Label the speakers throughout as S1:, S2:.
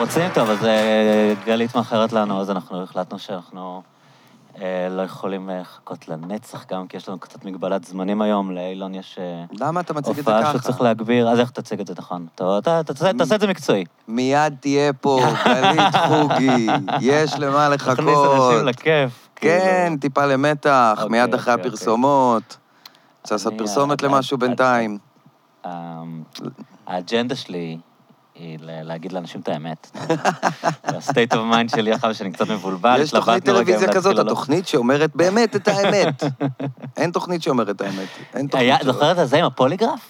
S1: רוצים, טוב, אז גלית מאחרת לנו, אז אנחנו החלטנו שאנחנו אה, לא יכולים אה, לחכות לנצח גם, כי יש לנו קצת מגבלת זמנים היום, לאילון יש אה,
S2: למה אתה מציג את זה
S1: הופעה שהוא צריך
S2: ככה?
S1: להגביר, אז איך תציג את זה נכון? אתה- אתה- אתה תעשה- תעשה את זה מקצועי.
S2: מיד תהיה פה, גלית חוגי, יש למה
S1: תכניס אנשים
S2: לחכות.
S1: לכיף.
S2: כן,
S1: כאילו.
S2: טיפה למתח,
S1: אוקיי,
S2: מיד אחרי
S1: אוקיי,
S2: הפרסומות. רוצה לעשות
S1: אני-
S2: פרסומת
S1: אה,
S2: למשהו
S1: אה,
S2: בינתיים.
S1: אמ, האג'נדה שלי היא ל- להגיד לאנשים את האמת. ה-state of mind שלי אחר שאני קצת מבולבל,
S2: יש תוכנית
S1: התלבטנו רגע אם
S2: טלוויזיה
S1: להתחיל
S2: כזאת,
S1: או לא.
S2: התוכנית שאומרת באמת את האמת. אין תוכנית שאומרת את האמת. אין תוכנית
S1: היה-
S2: שאומרת.
S1: זוכרת את זה עם הפוליגרף?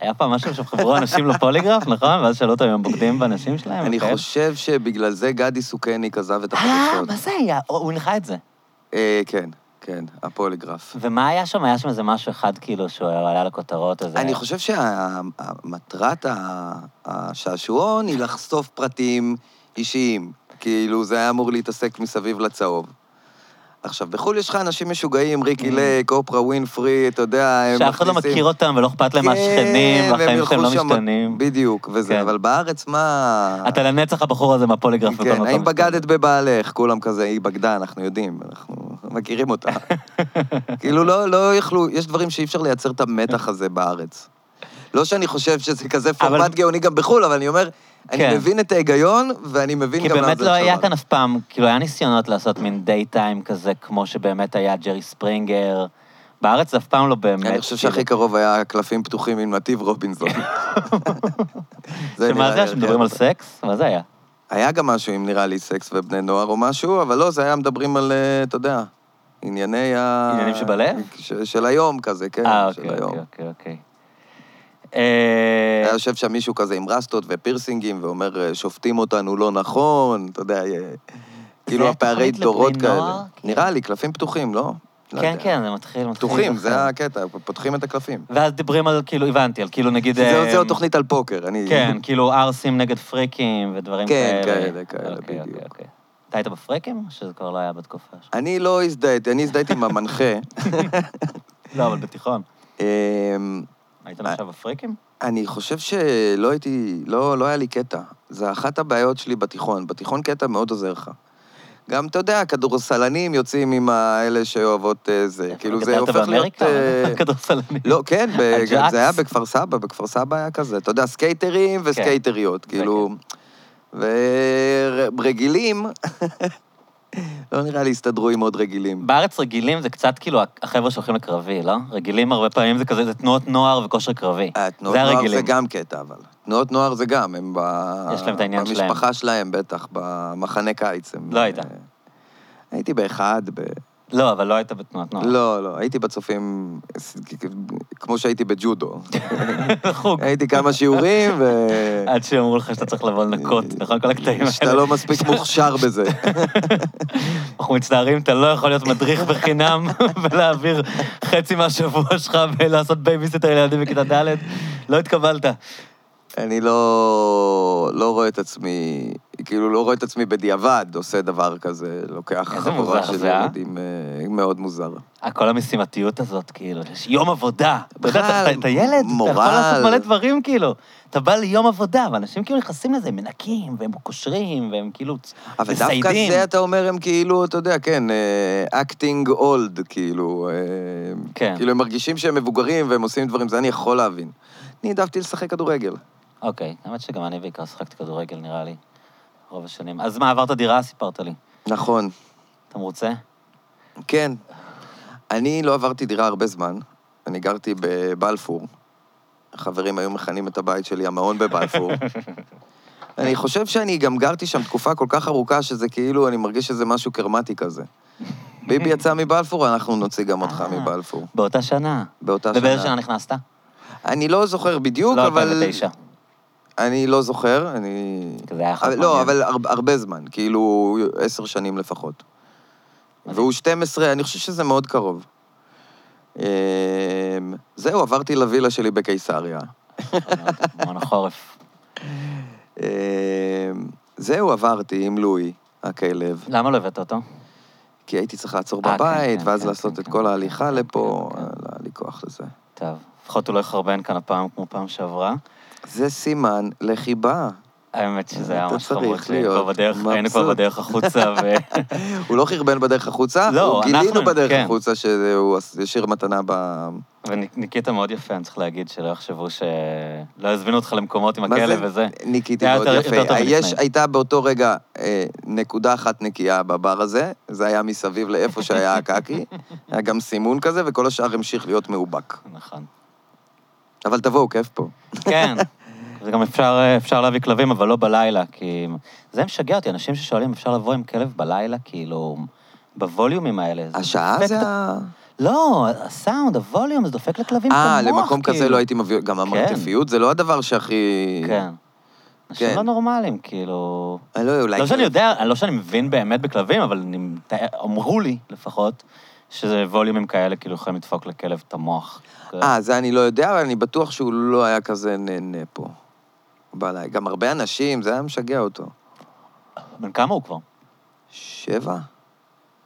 S1: היה פעם משהו שהם חברו אנשים לפוליגרף, נכון? ואז שאלו אותם אם הם בוגדים בנשים שלהם?
S2: אני
S1: וכאלה.
S2: חושב שבגלל זה גדי סוכני כזב את
S1: כן? אה, מה
S2: החדשות.
S1: זה היה? הוא- הוא הנחה את זה.
S2: אה, כן, כן, הפוליגרף.
S1: ומה היה שם? היה שם איזה משהו אחד כאילו שהוא עלה לכותרות איזה...
S2: אני חושב שמטרת השעשועון היא לחשוף פרטים אישיים. כאילו, זה היה אמור להתעסק מסביב לצהוב. עכשיו, בחו"ל יש לך אנשים משוגעים, ריקי
S1: Mm.
S2: לייק, אופרה ווינפרי, אתה יודע, הם מכניסים...
S1: שאף אחד לא מכיר אותם ולא אכפת להם
S2: כן,
S1: מהשכנים,
S2: והם
S1: והחיים שלהם לא
S2: ילכו שם-
S1: משתנים.
S2: בדיוק,
S1: כן.
S2: וזה, אבל בארץ מה...
S1: אתה לנצח הבחור הזה מהפוליגרף. וכל
S2: כן,
S1: מקום
S2: האם
S1: שאתה-
S2: בגדת בבעלך? כולם כזה, היא בגדה, אנחנו יודעים, אנחנו מכירים אותה. כאילו, לא, לא יכלו, יש דברים שאי אפשר לייצר את המתח הזה בארץ. לא שאני חושב שזה כזה
S1: אבל-
S2: פורמט גאוני גם בחו"ל, אבל אני אומר,
S1: כן.
S2: אני מבין את ההיגיון, ואני מבין
S1: כי
S2: גם למה זה
S1: באמת לא היה
S2: אפשר.
S1: כאן אף פעם, כאילו, היה ניסיונות לעשות מין דייטיים כזה, כמו שבאמת היה ג'רי ספרינגר. בארץ זה אף פעם לא באמת.
S2: אני חושב
S1: כאילו,
S2: שהכי קרוב היה קלפים פתוחים עם נתיב רובינזון.
S1: שמה
S2: נראה
S1: זה היה שמדברים על
S2: יותר.
S1: סקס? מה זה היה?
S2: היה גם משהו עם נראה לי סקס ובני נוער או משהו, אבל לא, זה היה מדברים על, אה, אתה יודע, ענייני ה...
S1: עניינים שבלב?
S2: ש- של היום כזה, כן,
S1: אה,
S2: של
S1: אוקיי,
S2: היום.
S1: אוקיי, אוקיי, אוקיי. אה,
S2: היה יושב שם מישהו כזה עם רסטות ופירסינגים ואומר, אה, שופטים אותנו לא נכון, אתה יודע, אה, כאילו
S1: היה
S2: הפערי
S1: תוכנית
S2: דורות
S1: לבני נוער?
S2: כאלה.
S1: כן.
S2: נראה לי, קלפים פתוחים, לא? לא
S1: כן,
S2: יודע.
S1: כן, אה, זה מתחיל, מתחיל.
S2: פתוחים, זה
S1: מתחיל.
S2: הקטע, פותחים את הקלפים.
S1: ואז דיברים על, כאילו, הבנתי, על כאילו, נגיד...
S2: זה
S1: אה,
S2: זה עוד תוכנית על פוקר, אני...
S1: כן, כאילו ערסים נגד פרקים ודברים
S2: כן,
S1: כאלה.
S2: כאלה, כאלה,
S1: אוקיי, אוקיי,
S2: בדיוק.
S1: אוקיי. אתה היית בפרקים? או שזה כבר לא היה בתקופה שלך?
S2: אני לא הזדהיתי, אני הזדהיתי עם המנחה.
S1: לא, אבל בתיכון.
S2: אמ,
S1: היית
S2: מה? אה,
S1: נחשב בפרקים?
S2: אני חושב שלא הייתי, לא, לא היה לי קטע. זה אחת הבעיות שלי בתיכון. בתיכון קטע מאוד עוזר לך. גם, אתה יודע, כדורסלנים יוצאים עם האלה שאוהבות אה, זה. כאילו, זה הופך להיות... אה,
S1: כדורסלנים.
S2: לא, כן, ב-
S1: הג'אקס.
S2: זה היה בכפר סבא, בכפר סבא היה כזה. אתה יודע, סקייטרים וסקייטריות, כאילו... ורגילים, לא נראה לי הסתדרו עם עוד רגילים.
S1: בארץ רגילים זה קצת כאילו החבר'ה שהולכים לקרבי, לא? רגילים הרבה פעמים זה כזה, זה תנועות נוער וכושר קרבי.
S2: אה, תנועות
S1: זה
S2: נוער זה
S1: הרגילים.
S2: גם קטע, אבל. תנועות נוער זה גם, הם ב...
S1: יש להם את העניין שלהם.
S2: במשפחה שלהם, בטח, במחנה קיץ. הם,
S1: לא היית.
S2: אה, הייתי באחד, ב...
S1: לא, אבל לא היית בתנועת נוער.
S2: לא, לא, הייתי בצופים ס- כ- כ- כמו שהייתי בג'ודו. לא.
S1: חוג.
S2: הייתי כמה שיעורים, ו...
S1: עד שאמרו לך שאתה צריך לבוא לנקות, נכון? כל הקטעים
S2: אה, שאתה
S1: האלה.
S2: לא מספיק מוכשר בזה.
S1: אנחנו מצטערים, אתה לא יכול להיות מדריך בחינם ולהעביר חצי מהשבוע שלך ולעשות בייביסיטר לילדים בכיתה ד', לא התקבלת.
S2: אני לא, לא רואה את עצמי, כאילו לא רואה את עצמי בדיעבד עושה דבר כזה, לוקח
S1: איזה
S2: חבורה
S1: מוזר
S2: של
S1: זה, אה?
S2: ילדים אה, מאוד מוזר.
S1: אה, כל המשימתיות הזאת, כאילו, יש יום עבודה. אתה יודע, אתה-
S2: בכלל,
S1: אתה- אתה ילד, אתה יכול
S2: מורל.
S1: לעשות מלא דברים, כאילו. אתה בא ליום עבודה, ואנשים כאילו נכנסים לזה, הם מנקים, והם קושרים, והם כאילו צ-
S2: אבל דווקא
S1: מסיידים.
S2: זה, אתה אומר, הם כאילו, אתה יודע, כן, אקטינג אולד, כאילו. אה,
S1: כן.
S2: כאילו, הם מרגישים שהם מבוגרים והם עושים דברים, זה אני יכול להבין. אני העדפתי לשחק כדורגל.
S1: אוקיי, האמת שגם אני בעיקר שחקתי כדורגל, נראה לי, רוב השנים. אז מה, עברת דירה? סיפרת לי.
S2: נכון.
S1: אתה מרוצה?
S2: כן. אני לא עברתי דירה הרבה זמן. אני גרתי בבלפור. החברים היו מכנים את הבית שלי המעון בבלפור. אני חושב שאני גם גרתי שם תקופה כל כך ארוכה, שזה כאילו, אני מרגיש שזה משהו קרמטי כזה. ביבי יצא מבלפור, אנחנו נוציא גם אותך
S1: אה.
S2: מבלפור.
S1: באותה שנה.
S2: באותה שנה.
S1: ובאיזה שנה נכנסת?
S2: אני לא זוכר בדיוק,
S1: לא,
S2: אבל...
S1: 2009.
S2: אני לא זוכר, אני...
S1: כאילו, זה היה
S2: אבל-
S1: חד
S2: לא,
S1: מעניין.
S2: אבל הר- הרבה זמן, כאילו עשר שנים לפחות.
S1: מדהים.
S2: והוא 12, אני חושב שזה מאוד קרוב. אמ, זהו, עברתי לווילה שלי בקיסריה.
S1: המון החורף.
S2: אמ, זהו, עברתי עם לואי, הכלב,
S1: למה לא הבאת אותו?
S2: כי הייתי צריך לעצור
S1: אה, כן,
S2: בבית,
S1: כן,
S2: ואז
S1: כן,
S2: לעשות
S1: כן,
S2: את
S1: כן,
S2: כל
S1: כן,
S2: ההליכה
S1: כן,
S2: לפה,
S1: כן, כן.
S2: אה, לא היה לי כוח לזה.
S1: טוב, לפחות הוא לא יחרבן כאן הפעם כמו פעם שעברה.
S2: זה סימן לחיבה.
S1: האמת שזה היה
S2: אתה
S1: ממש
S2: צריך
S1: חמוד,
S2: להיות
S1: כבר בדרך, היינו כבר
S2: מבסוט.
S1: בדרך החוצה, ו...
S2: הוא לא חרבן בדרך החוצה,
S1: לא,
S2: הוא גילינו
S1: אנחנו-
S2: בדרך
S1: כן.
S2: החוצה שהוא השאיר מתנה ב...
S1: וניקיטה מאוד יפה, אני צריך להגיד, שלא יחשבו ש... לא יזמינו אותך למקומות עם
S2: מה זה?
S1: הכלב וזה.
S2: ניקיתי
S1: זה היה
S2: מאוד
S1: יותר- יותר
S2: יפה.
S1: טוב מלפני.
S2: יש, הייתה באותו רגע אה, נקודה אחת נקייה בבר הזה, זה היה מסביב לאיפה שהיה הקקי, היה גם סימון כזה, וכל השאר המשיך להיות מאובק.
S1: נכון.
S2: אבל תבואו, כיף פה.
S1: כן. זה גם אפשר, אפשר להביא כלבים, אבל לא בלילה, כי... זה משגע אותי, אנשים ששואלים, אפשר לבוא עם כלב בלילה, כאילו, בווליומים האלה. זה
S2: השעה
S1: דופק
S2: זה
S1: את-
S2: ה...
S1: לא, הסאונד, הווליום, זה דופק לכלבים את
S2: אה,
S1: המוח,
S2: למקום כזה
S1: כאילו.
S2: לא הייתי מביא... גם המרתפיות זה לא הדבר שהכי...
S1: כן. אנשים
S2: כן.
S1: לא נורמלים, כאילו...
S2: אני לא יודע, אולי...
S1: לא שאני
S2: כלב.
S1: יודע, לא שאני מבין באמת בכלבים, אבל אני מתאר- אמרו לי לפחות, שזה ווליומים כאלה, כאילו יכולים לדפוק לכלב את המוח.
S2: אה, זה אני לא יודע, אבל אני בטוח שהוא לא היה כזה נהנה פה. בלילה. גם הרבה אנשים, זה היה משגע אותו.
S1: בן כמה הוא כבר?
S2: שבע?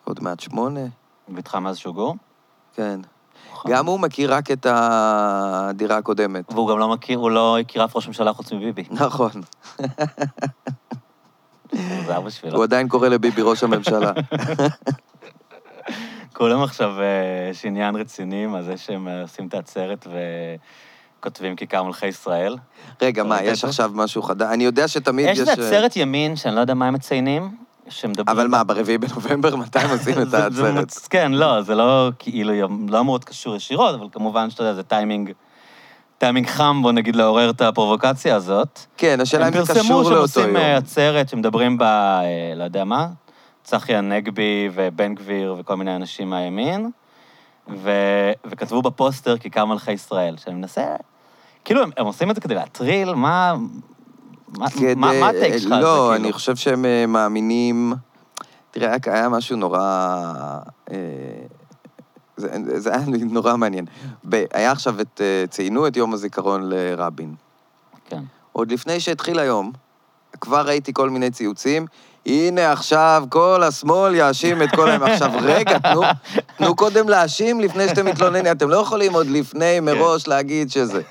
S2: עוד מעט שמונה?
S1: הוא איתך מאז שהוא גור?
S2: כן.
S1: נכון.
S2: גם הוא מכיר רק את הדירה הקודמת.
S1: והוא גם לא מכיר, הוא לא הכיר אף ראש ממשלה חוץ מביבי.
S2: נכון.
S1: זה היה בשבילו.
S2: הוא עדיין קורא לביבי ראש הממשלה.
S1: כולם עכשיו, אה, יש עניין רציני מה זה שהם אה, עושים את העצרת וכותבים כיכר מלכי ישראל.
S2: רגע, מה,
S1: ראית את
S2: יש
S1: זה?
S2: עכשיו משהו חדש? אני יודע שתמיד יש...
S1: אוקיי, יש איזה
S2: אה,
S1: עצרת ימין, שאני לא יודע מה הם מציינים, שמדברים...
S2: אבל מה, ברביעי בנובמבר מתי הם עושים את
S1: זה- זה
S2: העצרת?
S1: מצ- כן, לא, זה לא כאילו, יום- לא אמור להיות קשור ישירות, אבל כמובן שאתה יודע, זה טיימינג, טיימינג חם, בוא נגיד, לעורר את הפרובוקציה הזאת.
S2: כן, השאלה אם
S1: הם
S2: זה
S1: פרסמו
S2: קשור
S1: שהם
S2: לאותו
S1: עושים
S2: יום.
S1: אה, עצרת שמדברים בה, אה, לא יודע מה, צחי הנגבי ובן גביר וכל מיני אנשים מהימין, ו... וכתבו בפוסטר כיכר מלכי ישראל, שאני מנסה... כאילו, הם, הם עושים את זה כדי להטריל, מה... מה,
S2: כדי-
S1: מה, מה הטייק שלך? על זה,
S2: לא,
S1: כאילו?
S2: אני חושב שהם אה, מאמינים... תראה, היה- היה משהו נורא... אה, זה זה היה לי נורא מעניין. ב- היה עכשיו את... אה, ציינו את יום הזיכרון לרבין.
S1: כן.
S2: עוד לפני שהתחיל היום, כבר ראיתי כל מיני ציוצים. הנה עכשיו כל השמאל יאשים את כל היום. עכשיו, רגע, תנו, תנו קודם להאשים לפני שאתם מתלוננים. אתם לא יכולים עוד לפני, מראש, להגיד שזה.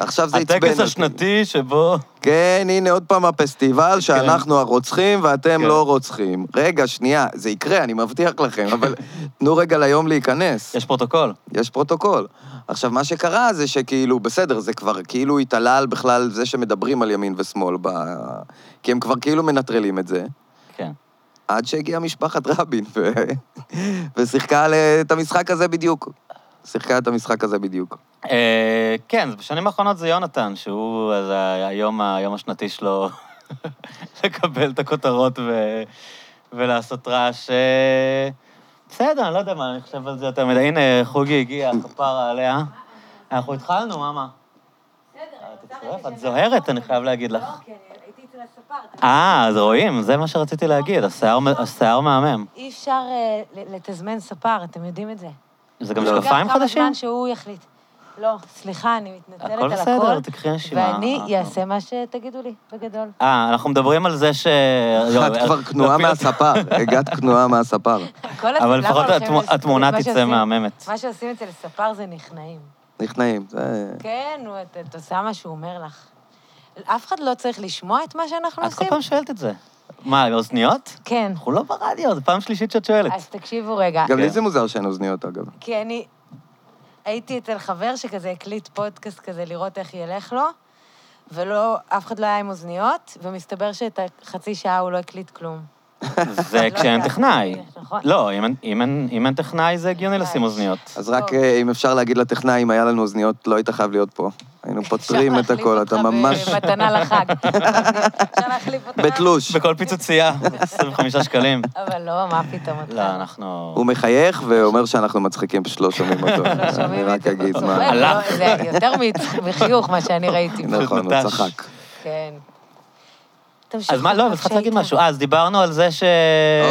S2: עכשיו זה עצבן אותי.
S1: כן. הטקס השנתי שבו...
S2: כן, הנה עוד פעם הפסטיבל שאנחנו הרוצחים
S1: כן.
S2: ואתם לא רוצחים. רגע, שנייה, זה יקרה, אני מבטיח לכם, אבל תנו רגע ליום להיכנס.
S1: יש פרוטוקול.
S2: יש פרוטוקול. עכשיו, מה שקרה זה שכאילו, בסדר, זה כבר כאילו התעלל בכלל זה שמדברים על ימין ושמאל, ב... כי הם כבר כאילו מנטרלים את זה,
S1: כן.
S2: עד שהגיעה משפחת רבין ו... ושיחקה על- אה, את המשחק הזה בדיוק. שיחקה את המשחק הזה בדיוק.
S1: אה, כן, אז בשנים האחרונות זה יונתן, שהוא אז ה- היום, ה- היום השנתי שלו לקבל את הכותרות ו, ולעשות רעש. אה, בסדר, אני לא יודע מה אני חושב על זה יותר מדי. הנה, חוגי הגיע, כפרה עליה. אנחנו התחלנו, מאמה.
S3: בסדר,
S1: את
S3: אני רוצה
S1: צורפת,
S3: רגע
S1: את
S3: שנעצור
S1: זוהרת, אני
S3: אותם.
S1: חייב להגיד לך.
S3: לא, כי אני הייתי אצל הספר. אתה
S1: אה, אז רואים, זה מה שרציתי להגיד, השיער, מ- השיער מהמם.
S3: אי אפשר אה, ל- לתזמן ספר, אתם יודעים את זה.
S1: זה גם
S2: לא.
S1: משקפיים
S3: לוקח כמה
S1: חדשים?
S3: זמן שהוא יחליט. לא, סליחה, אני מתנצלת על
S1: הכל
S3: הכל.
S1: בסדר, תקחי נשימה.
S3: ואני
S1: אנחנו-
S3: אעשה מה שתגידו לי, בגדול.
S1: אה, אנחנו מדברים על זה ש... אה, לא,
S2: את כבר כנועה מהספר, הגעת כנועה מהספר.
S3: כל הזמן,
S1: אבל
S3: למה לא
S1: לפחות
S3: הולכים
S1: התמו-
S3: לס-
S1: התמונה
S3: מה
S1: תצא
S3: שעושים-
S1: מהממת.
S3: מה שעושים אצל ספר זה נכנעים.
S2: נכנעים, זה...
S3: כן, הוא- את את עושה מה שהוא אומר לך. אף אחד לא צריך לשמוע את מה שאנחנו
S1: את כל
S3: עושים.
S1: פעם שואלת את זה. מה, אוזניות?
S3: כן.
S1: אנחנו לא ברדיו, זו פעם שלישית שאת שואלת.
S3: אז תקשיבו רגע.
S2: גם לי
S1: כן.
S2: זה מוזר שאין אוזניות, אגב.
S3: כי אני הייתי אצל חבר שכזה הקליט פודקאסט כזה לראות איך ילך לו, ולא, אף אחד לא היה עם אוזניות, ומסתבר שאת החצי שעה הוא לא הקליט כלום.
S1: זה
S3: לא
S1: כשאין
S3: יודעת,
S1: טכנאי.
S3: נכון.
S1: לא, אם אין- אם אין- אם אין טכנאי זה הגיוני לשים אוזניות.
S2: אז
S3: לא.
S2: רק אה, אם אפשר להגיד לטכנאי, אם היה לנו אוזניות, לא היית חייב להיות פה. היינו פותרים את
S3: אפשר
S2: הכל,
S3: להחליף
S2: אתה
S3: אותך
S2: ממש...
S3: במתנה לחג. אפשר להחליף אותך.
S2: בתלוש.
S1: בכל פיצוצייה, 25 שקלים.
S3: אבל לא, מה פתאום אותך.
S1: לא, אנחנו...
S2: הוא מחייך ואומר שאנחנו מצחיקים, פשוט לא שומעים אותו.
S3: לא
S2: אני
S3: שומעים את
S2: רק
S3: זה.
S2: אגיד
S3: אתה
S2: מה...
S3: צוחק,
S1: הלך.
S3: לא, זה יותר מצ- מחיוך מה שאני ראיתי. פה.
S2: נכון, הוא
S1: נטש.
S2: צחק.
S3: כן. תמשיך,
S1: אז מה, לא, אבל
S3: רק
S1: התחלת להגיד
S3: שהיית.
S1: משהו. אה, אז דיברנו על זה ש...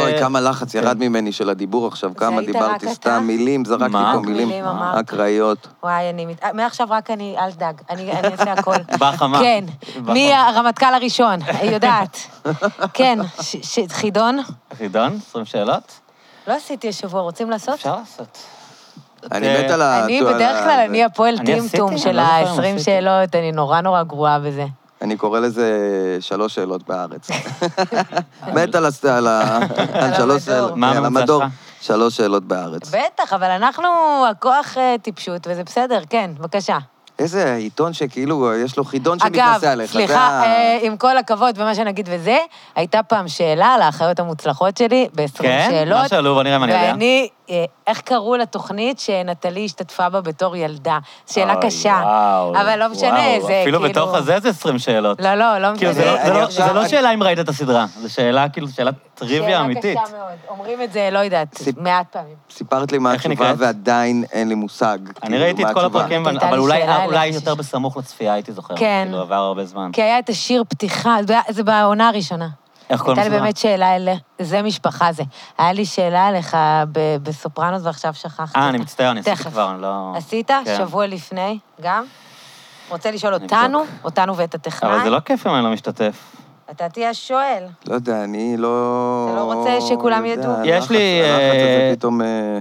S2: אוי, כמה לחץ
S1: כן.
S2: ירד ממני של הדיבור עכשיו, כמה
S3: היית רק
S2: דיברתי
S3: אתה?
S2: סתם מילים, זרקתי
S1: מה?
S2: פה
S1: רק
S2: מילים
S3: מילים אמרת.
S2: אקראיות.
S3: וואי, אני... מת- אה, מעכשיו רק אני, אל תדאג, אני אני אעשה הכל.
S1: בא חמה.
S3: כן,
S1: בא
S3: מי
S1: חמה.
S3: הרמטכ"ל הראשון, היא יודעת. כן, ש- ש- חידון,
S1: חידון, 20 שאלות?
S3: לא עשיתי השבוע, רוצים לעשות?
S1: אפשר לעשות.
S2: אני
S1: אה,
S2: מת על אה, ה...
S3: אני
S2: על ה-
S3: בדרך כלל, אני הפועל
S1: אני עשיתי,
S3: טמטום
S1: אני
S3: של
S1: לא זוכר אם
S3: ה-20
S1: עשיתי.
S3: שאלות, אני נורא נורא גרועה בזה.
S2: אני קורא לזה שלוש שאלות בארץ. מת על הס- על ה- על שלוש
S3: המדור.
S2: שאלות.
S1: מה
S2: כן,
S1: הממוצע
S2: המדור.
S1: שלך?
S2: שלוש שאלות בארץ.
S3: בטח, אבל אנחנו, הכוח אה, טיפשות, וזה בסדר, כן, בבקשה.
S2: איזה עיתון שכאילו, יש לו חידון
S3: אגב,
S2: שמתנשא עליך. זה
S3: סליחה,
S2: ה-
S3: אה, עם כל הכבוד ומה שנגיד וזה, הייתה פעם שאלה על האחיות המוצלחות שלי, ב-20
S1: כן?
S3: שאלות.
S1: מה שאלו? בוא נראה אם אני יודע.
S3: ואני, אה, איך קראו לתוכנית שנטלי השתתפה בה בתור ילדה? שאלה
S1: אוי,
S3: קשה.
S1: וואו,
S3: אבל לא משנה,
S1: וואו,
S3: זה
S1: אפילו
S3: כאילו-
S1: בתוך הזה זה 20 שאלות.
S3: לא, לא, לא
S1: כאילו,
S3: משנה.
S1: זה לא- זה
S2: אני
S1: לא-
S2: עכשיו-
S1: זה לא שאלה אם ראית את הסדרה, זו שאלה, כאילו, שאלת טריוויה אמיתית.
S3: שאלה קשה מאוד. אומרים את זה, לא יודעת,
S2: סיפ-
S3: מעט פעמים.
S2: סיפרת לי מה
S1: איך היא
S2: התשובה
S1: נקראת?
S2: ועדיין אין לי מושג.
S1: אני
S2: כאילו,
S1: ראיתי
S2: מה
S1: את כל
S2: התשובה.
S1: הפרקים,
S3: הייתה
S1: אבל
S3: לי
S1: אולי-
S3: שאלה
S1: אולי
S3: אלייך
S1: יותר
S3: שיש-
S1: בסמוך לצפייה, הייתי זוכר.
S3: כן.
S1: כאילו, עבר הרבה זמן.
S3: כי היה את השיר פתיחה, זה היה- זה בעונה הראשונה.
S1: איך קוראים
S3: הייתה לי
S1: לסדרה?
S3: באמת שאלה אליך, זה משפחה זה. היה לי שאלה עליך ב- בסופרנוס ועכשיו שכחתי.
S1: אה,
S3: אותה.
S1: אני מצטער, אני עשיתי
S3: תכף.
S1: כבר, אני לא...
S3: עשית?
S1: כן.
S3: שבוע לפני, גם? רוצה לשאול
S1: אני
S3: אותנו, אותנו ואת הטכנאי?
S1: אבל זה לא כיף אם אני לא משתתף.
S3: אתה תהיה השואל.
S2: לא יודע, אני לא...
S3: אתה לא רוצה שכולם
S2: יודע,
S3: ידעו?
S1: יש
S2: הלחץ-
S1: לי,
S2: הלחץ הזה
S1: אה,
S2: פתאום... אה,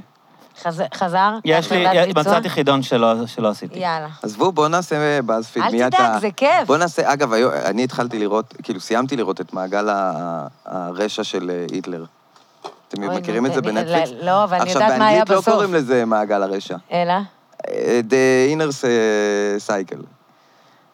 S3: חז- חזר?
S1: יש לי,
S3: החלטת ביצוע?
S1: מצאתי חידון שלא שלא עשיתי.
S3: יאללה.
S2: עזבו, בואו נעשה באזפיד.
S3: אל
S2: מיד
S3: תדאג,
S2: ה-
S3: זה כיף.
S2: בואו נעשה, אגב, היום- אני התחלתי לראות, כאילו, סיימתי לראות את מעגל ה- הרשע של אה, היטלר. אתם
S3: אוי,
S2: מכירים
S3: נו,
S2: את זה
S3: תן לי-
S2: בנטפליקס?
S3: לא, לא, אבל אני
S2: עכשיו,
S3: יודעת מה היה
S2: באנגלית לא
S3: בסוף.
S2: קוראים לזה מעגל הרשע.
S3: אלא?
S2: אה, The inner אה, cycle.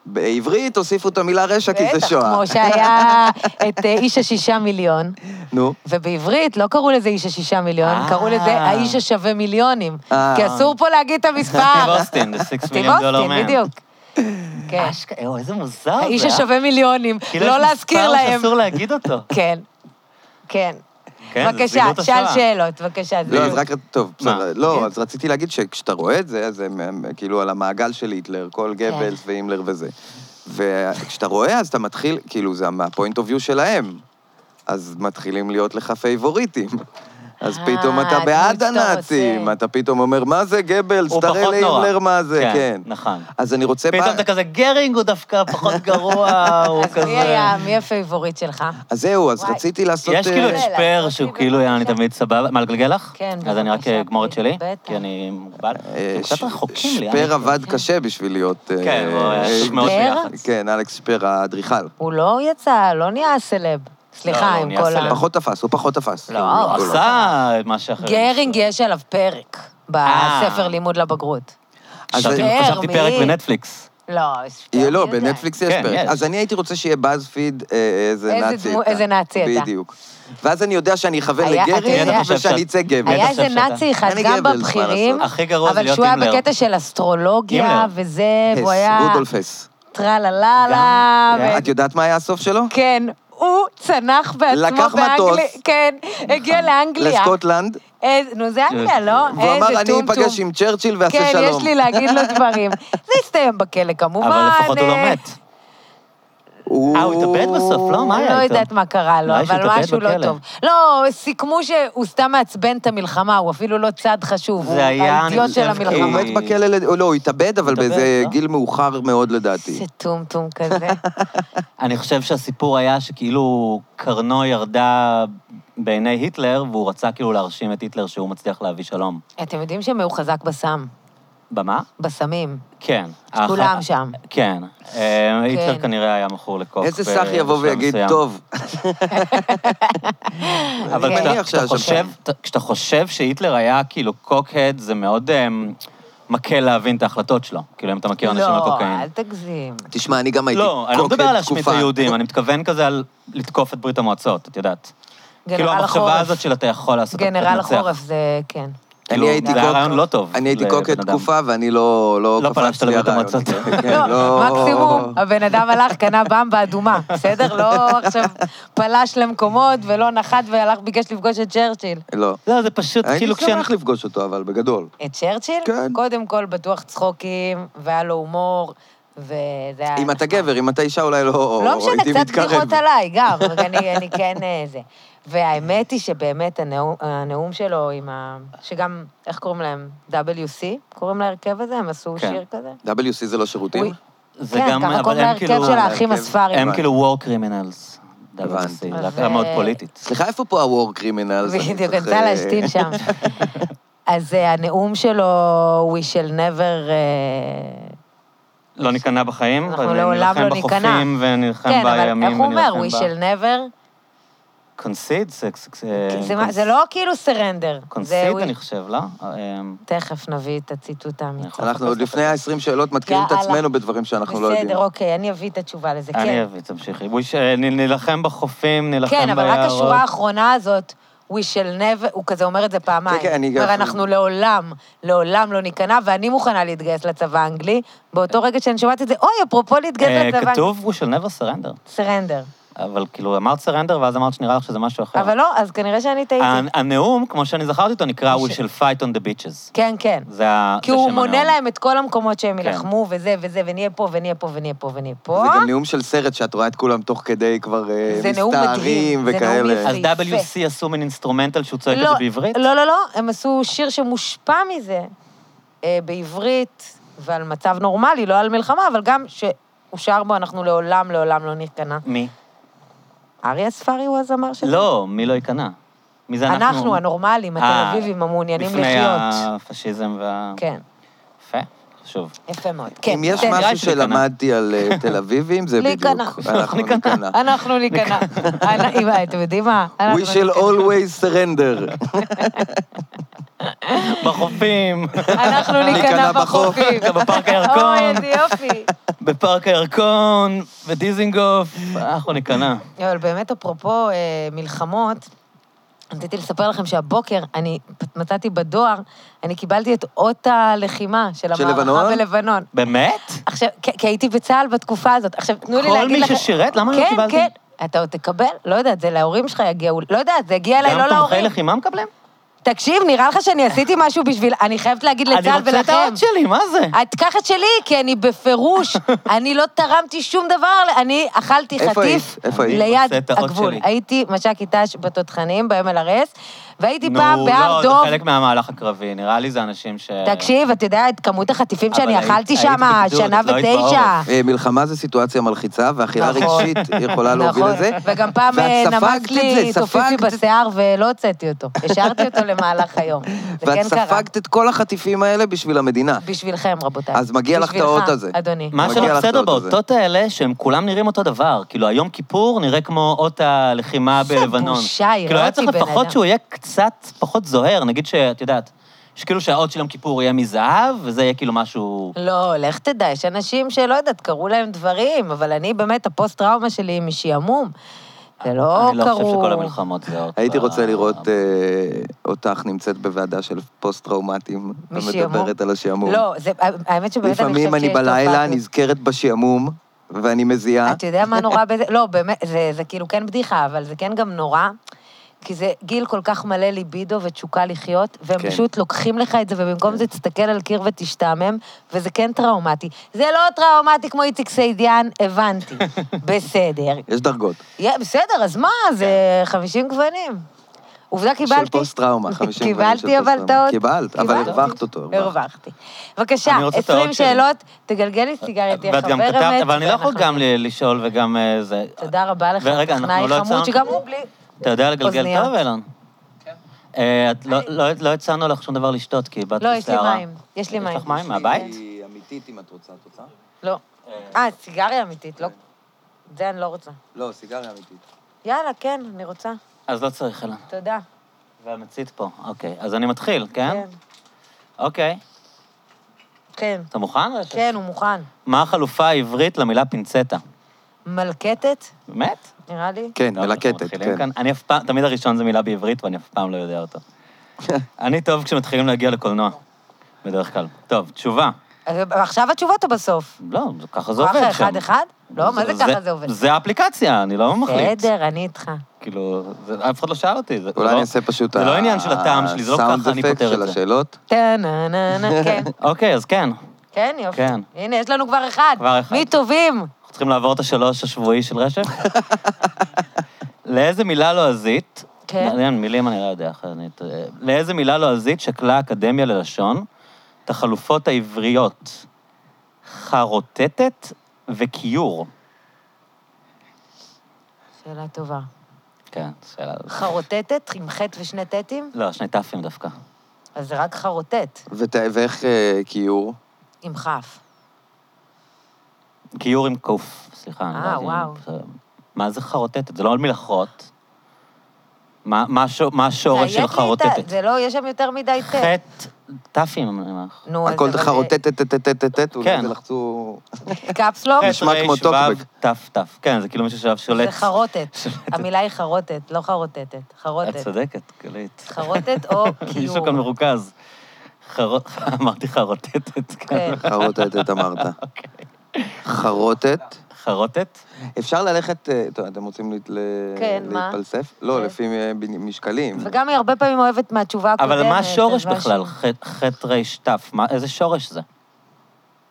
S2: בעברית הוסיפו את המילה רשע כי זה
S3: בטח,
S2: שואה.
S3: כמו שהיה את אה, איש השישה מיליון,
S2: נו.
S3: ובעברית לא קראו לזה איש השישה מיליון,
S1: אה.
S3: קראו לזה האיש השווה מיליונים.
S2: אה.
S3: כי אסור פה להגיד את
S1: סטיב
S3: המספר.
S1: אוסטין, The Six
S3: סטיב
S1: Million Dollar
S3: אוסטין,
S1: Man.
S3: בדיוק. כן.
S1: אשכרה, אה, אוי, איזה מוזר זה.
S3: האיש
S1: אה?
S3: השווה מיליונים,
S1: כאילו
S3: לא
S1: יש
S3: להזכיר
S1: מספר
S3: להם.
S1: שאסור להגיד אותו.
S3: כן, כן.
S1: כן, זה
S3: בבקשה,
S1: זילות
S3: שאל
S1: השואה.
S3: שאלות, בבקשה.
S2: לא, אז
S3: זילות.
S2: רק, טוב, בסדר.
S1: מה?
S2: לא,
S1: כן.
S2: אז רציתי להגיד שכשאתה רואה את זה, אז הם הם כאילו על המעגל של היטלר, כל
S3: כן.
S2: גבלס והימלר וזה. וכשאתה רואה, אז אתה מתחיל, כאילו, זה מהפוינט אוף יו שלהם. אז מתחילים להיות לך פייבוריטים. אז
S3: אה,
S2: פתאום אתה
S3: הדמות
S2: בעד
S3: שאתה
S2: הנאצים,
S3: רוצה.
S2: אתה פתאום אומר, מה זה גבלס?
S1: הוא פחות
S2: תראה
S1: נורא.
S2: להימלר מה זה, כן.
S1: נכון.
S2: אז אני רוצה...
S1: פתאום
S2: בא-
S1: אתה כזה, גרינג הוא דווקא פחות גרוע, הוא
S3: אז מי
S1: כזה...
S3: היה, מי הפייבוריט שלך?
S2: אז זהו, אז
S3: וואי.
S2: רציתי לעשות...
S1: יש כאילו את
S2: אה,
S3: שאלה,
S1: שפר,
S3: אותי
S1: שהוא כאילו, אני
S3: בבקשה.
S1: תמיד סבבה. מה, לגלגל לך?
S3: כן,
S1: אז אני רק
S3: בבקשה,
S1: אגמור את שלי?
S3: בטח.
S1: כי אני מוגבל.
S2: אה,
S1: אתם
S2: ש-
S1: קצת רחוקים לי.
S2: שפר
S1: אה?
S2: עבד קשה בשביל להיות... אה,
S1: כן, הוא היה לא, מאוד
S3: שפר?
S1: ביחד.
S2: כן, אלכס שפר, האדריכל.
S3: הוא לא יצא, לא נהיה סלב.
S1: לא,
S3: סליחה,
S1: הוא
S3: עם
S1: נהיה
S3: כל ה...
S1: סלב.
S2: פחות תפס, הוא פחות תפס.
S1: לא,
S2: כאילו,
S1: הוא
S2: לא, לא.
S1: עשה את מה שאחרים.
S3: גרינג יש עליו פרק
S1: אה.
S3: בספר לימוד לבגרות.
S2: אז
S1: חשבתי
S3: שפר,
S1: חשבתי פרק
S3: מי?
S1: בנטפליקס.
S3: לא,
S2: יהיה לא,
S3: מי יודע?
S2: בנטפליקס יש
S1: כן,
S2: פרק.
S1: יש.
S2: אז אני הייתי רוצה שיהיה באזפיד אה, איזה
S3: איזה
S2: נאצי
S3: דמו-
S2: אתה.
S3: איזה נאצי אתה.
S2: בדיוק. ואז אני יודע שאני אכוון
S3: היה- אתה
S2: לגרינג
S3: יודע-
S2: ושאני אצא גבר.
S3: היה
S1: אתה
S3: איזה
S1: חושב שאתה-
S3: נאצי אחד,
S2: אני
S3: גם
S2: גבלס, מה
S3: בבכירים,
S2: לעשות?
S1: הכי גרוע זה
S3: אבל
S1: להיות
S3: שהוא היה
S1: הימלר.
S3: בקטע של אסטרולוגיה
S1: הימלר.
S3: וזה, והוא
S2: הס,
S3: היה
S2: רודולף הס.
S3: טרללה,
S1: גם-
S3: ו-
S2: את יודעת מה היה הסוף שלו?
S3: כן, הוא צנח בעצמו
S2: לקח
S3: באנגליה.
S2: מטוס.
S3: כן, הגיע לאנגליה.
S2: לסקוטלנד,
S3: איזה- נו, זה אנגליה,
S1: כן.
S3: לא?
S2: והוא
S3: איזה
S2: אמר, אני
S3: טומטום.
S2: אפגש עם צ'רצ'יל ואעשה
S3: כן,
S2: שלום.
S1: אה,
S3: יש לי להגיד לו דברים. זה הסתיים בכלא, כמובן.
S1: אבל לפחות הוא לא
S3: אה,
S1: מת. אה, הוא התאבד בסוף, לא? מה
S3: אני
S1: היה
S3: לא
S1: איתו?
S3: יודעת מה קרה לו,
S1: אולי שהוא
S3: אבל
S1: התאבד
S3: משהו לא
S1: בכלא.
S3: טוב. לא, סיכמו שהוא סתם מעצבן את המלחמה, הוא אפילו לא צד חשוב.
S1: זה
S3: הוא
S1: היה, אני
S3: האידיוט לא של
S1: חושב, כאילו. כי-
S2: הוא
S3: המלחמה.
S2: מת בכלא, לד- או לא, הוא התאבד, אבל
S1: התאבד,
S2: באיזה
S1: לא?
S2: גיל מאוחר מאוד לדעתי.
S3: איזה טומטום כזה.
S1: אני חושב שהסיפור היה שכאילו קרנו ירדה בעיני היטלר, והוא רצה כאילו להרשים את היטלר שהוא מצליח להביא שלום.
S3: אתם יודעים שהם היו חזק בסם,
S1: במה?
S3: בסמים.
S1: כן.
S3: כולם
S1: האח-
S3: שם.
S1: כן. אה, היטלר כנראה היה מכור לקוק.
S2: איזה
S1: ב-
S2: סך יבוא
S1: אוקיי, בשלב
S2: ויגיד,
S1: מסוים.
S2: טוב,
S1: אבל
S3: אני
S1: כשאתה-
S2: מניח
S1: כשאתה
S2: שהיה שם
S1: חושב-
S2: קוק.
S1: ת- כשאתה חושב שהיטלר היה כאילו קוקהד, זה מאוד אה, מקל להבין את ההחלטות שלו. כאילו, אם אתה מכיר אנשים על
S3: לא,
S1: קוקאין.
S3: אל תגזים.
S2: תשמע, אני גם הייתי
S1: לא, אני לא
S2: קוק
S1: מדבר על להשמיד את
S2: לתקופה.
S1: היהודים, אני מתכוון כזה על לתקוף את ברית המועצות, את יודעת. כאילו,
S3: גנרל
S1: המחשבה
S3: החורף.
S1: הזאת של אתה יכול לעשות, אתה
S3: גנרל
S1: תנצח.
S3: החורף זה, כן.
S1: כאילו,
S2: אני הייתי
S1: זה היה
S2: קוק-
S1: רעיון לא טוב.
S2: אני הייתי
S1: לבן
S2: קוקט
S1: אדם.
S2: תקופה, ואני לא לא
S1: לא פלשת לברית
S2: הרעיון.
S1: המועצות.
S2: כן,
S3: לא, מקסימום, הבן אדם הלך, קנה במבה אדומה, בסדר? לא עכשיו פלש למקומות ולא נחת והלך, ביקש לפגוש את צ'רצ'יל.
S2: לא.
S1: לא, זה פשוט,
S2: הייתי
S1: כאילו, כשאני...
S2: שמח לפגוש אותו, אבל בגדול.
S3: את צ'רצ'יל?
S2: כן.
S3: קודם כל, בטוח צחוקים, והיה לו הומור, וזה היה...
S2: אם אתה
S3: נחמד.
S2: גבר, אם אתה אישה, אולי לא
S3: כן, נכון. לא משנה,
S2: הייתי
S3: קצת
S2: מתקרב.
S3: בדיחות עליי גם, אבל אני אני כן אה, זה. והאמת היא שבאמת הנאום- הנאום שלו עם ה... שגם, איך קוראים להם? WC? קוראים להרכב הזה? הם עשו
S1: כן.
S3: שיר כזה?
S2: WC זה לא שירותים?
S3: אוי,
S1: זה
S3: כן,
S1: גם,
S3: ככה
S1: אבל
S3: קוראים
S1: הם
S3: להרכב
S1: כאילו...
S3: של האחים
S2: להרכב.
S3: הספארים.
S1: הם כאילו war criminals.
S2: הבנתי.
S1: WC, להקה
S3: אז,
S1: מאוד
S3: אה,
S1: פוליטית.
S2: סליחה, איפה פה ה-war criminals? אני
S3: בדיוק,
S2: צריך,
S3: רצה
S2: אה,
S3: להשתין שם. אז אה, הנאום שלו, We shall never... אה,
S1: לא ניכנע בחיים,
S3: אנחנו
S1: אבל
S3: לעולם לא
S1: נילחם בחופים ונלחם
S3: כן, אבל
S1: בימים
S3: איך הוא אומר?
S1: ונילחם
S3: We
S1: ב-
S3: shall never?
S1: קונסיד? זה-
S3: כי זה מה- זה לא כאילו סרנדר.
S1: כן, קונסיד, אה, אני חושב, לא? אמ,
S3: תכף נביא את הציטוט האמיתי.
S1: נכון.
S2: אנחנו עוד לפני ה-20 שאלות מתקילים את
S3: יאללה.
S2: עצמנו בדברים שאנחנו לא יודעים.
S3: בסדר, אוקיי, אני אביא את התשובה לזה, כן.
S1: אני אביא, תמשיכי. We shall- נ- נילחם בחופים, נילחם ביערות.
S3: כן, אבל רק השורה האחרונה הזאת, We shall never, הוא כזה אומר את זה פעמיים.
S2: כן, כן, אני גם-
S3: אומר, אנחנו לעולם, לעולם לא ניכנע, ואני מוכנה להתגייס לצבא האנגלי. באותו רגע שאני שומעת את זה, אוי, אפרופו
S1: אה,
S3: להתגייס לצבא...
S1: כתוב, we shall never surrender.
S3: סרנדר.
S1: אבל כאילו, אמרת surrender, ואז אמרת שנראה לך שזה משהו אחר.
S3: אבל לא, אז כנראה שאני טעיתי.
S1: ה- הנאום, כמו שאני זכרתי אותו, נקרא
S3: הוא
S1: We
S3: ש-
S1: shall fight on the bitches.
S3: כן, כן.
S1: זה ה-
S3: כי
S1: זה
S3: הוא
S1: שם
S3: מונה
S1: הנאום.
S3: להם את כל המקומות שהם
S1: כן.
S3: יילחמו, וזה וזה, ונהיה פה, ונהיה פה, ונהיה פה, ונהיה פה.
S2: זה גם נאום של סרט שאת רואה את כולם תוך כדי כבר אה,
S3: אוקיי. זה נאום
S2: מסתערים
S3: מדהים, זה נאום
S2: וכאלה.
S3: יפה.
S1: אז WC עשו מין אינסטרומנטל שהוא צועק את
S3: לא,
S1: זה בעברית?
S3: לא, לא, לא, הם עשו שיר שמושפע מזה, אה, בעברית, ועל מצב נורמלי, לא על מלחמה, אבל גם שהוא שר בו, אנחנו לעולם, לעולם לא ניכנע.
S1: מי?
S3: אריה ספארי הוא הזמר שלו?
S1: לא, מי לא ייכנע? מי זה אנחנו?
S3: אנחנו, הנורמלים, התל
S1: אה,
S3: אביבים, המעוניינים
S1: לפני
S3: לחיות.
S1: הפשיזם וה...
S3: כן,
S1: יפה, חשוב.
S3: יפה מאוד. כן,
S2: אם יש
S3: זה-
S1: נראה
S2: משהו
S1: לי שניכנע.
S2: שלמדתי על אה, תל אביבים, זה בדיוק.
S3: להיכנע.
S2: אנחנו ניכנע.
S3: אנחנו ניכנע. אנ- אם- אתם יודעים מה? אנחנו
S2: We shall
S3: ניכנע.
S2: always surrender.
S1: בחופים,
S3: אנחנו
S2: ניכנע
S3: ניכנע
S2: בחוף,
S3: בחופים.
S1: גם בפארק
S3: אוי,
S1: הירקון,
S3: איזה יופי.
S1: בפארק הירקון, בדיזינגוף, אנחנו ניכנע.
S3: אבל באמת, אפרופו אה, מלחמות, רציתי לספר לכם שהבוקר אני פ- מצאתי בדואר, אני קיבלתי את אות הלחימה של
S2: של
S3: המערכה
S2: לבנון?
S3: בלבנון.
S1: באמת?
S3: עכשיו, כי- כי הייתי בצה"ל בתקופה הזאת. עכשיו, תנו לי
S1: כל
S3: להגיד
S1: מי
S3: לכם...
S1: ששירת? למה לא קיבלתם?
S3: כן, כן. אתה עוד תקבל, לא יודעת, זה להורים שלך יגיעו, לא יודעת, זה יגיע אליי,
S1: גם
S3: לא
S1: תומכי
S3: להורים.
S1: לחימה מקבלים?
S3: תקשיב, נראה לך שאני עשיתי משהו בשביל... אני חייבת להגיד
S1: אני
S3: לצה"ל
S1: רוצה את
S3: ולכם.
S1: האות שלי, מה זה?
S3: את קח את שלי, כי אני בפירוש, אני לא תרמתי שום דבר, אני אכלתי
S2: איפה
S3: חטיף
S2: היית? איפה היית?
S1: רוצה
S3: ליד
S1: את האות
S3: הגבול.
S1: שלי.
S3: הייתי מש"קית ת"ש בתותחנים, ב-MLRS, והייתי פעם בהר
S1: נו, לא,
S3: דוב.
S1: זה חלק מהמהלך הקרבי, נראה לי זה אנשים ש...
S3: תקשיב, אתה יודע את כמות החטיפים
S1: אבל
S3: שאני
S1: היית-
S3: אכלתי
S1: היית
S3: שם,
S1: בגדוד,
S3: שנה
S1: את לא היית
S3: ותשע.
S1: בעורף.
S2: אה, מלחמה זה סיטואציה מלחיצה, ואכילה
S3: נכון.
S2: רגשית יכולה להוביל
S3: נכון,
S2: לזה.
S3: וגם פעם
S2: ואת
S3: אה,
S2: ספגת את
S3: נמס לי
S2: זה,
S3: תופיפי
S2: ספגת את-
S3: בשיער ולא הוצאתי אותו. השארתי אותו למהלך היום. זה
S2: ואת
S3: כן קרה.
S2: ספגת את כל החטיפים האלה בשביל המדינה.
S3: בשבילכם, רבותיי.
S2: אז מגיע לך את
S3: בשבילך,
S2: האות הזה.
S3: אדוני.
S1: מה
S2: מגיע
S1: שלא
S2: לך
S1: בסדר
S2: את האות הזה.
S1: באותות האלה, שהם כולם נראים אותו דבר. כאילו, היום כיפור נראה כמו אות הלחימה
S3: זה
S1: בלבנון.
S3: בושה, הראה
S1: כאילו, היה
S3: אותי
S1: צריך
S3: בן
S1: לפחות
S3: אדם.
S1: שהוא יהיה קצת פחות זוהר, נגיד שאת יודעת, שכאילו שהאות של יום כיפור יהיה מזהב, וזה יהיה כאילו משהו...
S3: לא, לך תדע, יש אנשים שלא יודעת, קרו להם דברים, אבל אני באמת, הפוסט-טראומה שלי היא משעמום. זה לא קרו.
S1: אני לא חושב שכל המלחמות זה אות...
S2: הייתי
S1: ב-
S2: רוצה לראות אה, אותך נמצאת בוועדה של פוסט-טראומטיים,
S3: משעמום.
S2: ומדברת על השעמום.
S3: לא, זה, האמת שבאמת אני חושבת שיש
S2: לפעמים אני
S3: תופעה
S2: בלילה
S3: כזאת.
S2: נזכרת בשעמום, ואני מזיעה.
S3: אתה יודע מה נורא בזה? לא, באמת, זה, זה כאילו כן בדיחה, אבל זה כן גם נורא, כי זה גיל כל כך מלא ליבידו ותשוקה לחיות, והם
S2: כן.
S3: כן. פשוט לוקחים לך את זה, ובמקום זה תסתכל על קיר ותשתעמם, וזה כן טראומטי. זה לא טראומטי כמו איציק סעידיאן, הבנתי. בסדר.
S2: יש דרגות.
S3: יא, בסדר, אז מה? זה 50 גוונים. עובדה קיבלתי...
S2: כן. של פוסט-טראומה, 50 גברים של
S3: קיבלתי אבל
S2: פוסט-טראומה.
S3: את האות.
S2: קיבלת, אבל
S3: קיבלתי.
S2: הרווחת אותו, הרווחת.
S3: הרווחתי. בבקשה,
S1: אני רוצה את
S3: 20
S1: האות שלי.
S3: שאלות, תגלגל לי סיגריה, תהיה
S1: ואת
S3: חבר
S1: גם
S3: אמת.
S1: כתבת, אבל אני לא יכול
S3: ואנחנו-
S1: גם ל- לשאול וגם אה, זה.
S3: תודה רבה לך,
S1: ורגע, אנחנו
S3: טכנאי
S1: לא
S3: חמוד,
S1: יצאנו-
S3: שגם הוא בלי...
S1: אתה יודע לגלגל
S3: אוזניות.
S1: טוב, אילן? אה, את לא- לא- לא הצענו לך שום דבר לשתות, כי איבדת
S3: לא,
S1: שערה.
S3: יש לי מים. יש לי
S1: יש
S3: מים.
S1: לך מים מהבית?
S2: אה, היא אמיתית אם את רוצה, את רוצה?
S3: לא. אה, סיגריה אמיתית, לא... זה אני לא רוצה.
S2: לא, סיגריה אמיתית.
S3: יאללה, כן, אני רוצה.
S1: אז לא צריך, אילן.
S3: תודה.
S1: והמצית פה, אוקיי. אז אני מתחיל, כן?
S3: כן.
S1: אוקיי.
S3: כן.
S1: אתה מוכן?
S3: כן, הוא מוכן.
S1: מה החלופה העברית למילה פינצטה?
S3: מלקטת,
S1: באמת?
S3: נראה לי.
S2: כן,
S1: טוב, לא, אנחנו
S2: מלקטת,
S1: מתחילים
S2: כן.
S1: כאן. אני אף פעם, תמיד הראשון זה מילה בעברית, ואני אף פעם לא יודע אותו. אני טוב כשמתחילים להגיע לקולנוע, בדרך כלל. טוב, תשובה.
S3: אז עכשיו התשובות או בסוף?
S1: לא, זה- ככה זה עובד שם.
S3: ככה אחד-אחד? לא, מה זה ככה זה עובד?
S1: זה האפליקציה, אני לא מחליט.
S3: בסדר, אני איתך.
S1: כאילו, זה- אף אחד לא שאל אותי. זה- זה
S2: אולי
S1: לא-
S2: אני אעשה פשוט...
S1: זה לא עניין של הטעם שלי, זה לא ככה אני פותר
S2: הסאונד
S1: את
S2: אפקט של
S1: זה.
S2: השאלות.
S3: טה-נה-נה-נה, כן,
S1: אוקיי, אז כן. אנחנו
S3: כן, יופי.
S1: כן.
S3: הנה, יש לנו כבר אחד.
S1: כבר אחד.
S3: מי טובים?
S1: צריכים לעבור את השלוש השבועי של רשף. לאיזה מילה לועזית,
S3: כן.
S1: מעניין, מילים אני לא יודע, אחרת אני... ת- לאיזה מילה לועזית שקלה האקדמיה ללשון את החלופות העבריות חרוטטת וכיור?
S3: שאלה טובה.
S1: כן, שאלה...
S3: חרוטטת עם חטא ושני טטים?
S1: לא, שני ת"פים דווקא.
S3: אז זה רק חרוטט,
S2: ות- ואיך אה, כיור?
S3: עם כף.
S1: גיור עם קוף, סליחה. אני לא
S3: אה,
S1: יודע אם-
S3: וואו.
S1: בסדר. מה זה חרוטטת? זה לא מילה חרוט. מה מה השו- מה השורש לא של
S3: תדייק לי את ה-
S1: חרוטטת?
S3: זה לא, יש שם יותר מדי ט.
S1: חטא ת"פים, אני אומר לך.
S3: נו, אז
S2: הכל
S3: אבל אה, זה-
S2: חרוטטטטטטטט, אולי
S1: כן.
S2: זה לחצו...
S3: קפסלוק?
S2: נשמע
S1: חטא,
S2: כמו
S1: ריש, וו,
S2: טוקבק.
S1: ת"ף, ת"ף. כן, זה כאילו מישהו שעכשיו שולט.
S3: לא? זה חרוטת.
S1: שולטת.
S3: המילה היא חרוטת, לא חרוטטת.
S1: את
S3: חרוטת.
S1: צודקת, גלית.
S3: חרוטת או
S1: מישהו
S3: קיור.
S1: כאן מרוכז. חרוט- אמרתי חרוטטת. כן.
S3: כן.
S2: חרוטטת אמרת.
S1: אוקיי.
S2: חרוטט.
S1: חרוטט?
S2: אפשר ללכת, אה, טוב, אתם רוצים להת- ל-
S3: כן, מה?
S2: להתפלסף? לא,
S3: כן.
S2: לפי אה, בני- משקלים.
S3: וגם היא הרבה פעמים אוהבת מהתשובה הקודמת.
S1: אבל מה השורש
S3: אז משהו-
S1: בכלל? חטא- חטא רש תף, מה- איזה שורש זה?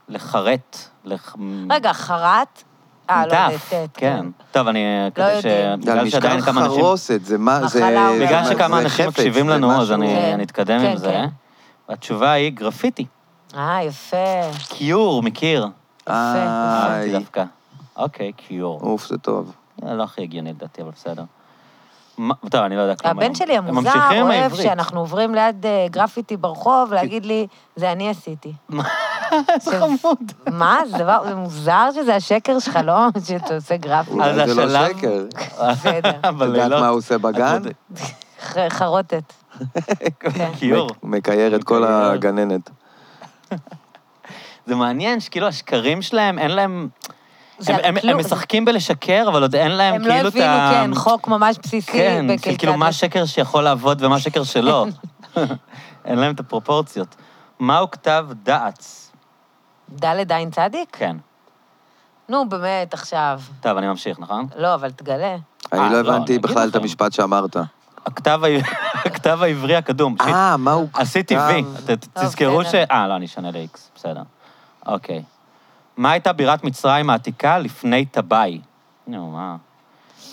S1: לחרט, לח...
S3: רגע, חרט? אה, לא,
S1: תף,
S3: זה טט.
S1: כן. טוב, אני... כדי ש...
S3: יודעים.
S2: על
S1: בגלל
S2: משקל
S1: שעדיין כמה אנשים...
S2: חרוסת, זה מה, זה...
S3: מחלה או
S2: זה-
S1: בגלל
S3: זה-
S1: שכמה
S2: זה
S1: אנשים
S2: חפץ,
S1: מקשיבים
S2: זה
S1: לנו, אז
S2: משהו-
S1: אני
S3: כן.
S1: אני אתקדם
S3: כן,
S1: עם זה.
S3: כן.
S1: התשובה היא גרפיטי.
S3: אה, יפה.
S1: קיור, מקיר. אהבתי
S2: איי,
S1: דווקא. אוקיי, קיור.
S2: אוף, זה טוב.
S1: זה לא הכי הגיוני לדעתי, אבל בסדר. מה- טוב, אני לא יודע כלום.
S3: הבן
S1: היום.
S3: שלי
S1: הם
S3: המוזר
S1: ממשיכים עם
S3: אוהב
S1: העברית.
S3: שאנחנו עוברים ליד אה, גרפיטי ברחוב, להגיד לי, זה אני עשיתי.
S1: איזה חמוד.
S3: מה? זה דבר, זה מוזר שזה השקר שלך, לא? שאתה עושה גרפיטי.
S2: אולי
S1: אז
S2: זה לא
S1: השלב-
S2: שקר.
S3: בסדר.
S2: את יודעת
S1: בלילות.
S2: מה הוא עושה בגן?
S1: את
S3: ח- חרוטת. כן.
S1: קיור.
S2: מק- מקייר את כל
S1: מקייר.
S2: הגננת.
S1: זה מעניין שכאילו השקרים שלהם, אין להם...
S3: זה
S1: הם, הם,
S3: כלום.
S1: הם משחקים בלשקר, אבל עוד אין להם
S3: הם לא
S1: כאילו את
S3: הבינו,
S1: ה...
S3: כן, חוק ממש בסיסי.
S1: כן, של
S3: בקלקת
S1: כאילו מה
S3: לש-
S1: שקר שיכול לעבוד ומה שקר שלא. אין להם את הפרופורציות. מהו כתב דעץ?
S3: ד' עין צדיק?
S1: כן.
S3: נו, באמת, עכשיו.
S1: טוב, אני ממשיך, נכון?
S3: לא, אבל תגלה.
S2: אני
S1: אה,
S2: לא
S1: לא, אני
S2: הבנתי
S1: אגיד
S2: בכלל את
S1: לכם.
S2: המשפט שאמרת.
S1: הכתב, ה- הכתב העברי הקדום. שיט,
S2: אה, מה הוא...
S1: עשיתי
S2: כתב?
S1: וי. ת- ת-
S3: טוב,
S1: תזכרו ש...
S3: בסדר.
S1: אה, לא, אני אשנה ל-X, בסדר. אוקיי. מה הייתה בירת מצרים העתיקה לפני טבעי? נו, מה?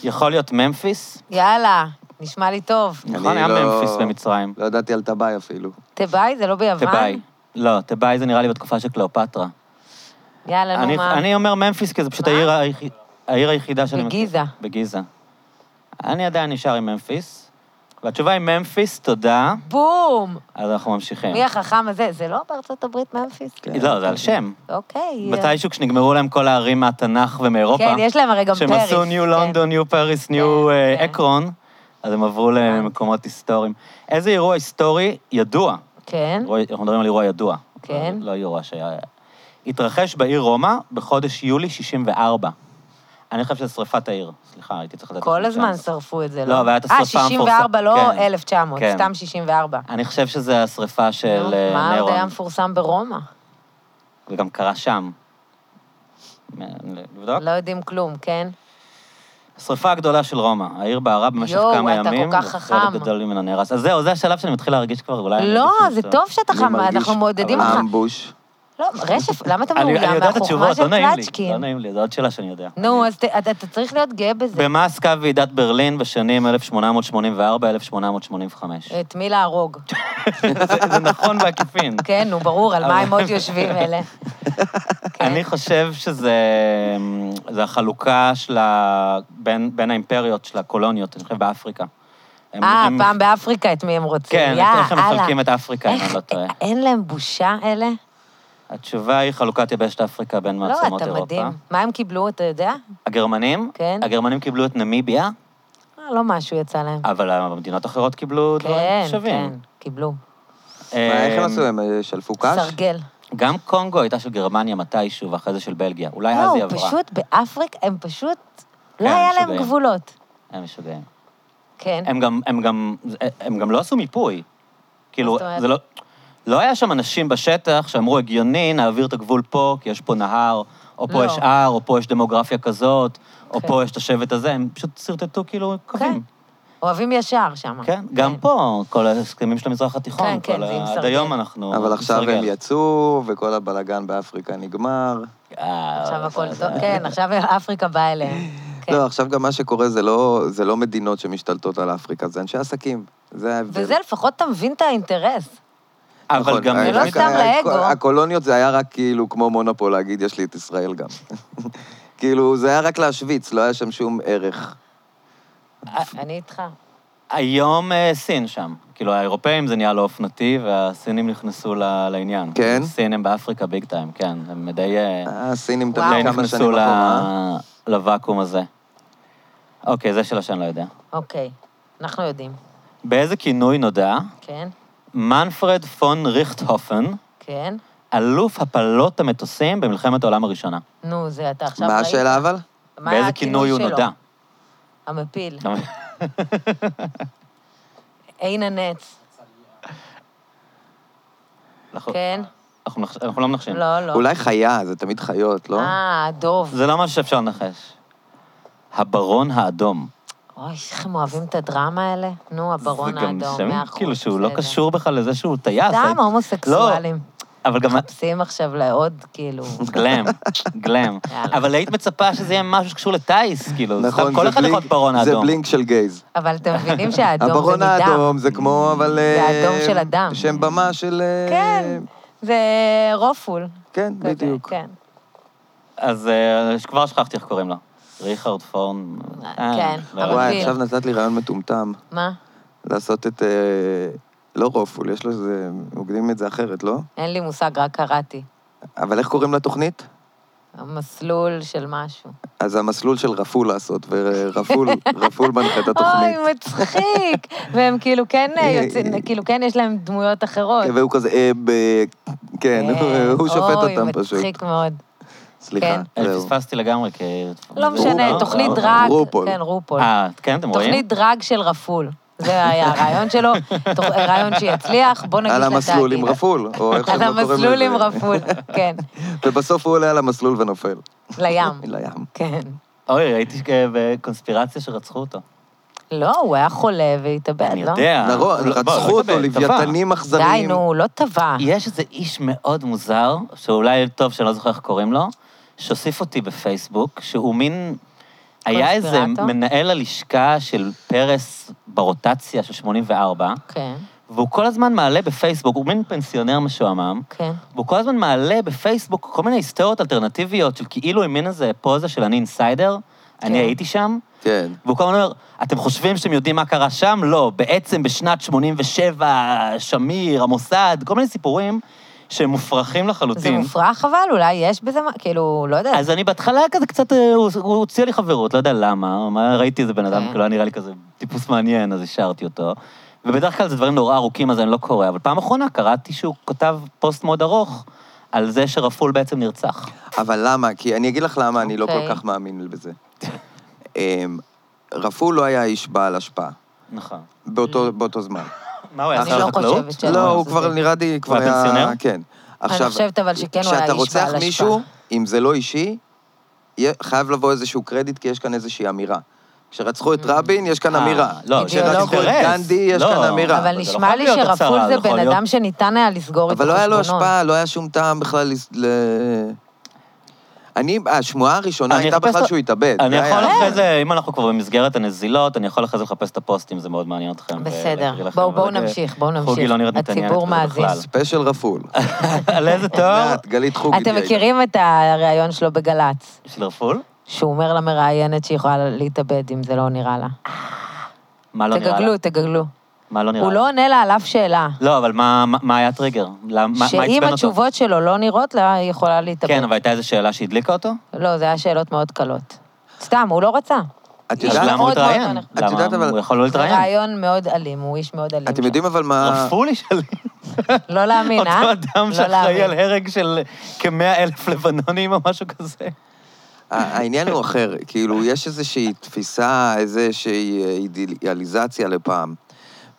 S1: יכול להיות ממפיס?
S3: יאללה, נשמע לי טוב.
S1: נכון, היה
S2: לא-
S1: ממפיס במצרים.
S2: לא ידעתי על טבעי אפילו.
S3: תבאי, זה לא ביוון?
S1: תבאי. לא, תבאי זה נראה לי בתקופה של קליאופטרה.
S3: יאללה, נו,
S1: אני-
S3: מה?
S1: אני אומר ממפיס, כי זה פשוט
S3: לא מה?
S1: העיר היחיד- העיר היחידה שאני... מכיר.
S3: בגיזה.
S1: בגיזה. אני עדיין נשאר עם ממפיס, והתשובה היא ממפיס, תודה,
S3: בום!
S1: אז אנחנו ממשיכים.
S3: מי החכם הזה? זה לא בארצות הברית, ממפיס?
S1: לא, זה על שם.
S3: אוקיי.
S1: מתישהו כשנגמרו להם כל הערים מהתנ"ך ומאירופה,
S3: כן, יש להם הרי גם פריס.
S1: שהם עשו ניו
S3: כן.
S1: לונדון, ניו פריס, ניו אה,
S3: כן.
S1: אקרון, אז הם עברו למקומות היסטוריים. איזה אירוע היסטורי ידוע?
S3: כן,
S1: אירוע- אנחנו מדברים על אירוע ידוע.
S3: כן.
S1: לא אירוע שהיה... התרחש בעיר רומא בחודש יולי 64. אני חושב שזה שרפת העיר. סליחה, הייתי צריך לתת
S3: כל
S1: לכם
S3: הזמן
S1: צ'אנס.
S3: שרפו את זה,
S1: לא, אבל היה את
S3: אה,
S1: השרפה
S3: 64,
S1: המפורסמת.
S3: לא
S1: כן.
S3: 1900,
S1: כן.
S3: סתם 64.
S1: אני חושב שזו השרפה של
S3: נו,
S1: אה,
S3: מה עוד
S1: נירון,
S3: היה מפורסם ברומא?
S1: וגם קרה שם. לבדוק?
S3: לא יודעים כלום, כן?
S1: השרפה הגדולה של רומא, העיר בערה במשך
S3: יואו,
S1: כמה
S3: אתה כל
S1: ימים,
S3: כך חכם.
S1: וחלק גדול ממנה נהרס. אז זהו, זה השלב שאני מתחיל להרגיש כבר, אולי... אני
S3: לא,
S1: אגיד
S3: זה
S1: שזה-
S3: טוב שאתה
S2: אני
S3: חם,
S2: מרגיש-
S3: אנחנו מעודדים אותך.
S2: אמבוש.
S3: לא, רשף, למה אתה
S1: אני אני
S3: מאוים
S1: יודע את
S3: מהחוכמה
S1: התשובות,
S3: של
S1: לא נעים לי.
S3: פלצ'קין?
S1: לא נעים לי, זו עוד שאלה שאני יודע.
S3: נו, אז ת- אתה אתה צריך להיות גאה בזה.
S1: במה עסקה ועידת ברלין בשנים 1884-1885?
S3: את מי להרוג.
S1: זה- זה נכון בעקיפין.
S3: כן, נו, ברור, על מה הם עוד יושבים אלה. כן.
S1: אני חושב שזה אמ, זה החלוקה של ה... בין, בין האימפריות של הקולוניות, אני חושב באפריקה. הם-
S3: אה,
S1: הם-
S3: פעם באפריקה את מי הם רוצים.
S1: כן,
S3: יא,
S1: איך הם
S3: אללה.
S1: מחלקים את אפריקה, אם
S3: איך-
S1: אני לא טועה.
S3: אין להם בושה, אלה?
S1: התשובה היא חלוקת יבשת אפריקה בין
S3: לא,
S1: מעצמות
S3: אתה
S1: אירופה.
S3: מדהים. מה הם קיבלו, אתה יודע?
S1: הגרמנים?
S3: כן.
S1: הגרמנים קיבלו את נמיביה,
S3: אה, לא משהו יצא להם.
S1: אבל המדינות האחרות קיבלו
S3: כן,
S1: דברים
S3: כן,
S1: לא, שווים.
S3: קיבלו.
S2: מה, איך הם
S1: אמ,
S2: עשו? הם אה, שלפו קש?
S3: סרגל.
S1: גם קונגו הייתה של גרמניה מתישהו, ואחרי זה של בלגיה. אולי אז
S3: לא,
S1: היא
S3: הוא
S1: עברה.
S3: פשוט באפריקה, הם פשוט... לא
S1: כן,
S3: היה להם
S1: משוגעים.
S3: גבולות.
S1: הם משוגעים.
S3: כן.
S1: הם גם, הם גם, הם גם לא עשו מיפוי. כאילו,
S3: זאת אומרת?
S1: זה לא... לא היה שם אנשים בשטח שאמרו, הגיוני, נעביר את הגבול פה, כי יש פה נהר, או פה
S3: לא.
S1: יש הר, או פה יש דמוגרפיה כזאת, או
S3: כן.
S1: פה יש את השבט הזה, הם פשוט שרטטו כאילו קווים.
S3: אוהבים ישר שם.
S1: כן, גם פה, כל ההסכמים של המזרח התיכון,
S3: נכון. כן, כן,
S1: כל
S3: זה עם
S1: ה- עד
S3: סרגל.
S1: היום אנחנו...
S2: אבל עכשיו הם
S1: נסרגל.
S2: יצאו, וכל הבלגן באפריקה נגמר.
S1: אה,
S3: עכשיו הכל
S1: זה-
S3: טוב. כן, עכשיו אפריקה באה אליהם. כן.
S2: לא, עכשיו גם מה שקורה זה לא, זה לא מדינות שמשתלטות על אפריקה, זה אנשי עסקים. זה ההבדל.
S3: וזה לפחות אתה מבין את האינטרס.
S1: אבל
S2: נכון,
S1: גם...
S2: אה,
S3: זה לא
S2: רק
S3: סתם
S2: ה-
S3: לאגו.
S2: הקולוניות זה היה רק כאילו כמו מונופול להגיד, יש לי את ישראל גם. כאילו, זה היה רק להשוויץ, לא היה שם שום ערך.
S3: אה, אני איתך.
S1: היום אה, סין שם. כאילו, האירופאים זה נהיה לא אופנתי, והסינים נכנסו ל- לעניין.
S2: כן?
S1: סין הם באפריקה ביג טיים, כן. הם די... אה,
S2: הסינים
S3: וואו.
S1: די
S2: תמיד כמה
S1: נכנסו
S2: שנים
S1: ל-
S2: אחורה.
S1: לוואקום הזה. אוקיי, זה שאלה שאני לא יודע.
S3: אוקיי, אנחנו יודעים.
S1: באיזה כינוי נודע
S3: כן,
S1: מנפרד פון ריכטהופן,
S3: כן.
S1: אלוף הפלות המטוסים במלחמת העולם הראשונה?
S3: נו, זה אתה עכשיו
S2: מה
S3: ראית.
S2: השאלה אבל?
S3: מה
S1: באיזה
S3: הכינוי
S1: כינוי הוא
S3: שלו?
S1: נודע?
S3: המפיל,
S1: לא-
S3: עין הנץ,
S1: אנחנו-
S3: כן?
S1: נכון. אנחנו נחש- אנחנו לא מנחשים.
S3: לא, לא.
S2: אולי חיה, זה תמיד חיות, לא?
S3: אה, דוב.
S1: זה לא משהו שאפשר לנחש. הברון האדום.
S3: אוי, איך הם אוהבים את הדרמה האלה. נו, הברון
S1: זה גם
S3: האדום,
S1: שם,
S3: מאה אחוז.
S1: כאילו, שהוא לא
S3: בסדר.
S1: קשור לא. בכלל לזה שהוא טייס.
S3: סתם הומוסקסואלים.
S1: אבל גם
S3: מחפשים עכשיו לעוד, כאילו...
S1: גלם, גלם.
S3: יאללה.
S1: אבל היית מצפה שזה יהיה משהו שקשור לטיס, כאילו, סתם,
S2: נכון,
S1: כל
S2: זה
S1: אחד
S2: בלינק-
S1: יכול להיות ברון
S2: זה
S1: האדום.
S2: בלינק של גייז.
S3: אבל אתם מבינים שהאדום זה מדם.
S2: הברון האדום זה כמו, אבל...
S3: זה
S2: אה,
S3: האדום של אדם.
S2: שם במה של... אה,
S3: כן, זה רופול.
S2: כן,
S3: כזה,
S2: בדיוק.
S3: כן.
S1: אז אה, כבר שכחתי איך קוראים לו. ריכרד פורן. אה,
S3: כן,
S1: לא
S3: אבל-
S1: יודע.
S2: וואי,
S3: מבין.
S2: עכשיו נתת לי רעיון מטומטם
S3: מה?
S2: לעשות את... אה, לא רופול, יש לו איזה... מוקדים את זה אחרת, לא?
S3: אין לי מושג, רק קראתי.
S2: אבל איך קוראים לתוכנית?
S3: המסלול של משהו.
S2: אז המסלול של רפול לעשות, ורפול רפול מנחה את התוכנית.
S3: אוי, מצחיק. והם כאילו כן אה,
S2: לא אה, אה.
S3: יוצאים, כאילו כן יש להם דמויות אחרות.
S2: כן, והוא כזה, אה, ב... כן, הוא שופט אותם
S3: אה, אוי,
S2: פשוט.
S3: מצחיק כן. מאוד.
S2: סליחה,
S1: אה,
S2: זהו.
S1: פספסתי לגמרי, כי...
S3: לא משנה,
S2: רופול.
S3: תוכנית
S2: רופול.
S3: דרג.
S2: רופול.
S3: כן, רופול.
S1: אה, כן, אתם רואים?
S3: תוכנית דרג של רפול. זה היה הרעיון שלו, תוכ- רעיון שיצליח, בוא נגיד
S2: על המסלול עם רפול, או איך
S3: על
S2: שהם לא קוראים
S3: המסלול עם
S2: לזה.
S3: רפול, כן.
S2: ובסוף הוא עולה על המסלול ונופל.
S3: לים,
S2: לים.
S3: כן.
S1: אוי, ראיתי אה, בקונספירציה שרצחו אותו.
S3: לא, הוא היה חולה והתאבד,
S1: אני
S3: לא?
S1: יודע.
S2: נכון,
S1: הוא לא- בוא,
S2: רצחו
S1: הוא
S2: אותו,
S1: התאבד, טבע.
S2: לוויתנים
S3: די,
S2: אכזריים.
S3: נו, הוא לא טבע.
S1: יש איזה איש מאוד מוזר, שאולי טוב שאני לא זוכר איך קוראים לו, שהוסיף אותי בפייסבוק, שהוא מין... היה איזה
S3: קונספירטור?
S1: מנהל הלשכה של פרס ברוטציה של 84,
S3: כן,
S1: והוא כל הזמן מעלה בפייסבוק, הוא מין פנסיונר משועמם,
S3: כן.
S1: והוא כל הזמן מעלה בפייסבוק כל מיני היסטוריות אלטרנטיביות של כאילו עם מין איזה פוזה של אני אינסיידר, אני
S3: כן.
S1: הייתי שם,
S2: כן.
S1: והוא כל הזמן אומר, אתם חושבים שאתם יודעים מה קרה שם? לא, בעצם בשנת 87, שמיר, המוסד, כל מיני סיפורים שהם מופרכים
S3: זה
S1: לחלוטין.
S3: מופרך אבל? אולי יש בזה מה? כאילו, לא יודעת.
S1: אז אני בהתחלה כזה קצת, אה, הוא הוא הוציא לי חברות, לא יודע למה, מה, ראיתי איזה בן אדם,
S3: כן.
S1: כאילו היה נראה לי כזה טיפוס מעניין, אז השארתי אותו. ובדרך כלל זה דברים נורא ארוכים, אז אני לא קורא, אבל פעם אחרונה קראתי שהוא כותב פוסט מאוד ארוך על זה שרפול בעצם נרצח.
S2: אבל למה? כי אני אגיד לך למה אני לא כל
S3: אוקיי.
S2: כך מאמין בזה. אמ, רפול לא היה איש בעל השפעה,
S1: נכון.
S2: באותו באותו זמן.
S1: מה הוא היה
S2: אני
S1: שר
S2: לא
S1: החקלאות?
S3: Mm. חושבת ש- כן,
S2: לא,
S3: אבל
S2: הוא
S3: זה
S2: כבר
S3: זה.
S2: נראה לי, כבר היה...
S1: פנסיונר?
S2: כן. עכשיו,
S3: חושבת אבל שכן הוא היה איש
S2: כשאתה
S3: בעל
S2: רוצח
S3: השפעה.
S2: מישהו, אם זה לא אישי, יהיה- חייב לבוא איזשהו קרדיט, כי יש כאן איזושהי אמירה. כשרצחו
S3: Mm.
S2: את רבין, יש כאן
S1: אה,
S2: אמירה.
S1: לא,
S2: כשרצחו את
S1: אידיאולוגיה.
S2: גנדי, יש
S1: לא.
S2: כאן אמירה.
S1: אבל זה
S3: אבל
S1: לא
S3: נשמע
S1: חייב
S3: לי
S1: להיות
S3: שרפול
S1: הצהרה,
S3: זה
S1: זה יכול
S3: בן
S1: להיות-
S3: אדם שניתן היה לסגור איתו
S2: אבל לא
S3: חשבונות.
S2: היה לו השפעה, לא היה שום טעם בכלל... לס- ל... אני, השמועה הראשונה
S1: אני
S2: הייתה
S1: אחפש
S2: בכלל
S1: את-
S2: שהוא התאבד.
S1: אני
S2: זה
S1: יכול
S2: היה-
S1: אחרי זה, אם אנחנו כבר במסגרת הנזילות, אני יכול אחרי זה לחפש את הפוסטים, זה מאוד מעניין אתכם.
S3: בסדר,
S1: ולהקריא לכם,
S3: בואו בואו
S1: אבל, אה,
S3: נמשיך, בואו נמשיך.
S1: חוגי לא נראית מתעניינת
S3: הציבור
S1: בזה
S3: מאזין.
S1: בכלל.
S2: ספיישל רפול.
S1: על איזה תואר?
S2: ענת, גלית חוגי.
S3: אתם
S2: תהיה
S3: מכירים את הריאיון שלו בגל"צ,
S1: של רפול?
S3: שהוא אומר למראיינת שהיא יכולה להתאבד אם זה לא נראה לה.
S1: מה אה, לא נראה לה?
S3: תגגלו, תגגלו.
S1: מה לא נראה
S3: הוא
S1: לה?
S3: לא עונה לה על אף שאלה.
S1: לא, אבל מה מה- מה היה טריגר? למ- מה מה עצבן אותו?
S3: שאם התשובות שלו לא נראות לה, היא יכולה להתאבד.
S1: כן, אבל הייתה איזו שאלה שהדליקה אותו?
S3: לא, זה היה שאלות מאוד קלות. סתם, הוא לא רצה.
S1: אז
S2: את
S3: איש
S1: למה
S2: יודעת,
S1: הוא
S3: מאוד מאוד
S1: התראיין?
S3: עונה.
S2: את יודעת,
S1: למה
S2: אבל-
S1: הוא יכול לא
S3: זה
S1: להתראיין?
S3: רעיון מאוד אלים, הוא איש מאוד אלים.
S2: אתם
S3: שם.
S2: יודעים אבל מה...
S1: רפול ישאלי.
S3: לא להאמין, אה?
S1: אותו אדם
S3: לא
S1: שאחראי
S3: להאמין.
S1: על הרג של כמאה אלף לבנונים או משהו כזה.
S2: העניין הוא אחר, כאילו, יש איזושהי תפיסה, איזושהי אה, אידיאליזציה לפעם.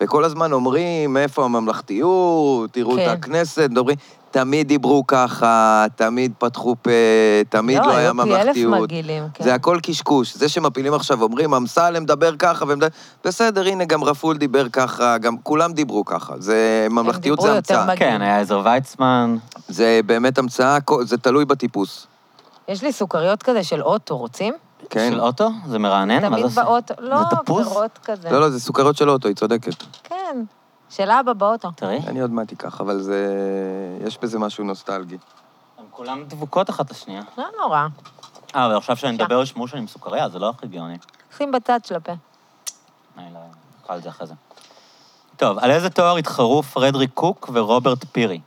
S2: וכל הזמן אומרים, איפה הממלכתיות, תראו
S3: כן.
S2: את הכנסת, מדברים, תמיד דיברו ככה, תמיד פתחו פה, תמיד לא, היה
S3: לא, היו פי אלף
S2: ממלכתיות.
S3: מגעילים, כן.
S2: זה הכל קשקוש. זה שמפילים עכשיו, אומרים, אמסלם מדבר ככה, ומד... בסדר, הנה, גם רפול דיבר ככה, גם כולם דיברו ככה. זה, ממלכתיות
S3: דיברו
S2: זה
S3: יותר
S2: המצאה.
S3: מג-
S1: כן, היה עזר ויצמן.
S2: זה באמת המצאה, כל- זה תלוי בטיפוס.
S3: יש לי סוכריות כזה של אוטו, רוצים?
S2: כן.
S1: של אוטו? זה מרענן? מה
S3: תמיד
S1: זה עושה?
S3: באוטו. לא,
S1: תפוז?
S3: פירות כזה.
S2: לא, לא, זה סוכריות של אוטו, היא צודקת.
S1: אה?
S3: כן. של אבא באוטו.
S1: תראי,
S2: אני עוד מעט אקח, אבל זה... יש בזה משהו נוסטלגי.
S1: הן כולן דבוקות אחת לשנייה.
S3: לא נורא.
S1: אה,
S3: כן.
S1: אבל עכשיו שאני מדבר על שמושן עם סוכריה, זה לא הכי גאוני.
S3: שים בצד של הפה.
S1: אני לא- נדבר על זה אחרי זה. טוב, על איזה תואר התחרו פרדריק קוק ורוברט פירי?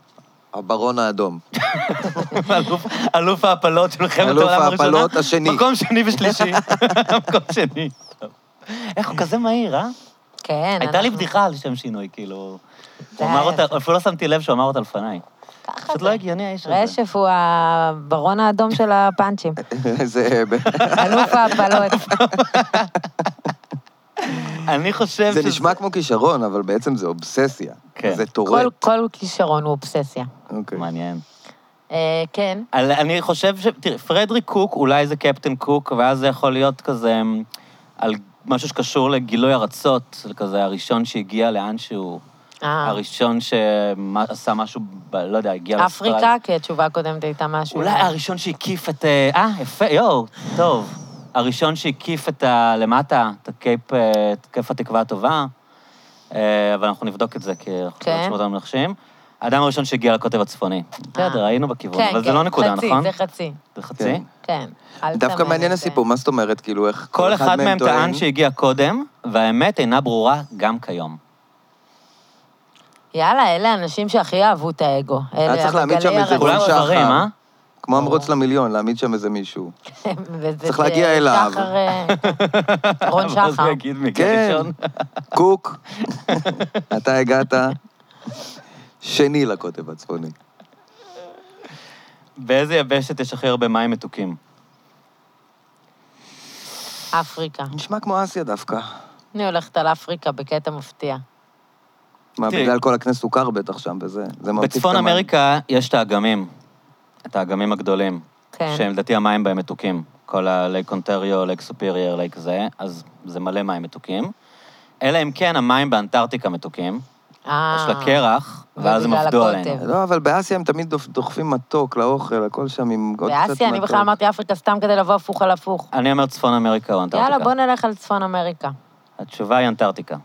S2: הברון האדום.
S1: אלוף- אלוף ההפלות של מלחמת
S2: אלוף
S1: העולם הראשונה.
S2: ההפלות השני.
S1: מקום שני ושלישי. מקום שני. איך הוא כזה מהיר, אה?
S3: כן.
S1: הייתה לי
S3: אנחנו-
S1: בדיחה על שם שינוי, כאילו...
S3: זה
S1: הוא
S3: היה
S1: אמר אותה,
S3: יפה.
S1: אפילו לא שמתי לב שהוא אמר אותה לפניי.
S3: ככה
S1: פשוט
S3: זה.
S1: לא הגיוני האיש הזה.
S3: רשף הוא הברון האדום של הפאנצ'ים.
S2: זה...
S3: אלוף ההפלות.
S1: אני חושב
S2: זה נשמע כמו כישרון, אבל בעצם זה אובססיה.
S1: כן.
S2: זה
S3: כל-
S2: טורט.
S3: כל כישרון הוא אובססיה.
S2: אוקיי.
S1: מעניין.
S3: אה, כן.
S1: על- אני חושב ש... תראה, פרדריק קוק, אולי זה קפטן קוק, ואז זה יכול להיות כזה אמ, על משהו שקשור לגילוי ארצות, כזה הראשון שהגיע לאן שהוא,
S3: אה,
S1: הראשון שעשה משהו, ב- לא יודע, הגיע לאוסטרליה.
S3: אפריקה, כי התשובה הקודמת הייתה משהו.
S1: אולי הראשון שהקיף את... אה, אה, יפה, יואו, טוב. הראשון שהקיף את ה... למטה, את הקייפ, אה, את קייפ התקווה הטובה, אה, אבל אנחנו נבדוק את זה, כי אנחנו
S3: כן. אה.
S1: לא נשמע אותנו מנחשים. האדם הראשון שהגיע לקוטב הצפוני. בסדר, היינו בכיוון,
S3: כן,
S1: אבל זה
S3: כן,
S1: לא נקודה,
S3: חצי,
S1: נכון?
S3: זה חצי,
S1: זה חצי.
S2: כן.
S3: כן. אל
S2: דווקא
S3: תסמן
S2: מעניין
S3: את זה.
S2: הסיפור, מה זאת אומרת? כאילו, איך...
S1: כל אחד מהם טען
S2: טוען-
S1: שהגיע קודם, והאמת אינה ברורה גם כיום.
S3: יאללה, אלה האנשים שהכי אהבו את האגו. אלה
S2: צריך להעמיד שם
S3: המגלי
S2: איזה
S3: הרדיו.
S1: כולם
S2: רון שחר.
S1: שברים, אה?
S2: כמו המרוץ למיליון, להעמיד שם איזה מישהו.
S3: וזה-
S2: צריך להגיע
S3: זה
S2: אליו.
S3: שחר, אה, רון
S1: מה זה
S3: שחר.
S1: יגיד מי
S2: כן.
S1: ראשון?
S2: קוק, אתה הגעת שני לקוטב הצפוני.
S1: באיזה יבשת יש הכי הרבה מים מתוקים?
S3: אפריקה.
S2: נשמע כמו אסיה דווקא.
S3: אני הולכת על אפריקה בקטע מפתיע.
S2: מה,
S1: תראי.
S2: בגלל כל הכנסת סוכר בטח שם וזה. זה ממתיק את
S1: בצפון
S2: המים.
S1: אמריקה יש את האגמים, את האגמים הגדולים,
S3: כן.
S1: שהם לדעתי המים בהם מתוקים. כל הלייק אונטריו, לייק סופירייר, לייק זה, אז זה מלא מים מתוקים. אלא אם כן המים באנטארקטיקה מתוקים,
S3: אה,
S1: יש לה קרח, ואז הם
S3: ובגלל
S1: עבדו
S3: הקוטב.
S1: עלינו.
S2: לא, אבל באסיה הם תמיד דופ- דוחפים מתוק לאוכל, הכל שם עם עוד קצת מתוק.
S3: באסיה אני בכלל אמרתי אפריקה סתם כדי לבוא הפוך על הפוך.
S1: אני אומר צפון אמריקה או אנטארקטיקה.
S3: יאללה, בוא נלך על צפון אמריקה.
S1: כן. התשובה היא אנטארקטיקה.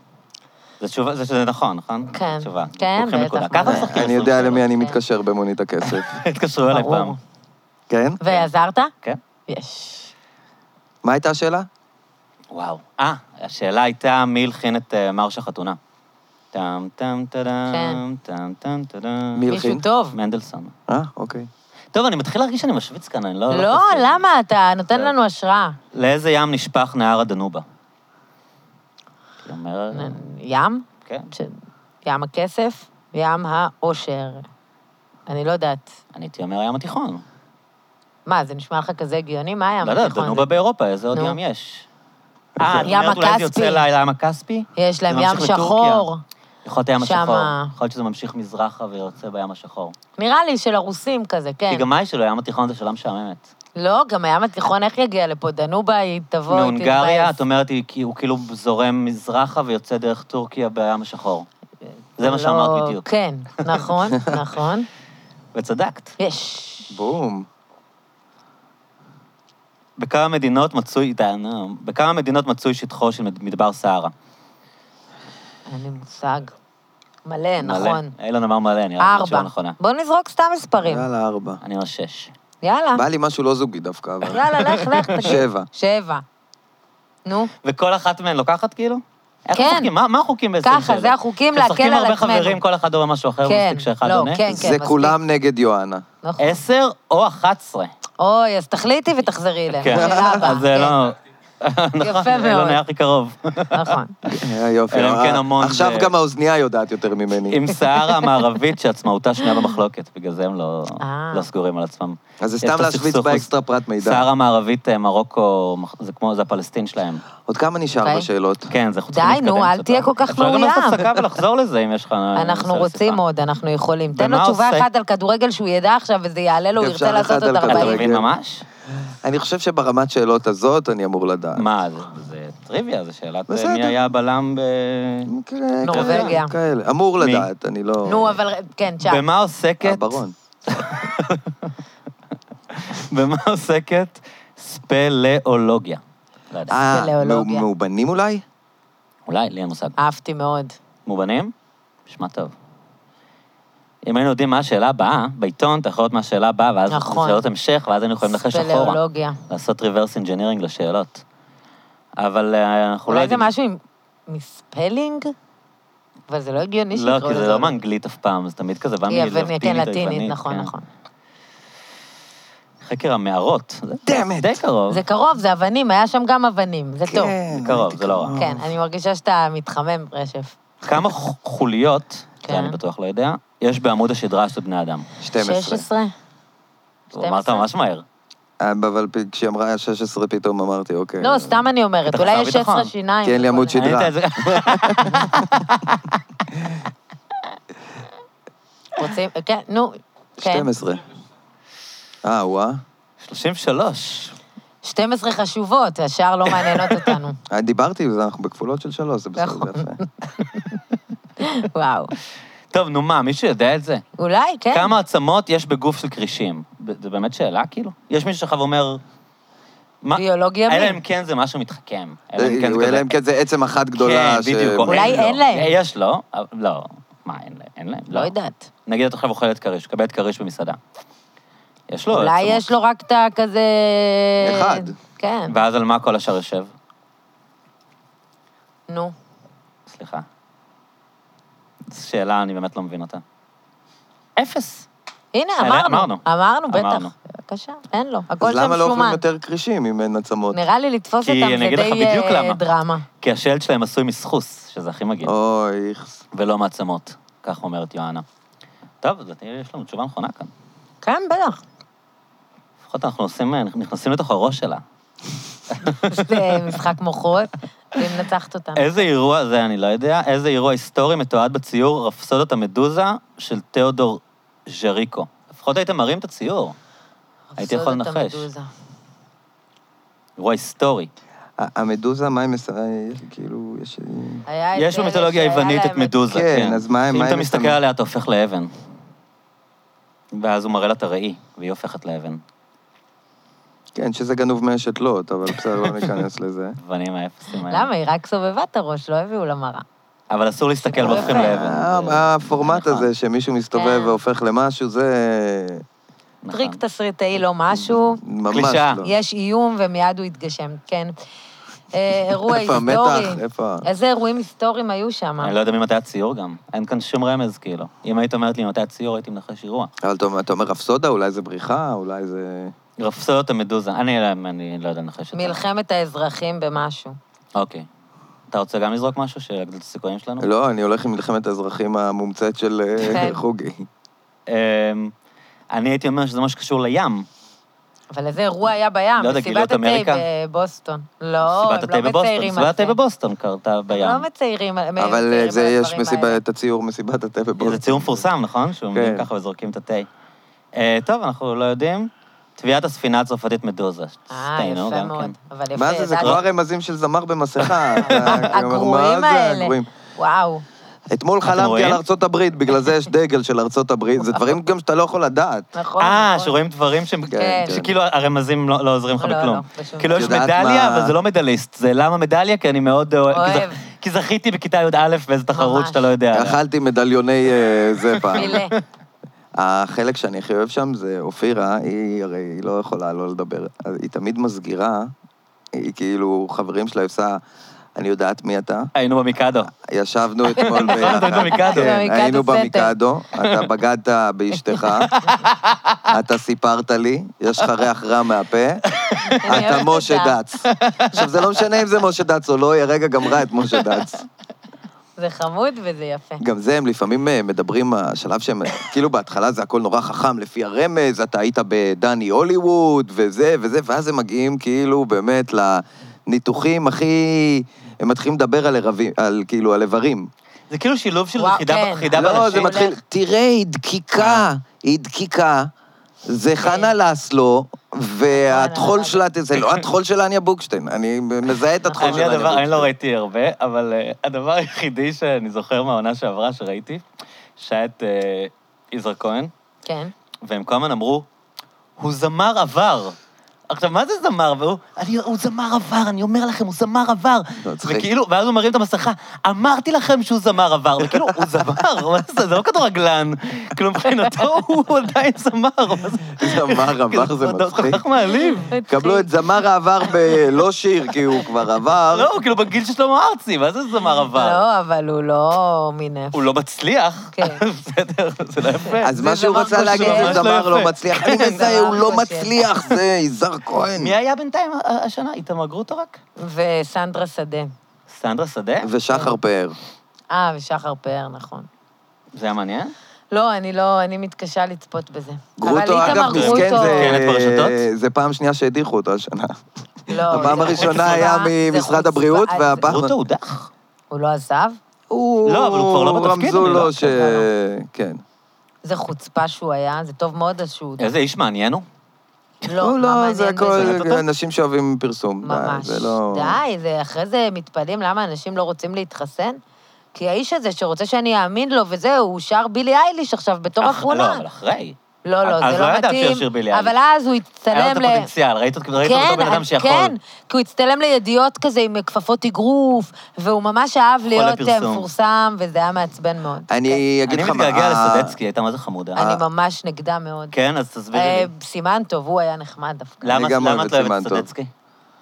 S1: זו תשובה, זה שזה נכון, נכון?
S3: כן.
S1: התשובה.
S3: כן,
S1: לוקחים
S3: בטח,
S1: נקודה.
S3: מה
S1: ככה
S3: זה?
S1: משחקים.
S2: אני יודע למי אני
S3: כן.
S2: מתקשר במונית הכסף.
S1: התקשרו אליי
S3: ברור.
S1: פעם.
S2: כן?
S3: ועזרת?
S1: כן.
S3: יש.
S2: מה הייתה השאלה?
S1: וואו. אה, השאלה הייתה מי הלחין את אה, מרש החתונה. טם טם טם
S3: כן.
S1: טם טם טם.
S2: מי הלחין?
S3: מישהו טוב.
S1: מנדלסון.
S2: אה, אוקיי.
S1: טוב, אני מתחיל להרגיש שאני משוויץ כאן, אני לא...
S3: לא,
S1: כזה.
S3: למה? אתה נותן
S1: זה-
S3: לנו השראה.
S1: לאיזה ים נשפך נהר הדנובה? היא אומרת,
S3: ים?
S1: כן,
S3: ש- ים הכסף? ים האושר. אני לא יודעת.
S1: אני הייתי אומר הים התיכון.
S3: מה, זה נשמע לך כזה הגיוני? מה הים
S1: לא יודעת,
S3: התיכון?
S1: דנובה
S3: זה-
S1: באירופה, איזה עוד
S3: נו.
S1: ים יש? אה, את
S3: ים
S1: אומרת אולי זה
S3: הכספי.
S1: יוצא לים הכספי?
S3: יש להם
S1: זה
S3: ים
S1: ממשיך
S3: שחור.
S1: לטורקיה. יכול להיות הים
S3: שמה.
S1: השחור. יכול להיות שזה ממשיך מזרחה ויוצא בים השחור.
S3: נראה לי של הרוסים כזה,
S1: כי
S3: כן.
S1: גם מה יש לו, הים התיכון זה שאלה משעממת.
S3: לא, גם הים התיכון, איך יגיע לפה? דנובה, היא תבוא, היא תתבאס.
S1: מהונגריה, את אומרת, היא כי- הוא כאילו זורם מזרחה ויוצא דרך טורקיה בים השחור. זה מה
S3: לא,
S1: שאמרת בדיוק.
S3: כן, נכון, נכון.
S1: וצדקת.
S3: יש.
S2: בום.
S1: בכמה מדינות מצוי, די, נו, בכמה מדינות מצוי שטחו של מד- מדבר סהרה?
S3: אין לי מושג. מלא,
S1: מלא.
S3: נכון.
S1: אילון אמר מלא, נראה לי
S3: ארבע.
S1: התשובה נכונה.
S3: בוא נזרוק סתם מספרים.
S2: יאללה, ארבע.
S1: אני אומר שש.
S3: יאללה.
S2: בא לי משהו לא זוגי דווקא, אבל...
S3: אה. יאללה, לך, לך, תגיד.
S2: שבע.
S3: שבע. נו,
S1: וכל אחת מהן לוקחת כאילו? איך
S3: כן.
S1: משחקים? מה מה החוקים בעצם?
S3: ככה,
S1: של-
S3: זה החוקים להקל
S1: כשמשחקים
S3: על
S1: הרבה
S3: עצמנו.
S1: חברים, כל אחד אומר משהו אחר,
S3: כן,
S1: ומספיק שאחד
S3: לא,
S1: עונה?
S3: כן.
S2: זה
S3: מספיק.
S2: כולם נגד יוהנה.
S3: נכון.
S1: עשר או אחת עשרה.
S3: אוי, אז תחליטי ותחזרי אליהם.
S1: כן.
S3: שאלה הבאה.
S1: אז זה לא... נכון,
S3: כן. יפה
S1: זה לא
S3: מאוד.
S1: נהיה הכי קרוב.
S3: נכון.
S2: אה, יופי.
S1: אלא אם
S2: אה,
S1: כן המון
S2: עכשיו
S1: זה-
S2: גם האוזנייה יודעת יותר ממני.
S1: עם סהרה המערבית שעצמאותה שנויה במחלוקת, בגלל זה הם לא,
S3: אה.
S1: לא סגורים על עצמם.
S2: אז זה
S1: יש
S2: סתם
S1: את
S2: להשוויץ
S1: הסכסוך
S2: באקסטרה פרט
S1: מס-
S2: מידע.
S1: סהרה המערבית, אה, מרוקו, מח- זה כמו, זה הפלסטין שלהם.
S2: עוד כמה נשאר
S3: אוקיי.
S2: בשאלות?
S1: כן, אז אנחנו
S3: די,
S1: צריכים להתקדם
S3: נו, אל
S1: קצת,
S3: תהיה
S1: לא?
S3: כל כך
S1: אפשר גם לעשות
S3: מאוים.
S1: הפסקה ולחזור לזה, אם יש לך...
S3: אנחנו
S1: נושא
S3: רוצים
S1: לשיחה.
S3: עוד, אנחנו יכולים. תן לו
S1: ומה
S3: תשובה
S1: עושה-
S3: אחת על כדורגל שהוא ידע עכשיו וזה יעלה לו, הוא
S2: אפשר
S3: ירצה לעשות
S2: אחד על
S3: עוד
S1: אתה
S2: כדורגל.
S3: 40.
S1: מבין ממש?
S2: אני חושב שברמת שאלות הזאת אני אמור לדעת.
S1: מה, זה- זה טריוויה, זו שאלת
S2: בסדר.
S1: אה, מי היה הבלם ב...
S2: כן, כאלה-
S3: נורבגיה.
S2: כאלה. אמור
S1: מי?
S2: לדעת, אני לא...
S3: נו, אבל כן, צ'אק.
S1: במה עוסקת...
S2: הברון.
S1: במה עוסקת ספלאולוגיה? לא יודע.
S2: אה,
S3: ספלאולוגיה.
S2: מאו- מאובנים אולי?
S1: אולי, לי אין מושג.
S3: אהבתי מאוד.
S1: מובנים? נשמע טוב. אם היינו יודעים מה השאלה הבאה, בעיתון אתה יכול לראות מה השאלה הבאה, ואז
S3: נכון.
S1: שאלות המשך, ואז היינו יכולים לנחש אחורה.
S3: ספלאולוגיה.
S1: לעשות reverse engineering לשאלות. אבל אה, אנחנו לא
S3: אולי זה
S1: יודעים...
S3: משהו עם מספלינג? אבל זה לא הגיוני
S1: לא,
S3: שיקראו
S1: כי
S3: לזה.
S1: זה לא מאנגלית אף פעם, זה תמיד כזה בא
S3: היא
S1: מלטינית,
S3: אבל- כן,
S1: היוונית,
S3: לטינית, נכון,
S1: כן.
S3: נכון.
S1: חקר המערות. זה
S2: Damn it.
S1: די קרוב.
S3: זה קרוב, זה אבנים, היה שם גם אבנים, זה טוב.
S2: כן,
S1: זה קרוב,
S2: הייתי
S1: זה לא רע.
S2: קרוב.
S3: כן, אני מרגישה שאתה מתחמם, רשף.
S1: כמה ח- חוליות,
S3: כן.
S1: זה אני בטוח לא יודע, יש בעמוד השדרה של בני אדם.
S2: 12.
S3: 16?
S1: הוא אמרת
S3: 12?
S1: ממש מהר.
S2: אה, אבל פ- כשהיא אמרה 16 פתאום אמרתי,
S1: כן.
S2: אוקיי.
S3: לא, סתם אני אומרת,
S1: אתה
S3: אולי
S1: חסר
S3: יש 16
S1: ביטחון.
S3: שיניים.
S2: כי אין כן, לי
S3: וכל
S2: עמוד
S3: זה.
S2: שדרה.
S1: אני יודע, זה-
S3: רוצים, כן, נו, כן.
S2: 12. אה, וואה.
S1: 33.
S3: 12 חשובות, השאר לא מעניינות אותנו.
S2: אה, דיברתי עם זה, אנחנו בכפולות של שלוש, זה בסדר,
S3: נכון.
S2: זה יפה.
S3: וואו.
S1: טוב, נו מה, מישהו יודע את זה?
S3: אולי, כן.
S1: כמה עצמות יש בגוף של כרישים? ב- זה באמת שאלה, כאילו? יש מישהו שעכשיו אומר... מה-
S3: ביולוגיה
S1: אלא
S3: מין.
S1: אם כן זה משהו מתחכם.
S2: אלא אם כן זה עצם אחת גדולה.
S1: כן, בדיוק.
S2: ש-
S1: או
S3: אולי
S1: לו.
S3: אין להם.
S1: יש לו, אבל לא. מה, אין להם? אין להם?
S3: לא יודעת.
S1: נגיד את עכשיו אוכלת כריש, מקבלת כריש במסעדה. יש לו
S3: אולי
S1: לא, עצמות.
S3: יש לו רק את הכזה...
S2: אחד.
S3: כן,
S1: ואז על מה כל השאר יושב?
S3: נו.
S1: סליחה. זו שאלה, אני באמת לא מבין אותה. אפס.
S3: הנה,
S1: אה,
S3: אמרנו.
S1: אמרנו.
S3: אמרנו. אמרנו,
S1: אמרנו.
S3: בטח. בבקשה, אין לו. הכל
S2: אז
S3: שם
S2: למה לא אוכלים
S3: שומן.
S2: יותר כרישים אם אין עצמות?
S3: נראה לי לתפוס
S1: כי
S3: אותם
S1: אני
S3: זה
S1: אגיד לך
S3: די
S1: בדיוק
S3: אה,
S1: למה.
S3: דרמה.
S1: כי השלד שלהם עשוי מסחוס, שזה הכי מגעיל,
S2: אוי, איכס.
S1: ולא מעצמות, כך אומרת יואנה. טוב, לדעתי יש לנו תשובה נכונה כאן.
S3: כן, בטח.
S1: לפחות אנחנו עושים, אה, נכנסים לתוך הראש שלה.
S3: זה אה, משחק מוחות, והיא מנצחת אותנו.
S1: איזה אירוע, זה אני לא יודע, איזה אירוע היסטורי מתועד בציור רפסודת המדוזה של תיאודור ז'ריקו. לפחות הייתם מראים את הציור. הייתי יכול
S3: סודת
S1: לנחש.
S3: המדוזה.
S1: אירוע היסטורי.
S2: ה- המדוזה, מה היא מסמלת? כאילו, יש...
S3: היה את
S1: יש
S3: אלה
S1: במיתולוגיה
S3: שהיה
S1: היוונית את
S3: להם
S1: מדוזה,
S2: כן,
S1: כן.
S2: אז מה- מה
S1: אם
S2: הם
S1: אתה
S2: מסתמ-
S1: מסתכל עליה, אתה הופך לאבן. ואז הוא מראה לה את הראי, והיא הופכת לאבן.
S2: כן, שזה גנוב מאשת לוט, אבל בסדר, לא ניכנס לזה.
S1: בנים האפסים האלה.
S3: למה? היא רק סובבה את הראש, לא הביאו לה מראה.
S1: אבל אסור להסתכל
S3: סיפור
S1: והופכים
S3: אה, יפה.
S1: לאבן.
S2: אה, ה- הפורמט
S1: נכון,
S2: הזה שמישהו מסתובב
S3: לא כן.
S2: והופך למשהו, זה
S1: נכון.
S3: טריק תסריטאי לא משהו,
S2: ממש
S1: קלישאה.
S2: לא.
S3: יש איום ומיד הוא יתגשם, כן. אה, אירוע
S2: איפה המתח?
S3: היסטורי.
S2: איפה... ה-
S3: איזה אירועים היסטוריים היו שם?
S1: אני לא יודע ממתי הציור גם. אין כאן שום רמז, כאילו. אם היית אומרת לי ממתי הציור, הייתי מנחש אירוע.
S2: אבל אתה אומר- אתה אומר רפסודה, אולי זה בריחה, אולי זה...
S1: רפסודות המדוזה. אני לא- אני לא יודע לנחש את זה.
S3: מלחמת האזרחים במשהו.
S1: אוקיי. אתה רוצה גם לזרוק משהו שיגדיל את הסיכויים שלנו?
S2: לא, אני הולך עם מלחמת האזרחים המומצאת של אה,
S3: כן.
S2: חוגי.
S1: אמ, אני הייתי אומר שזה משהו שקשור לים.
S3: אבל איזה אירוע היה בים,
S1: לא יודע,
S3: מסיבת
S1: גלילות אמריקה?
S3: התה בבוסטון. לא,
S1: מסיבת
S3: הם לא
S1: התה בבוסטון.
S3: מציירים על
S1: מסיבת
S3: זה.
S1: התה בבוסטון קרתה
S3: הם
S1: בים.
S3: לא מציירים על
S2: אבל
S3: מציירים
S2: אה, זה
S3: על
S2: יש
S3: הדברים
S2: מסיבה,
S3: האלה.
S2: את הציור מסיבת התה בבוסטון.
S1: זה ציור מפורסם, נכון? שעומדים
S2: כן.
S1: ככה וזורקים את התה. אה, טוב, אנחנו לא יודעים. טביעת הספינה הצרפתית מדוזה.
S3: אה,
S1: שתינו
S3: יפה
S1: גם כן.
S3: מאוד. אבל יפה,
S2: מה זה, זה
S3: ידעתי.
S2: כמו הרמזים של זמר במסכה. אתה אומר,
S3: הגרועים
S2: מה זה
S3: האלה.
S2: הגרועים?
S3: וואו.
S2: אתמול
S1: אתם
S2: חלמתי
S1: רואים?
S2: על ארצות הברית, בגלל זה יש דגל של ארצות הברית. זה דברים גם שאתה לא יכול לדעת.
S3: נכון.
S1: אה,
S3: נכון.
S1: שרואים דברים שהם...
S2: כן,
S3: כן.
S1: שכאילו הרמזים לא לא עוזרים לך
S3: לא, לא,
S1: בכלום.
S3: בשום
S1: כאילו יש
S2: את יודעת
S1: מדליה,
S2: מה-
S1: אבל זה לא מדליסט. זה למה מדליה? כי אני מאוד אוהב... כי זכ-
S3: אוהב.
S1: כי זכיתי בכיתה י"א באיזו תחרות
S3: ממש.
S1: שאתה לא יודע. עליה.
S2: אכלתי מדליוני אה, זה פעם.
S3: פילה.
S2: החלק שאני הכי אוהב שם זה אופירה, היא הרי היא לא יכולה לא לדבר. אז היא תמיד מסגירה, היא כאילו, חברים שלה, היא עושה, אני יודעת מי אתה.
S1: היינו במיקאדו.
S2: ישבנו אתמול ביחד.
S1: היינו במיקאדו.
S2: כן, היינו
S3: במיקאדו
S2: במיקאדו, אתה בגדת באשתך, אתה סיפרת לי, יש לך ריח רע מהפה,
S3: אוהבת
S2: אתה
S3: אותה.
S2: משה דץ. עכשיו, זה לא משנה אם זה משה דץ או לא, היא הרגע גמרה את משה דץ.
S3: זה חמוד וזה יפה.
S2: גם זה, הם לפעמים אה, מדברים, השלב שהם, כאילו בהתחלה זה הכל נורא חכם, לפי הרמז, אתה היית בדני הוליווד, וזה וזה, ואז הם מגיעים כאילו באמת לניתוחים הכי... הם מתחילים לדבר על ערבים, על כאילו, על איברים.
S1: זה כאילו שילוב של
S3: וואו,
S1: חידה
S3: כן.
S1: חידה
S2: לא,
S1: בראשית.
S2: זה מתחיל,
S3: הולך.
S2: תראה, היא דקיקה, היא דקיקה.
S1: כן.
S2: זה חנה לסלו, והטחול
S3: אבל-
S2: שלה, זה אה, לא הטחול של אניה בוקשטיין, אני מזהה את
S3: נכון.
S2: הטחול של
S1: אני
S2: אניה
S1: הדבר,
S2: בוקשטיין.
S1: אני לא ראיתי הרבה, אבל אה, הדבר היחידי שאני זוכר מהעונה שעברה שראיתי, שהיה את אה, יזהר כהן,
S3: כן.
S1: והם כל הזמן אמרו, הוא זמר עבר. עכשיו, מה זה זמר? והוא, אני, הוא זמר עבר, אני אומר לכם, הוא זמר עבר.
S2: לא, צחיק.
S1: וכאילו, ואז הוא מרים את המסכה, אמרתי לכם שהוא זמר עבר, וכאילו, הוא זמר, מה זה, זה לא כדורגלן. כאילו, מבחינתו הוא עדיין זמר. מה זה-
S2: זמר עבר זה
S1: כאילו,
S2: מצחיק.
S1: כל כך מעליב.
S2: קבלו את זמר העבר בלא שיר, כי הוא כבר עבר.
S1: לא, הוא כאילו בגיל של שלמה ארצי, מה זה זמר עבר?
S3: לא, אבל הוא לא מינף.
S1: הוא לא מצליח.
S3: כן.
S1: בסדר, זה לא יפה.
S2: אז מה
S3: זה
S2: שהוא
S3: זמר
S2: רצה
S3: כושל.
S2: להגיד
S1: ממש
S2: זה
S1: לא
S2: זמר
S1: יפה.
S2: לא מצליח. אני
S3: כן,
S2: מזהה,
S3: זמר
S2: הוא לא
S3: כושל.
S2: מצליח, זה יזהר כהן.
S1: מי היה בינתיים ה- ה- השנה? איתמר גרוטו רק?
S3: וסנדרה שדה.
S1: סנדרה שדה?
S2: ושחר פאר.
S3: אה, ושחר פאר, נכון.
S1: זה היה מעניין?
S3: לא, אני לא, אני מתקשה לצפות בזה.
S2: גרוטו,
S3: אבל
S2: אגב,
S3: איתמר
S2: מסכן,
S3: גרוטו-
S1: כן, את ברשתות?
S2: זה... זה פעם שנייה שהדיחו אותו השנה.
S3: לא,
S2: הפעם
S3: זה
S2: הראשונה
S3: חוצפה,
S2: היה
S3: זה
S2: ממשרד
S3: חוצפה.
S2: הבריאות,
S3: אז-
S2: והפעם...
S1: גרוטו הודח?
S3: הוא לא עזב?
S2: הוא...
S1: לא, אבל הוא כבר לא בתפקיד,
S2: רמזו
S1: אני לא-
S2: לו ש... כן.
S3: זה חוצפה שהוא היה, זה טוב מאוד אז שהוא...
S1: איזה איש מעניין הוא.
S2: אה,
S3: לא,
S2: הוא
S3: מה
S2: לא,
S3: מעניין
S2: זה
S3: בזה?
S2: הכל אנשים שאוהבים פרסום. די,
S3: ממש.
S2: זה לא...
S3: די, זה- אחרי זה מתפלאים למה אנשים לא רוצים להתחסן? כי האיש הזה שרוצה שאני אאמין לו וזהו, הוא שר בילי אייליש עכשיו בתור
S1: אח- לא,
S3: אפונה.
S1: אבל אחרי.
S3: לא,
S1: אז-
S3: לא,
S1: אז
S3: זה
S1: לא
S3: לא
S1: ידעתי שהוא שיר
S3: מתאים.
S1: בילי אייליש.
S3: אבל אז הוא
S1: היה לו
S3: הצטלם
S1: את
S3: ל...
S1: הפוטנציאל, ראית אותו ראית אותו
S3: כן,
S1: בן אדם
S3: אז
S1: שיכול.
S3: כן, כי הוא הצטלם לידיעות כזה עם כפפות אגרוף, והוא ממש אהב להיות אה,
S1: הפרסום.
S3: מפורסם, וזה היה מעצבן מאוד.
S2: אני אגיד
S1: אני
S2: לך מה...
S1: מתגעגע
S2: ה-
S1: לסדצקי, הייתה מה זה חמודה.
S3: כן. אני ממש נגדה מאוד.
S1: אה, כן, אז
S3: אה,
S1: תסבירי לי.
S3: סימן טוב, הוא היה נחמד דווקא.
S1: למה
S2: גם
S1: למה
S2: אוהב
S1: את
S2: את
S1: לא אוהבת את
S2: סימן טוב.
S1: סדצקי?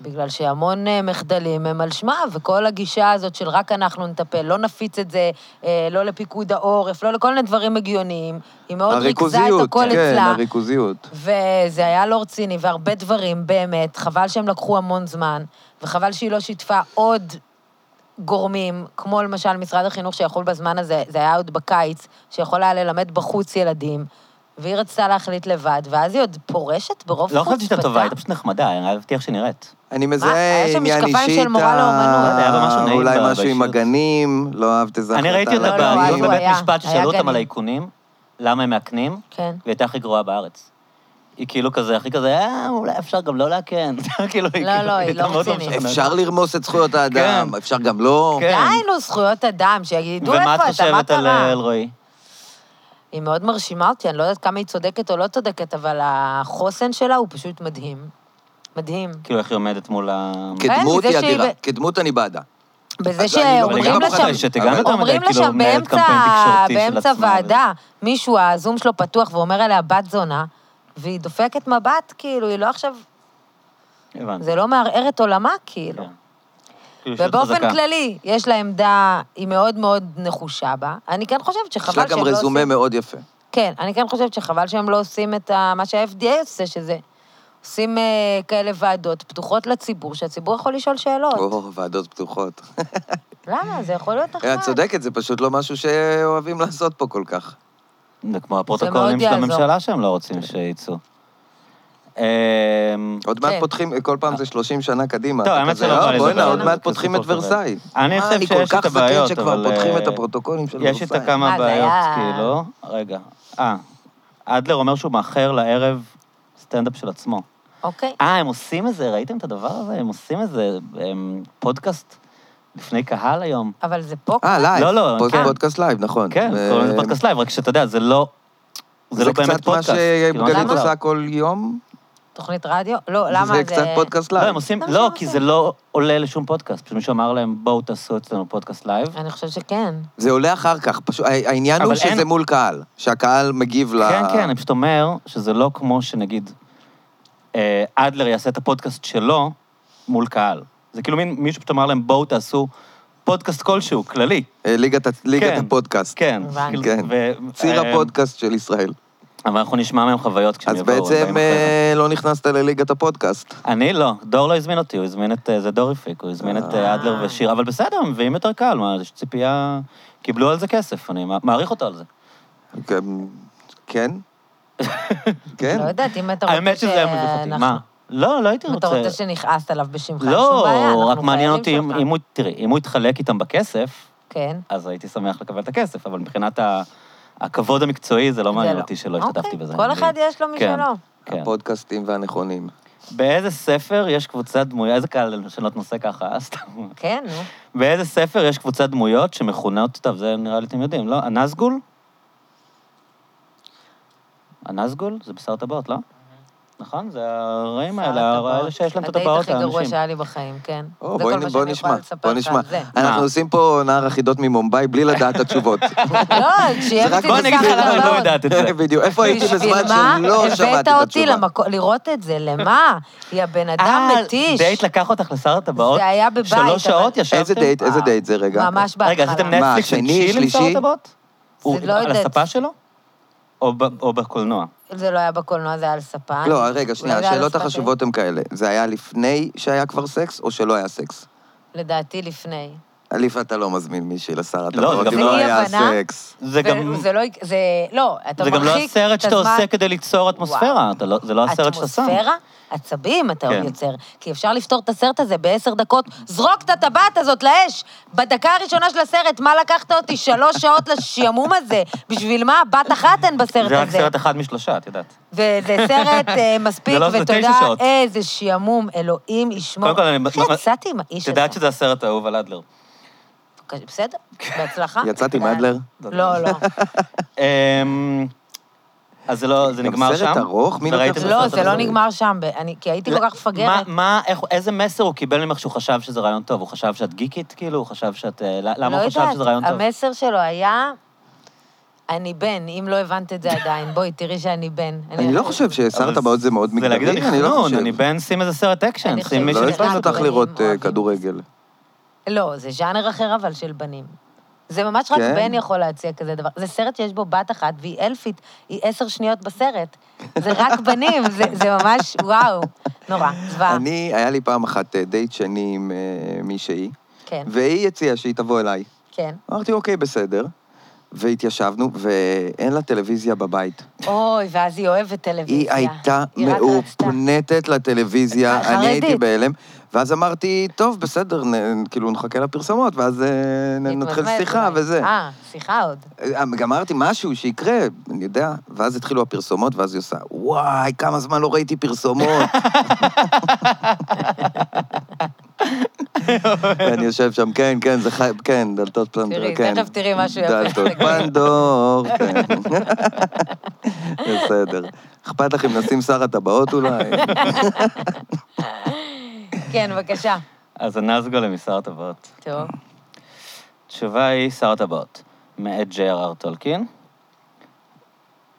S3: בגלל שהמון אה, מחדלים הם על שמה, וכל הגישה הזאת של רק אנחנו נטפל, לא נפיץ את זה, אה, לא לפיקוד העורף, לא לכל מיני דברים הגיוניים. היא מאוד ריכזה את
S2: הריכוזיות,
S3: הכל
S2: כן,
S3: אצלה.
S2: הריכוזיות.
S3: וזה היה לא רציני, והרבה דברים, באמת, חבל שהם לקחו המון זמן, וחבל שהיא לא שיתפה עוד גורמים, כמו למשל משרד החינוך, שיכול בזמן הזה, זה היה עוד בקיץ, שיכול היה ללמד בחוץ ילדים, והיא רצתה להחליט לבד, ואז היא עוד פורשת ברוב
S1: לא
S3: חוצפתה.
S1: חשבתי שאתה טובה, הייתה פשוט נחמדה, אני מבטיח שנראית.
S2: אני
S3: היה
S2: מזהה
S3: שם
S2: עניין
S3: משקפיים
S2: אישי
S3: של מורה
S2: איתה,
S3: לאומנות.
S1: היה בה משהו נעים
S2: אולי
S1: ב-
S2: משהו עם
S1: באישיות.
S2: הגנים, לא אהבת איזה
S1: אני ראיתי אותה
S3: לא, לא, אז
S1: בדיון
S3: הוא
S1: בבית
S3: היה-
S1: משפט
S3: היה
S1: ששאלו אותם
S3: גנים.
S1: על האיכונים, למה הם מאכנים,
S3: כן.
S1: והיא הייתה הכי גרועה בארץ. היא כאילו כזה, הכי כזה, אה, אולי אפשר גם לא לאכן. כאילו, היא
S3: לא,
S1: כאילו,
S3: לא, היא
S1: הייתה
S3: לא
S1: מאוד
S3: רצינית.
S1: משכנעת.
S2: אפשר לרמוס את זכויות האדם,
S1: כן.
S2: אפשר גם לא.
S1: כן.
S3: דהיינו, זכויות אדם, שיגידו איפה
S1: ומה את
S3: אתה, מה קרה?
S1: חושבת על אה, אלרועי?
S3: היא מאוד מרשימה אותי, אני לא יודעת כמה היא צודקת או לא צודקת, אבל החוסן שלה הוא פשוט מדהים. מדהים.
S1: כאילו, איך היא עומדת מול ה...
S3: כן,
S2: כדמות
S3: זה
S2: היא
S3: שהיא
S2: אדירה,
S3: ב-
S2: כדמות אני בעדה.
S3: בזה
S2: אז אני
S1: אבל
S2: לא-
S1: היא
S3: שאומרים
S1: גם
S3: לה
S1: אחת
S3: שם,
S1: שאת גם יותר מדי,
S3: אומרים לה
S1: כאילו,
S3: שם
S1: מנהלת
S3: באמצע,
S1: קמפיין תקשורתי של עצמה.
S3: באמצע ועדה, מישהו, הזום שלו פתוח ואומר עליה בת זונה, והיא דופקת מבט, כאילו, היא לא עכשיו,
S1: הבנתי.
S3: זה לא מערער את עולמה, כאילו.
S1: כן. כאילו, אישיות חזקה.
S3: ובאופן כללי, יש לה עמדה, היא מאוד מאוד נחושה בה. אני כן חושבת
S2: יש לה
S3: שחבל שהם
S2: גם
S3: לא
S2: רזומה
S3: עושים...
S2: מאוד יפה.
S3: כן, אני כן חושבת שחבל שהם לא עושים את ה- מה שה-FDA עושה, שזה... עושים אה, כאלה ועדות פתוחות לציבור, שהציבור יכול לשאול שאלות.
S2: או, ועדות פתוחות.
S3: למה? זה יכול להיות נחמד.
S2: אה, את צודקת, זה פשוט לא משהו שאוהבים לעשות פה כל כך.
S1: זה כמו הפרוטוקולים של
S3: יעזור.
S1: הממשלה שהם לא רוצים שיצאו. אמ,
S2: עוד מעט
S3: כן.
S2: פותחים, כל פעם זה 30 שנה קדימה.
S1: אה. טוב,
S2: אתה
S1: האמת
S2: כזה,
S1: שלא
S2: "אה,
S1: בא לי
S2: בוא'נה,
S1: לדבר
S2: עוד
S1: על זה,
S2: מעט
S1: כי
S2: פותחים
S1: זה
S2: את
S1: סיפור
S2: ורסאי.
S1: אני
S2: מה,
S1: חושב
S2: אני
S1: שיש
S2: כל
S1: את
S2: כך זקן
S1: הבעיות,
S2: שכבר
S1: אבל,
S2: פותחים את
S1: אה,
S2: הפרוטוקולים של
S1: יש את
S2: ורסאי.
S1: הכמה
S3: מה, זה
S1: בעיות,
S3: היה-
S1: כאילו... רגע. אה, אדלר אומר שהוא מאחר לערב סטנדאפ של עצמו.
S3: אוקיי.
S1: אה, הם עושים איזה, ראיתם את הדבר הזה? הם עושים איזה אמ, פודקאסט לפני קהל היום.
S3: אבל זה פה
S2: אה, לייב.
S1: לא, לא,
S2: פוד-
S1: כן.
S2: פודקאסט לייב, נכון.
S1: כן,
S2: ו-
S1: קוראים לזה פודקאסט לייב, רק שאתה יודע, זה לא... זה לא באמת פודקאסט.
S2: זה קצת
S1: כאילו,
S2: מה שגלית
S1: למה?
S2: עושה כל יום?
S3: תוכנית רדיו? לא, למה זה...
S2: זה קצת פודקאסט
S1: לא,
S2: לייב.
S1: הם עושים,
S3: זה מה
S1: לא,
S3: שהם
S1: כי זה
S3: עושים.
S1: לא עולה לשום פודקאסט. פשוט מישהו אמר להם, בואו תעשו אצלנו פודקאסט לייב.
S3: אני חושבת שכן.
S2: זה עולה אחר כך, פשוט, ה- העניין
S1: אבל
S2: הוא
S1: אין-
S2: שזה מול קהל, שהקהל מגיב ל...
S1: כן, כן, אני פשוט אומר שזה לא כמו שנגיד אה, אדלר יעשה את הפודקאסט שלו מול קהל. זה כאילו מין מישהו פשוט אמר להם, בואו תעשו פודקאסט כלשהו, כללי.
S2: אה, ליגת ה- ליגת
S1: כן.
S2: הפודקאסט.
S1: כן.
S3: הבנתי.
S1: כאילו,
S2: כן.
S1: ו-
S2: ציר
S1: אה,
S2: הפודקאסט של ישראל.
S1: אבל אנחנו נשמע מהם חוויות כשהם
S2: אז
S1: יבואו. הם
S2: בעצם
S1: באים אחרי
S2: אה, לא נכנסת לליגת הפודקאסט.
S1: זה. אני לא, דור לא הזמין אותי, הוא הזמין את, אה, זה דור הפיק, הוא הזמין את אה,
S3: אה.
S1: אדלר ושיר, אבל בסדר, הם מביאים יותר קהל, מה, יש ציפייה... קיבלו על זה כסף, אני מע- מעריך אותו על זה.
S2: כן? כן? כן?
S3: לא יודעת, אם אתה רוצה...
S1: האמת שזה היה מביך אותי.
S3: שאנחנו-
S1: מה? לא, לא הייתי
S3: אם אתה
S1: רוצה...
S3: רוצה שנכעס עליו בשמך, אין שום בעיה,
S1: לא,
S3: אנחנו
S1: רק מעניין
S3: חיילים
S1: אותי אם
S3: שלך.
S1: אם לא הוא, תראי, אם הוא יתחלק איתם בכסף,
S3: כן.
S1: אז הייתי שמח לקבל את הכסף, אבל מבחינת ה- הכבוד המקצועי, זה לא
S3: זה
S1: מעניין
S3: לא.
S1: אותי שלא השתתפתי
S3: אוקיי,
S1: בזה.
S3: כל
S1: אני-
S3: אחד יש לו
S1: כן.
S3: משלו.
S1: כן.
S2: הפודקאסטים והנכונים.
S1: באיזה ספר יש קבוצת דמויות, איזה קל לשנות נושא ככה, סתם.
S3: כן, נו.
S1: באיזה ספר יש קבוצת דמויות שמכונות, טוב, זה נראה לי אתם יודעים, לא? הנזגול? הנזגול? זה בשר טבעות, לא? נכון? זה הרעים האלה,
S3: הטבעות.
S1: האלה שיש להם את הטבעות,
S3: הדייט הכי גרוע
S1: האנשים.
S3: שהיה לי בחיים, כן.
S2: או,
S3: זה
S2: בואי
S3: כל
S2: נ-
S3: מה
S2: בואי
S3: שאני
S2: נשמע,
S3: יכולה לספר
S2: בואי
S3: לך
S2: נשמע.
S3: על זה.
S2: אנחנו עושים פה נער החידות ממומביי בלי לדעת את התשובות.
S3: לא,
S2: זה
S3: שיהיה
S2: רק-
S3: רציתי
S1: בוא אני אגיד לך למה אני לא יודעת את זה.
S2: בדיוק. איפה הייתי
S3: בשביל
S2: בזמן
S3: מה
S2: שלא שמעתי את
S3: הבאת אותי
S2: התשובה?
S3: למקום, לראות את זה, למה? יא בן אדם
S1: אה,
S3: מתיש.
S1: דייט לקח אותך לשר הטבעות?
S3: זה היה בבית,
S1: שלוש
S3: אבל-
S1: שעות ישבתם?
S2: איזה דייט, איזה דייט זה רגע?
S3: ממש בהתחלה.
S1: רגע, עשיתם
S2: נט-
S1: נטפליקס
S2: שני,
S1: אישי עם שר
S2: שלישי?
S1: הטבעות? הוא-
S3: לא
S1: על
S3: יודעת.
S1: הספה שלו? או ב- או בקולנוע?
S3: זה לא היה בקולנוע, זה היה על ספה.
S2: לא, רגע, שנייה,
S3: זה היה על
S2: השאלות
S3: הספה
S2: החשובות הן כאלה. זה היה לפני שהיה כבר סקס, או שלא היה סקס?
S3: שלי. לדעתי לפני.
S2: אליף, אתה לא מזמין מישהי לשר
S1: זה
S2: הטבעות,
S1: גם
S2: אם
S1: לא-
S2: לא
S1: זה
S2: היה
S3: אי-הבנה.
S2: סקס.
S1: זה גם...
S3: זה לא... יק- זה... לא, אתה
S1: זה
S3: מרחיק
S1: גם לא הסרט שאתה
S3: את הזמן-
S1: עושה כדי ליצור אטמוספירה, אתה לא- זה לא הסרט שאתה שם.
S3: אטמוספירה? עצבים אתה
S1: כן.
S3: עוד יוצר. כי אפשר לפתור את הסרט הזה בעשר דקות. זרוק את הטבעת הזאת לאש! בדקה הראשונה של הסרט, מה לקחת אותי שלוש שעות לשעמום הזה? בשביל מה? בת אחת אין בסרט
S1: זה רק
S3: הזה.
S1: סרט אחד משלושה, את יודעת.
S3: וזה סרט אה, מספיק,
S1: זה לא- זה
S3: ותודה,
S1: תשע שעות.
S3: איזה שעמום, אלוהים ישמור.
S1: קודם כל, אני- לא,
S3: איך כן, יצאתי עם האיש
S1: את
S3: הזה?
S1: יודעת שזה הסרט האהוב על אדלר.
S3: בסדר, בהצלחה.
S2: כן. יצאתי עם אדלר?
S3: לא, לא.
S1: אמ, אז זה לא, זה
S2: גם
S1: נגמר שם?
S2: סרט ארוך? מי
S1: וראיתם
S2: לוקח
S1: את הסרט
S3: לא,
S2: בסרט
S3: זה
S1: הזה?
S3: לא
S2: הזה.
S3: נגמר שם, ב- אני- כי
S2: לא,
S3: הייתי כל כך
S1: מה,
S3: מפגרת.
S1: מה, איך, איזה מסר הוא קיבל ממך שהוא חשב שזה רעיון טוב? הוא חשב שאת גיקית, כאילו? הוא חשב שאת... אה, למה
S3: לא
S1: הוא חשב
S3: יודעת,
S1: שזה רעיון טוב?
S3: המסר שלו היה, אני בן, אם לא הבנת את זה עדיין, בואי, תראי שאני בן.
S2: אני לא חושב ששר
S1: אבל
S2: הטבעות זה מאוד
S1: זה להגיד
S2: מגדרי,
S1: אני
S2: אני לא
S1: חנון,
S2: חושב.
S1: אני בן שים איזה סרט אקשן,
S3: אני
S1: שים
S3: חושבת
S1: מישהו
S2: לא
S3: שזה
S1: שיש
S2: הזמין
S1: לו...
S2: אותך
S3: בנים
S2: לראות אה,
S3: אוהבים.
S2: כדורגל.
S3: לא, זה ז'אנר אחר, אבל של בנים. זה ממש רק
S2: כן.
S3: בן יכול להציע כזה דבר. זה סרט שיש בו בת אחת, והיא אלפית, היא עשר שניות בסרט. זה רק בנים, זה, זה ממש, וואו, נורא, זוועה.
S2: אני, היה לי פעם אחת אה, דייט שני עם אה, מישהי,
S3: כן,
S2: והיא הציעה שהיא תבוא אליי.
S3: כן.
S2: אמרתי, אוקיי, בסדר. והתיישבנו, ואין לה טלוויזיה בבית.
S3: אוי, ואז היא אוהבת
S2: היא
S3: טלוויזיה.
S2: הייתה
S3: היא רק רצתה.
S2: מאופנטת לטלוויזיה,
S3: חרדית.
S2: אני הייתי בהלם. ואז אמרתי, טוב, בסדר, נ- כאילו נחכה לפרסומות, ואז אה, נ- נתחיל
S3: התמזמז
S2: שיחה
S3: אולי.
S2: וזה.
S3: אה, שיחה עוד.
S2: אה, גם אמרתי, משהו שיקרה, אני יודע. ואז התחילו הפרסומות, ואז היא עושה, וואי, כמה זמן לא ראיתי פרסומות. ואני יושב שם, כן, כן, זה חי... כן, דלתות פלנדור,
S3: תראי,
S2: כן.
S3: תכף תראי משהו יפה.
S2: דלתות פנדור, כן. בסדר. אכפת לך אם נשים שר הטבעות אולי?
S3: כן, בבקשה.
S1: אז הנזגולה משר הטבעות.
S3: טוב.
S1: התשובה היא שר הטבעות, מאת ג'י.אר.אר טולקין.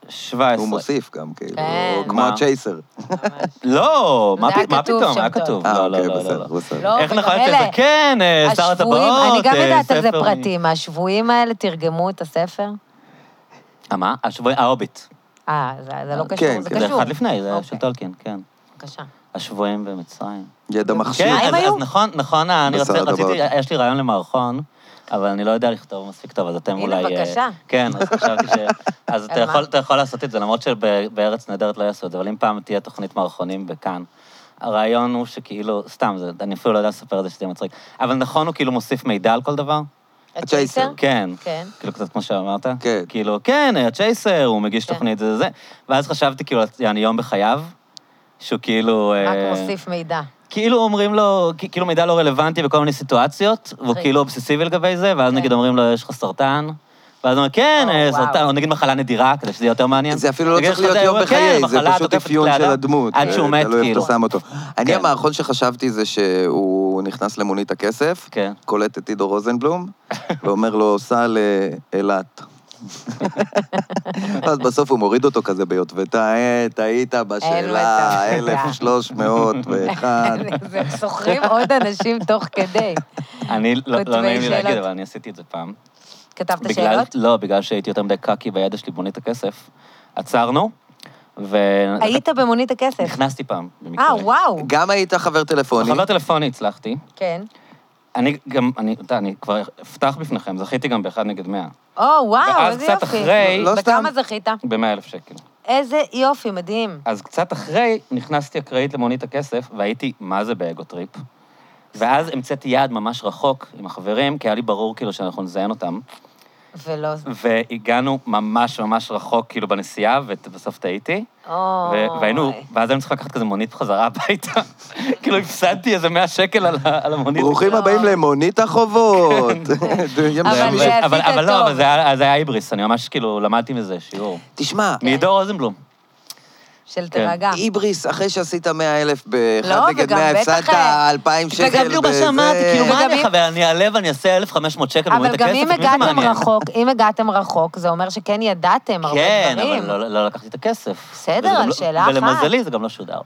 S1: 17.
S2: הוא מוסיף גם, כאילו,
S3: כן.
S2: כמו
S1: מה?
S2: הצ'ייסר.
S3: ממש.
S1: לא,
S3: זה
S1: מה
S3: היה
S1: פ- מה
S3: כתוב
S1: פתאום,
S3: שם
S1: היה
S3: טוב.
S1: כתוב.
S2: אה,
S1: לא, לא,
S2: אוקיי,
S1: לא,
S2: בסדר,
S1: לא. לא.
S2: בסדר.
S3: לא,
S1: איך
S3: וגם
S1: נחלת את
S3: אלה-
S1: זה? כן, אה, שר הטבעות,
S3: השבויים, אני גם
S1: אה,
S3: יודעת על זה
S1: ספר מ-
S3: פרטים. השבויים האלה תרגמו את הספר?
S1: אה, מה? השבויים, ההוביט.
S3: אה, זה- זה לא
S1: כן,
S3: קשור,
S2: כן.
S3: זה
S2: זה
S3: קשור.
S1: זה אחד לפני, זה של
S3: אוקיי,
S1: טולקין, כן.
S3: בבקשה.
S1: השבויים במצרים.
S2: ידע מכשיר.
S1: כן,
S3: שניים
S1: אז,
S3: היו?
S1: אז נכון, נכון, אני
S2: בשר
S1: רוצה,
S2: הטבעות.
S1: רציתי, אה, יש לי רעיון למערכון, אבל אני לא יודע לכתוב מספיק טוב, אז אתם
S3: הנה,
S1: אולי... אה,
S3: בבקשה.
S1: כן, אז חשבתי ש... אז אתה
S3: על מה?
S1: יכול, אתה יכול לעשות את זה, למרות שבארץ נהדרת לא יעשו את זה, אבל אם פעם תהיה תוכנית מערכונים בכאן, הרעיון הוא שכאילו, סתם, זה, אני אפילו לא יודע לספר את זה שזה יהיה מצחיק, אבל נכון, הוא כאילו מוסיף מידע על כל דבר?
S2: הצ'ייסר.
S1: כן.
S3: כן.
S1: כאילו, קצת כמו שאמרת.
S2: כן.
S1: כאילו, כן, היה צ'ייסר, הוא מגיש
S3: כן.
S1: תוכנית, זה זה. ואז חשבתי, כאילו, יעני יום בחייו, שהוא כאילו...
S3: רק
S1: אה,
S3: מוסיף מידע.
S1: כאילו אומרים לו, כ- כאילו מידע לא רלוונטי בכל מיני סיטואציות, והוא
S3: אחי.
S1: כאילו אובססיבי לגבי זה, ואז
S3: כן.
S1: נגיד אומרים לו, יש לך סרטן, ואז הוא אומר, כן,
S3: או,
S1: אה,
S3: וואו.
S1: סרטן, או נגיד מחלה נדירה, כדי שזה יהיה יותר מעניין.
S2: זה אפילו לא
S1: נגיד,
S2: צריך
S1: יש לך
S2: להיות
S1: את
S2: יום
S1: האירוע, כן,
S2: בחיי, זה
S1: מחלה
S2: פשוט
S1: תוקפת
S2: אפיון של
S1: לאדם,
S2: הדמות.
S1: עד שהוא
S2: אה,
S1: מת,
S2: תלוי איפה
S1: כאילו.
S2: אתה שם אותו. אני,
S1: כן.
S2: המערכון שחשבתי זה שהוא נכנס למונית הכסף,
S1: כן.
S2: קולט את עידו רוזנבלום, ואומר לו, סע לאילת. אז בסוף הוא מוריד אותו כזה ביוטבתה, אה, טעית בשאלה
S3: אין מצב.
S1: אה,
S2: 1301.
S3: זה- סוחרים עוד אנשים תוך כדי.
S1: אני, לא לא
S3: כותבי
S1: נעים לי להגיד,
S3: שאלות.
S1: אבל אני עשיתי את זה פעם.
S3: כתבת
S1: בגלל-
S3: שאלות?
S1: לא, בגלל שהייתי יותר מדי קקי בידע שלי בונית הכסף. עצרנו, ו...
S3: היית במונית הכסף.
S1: נכנסתי פעם, במקרה.
S3: אה, וואו.
S2: גם היית חבר טלפוני.
S1: חבר טלפוני הצלחתי.
S3: כן.
S1: אני גם, אני, אתה, יודע, אני כבר אפתח בפניכם, זכיתי גם באחד נגד מאה.
S3: או, וואו,
S1: ואז
S3: איזה
S1: קצת
S3: יופי.
S1: אחרי-
S2: לא סתם.
S3: בכמה זכית?
S1: ב-100 אלף שקל.
S3: איזה יופי, מדהים.
S1: אז קצת אחרי, נכנסתי אקראית למונית הכסף, והייתי, מה זה באגו טריפ? ואז המצאתי יעד ממש רחוק עם החברים, כי היה לי ברור כאילו שאנחנו נזיין אותם.
S3: ולא...
S1: והגענו ממש ממש רחוק כאילו בנסיעה, ובסוף טעיתי. ו-
S3: אוי.
S1: והיינו, ואז היינו צריכים לקחת כזה מונית בחזרה הביתה. כאילו הפסדתי איזה 100 שקל על ה- על המונית.
S2: ברוכים
S3: לא.
S2: הבאים למונית החובות. יום
S3: אבל
S2: שני.
S3: זה עשית
S1: אבל, אבל לא,
S3: טוב. כן.
S1: אבל זה היה, זה היה היבריס, אני ממש כאילו למדתי מזה שיעור.
S2: תשמע,
S1: מעידו רוזנבלום.
S3: של תירגע.
S2: היבריס, אחרי שעשית 100 אלף באחד
S3: לא,
S2: נגד
S3: וגם
S2: 100,
S3: בטח,
S2: הפסדת
S3: אה,
S2: 2,000 שקל
S1: וגם בדיוק מה
S2: בזה.
S1: שאמרתי, כאילו, מה
S3: וגם
S1: אני
S3: אם-
S1: אחבר? אני אעלה ואני אעשה 1,500 שקל, ואומרים
S3: אבל
S1: את
S3: גם
S1: הכסף,
S3: אם
S1: את מי זה
S3: הגעתם
S1: מעניין?
S3: רחוק, אם הגעתם רחוק, זה אומר שכן ידעתם הרבה
S1: כן,
S3: דברים.
S1: אבל לא- לא לקחתי את הכסף.
S3: בסדר,
S1: וזה גם
S3: על
S1: לא-
S3: שאלה אחת.
S1: ולמזלי זה גם לא שודר.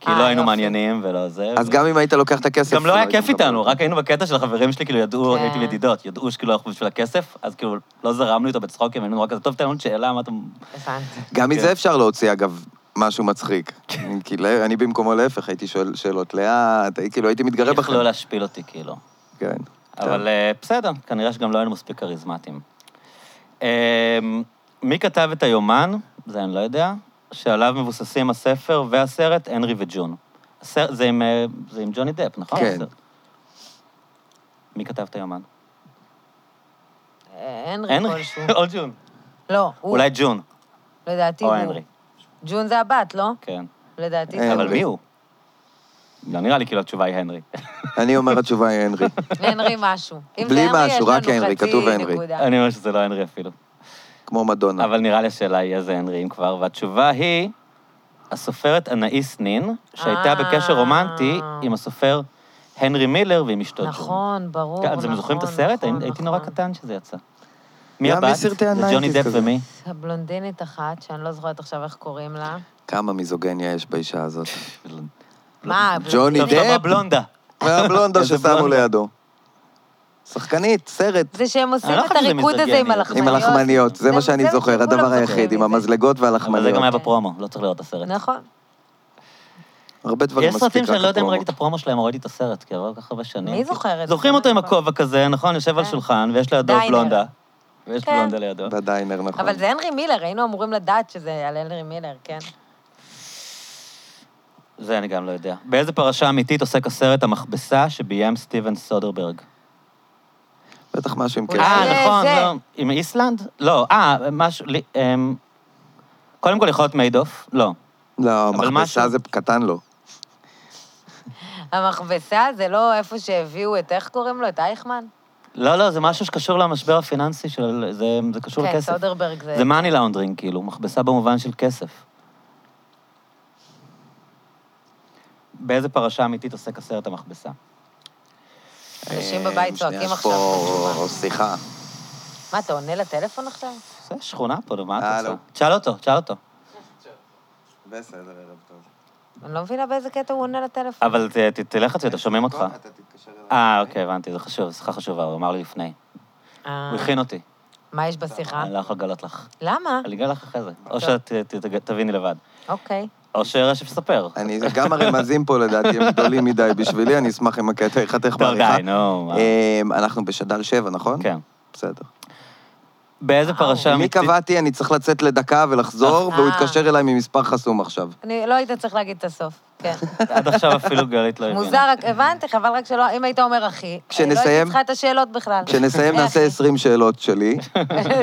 S1: כי
S3: אה,
S1: לא היינו
S3: יופי.
S1: מעניינים ולא זה.
S2: אז
S1: ו-
S2: גם אם היית לוקח את הכסף...
S1: גם לא היה כיף
S2: היית מקבל.
S1: איתנו, רק היינו בקטע של החברים שלי, כאילו ידעו,
S3: כן.
S1: הייתי ידידות, ידעו שכאילו אנחנו בשביל הכסף, אז כאילו לא זרמנו איתו בצחוקים, היינו רק כזה, טוב, תן לנו שאלה, מה אתה...
S3: הבנתי.
S2: גם
S1: כן.
S2: מזה אפשר להוציא, אגב, משהו מצחיק. כי לה- אני במקומו להפך, הייתי שואל שאלות לאט, הייתי- כאילו הייתי מתגרה בכם.
S1: יכלו להשפיל אותי, כאילו.
S2: כן.
S1: אבל אה, בסדר, כנראה שגם לא היינו מספיק כריזמטיים. אה, מי כתב את היומן, זה אני לא יודע, שעליו מבוססים הספר והסרט הנרי וג'ון. הסר- זה עם, אה, זה עם ג'וני דפ, נכון?
S2: כן.
S1: הסרט. מי כתב את היומן?
S3: הנרי
S1: הנרי
S3: כלשהו.
S1: או ג'ון.
S3: לא, הוא,
S1: אולי ג'ון
S3: לדעתי
S1: או
S3: הוא.
S1: הנרי,
S3: ג'ון זה הבת, לא?
S1: כן.
S3: לדעתי
S2: אה,
S3: זה.
S1: אבל
S2: הנרי.
S1: מי הוא? לא נראה לי כאילו התשובה היא הנרי.
S2: אני אומר, התשובה היא הנרי.
S3: הנרי משהו. אם זה
S2: בלי
S3: הנרי, יש
S2: משהו, רק
S3: לנו
S2: הנרי,
S3: חצי
S2: כתוב הנרי.
S3: נקודה.
S1: אני אומר שזה לא הנרי אפילו.
S2: כמו
S3: לא.
S2: מדונה.
S1: אבל נראה לי השאלה היא איזה הנרי אם כבר, והתשובה היא הסופרת אנאיס נין, שהייתה
S3: אה.
S1: בקשר רומנטי עם הסופר הנרי מילר ועם אשתו ג'ון.
S3: נכון, ברור,
S1: לא כן,
S3: נכון.
S1: אתם זוכרים את הסרט?
S3: נכון,
S1: הייתי נורא
S3: נכון.
S1: קטן שזה יצא. מי
S2: היה
S1: הבת?
S2: מסרטי
S1: זה ג'וני
S2: ה-90s
S1: דפ
S2: כזה.
S1: ומי?
S3: הבלונדינית אחת, שאני לא זוכרת עכשיו איך קוראים
S1: לא-
S3: לה.
S2: כמה מיזוגניה יש באישה הזאת.
S3: מה,
S2: ג'וני
S1: טוב,
S3: הבלונדינית?
S1: טוב,
S2: דפ?
S1: הבלונדה.
S2: והבלונדה
S1: איזה
S2: ששמו
S1: בלונדה.
S2: לידו. שחקנית, סרט.
S3: זה שהם
S1: אני
S3: עושים
S1: לא
S3: את
S1: חושב שזה
S3: הריקוד הזה עם
S1: מיזוגני.
S2: עם
S3: הלחמניות.
S2: הלחמניות, זה
S3: זה- כן,
S2: מה שאני
S3: זה
S2: זוכר,
S3: כולם
S2: הדבר
S3: זוכרים
S2: היחיד, עם
S3: את זה.
S2: המזלגות
S1: אבל זה גם
S2: והלחמניות.
S1: היה בפרומו, לא צריך לראות את הסרט.
S3: נכון.
S2: הרבה דברים
S1: יש סרטים
S2: מספיק
S1: שאני
S2: רק
S1: לא יודע אם ראיתי
S2: הפרומות.
S1: את הפרומו שלהם או ראיתי את הסרט, כי עבר כל כך הרבה שנים.
S3: מי זוכר את זה?
S1: זוכרים אותו עם
S3: נכון.
S1: הכובע כזה, נכון? יושב על
S3: כן.
S1: שולחן, ויש לידו
S3: דיינר.
S1: בלונדה. ויש
S3: כן.
S1: בלונדה לידו.
S2: בדיינר, נכון.
S3: אבל זה הנרי מילר, היינו אמורים לדעת שזה על הנרי מילר, כן?
S1: זה אני גם לא יודע. באיזה פרשה אמיתית עוסק הסרט המכבסה שביים סטיבן סודרברג?
S2: בטח משהו עם
S3: אולי-
S2: כסף.
S1: אה,
S3: זה-
S1: נכון,
S3: זה.
S1: לא. עם איסלנד? לא, אה, משהו... לי- אמ, קודם כל יכול להיות מיידוף, לא.
S2: לא,
S1: אבל
S2: מכבסה
S1: משהו-
S2: זה קטן לו.
S3: המכבסה זה לא איפה שהביאו את, איך קוראים לו? את אייכמן?
S1: לא, לא, זה משהו שקשור למשבר הפיננסי של... זה זה קשור
S3: כן,
S1: לכסף.
S3: סודרברג זה...
S1: זה מאני לאונדרינג, כאילו, מכבסה במובן של כסף. באיזה פרשה אמיתית עוסק הסרט המכבסה?
S3: אנשים
S2: אה, שנייה,
S3: בבית צועקים
S2: יש
S3: עכשיו.
S2: פה שיחה.
S3: מה, אתה עונה לטלפון עכשיו?
S1: זה שכונה פה, נו, מה
S2: אה,
S1: אתה
S2: לא.
S1: עושה? תשאל אותו, תשאל אותו.
S2: בסדר, ערב טוב.
S3: אני לא מבינה באיזה קטע הוא עונה לטלפון.
S1: אבל ת- ת- תלך הצידה, שומעים
S2: אה,
S1: אותך. אה, אוקיי, הבנתי, זה חשוב, שיחה חשובה, הוא אמר לי לפני.
S3: אה,
S1: הוא הכין אותי.
S3: מה יש בשיחה?
S1: אני לא יכול לגלות לך.
S3: למה?
S1: אני אגלה לך אחרי זה. או
S3: טוב.
S1: שתביני לבד.
S3: אוקיי.
S1: או שרשף ספר.
S2: אני, גם הרמזים פה לדעתי הם גדולים מדי בשבילי, אני אשמח אם הקטע ייחתך
S1: טוב,
S2: בעריכה.
S1: די, נו. מה.
S2: אמ, אנחנו בשדר שבע, נכון?
S1: כן.
S2: בסדר.
S1: באיזה
S3: וואו.
S1: פרשה
S2: מי
S1: אמיתית...
S2: קבעתי, אני צריך לצאת לדקה ולחזור,
S3: אה.
S2: והוא התקשר אליי ממספר חסום עכשיו.
S3: אני לא היית צריך להגיד את הסוף. כן.
S1: עד עכשיו אפילו גלית לא הבינה.
S3: מוזר, רק- הבנתי, חבל רק שלא, אם היית אומר אחי, לא הייתי
S2: כשנסיים-
S3: צריכה את השאלות בכלל.
S2: כשנסיים
S3: אה,
S2: נעשה
S3: אחי.
S2: 20 שאלות שלי.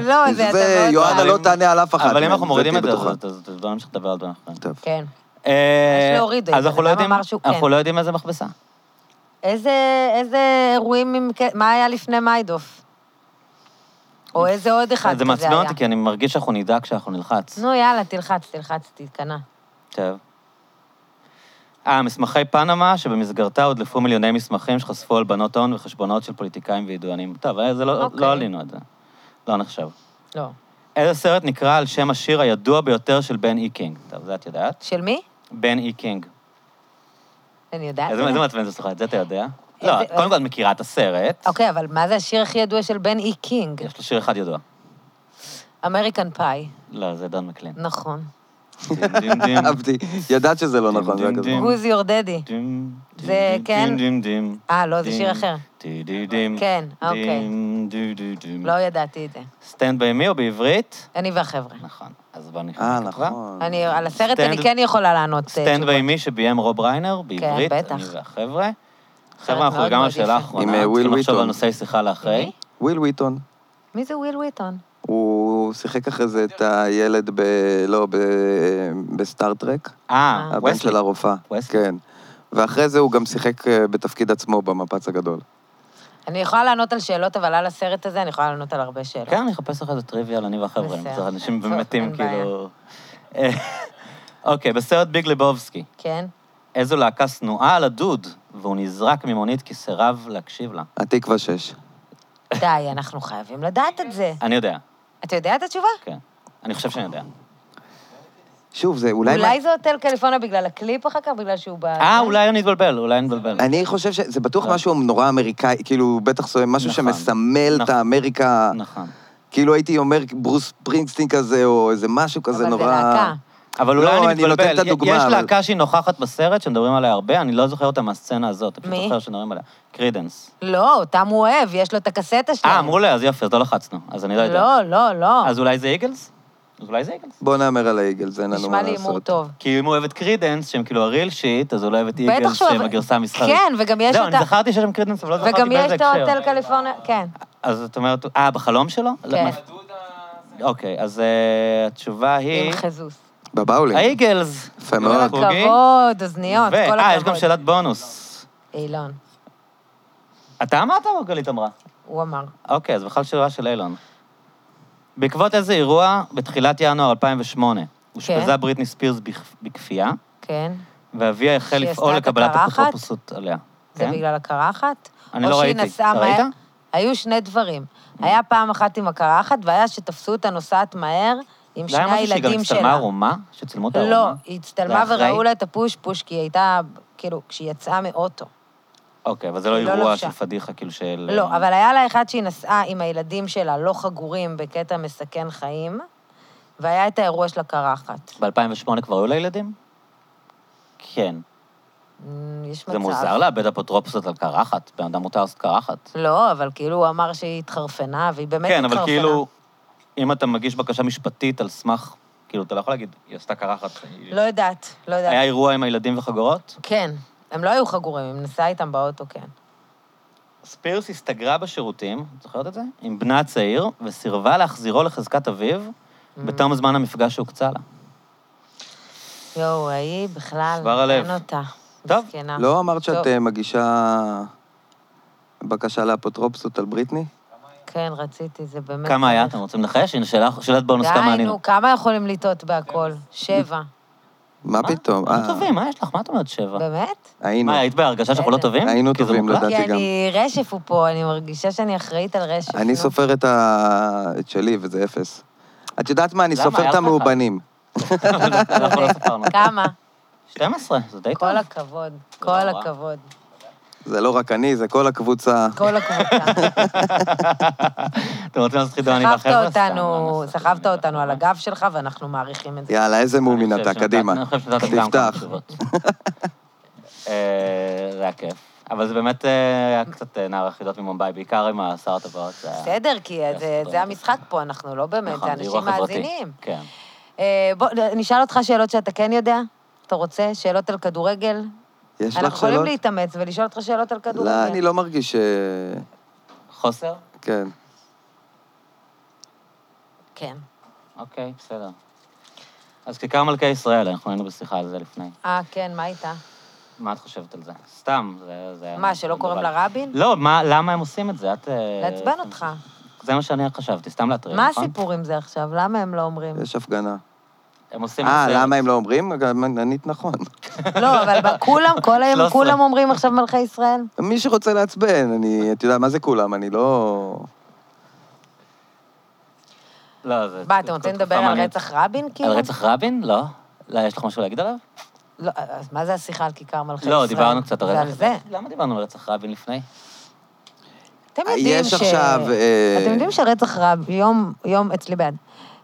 S3: לא, זה אתה
S2: זה,
S3: מאוד...
S2: יואנה
S3: רע.
S2: לא תענה על אף אחת.
S1: אבל אם
S2: מהן,
S1: אנחנו מורידים
S2: זה
S1: את זה,
S2: תהיי בטוחה.
S1: אז- אז אז לא נמשיך לדבר על זה. אנחנו-
S2: טוב.
S3: כן.
S1: אה,
S3: יש להוריד את זה,
S1: אז אנחנו
S3: בן
S1: לא
S3: אדם
S1: יודעים-
S3: אמר שהוא
S1: אנחנו
S3: כן.
S1: לא יודעים איזה מכבסה.
S3: איזה, איזה אירועים, עם... כ- מה היה לפני מיידוף? או איזה עוד אחד
S1: זה
S3: כזה היה.
S1: מעצבן אותי, כי אני מרגיש שאנחנו נדע כשאנחנו נלחץ.
S3: נו, יאללה, תלחץ, תלחץ, תתקנע.
S1: טוב. אה, מסמכי פנמה, שבמסגרתה הודלפו מיליוני מסמכים שחשפו הלבנות הון וחשבונות של פוליטיקאים וידוענים. טוב, אה, זה לא,
S3: אוקיי.
S1: לא עלינו את זה. לא נחשב.
S3: לא.
S1: איזה סרט נקרא על שם השיר הידוע ביותר של בן אי קינג? טוב, זה את יודעת.
S3: של מי?
S1: בן אי קינג.
S3: אה, אני יודעת.
S1: איזה איזה מעצבן זה, סליחה, את זה אתה יודע?
S3: איזה-
S1: לא, קודם כל את מכירה את הסרט.
S3: אה, אוקיי, אבל מה זה השיר הכי ידוע של בן אי קינג?
S1: יש לו שיר אחד ידוע.
S3: אמריקן פאי.
S1: לא, זה דון מקלין.
S3: נכון.
S1: דים, דים, דים.
S3: אה,
S2: אהבתי. ידעת שזה לא
S1: דים,
S2: נכון, זה
S1: דים,
S2: היה כזה.
S1: דים.
S3: Who's your daddy?
S1: דים,
S3: זה
S1: דים,
S3: כן?
S1: דים, דים, דים.
S3: אה, לא, זה
S1: דים,
S3: שיר אחר.
S1: די, די, דים.
S3: כן, אוקיי.
S1: דים, די, די, דים.
S3: לא ידעתי את זה.
S1: סטנד בימי או בעברית?
S3: אני והחבר'ה.
S1: נכון, אז בוא נכנס
S2: אה, נכון.
S3: אני, על הסרט
S1: Stand-
S3: אני כן יכולה לענות. אה,
S1: סטנד
S3: תשובות.
S1: בימי שביים רוב ריינר, בעברית,
S3: כן, בטח.
S1: אני והחבר'ה. חבר'ה, אנחנו
S3: מאוד
S1: גם
S3: מאוד
S1: על שאלה
S3: יפה.
S1: האחרונה,
S2: עם, אה,
S1: צריכים
S2: וויל
S1: לחשוב על
S2: ויטון.
S1: נושאי שיחה לאחרי.
S3: מי?
S2: וויל ויטון,
S3: מי זה וויל וויטון?
S2: הוא שיחק אחרי זה את הילד ב... לא, ב... בסטארט-טרק.
S1: אה,
S3: אה.
S2: הבן
S1: וסלי.
S2: של הרופאה.
S1: וסלי.
S2: כן. ואחרי זה הוא גם שיחק אה, בתפקיד עצמו במפץ הגדול.
S3: אני יכולה לענות על שאלות, אבל על הסרט הזה אני יכולה לענות על הרבה שאלות.
S1: כן, אני אחפש אחרי זה טריוויאל, אני והחבר'ה, אם
S3: בסדר.
S1: צריך אנשים
S3: טוב,
S1: באמת,
S3: אין
S1: כאילו... אוקיי, בסרט ביג לבובסקי,
S3: כן?
S1: איזו להקה שנואה על הדוד, והוא נזרק ממונית כי סירב להקשיב לה.
S2: התקווה 6.
S3: די, אנחנו חייבים לדעת את זה.
S1: אני יודע,
S3: אתה יודע את התשובה?
S1: כן. אני חושב שאני יודע.
S3: אוקיי.
S2: שוב, זה אולי... מה-
S3: אולי זה הוטל קליפורניה בגלל הקליפ אחר כך, בגלל שהוא ב...
S1: אה, אולי נתבלבל, אולי נתבלבל.
S2: אני חושב שזה בטוח
S1: לא.
S2: משהו נורא אמריקאי, כאילו, בטח זה משהו
S1: נכון.
S2: שמסמל את
S1: נכון.
S2: האמריקה.
S1: נכון.
S2: כאילו הייתי אומר ברוס פרינסטין כזה, או איזה משהו כזה נורא...
S3: אבל זה להקה.
S1: אבל
S2: לא,
S1: אולי
S2: אני
S1: אני מתבלבל.
S2: נותן את הדוגמה,
S1: יש
S2: אבל-
S1: להקה שהיא נוכחת בסרט, שמדברים עליה הרבה, אני לא זוכר אותה מהסצנה הזאת, אני פשוט
S3: מי?
S1: זוכר שמדברים עליה. קרידנס.
S3: לא, אותם הוא אוהב, יש לו את הקסטה שלהם.
S1: אה, אמרו לי, אז יופי, אז לא לחצנו, אז אני לא יודע.
S3: כן. לא, לא, לא.
S1: אז אולי זה איגלס? אז אולי זה איגלס.
S2: בוא נאמר על האיגלס, אין לנו
S3: נשמע
S2: מה
S3: לי הימור
S2: לעשות.
S3: טוב.
S1: כי אם הוא אוהב את קרידנס, שהם כאילו הריל שיט, אז הוא לא אוהב את
S3: בטח
S1: איגלס,
S3: שהוא...
S1: שהם הגרסה המסחרית.
S3: כן, וגם יש
S1: זהו,
S3: אותה...
S1: אני זכרתי שיש שם קרידנס, אבל לא זכרתי
S3: וגם יש
S1: באיזה
S3: את
S1: הקשר. אה,
S3: ההוטל קליפורניה, כן.
S1: אז את אומרת, אה, בחלום שלו? לא,
S3: כן.
S1: מה- אוקיי, אז אה, התשובה היא...
S3: עם חזוס.
S2: בבאולינג.
S1: האיגלס.
S2: יפה מאוד.
S1: חוגי.
S3: כבוד, אוזניות,
S1: אוקיי. ו-
S3: כל הכבוד.
S1: אה, יש גם שאלת בונוס.
S3: אילון,
S1: אתה אמרת אוקיי, או גלית אמרה?
S3: הוא אמר.
S1: אוקיי, אז בכלל שאלה של אילון. בעקבות איזה אירוע בתחילת ינואר 2008 אושפזה בריטני ספירס בכ- בכפייה,
S3: כן.
S1: ואביה החל
S3: שהיא
S1: לפעול
S3: עשתה את
S1: לקבלת
S3: הקרחת?
S1: אפוטרופסות עליה.
S3: זה
S1: כן?
S3: בגלל הקרחת?
S1: אני
S3: או
S1: לא
S3: שהיא
S1: ראיתי.
S3: נסעה
S1: אתה
S3: מהר-
S1: ראית?
S3: היו שני דברים. היה פעם אחת עם הקרחת, והיה שתפסו אותה נוסעת מהר עם
S1: זה
S3: שני
S1: היה משהו שהיא גם
S3: הילדים
S1: הצטלמה
S3: שלה.
S1: ערומה? שצילמו אותה ערומה?
S3: לא, היא הצטלמה
S1: זה אחרי?
S3: וראו לה את הפוש-פוש, כי היא הייתה, כאילו, כשהיא יצאה מאוטו.
S1: אוקיי, אבל זה לא
S3: היא לא
S1: אירוע
S3: לבשה.
S1: של פדיחה, כאילו של...
S3: לא, אבל היה לה אחד שהיא נסעה עם הילדים שלה, לא חגורים, בקטע מסכן חיים, והיה את האירוע של הקרחת.
S1: ב-2008 כבר היו לה ילדים? כן.
S3: אמ, יש מצב.
S1: זה מוזר לאבד אפוטרופסות על קרחת. בן אדם מותר לעשות קרחת.
S3: לא, אבל כאילו הוא אמר שהיא התחרפנה, והיא באמת
S1: כן,
S3: התחרפנה.
S1: אבל כאילו, אם אתה מגיש בקשה משפטית על סמך, כאילו, אתה לא יכול להגיד, היא עשתה קרחת. היא-
S3: לא יודעת, לא יודעת.
S1: היה אירוע עם הילדים וחגורות?
S3: כן, הם לא היו חגורים, הם נסעה איתם באוטו, כן.
S1: ספירס הסתגרה בשירותים, את זוכרת את זה? עם בנה הצעיר, וסירבה להחזירו לחזקת אביו
S3: Mm.
S1: בתום זמן המפגש שהוקצה לה.
S3: יואו, ההיא בכלל,
S1: שבר הלב.
S3: אין אותה.
S1: טוב.
S3: מסכנה.
S2: לא אמרת שאת
S3: טוב.
S2: אה, מגישה בקשה לאפוטרופסות על בריטני?
S3: כן, רציתי, זה באמת...
S1: כמה היה?
S3: צריך.
S1: אתם רוצים לנחש? הנה שאלה- שאלת בונוס כמה
S3: די,
S1: ענינו.
S3: נו, כמה יכולים לטעות בהכל?
S2: כן.
S3: שבע.
S2: מה פתאום?
S1: אנחנו
S2: אה,
S1: טובים, מה יש לך? מה את אומרת שבע?
S3: באמת?
S2: היינו.
S1: מה, היית בהרגשה שאנחנו לא טובים?
S2: היינו
S1: כי זה
S2: טובים,
S1: מוקלט?
S2: לדעתי.
S3: כי
S2: גם.
S3: אני רשף הוא פה, אני מרגישה שאני אחראית על רשף.
S2: אני
S3: נו.
S2: סופר את ה- את שלי, וזה אפס. את יודעת מה? אני
S1: למה?
S2: סופר
S1: היה
S2: את
S1: לך אחד.
S2: המאובנים.
S1: אנחנו לא ספרנו.
S3: כמה?
S1: 12, זה די טוב.
S3: כל הכבוד, כל
S1: נורא.
S3: הכבוד.
S2: זה לא רק אני, זה כל הקבוצה.
S3: כל הקבוצה.
S1: אתם רוצים לעשות חידון עם
S3: סחבת
S1: החבר'ה?
S3: אותנו,
S1: סתם, לא,
S3: סחבת
S1: נעשה
S3: אותנו
S1: חידונים.
S3: על הגב שלך, ואנחנו מעריכים את זה.
S2: יאללה, איזה מאומין
S1: אני חושב
S2: אתה,
S1: שנתת-
S2: קדימה.
S1: אני חושב שנתתם גם כמה
S2: תפתח.
S1: תשובות. אה, זה היה כיף. אבל זה באמת אה, היה קצת אה, נער יחידות ממומביי, בעיקר עם השר הטבעות. זה היה-
S3: בסדר, כי זה-
S1: הסרטון הזה.
S3: זה המשחק פה, אנחנו לא באמת,
S1: נכון,
S3: זה
S1: אירוע
S3: אנשים
S1: חברתי.
S3: מאזינים.
S1: כן.
S3: אה, בוא, נשאל אותך שאלות שאתה כן יודע, אתה רוצה? שאלות על כדורגל?
S2: יש
S3: אנחנו
S2: לך
S3: יכולים
S2: שאלות?
S3: להתאמץ ולשאול אותך שאלות על כדורגל.
S2: לא, אני לא מרגיש ש...
S1: חוסר?
S2: כן.
S3: כן.
S1: אוקיי, בסדר. אז כיכר מלכי ישראל, אנחנו היינו בשיחה על זה לפני.
S3: אה, כן, מה איתה?
S1: מה את חושבת על זה? סתם, זה... זה היה
S3: מה, שלא
S1: מדובר.
S3: קוראים לה רבין?
S1: כן, לא, מה, למה הם עושים את זה? את... אה,
S3: לעצבן אותך.
S1: זה מה שאני חשבתי, סתם להתריע,
S3: מה
S1: נכון?
S3: הסיפור עם זה עכשיו? למה הם לא אומרים?
S2: יש הפגנה.
S1: הם עושים את
S2: אה,
S1: זה...
S2: למה הם לא אומרים? גם ענית נכון.
S3: לא, אבל ב- כולם, כל היום,
S1: 13.
S3: כולם אומרים עכשיו מלכי ישראל?
S2: מי שרוצה לעצבן, אני... את יודעת, מה זה כולם? אני לא...
S1: לא, זה...
S3: מה, אתם רוצים לדבר על
S1: מעניינת.
S3: רצח רבין, כאילו?
S1: על רצח רבין? לא. לא, יש לך משהו להגיד עליו?
S3: לא, אז מה זה השיחה על כיכר מלכי ישראל?
S1: לא, דיברנו קצת על
S3: זה
S1: רצח.
S3: על זה.
S1: למה דיברנו על רצח רבין לפני?
S3: אתם יודעים
S2: יש
S3: ש...
S2: עכשיו, אה,
S3: אתם יודעים שרצח רבין, יום, יום אצלי ביד,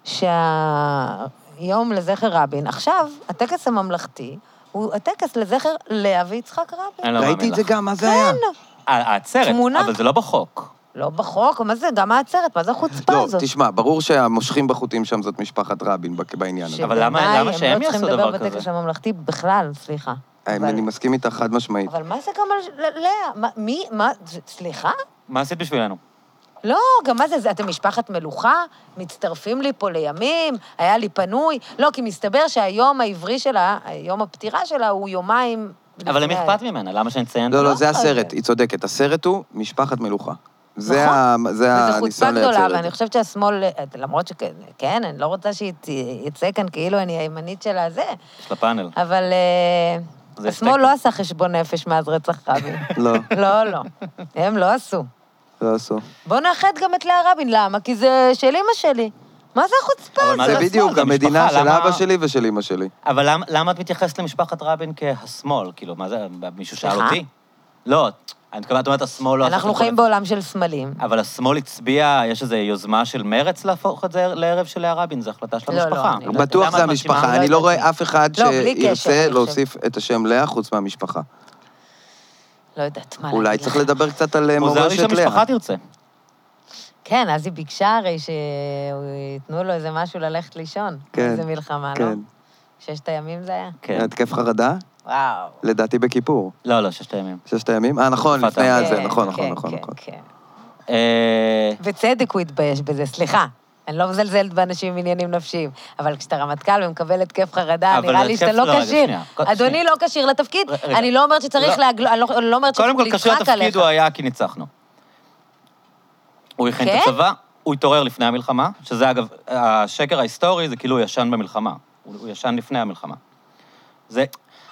S3: שהיום לזכר רבין, עכשיו, הטקס הממלכתי הוא הטקס לזכר לאה ויצחק רבין. כן.
S1: אני לא
S2: ראיתי
S1: מאמין
S2: את זה
S1: לך.
S2: גם, מה זה היה?
S1: אה, העצרת,
S3: תמונה.
S1: אבל זה לא בחוק.
S3: לא בחוק, מה זה, גם העצרת, מה זה החוצפה
S2: לא,
S3: הזאת?
S2: תשמע, ברור שהמושכים בחוטים שם זאת משפחת רבין בק- בעניין הזה.
S1: כן, אבל למה-
S3: שבעיניי
S1: למה שהם
S3: הם לא צריכים
S1: יעשו
S3: לדבר
S1: דבר
S3: בטקס
S1: כזה?
S3: הממלכתי בכלל, סליחה. אבל-
S2: אה, אני מסכים איתך חד משמעית.
S3: אבל מה זה גם על ל- לאה? מה- מי? מה? זה- סליחה?
S1: מה עשית בשבילנו?
S3: לא, גם מה זה, זה, אתם משפחת מלוכה, מצטרפים לי פה לימים, היה לי פנוי. לא, כי מסתבר שהיום העברי שלה, יום הפטירה שלה, הוא יומיים...
S1: אבל למי
S3: לפני.
S1: אכפת ממנה? למה שאני אציין?
S2: לא, לא,
S3: לא
S2: זה
S3: יכול
S2: הסרט,
S3: להיות.
S2: היא צודקת. הסרט הוא משפחת מלוכה. זה ה- זה
S3: נכון. וזו חוצפה
S2: הניסיון לייצר
S3: גדולה,
S2: אה, את
S3: ואני
S2: זה.
S3: חושבת שהשמאל, אה, למרות שכן, אני לא רוצה שיצא כאן כאילו אני הימנית של הזה,
S1: יש לה פאנל.
S3: אבל אה,
S1: זה
S3: השמאל
S1: השטק.
S3: לא עשה חשבון נפש מאז רצח רבין.
S2: לא,
S3: לא, לא. הם לא עשו.
S2: לא עשו.
S3: בואו נאחד גם את לאה רבין, למה? כי זה של אימא שלי. מה זה החוצפה
S1: אבל מה
S3: הזאת?
S2: זה
S1: זה השמאל?
S2: בדיוק
S1: זה
S2: המדינה
S1: המשפחה,
S2: של
S1: למה-
S2: אבא שלי ושל אמא שלי.
S3: לא-
S1: אבל למ- למה את מתייחסת למשפחת רבין כהשמאל? כאילו, מה זה, מישהו שאל
S3: סליחה?
S1: אותי? לא, אני מתכוונת, את אומרת, השמאל לא... עשה
S3: אנחנו
S1: את
S3: חיים
S1: הכל.
S3: בעולם של סמלים.
S1: אבל השמאל הצביע, יש איזו יוזמה של מרץ להפוך את זה לערב של לאה רבין, זו החלטה של
S3: לא, לא,
S1: המשפחה.
S3: אני לא יודעת.
S2: בטוח
S1: למה
S2: זה
S1: את מאשימה?
S2: המשפחה,
S3: לא
S2: אני לא
S3: יודעת.
S2: רואה אף אחד
S3: לא, בלי קשר, אני
S2: שירצה
S3: חושבת.
S2: להוסיף את השם לאה חוץ מהמשפחה.
S3: לא יודעת מה
S2: אולי
S3: להגיד
S2: צריך
S3: לך.
S2: לדבר קצת על אה,
S1: מוזר לי
S2: מורשת לאה.
S1: שהמשפחה תרצה.
S3: כן, אז היא ביקשה הרי שייתנו לו איזה משהו ללכת לישון.
S2: כן,
S3: איזה מלחמה, לא?
S2: כן.
S3: ששת הימים זה היה?
S1: כן.
S2: התקף חרדה?
S3: וואו.
S2: לדעתי בכיפור.
S1: לא, לא, ששת הימים.
S2: ששת הימים? אה, נכון,
S1: תקופת
S2: לפני
S1: ה-
S2: הזה,
S3: כן,
S2: נכון,
S3: כן,
S2: נכון, נכון.
S3: כן,
S2: נכון.
S3: כן.
S1: אה,
S3: בצדק הוא התבייש בזה, סליחה. אני לא מזלזלת באנשים עם עניינים נפשיים, אבל כשאתה רמטכ"ל ומקבל התקף חרדה,
S1: אבל
S3: נראה לי
S1: התקף-
S3: שאתה לא
S1: לא, רגע,
S3: כשיר.
S1: שנייה. קודם-
S3: אדוני
S1: שנייה.
S3: לא כשיר לתפקיד,
S1: ר- רגע.
S3: אני לא אומרת שצריך
S1: לא.
S3: להגלו... אני לא- אני לא אומרת
S1: קודם
S3: שצריך
S1: כל, קשה
S3: לצחק
S1: התפקיד
S3: עליך.
S1: הוא היה כי ניצחנו. הוא הכין את
S3: כן?
S1: הצבא, הוא התעורר לפני המלחמה, שזה אגב, השקר ההיסטורי זה כאילו הוא ישן במלחמה. הוא הוא ישן לפני המלחמה. זה,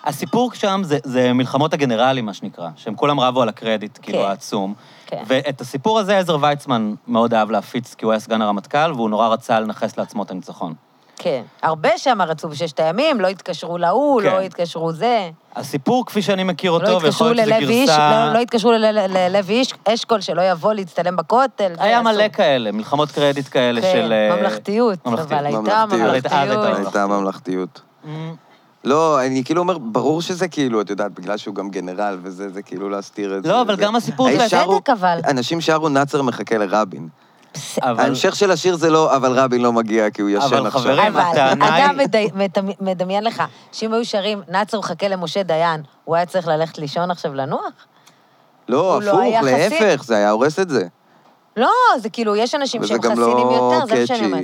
S1: הסיפור שם זה, זה מלחמות הגנרלים, מה שנקרא, שהם כולם רבו על הקרדיט, כאילו,
S3: כן.
S1: העצום.
S3: כן.
S1: ואת הסיפור הזה עזר ויצמן מאוד אהב להפיץ, כי הוא היה סגן הרמטכ"ל, והוא נורא רצה לנכס לעצמו את הניצחון.
S3: כן. הרבה שם רצו בששת הימים, לא התקשרו להוא,
S1: כן.
S3: לא התקשרו זה.
S1: הסיפור, כפי שאני מכיר אותו,
S3: לא
S1: ויכול
S3: התקשרו
S1: להיות שזה
S3: ללב איש,
S1: גרסה...
S3: לא- לא התקשרו לל- ללב איש, אשכול שלא יבוא להצטלם בכותל. זה
S1: לא היה
S3: אסור.
S1: מלא כאלה, מלחמות קרדיט כאלה
S3: כן,
S1: של... אה,
S3: ממלכתיות,
S1: ממלכתיות.
S3: אבל הייתה
S2: ממלכתיות.
S1: הייתה,
S3: ממלכתיות.
S2: הייתה ממלכתיות. לא, אני כאילו אומר, ברור שזה כאילו, את יודעת, בגלל שהוא גם גנרל וזה, זה כאילו להסתיר את זה.
S1: לא, אבל
S2: זה-
S1: גם הסיפור
S2: האיש
S1: של-
S2: שרו-
S3: בצדק, אבל.
S2: אנשים שרו נאצר מחכה לרבין.
S1: אה, אבל...
S2: ההמשך של השיר זה לא, אבל רבין לא מגיע כי הוא ישן עכשיו.
S1: אבל חברים,
S3: אבל
S1: הטענה
S3: אתה
S1: היא-
S3: מדי- מדמי- מדמיין לך, שאם היו שרים, נאצר מחכה למשה דיין, הוא היה צריך ללכת לישון עכשיו לנוח?
S2: לא,
S3: הוא לא היה
S2: הפוך,
S3: חסיד.
S2: להפך, זה היה הורס את זה.
S3: לא, זה כאילו, יש אנשים
S2: וזה
S3: שהם
S2: גם
S3: חסינים
S2: לא
S3: יותר, זה מה שאני
S2: קאצ'י.
S3: אומרת.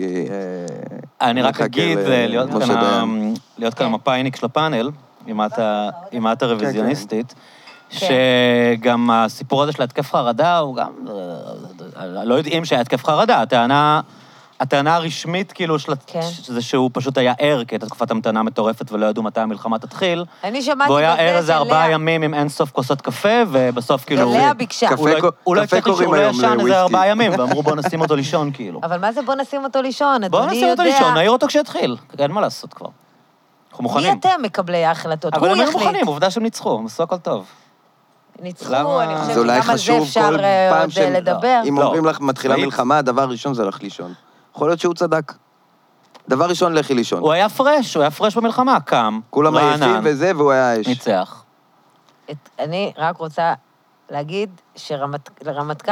S2: אה,
S1: אני רק
S2: מחכה
S1: אגיד,
S2: ל-
S1: אה, להיות
S2: משה
S1: כאן ה-
S2: דיין.
S1: להיות כאן
S3: כן.
S1: המפאיניק של הפאנל, אם את ה- אם
S2: כן.
S1: את הרוויזיוניסטית,
S3: כן.
S1: שגם הסיפור הזה של התקף חרדה, הוא גם... אה, לא יודעים שהיה התקף חרדה, הטענה... הטענה הרשמית, כאילו, של...
S3: כן.
S1: זה שהוא פשוט היה ער, כי הייתה תקופת המתנה מטורפת ולא ידעו מתי המלחמה תתחיל.
S3: אני שמעתי
S1: והוא היה
S3: בזה
S1: ער איזה
S3: שלאה-
S1: ארבעה ימים עם אין סוף כוסות קפה, ובסוף כאילו... הוא-
S3: ולאה ביקשה.
S2: קפה
S1: הוא לא-
S2: קו-
S1: הוא לא
S2: קפה
S1: הצליח לישון,
S2: קוראים
S1: הוא לא
S2: היום
S1: ישן
S2: לוויסקי.
S1: איזה ארבעה ימים, ואמרו בוא נשים אותו לישון, כאילו.
S3: אבל מה זה בוא נשים אותו לישון?
S1: בואו
S3: אדוני
S1: נשים אותו
S3: יודע-
S1: לישון, נעיר אותו כשיתחיל. אין מה לעשות כבר. אנחנו
S3: מי
S1: מוכנים.
S3: אתם מקבלי ההחלטות? הוא
S1: אבל הם היו מוכנים,
S3: יחליט.
S1: עובדה שהם ניצחו, הם עשו הכל טוב.
S3: ניצחו,
S1: למה-
S3: אני
S2: זה
S3: חושבת
S2: אולי
S3: שגם על זה
S2: חשוב
S3: אפשר
S2: כל
S3: אה,
S2: פעם
S3: עוד אה,
S2: שהם-
S3: לדבר.
S2: אם
S1: לא.
S2: אומרים לך, מתחילה
S1: צעיר.
S2: מלחמה, הדבר הראשון זה לך לישון. יכול להיות שהוא צדק. דבר ראשון, לכי לישון.
S1: הוא היה פרש, הוא היה פרש במלחמה, קם,
S2: כולם עייפים
S1: רענן,
S2: וזה, והוא היה אש.
S1: ניצח.
S3: את- אני רק רוצה להגיד שלרמטכ"ל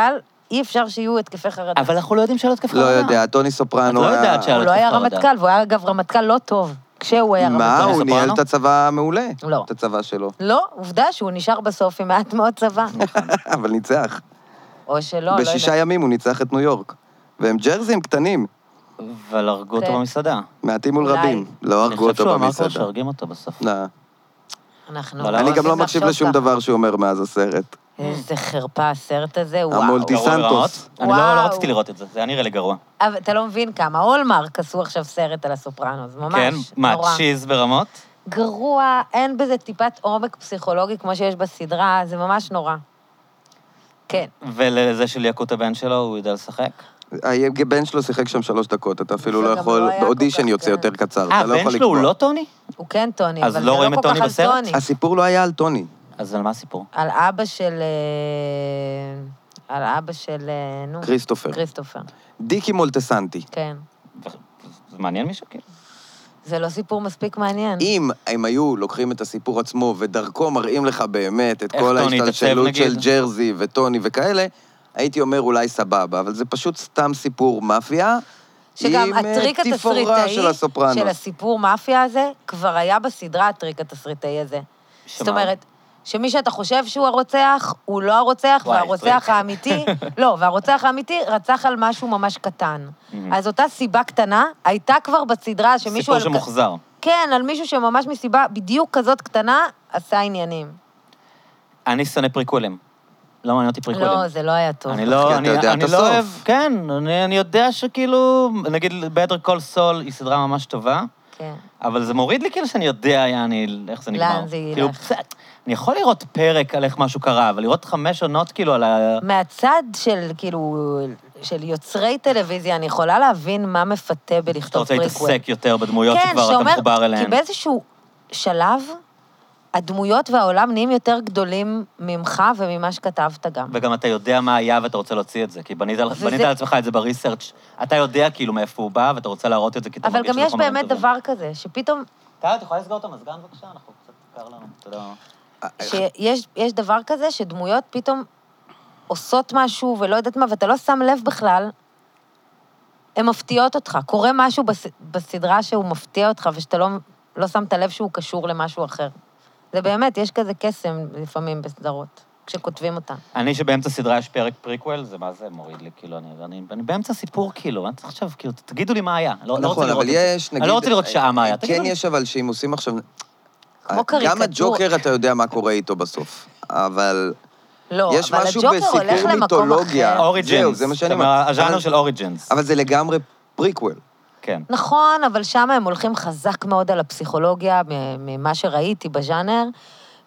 S3: אי אפשר שיהיו התקפי חרדה.
S1: אבל אנחנו לא יודעים שהיה לו התקף
S2: לא
S1: חרדה.
S2: יודע, טוני
S1: את
S2: סופרנו
S1: לא
S2: היה...
S1: יודעת שהיה לו
S3: הוא לא היה
S1: התקף חרדה.
S3: רמטכ"ל, והוא היה אגב רמטכ"ל לא טוב, כשהוא היה רמטכ"ל.
S2: מה,
S1: טוני
S2: הוא
S1: סופרנו?
S2: ניהל את הצבא המעולה.
S3: לא.
S2: את הצבא שלו.
S3: לא, עובדה שהוא נשאר בסוף עם מעט מאוד צבא.
S2: אבל ניצח.
S3: או שלא, לא
S2: בשישה
S3: יודעת.
S2: ימים הוא ניצח את ניו יורק. והם ג'רזים קטנים,
S1: אבל הרגו אותו
S3: כן.
S1: במסעדה.
S2: מעטים מול
S3: אולי.
S2: רבים. לא
S1: אני
S2: הרגו
S1: חושב
S2: אותו
S1: שהוא אמר כבר
S2: במסעדה.
S1: שהרגים אותו בסוף.
S2: לא.
S3: אנחנו...
S1: אבל
S2: אני
S1: לא
S2: גם לא
S3: רוצים
S2: מקשיב
S3: לחשוב
S2: לשום
S3: ככה.
S2: דבר שהוא אומר מאז הסרט.
S3: איזה חרפה הסרט הזה, וואו.
S2: המולטי-
S1: גרוע
S2: דיסנטוס.
S1: ברמות? אני לא- לא
S3: וואו.
S1: רציתי לראות את זה, זה היה נראה לי גרוע.
S3: אבל אתה לא מבין כמה. הולמרק עשו עכשיו סרט על הסופרנוס, ממש.
S1: כן? מה,
S3: נורא.
S1: צ'יז ברמות?
S3: גרוע, אין בזה טיפת עומק פסיכולוגי כמו שיש בסדרה, זה ממש נורא. כן.
S1: ולזה של יקוט הבן שלו, הוא יודע לשחק?
S2: הבן שלו שיחק שם שלוש דקות, אתה אפילו
S3: זה
S2: לא
S3: גם
S2: יכול,
S3: לא היה כל
S2: באודישן
S3: כך
S2: יוצא
S3: קל.
S2: יותר קצר,
S1: אה,
S2: אתה לא
S1: הבן
S2: יכול
S1: שלו הוא
S2: לקבוע.
S1: לא טוני?
S3: הוא כן טוני,
S1: אז
S3: אבל זה
S1: לא
S3: לא
S1: רואים את
S3: כל
S1: טוני
S3: כך על
S1: בסרט?
S3: טוני.
S2: הסיפור לא היה על טוני.
S1: אז על מה הסיפור?
S3: על אבא של... אה, על אבא של... אה, נו.
S2: כריסטופר.
S3: כריסטופר,
S2: דיקי מולטסנטי.
S3: כן.
S1: זה מעניין מישהו? כאילו?
S3: זה לא סיפור מספיק מעניין.
S2: אם הם היו לוקחים את הסיפור עצמו ודרכו מראים לך באמת את
S1: איך
S2: כל
S1: טוני
S2: ההשתלשלות
S1: התעצב,
S2: של
S1: נגיד?
S2: ג'רזי וטוני וכאלה, הייתי אומר אולי סבבה, אבל זה פשוט סתם סיפור מאפיה.
S3: שגם
S2: עם, אה,
S3: הטריק
S2: תפאורה
S3: התסריטאי
S2: של הסופרנוס.
S3: של הסיפור מאפיה הזה, כבר היה בסדרה הטריק התסריטאי הזה. זאת
S1: שמה?
S3: אומרת, שמי שאתה חושב שהוא הרוצח, הוא לא הרוצח,
S1: וואי,
S3: והרוצח
S1: טריק.
S3: האמיתי, לא, והרוצח האמיתי רצח על משהו ממש קטן. אז אותה סיבה קטנה הייתה כבר בסדרה שמישהו...
S1: סיפור
S3: על-
S1: שמוחזר.
S3: כן, על מישהו שממש מסיבה בדיוק כזאת קטנה, עשה עניינים.
S1: אני שונא פריקולים. לא מעניין אותי פריקולים.
S3: לא, זה לא היה טוב.
S1: אני
S2: כי
S1: לא,
S2: אתה
S1: אני,
S2: יודע את
S1: אני
S2: הסוף.
S1: לא אוהב, כן, אני, אני יודע שכאילו, נגיד, Better Call Saul היא סדרה ממש טובה,
S3: כן.
S1: אבל זה מוריד לי כאילו שאני יודע, יעני, איך זה נגמר.
S3: לאן זה ילך.
S1: כאילו, בסדר, אני יכול לראות פרק על איך משהו קרה, אבל לראות חמש עונות כאילו על ה...
S3: מהצד של, כאילו, של יוצרי טלוויזיה, אני יכולה להבין מה מפתה
S1: אתה
S3: בלכתוב
S1: רוצה
S3: פריקוול. כן,
S1: להתעסק יותר בדמויות שכבר אתה מחובר אליהן.
S3: כי באיזשהו שלב, הדמויות והעולם נהיים יותר גדולים ממך וממה שכתבת גם.
S1: וגם אתה יודע מה היה ואתה רוצה להוציא את זה, כי בנית, על-
S3: וזה-
S1: בנית על עצמך את זה בריסרצ', אתה יודע כאילו מאיפה הוא בא, ואתה רוצה להראות את זה כי אתה
S3: אבל
S1: מרגיש
S3: גם
S1: שזה
S3: יש
S1: חומרים
S3: באמת
S1: טובים.
S3: דבר כזה, שפתאום
S1: טל, את יכולה לסגור את המזגן בבקשה? אנחנו קצת קר לנו. תודה רבה.
S2: אה,
S3: שיש יש דבר כזה שדמויות פתאום עושות משהו ולא יודעת מה, ואתה לא שם לב בכלל, הן מפתיעות אותך. קורה משהו בס, בסדרה שהוא מפתיע אותך, ושאתה לא, לא שמת לב שהוא קשור למשהו אחר. זה באמת, יש כזה קסם לפעמים בסדרות, כשכותבים אותן.
S1: אני שבאמצע סדרה יש פרק פריקוול, זה מה זה מוריד לי, כאילו, אני, אני, אני באמצע סיפור, כאילו, מה צריך עכשיו, כאילו, תגידו לי מה היה. לא, לא רוצה
S2: נכון,
S1: לראות
S2: אבל
S1: את זה.
S2: יש, נגיד...
S1: אני לא רוצה לראות שעה מה היה,
S2: כן
S1: תגידו לי.
S2: יש, אבל שאם עושים עכשיו... אה,
S3: כמו
S2: גם
S3: קריקטורה.
S2: הג'וקר, אתה יודע מה קורה איתו בסוף. אבל
S3: לא,
S2: יש
S3: אבל
S2: משהו
S3: הג'וקר הולך
S2: בסיפור
S3: למקום
S2: מיתולוגיה. אה,
S3: אחר.
S2: זהו,
S1: אוריג'ינס.
S2: זה מה שאני
S1: אומר.
S2: אומר.
S1: הז'אנר
S2: אבל-
S1: של אוריג'ינס.
S2: אבל זה לגמרי פריקוול.
S1: כן.
S3: נכון, אבל שם הם הולכים חזק מאוד על הפסיכולוגיה, מ- ממה שראיתי בז'אנר,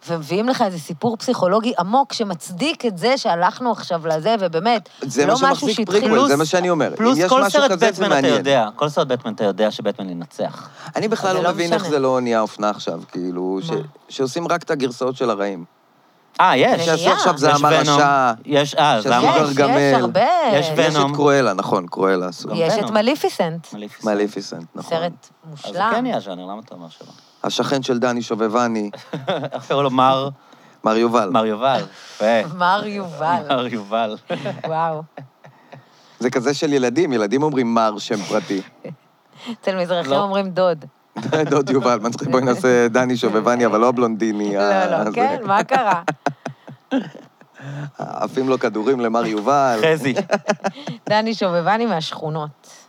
S3: ומביאים לך איזה סיפור פסיכולוגי עמוק שמצדיק את זה שהלכנו עכשיו לזה, ובאמת,
S2: זה מה
S3: לא משהו
S2: שמחזיק
S3: שהתחיל...
S2: פריקוול, זה מה שאני אומר.
S1: פלוס
S2: אם יש
S1: כל
S2: משהו
S1: סרט
S2: כזה, זה
S1: בטמן אתה
S2: מעניין.
S1: יודע, כל סרט בטמן אתה יודע שבטמן ינצח.
S2: אני בכלל
S3: זה
S2: לא
S3: לא
S2: מבין
S3: משנה.
S2: איך זה לא נהיה אופנה עכשיו, כאילו, ש-
S3: מה?
S2: שעושים רק את הגרסאות של הרעים.
S1: אה, יש.
S3: נהיה.
S2: שעשו עכשיו
S1: יש
S2: זה אמר
S1: ונום.
S2: השעה,
S1: יש, אה,
S2: שזה
S1: זה אמר
S3: יש,
S1: השעה.
S2: גרגמל.
S3: יש הרבה.
S1: יש ו-
S2: יש
S1: ונום.
S2: את קרואלה, נכון, קרואלה עשו.
S1: גם
S3: יש
S1: ונום.
S3: את מליפיסנט,
S2: מליפיסנט, נכון.
S3: סרט
S1: אז זה
S3: מושלם.
S1: כן יהיה ז'אנר, למה אתה אומר שלא?
S2: השכן של דני שובבני,
S1: איך קראו לו? מר,
S2: מר יובל.
S1: מר יובל. יפה.
S3: מר יובל,
S1: מר יובל.
S3: וואו.
S2: זה כזה של ילדים, ילדים אומרים מר שם פרטי.
S3: אצל מזרחים
S1: לא.
S3: אומרים דוד.
S2: דוד יובל, מצחיק, בואי נעשה דני שובבני, אבל לא הבלונדיני.
S1: אה,
S3: לא,
S2: ה-
S3: לא,
S2: זה.
S3: כן, מה קרה?
S2: עפים לו כדורים למר יובל.
S1: חזי.
S3: דני שובבני מהשכונות.
S1: אוקיי.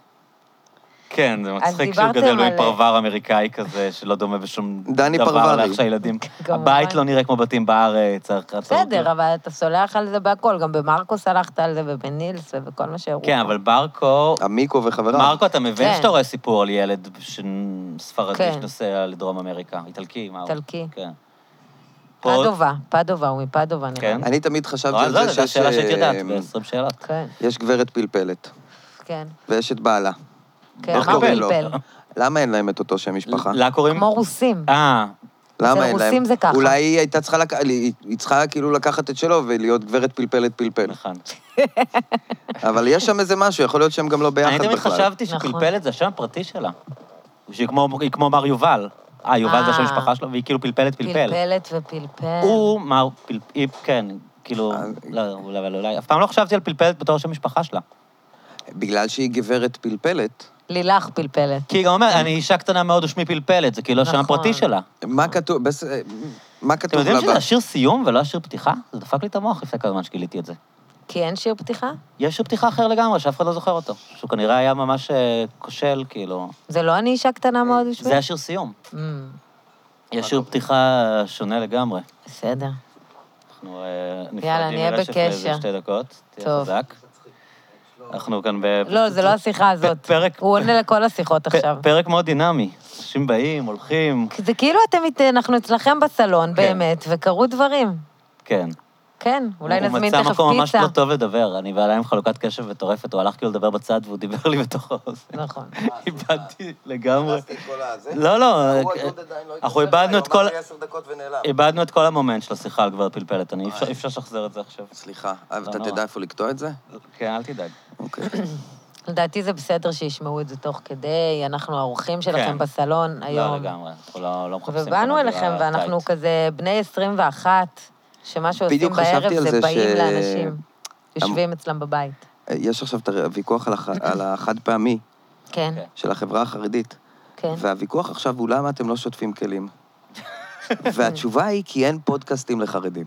S1: כן, זה
S3: אז
S1: מצחיק שהוא גדל
S3: דיברתם
S1: באי
S3: על-
S1: פרבר אמריקאי כזה, שלא דומה בשום
S2: דני
S1: דבר
S2: פרברי.
S1: לאיך שהילדים...
S3: כמובן.
S1: הבית לא נראה כמו בתים בארץ, צריך...
S3: בסדר, אבל אתה סולח על זה בהכל, גם במרקוס הלכת על זה, ובנילס, ובכל מה שהראו.
S1: כן, אבל ברקו...
S2: המיקו וחבריו.
S1: מרקו, אתה מבין
S3: כן.
S1: שאתה רואה סיפור על ילד ש- ספרדי
S3: כן.
S1: שנוסע לדרום אמריקה. איטלקי, מה הוא?
S3: איטלקי.
S1: כן. פה-
S3: פדובה, פדובה, הוא מפדובה נראה
S1: כן.
S3: לי.
S2: אני תמיד חשבתי
S1: לא,
S2: על
S1: לא,
S2: זה
S1: זו
S2: שיש...
S1: השאלה שהייתי יודעת,
S2: אה,
S1: ב-20 שאלות.
S3: כן,
S2: יש גברת פלפלת,
S3: כן,
S2: ויש את בעלה.
S3: כן,
S2: איך
S3: מה
S2: קוראים לו?
S3: פלפל?
S2: למה אין להם את אותו שם משפחה?
S1: לה קוראים...
S3: כמו רוסים.
S1: אה,
S2: למה
S3: אצל
S2: אין להם?
S3: רוסים זה ככה.
S2: אולי היא הייתה צריכה, לק... היא היא צריכה כאילו לקחת את שלו ולהיות גברת פלפלת פלפל.
S1: נכון.
S2: אבל יש שם איזה משהו, יכול להיות שהם גם לא ביחד
S1: אני
S2: בכלל.
S1: תמיד חשבתי
S3: נכון.
S1: שפלפלת זה השם הפרטי שלה. שהיא כמו- היא כמו מר יובל. אה, יובל זה השם
S3: אה.
S1: המשפחה שלו, והיא כאילו פלפלת פלפל.
S3: פלפלת ופלפל.
S1: הוא מר פלפל, כן, כאילו,
S2: אז-
S1: לא, אולי, אבל אולי, אף פעם לא חשבתי על פלפלת בתור שם משפחה שלה.
S2: בגלל שהיא גברת פלפלת,
S3: לילך פלפלת.
S1: כי היא גם אומרת, אני אישה קטנה מאוד ושמי פלפלת, זה כאילו השם
S3: נכון.
S1: הפרטי שלה.
S2: מה כתוב, בס... אה, מה
S1: אה. אתם
S2: כתוב
S1: יודעים
S2: לבא?
S1: שזה השיר סיום ולא השיר פתיחה? זה דפק לי את המוח לפני כמה זמן שגיליתי את זה.
S3: כי אין שיר פתיחה?
S1: יש שיר פתיחה אחר לגמרי, שאף אחד לא זוכר אותו. שהוא כנראה היה ממש אה, כושל, כאילו.
S3: זה לא אני אישה קטנה מאוד
S1: זה
S3: בשביל?
S1: השיר סיום.
S3: אמ,
S1: יש שיר פתיחה שונה לגמרי.
S3: בסדר.
S1: אנחנו אה,
S3: יאללה,
S1: נפרדים
S3: נהיה
S1: מרשף לאיזה
S3: בקשר.
S1: שתי דקות. תהיה
S3: טוב.
S1: חזק. אנחנו כאן ב...
S3: לא, זה לא השיחה הזאת.
S1: פרק-
S3: הוא עונה לכל השיחות
S1: פ-
S3: עכשיו.
S1: פרק מאוד דינמי. אנשים באים, הולכים,
S3: כי זה כאילו אתם, מת- אנחנו אצלכם בסלון, באמת, וקרו דברים.
S1: כן.
S3: כן, אולי
S1: הוא
S3: נזמין
S1: מצא
S3: תכף
S1: מקום ממש
S3: פיצה.
S1: לא טוב לדבר. אני ועלה עם חלוקת קשב מטורפת, הוא הלך כאילו לדבר בצד והוא דיבר לי בתוך האוזן.
S3: נכון.
S1: איבדתי
S2: לא
S1: לגמרי.
S2: אה,
S1: לא, לא, אנחנו איבדנו את כל... איבדנו את כל המומנט של השיחה על גברת פלפלת, אני אי אפשר- אי אפשר לשחזר את זה עכשיו.
S2: סליחה, אבל אתה
S1: נורא.
S2: תדע איפה לקטוע את זה?
S1: כן, אל תדאג.
S2: אוקיי.
S3: לדעתי זה בסדר שישמעו את זה תוך כדי, אנחנו האורחים
S1: כן.
S3: שלכם בסלון
S1: לא
S3: היום.
S1: לגמרי, אנחנו לא לא מחפשים...
S3: ובאנו
S1: כאן
S3: אליכם,
S1: אווירה
S3: ואנחנו
S1: טייט.
S3: כזה בני 21, שמה שעושים
S2: בדיוק חשבתי
S3: בערב
S2: על זה
S3: זה באים
S2: ש- אמ-
S3: לאנשים, יושבים אצלם בבית.
S2: אה, יש עכשיו את הוויכוח על הח- על החד פעמי
S3: כן,
S1: כן.
S2: של החברה החרדית,
S3: כן.
S2: והוויכוח עכשיו הוא למה אתם לא שוטפים כלים. והתשובה היא כי אין פודקאסטים לחרדים.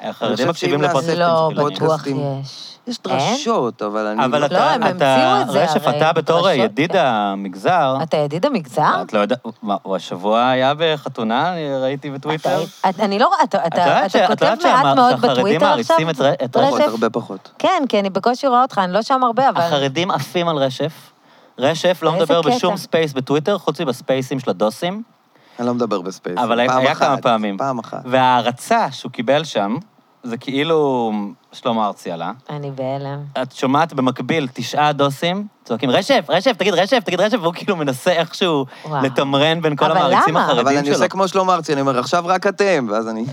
S1: החרדים
S2: חושב
S1: מקשיבים
S2: שאם נעשה
S1: לפודקאסטים
S3: לא,
S1: של חילונים.
S3: בטוח
S2: פודקאסטים.
S3: יש.
S2: יש
S3: אין?
S2: דרשות, אבל אני...
S1: אבל
S2: לא-
S3: אה? לא, הם
S1: אתה, אתה,
S3: המציאו את זה,
S1: רשף,
S3: הרי.
S1: אתה בתור
S3: דרשות,
S1: ידיד
S3: כן.
S1: המגזר,
S3: אתה ידיד המגזר?
S1: את לא יודעת, מה, הוא השבוע היה בחתונה, אני ראיתי בטוויטר.
S3: את- אני לא רואה, אתה-
S1: את יודעת
S3: אתה
S1: ש-
S3: אתה
S1: את יודעת
S3: כותב מעט
S1: שהמ-
S3: מאוד
S1: שהחרדים
S3: בטוויטר עכשיו?
S1: מעריצים את ר- את
S2: פחות,
S1: רשף?
S2: הרבה פחות.
S3: כן, כי אני בקושי רואה אותך, אני לא שם הרבה, אבל...
S1: החרדים עפים על רשף. רשף לא
S3: באיזה
S1: מדבר
S3: קטע?
S1: בשום ספייס בטוויטר, חוץ מבספייסים של הדוסים,
S2: אני לא מדבר בספייס.
S1: אבל היה
S2: פעם
S1: היה
S2: אחת,
S1: כמה פעמים.
S2: פעם אחת.
S1: וההערצה שהוא קיבל שם, זה כאילו שלמה ארצי עלה.
S3: אני בהלם.
S1: את שומעת במקביל תשעה דוסים צועקים, רשף, רשף, תגיד רשף, תגיד רשף, והוא כאילו מנסה איכשהו
S3: וואו.
S1: לתמרן בין כל
S3: אבל
S1: המעריצים
S3: למה?
S1: החרדים
S2: אבל אני
S1: שלו.
S2: עושה כמו שלמה ארצי, אני אומר, עכשיו רק אתם, ואז אני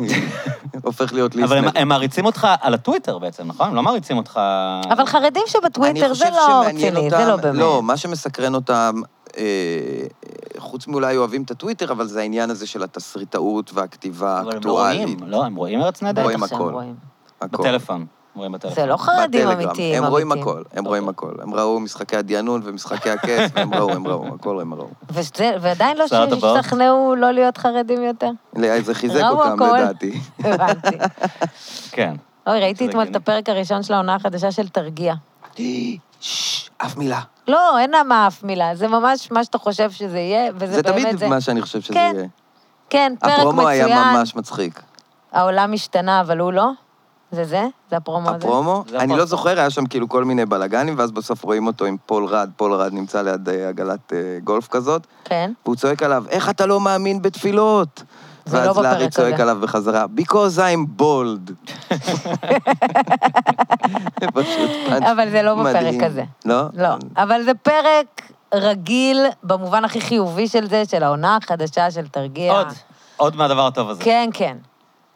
S2: הופך להיות
S1: אבל הם,
S2: ליסטנר.
S1: הם מעריצים אותך על הטוויטר בעצם, נכון? הם לא מעריצים אותך... אה.
S3: אבל חרדים שבטוויטר
S2: אני
S3: זה
S2: חושב
S3: לא
S2: שמעניין
S3: רציני, זה
S2: אותם-
S3: לא באמת.
S2: לא, מה שמסקרן אותם, אה, אה, חוץ מאולי אוהבים את הטוויטר, אבל זה העניין הזה של התסריטאות והכתיבה
S1: אבל הם לא רואים,
S2: האקטואלית.
S1: לא, הם רואים ארץ נהדרת?
S2: רואים
S3: בטח שהם
S2: הכל.
S3: רואים.
S2: הכל.
S1: בטלפון. רואים בטלפון.
S3: זה לא חרדים
S2: בטלגרם.
S3: אמיתיים,
S2: הם רואים
S3: אמיתיים.
S2: הכל, הם רואים הכל. הם ראו משחקי הדיאנון ומשחקי הכס, והם ראו, הם ראו, הכל הם ראו.
S3: וזה- ועדיין לא
S1: שר הטבעות.
S3: שהשתכנעו לא להיות חרדים יותר.
S2: לא, זה חיזק
S3: ראו
S2: אותם,
S3: הכל.
S2: לדעתי.
S3: הבנתי.
S1: כן.
S3: אוי, ראיתי
S1: זה
S3: אתמול את
S1: הגיוני.
S3: הפרק הראשון של העונה החדשה של תרגיע.
S2: ששש, אף מילה.
S3: לא, אין למה אף מילה, זה ממש מה שאתה חושב שזה יהיה, וזה
S2: זה
S3: באמת זה.
S2: תמיד מה שאני חושב שזה
S3: כן,
S2: יהיה.
S3: כן, פרק
S2: הפרומו היה
S3: מצוין,
S2: ממש מצחיק.
S3: העולם השתנה, אבל הוא לא? זה זה? זה הפרומו הזה?
S2: הפרומו,
S1: זה
S2: אני
S1: הפרומו.
S2: לא זוכר, היה שם כאילו כל מיני בלאגנים, ואז בסוף רואים אותו עם פול רד, פול רד נמצא ליד אה, עגלת אה, גולף כזאת,
S3: כן.
S2: והוא צועק עליו, איך אתה לא מאמין בתפילות?
S3: זה לא
S2: ואז
S3: בפרק
S2: לארי צועק
S3: הזה.
S2: עליו בחזרה, because I'm bold. זה פשוט פאנץ'
S3: אבל זה לא בפרק
S2: מדהים.
S3: הזה.
S2: לא?
S3: לא, אבל זה פרק רגיל, במובן הכי חיובי של זה, של העונה החדשה של תרגיע.
S1: עוד, עוד מהדבר הטוב הזה.
S3: כן, כן,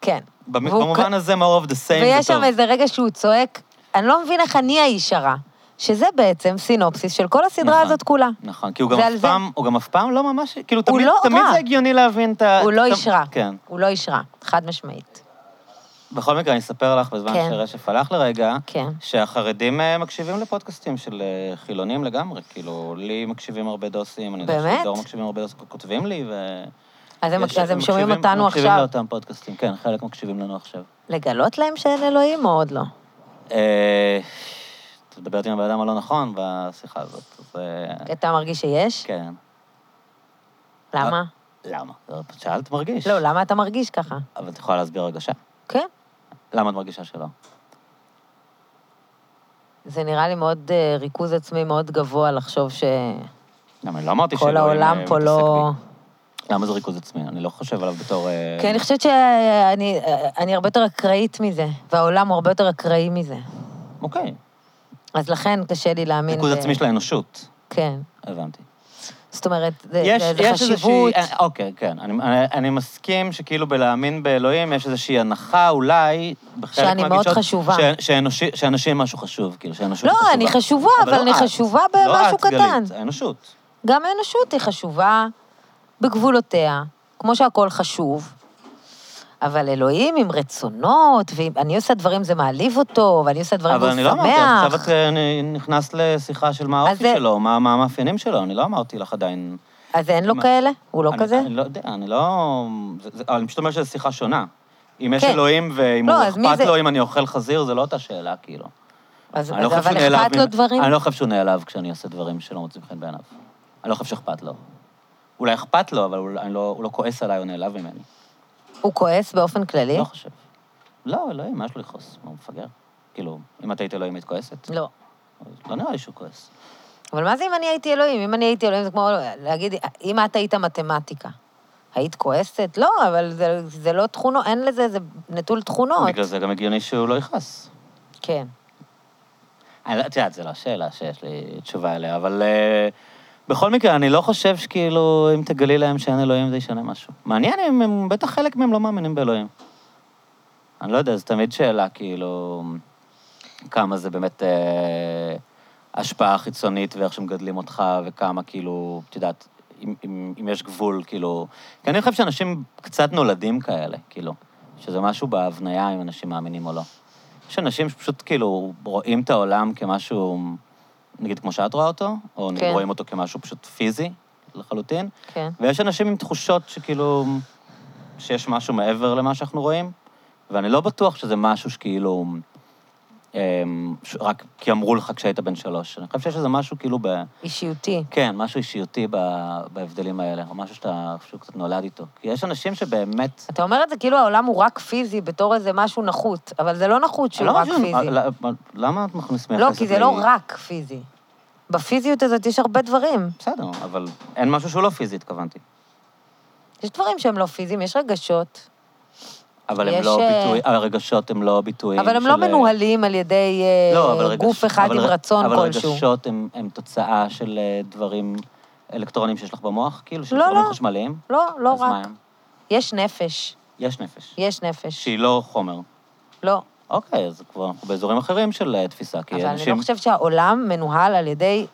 S3: כן.
S1: במ-
S3: והוא
S1: במובן הזה, more of the same זה טוב.
S3: ויש שם איזה רגע שהוא צועק, אני לא מבין איך אני האיש הרע. שזה בעצם סינופסיס של כל הסדרה
S1: נכון.
S3: הזאת כולה.
S1: נכון, כי הוא גם
S3: זה על
S1: אף
S3: זה.
S1: פעם, הוא גם אף פעם לא ממש, כאילו, תמיד,
S3: לא
S1: תמיד
S3: רע.
S1: זה הגיוני להבין את ה...
S3: הוא לא
S1: את ה-
S3: איש רע.
S1: אה, כן.
S3: הוא לא איש רע, חד משמעית.
S1: בכל מקרה, אני אספר לך, בזמן
S3: כן.
S1: שרשף הלך לרגע,
S3: כן.
S1: שהחרדים אה, מקשיבים לפודקאסטים של אה, חילונים לגמרי. כאילו, לי מקשיבים הרבה דוסים, אני יודע
S3: באמת?
S1: שדור מקשיבים הרבה דוסים, כותבים לי, ו...
S3: אז הם,
S1: יש-
S3: אז הם שומעים
S1: מקשיבים-
S3: אותנו
S1: מקשיבים
S3: עכשיו.
S1: לאותם פודקאסטים, כן, חלק מקשיבים לנו עכשיו.
S3: לגלות להם שאין אלוהים או עוד לא?
S1: אה, את מדברת עם הבן אדם הלא נכון בשיחה הזאת, אז... אה,
S3: אתה מרגיש שיש?
S1: כן.
S3: למה?
S1: למה? את שאלת מרגיש.
S3: לא, למה אתה מרגיש ככה?
S1: אבל את יכולה להסביר הרגשה?
S3: כן.
S1: למה את מרגישה שלא?
S3: זה נראה לי מאוד אה, ריכוז עצמי מאוד גבוה לחשוב שכל
S1: למה, אני לא אמרתי שאלוהים
S3: העולם
S1: אה,
S3: פה
S1: מתעסק
S3: לא...
S1: בי. למה זה ריכוז עצמי? אני לא חושב עליו בתור... אה,
S3: כן, אני חושבת שאני אה, אני הרבה יותר אקראית מזה, והעולם הוא הרבה יותר אקראי מזה.
S1: אוקיי.
S3: אז לכן קשה לי להאמין... אה,
S1: ריכוז
S3: ב-
S1: עצמי של האנושות.
S3: כן.
S1: הבנתי.
S3: זאת אומרת, זה
S1: יש,
S3: זה- זה
S1: יש
S3: חשיבות.
S1: איזושהי... אה, אוקיי, כן. אני, אני, אני מסכים שכאילו בלהאמין באלוהים יש איזושהי הנחה אולי, בחלק
S3: שאני מאוד
S1: מהגישות,
S3: חשובה.
S1: ש, שאנושי, שאנשים משהו חשוב, כאילו, שאנושות
S3: לא,
S1: חשובה.
S3: אני חשובה, אבל
S1: לא
S3: אני
S1: את.
S3: חשובה
S1: לא
S3: במשהו
S1: את, גלית,
S3: קטן.
S1: האנושות.
S3: גם האנושות היא חשובה בגבולותיה, כמו שהכל חשוב. אבל אלוהים עם רצונות, ואני עושה דברים, זה מעליב אותו, ואני עושה דברים,
S1: אבל
S3: והוא
S1: אני לא אמרתי,
S3: שמח.
S1: עכשיו את אה, נ- נכנסת לשיחה של מה
S3: אז
S1: האופי
S3: זה-
S1: שלו, מה מה המאפיינים שלו, אני לא אמרתי לך עדיין.
S3: אז אין לו
S1: מה-
S3: כאלה? הוא לא
S1: אני-
S3: כזה?
S1: אני לא יודע, אני לא... זה- זה- אבל אני פשוט אומר שזו שיחה שונה. אם יש
S3: כן.
S1: אלוהים ואם
S3: לא,
S1: הוא
S3: אז מי
S1: אכפת
S3: זה-
S1: לו אם אני אוכל חזיר, זה לא אותה שאלה, כאילו.
S3: אז,
S1: אני לא
S3: אז
S1: חושב שהוא
S3: אבל
S1: נעלב.
S3: אכפת לו
S1: אם-
S3: דברים?
S1: אני לא חושב שהוא נעלב כשאני עושה דברים שלא מוצאים חן בעיניו. אני לא חושב שאכפת לו. אולי אכפת לו, אבל הוא- אני לא- הוא לא כועס עליי או נעלב ממני.
S3: הוא כועס באופן כללי?
S1: לא חושב. לא, אלוהים, מה יש לו לכעוס? מה, הוא מפגר? כאילו, אם את היית אלוהים, היית כועסת?
S3: לא.
S1: לא נראה לי שהוא כועס.
S3: אבל מה זה אם אני הייתי אלוהים? אם אני הייתי אלוהים זה כמו להגיד, אם את היית מתמטיקה, היית כועסת? לא, אבל זה, זה לא תכונות, אין לזה, זה נטול תכונות.
S1: בגלל זה גם הגיוני שהוא לא יכעס.
S3: כן.
S1: אני לא, את יודעת, זו לא שאלה שיש לי תשובה אליה, אבל אה, בכל מקרה, אני לא חושב שכאילו, אם תגלי להם שאין אלוהים, זה ישנה משהו. מעניין אם הם, בטח חלק מהם לא מאמינים באלוהים. אני לא יודע, זו תמיד שאלה, כאילו, כמה זה באמת אה, השפעה חיצונית ואיך שמגדלים אותך, וכמה, כאילו, את יודעת, אם, אם, אם יש גבול, כאילו... כי אני חושב שאנשים קצת נולדים כאלה, כאילו, שזה משהו בהבניה, אם אנשים מאמינים או לא. יש אנשים שפשוט כאילו רואים את העולם כמשהו, נגיד כמו שאת רואה אותו, או נגיד
S3: כן.
S1: רואים אותו כמשהו פשוט פיזי לחלוטין,
S3: כן.
S1: ויש אנשים עם תחושות שכאילו, שיש משהו מעבר למה שאנחנו רואים, ואני לא בטוח שזה משהו שכאילו... אמ, ש- רק כי אמרו לך כשהיית בן שלוש. אני חושב שיש איזה משהו כאילו ב...
S3: אישיותי.
S1: כן, משהו אישיותי ב- בהבדלים האלה, או משהו שאתה פשוט קצת נולד איתו. כי יש אנשים שבאמת...
S3: אתה אומר את זה כאילו העולם הוא רק פיזי בתור איזה משהו נחות, אבל זה לא נחות שהוא
S1: לא
S3: רק
S1: מבין,
S3: פיזי.
S1: אה, לא, למה את מכניסת
S3: לא, כי זה לא רק פיזי. בפיזיות הזאת יש הרבה דברים.
S1: בסדר, אבל אין משהו שהוא לא פיזי, התכוונתי.
S3: יש דברים שהם לא פיזיים, יש רגשות,
S1: אבל הם
S3: יש,
S1: לא
S3: אה,
S1: ביטוי, הרגשות הם לא ביטויים
S3: אבל הם
S1: של...
S3: לא מנוהלים על ידי אה,
S1: לא, אבל רגש-
S3: גוף אחד
S1: אבל
S3: עם
S1: ר-
S3: רצון
S1: אבל
S3: כלשהו.
S1: רגשות הם הם תוצאה של אה, דברים אלקטרונים שיש לך במוח, כאילו, של
S3: לא,
S1: דברים
S3: לא.
S1: חשמליים?
S3: לא, לא
S1: אז מה
S3: רק.
S1: הם?
S3: יש נפש,
S1: יש נפש.
S3: יש נפש.
S1: שהיא לא חומר.
S3: לא,
S1: אוקיי, אז כבר באזורים אחרים של אה, תפיסה, כי
S3: אבל
S1: אנשים...
S3: אני לא חושבת שהעולם מנוהל על ידי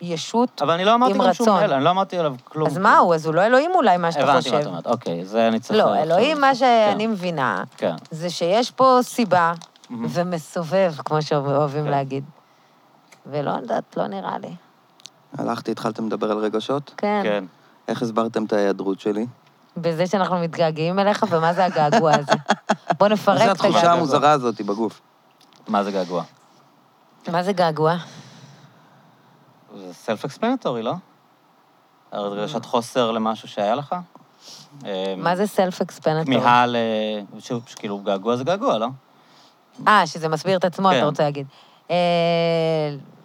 S3: ישות.
S1: אבל אני לא אמרתי
S3: עם
S1: גם שהוא
S3: רצון.
S1: מנהל, אני לא אמרתי עליו כלום.
S3: אז מה הוא? אז הוא לא אלוהים אולי, מה שאתה
S1: הבנתי מה את
S3: חושב.
S1: אומרת, אוקיי, זה אני צריך...
S3: לא,
S1: לחשוב.
S3: אלוהים, מה שאני
S1: כן,
S3: מבינה,
S1: כן.
S3: זה שיש פה סיבה,
S1: מהמם.
S3: ומסובב, כמו שאוהבים
S1: כן.
S3: להגיד. ולא יודעת, לא נראה לי.
S2: הלכתי, התחלתם לדבר על רגשות?
S3: כן.
S1: כן.
S2: איך הסברתם את ההיעדרות שלי?
S3: בזה שאנחנו מתגעגעים אליך, ומה זה הגעגוע הזה? בוא נפרק
S2: זה
S3: את
S2: התחושה
S3: הגעגוע.
S2: המוזרה הזאת בגוף.
S1: מה זה געגוע?
S3: מה זה געגוע?
S1: זה סלף אקספלנטורי, לא? הרגשת חוסר למשהו שהיה לך? אמ,
S3: אה. מה זה סלף אקספנטור?
S1: כמיהה ל... אה, שוב, שכאילו געגוע זה געגוע, לא?
S3: אה, שזה מסביר את עצמו,
S1: כן.
S3: אתה רוצה להגיד. אה,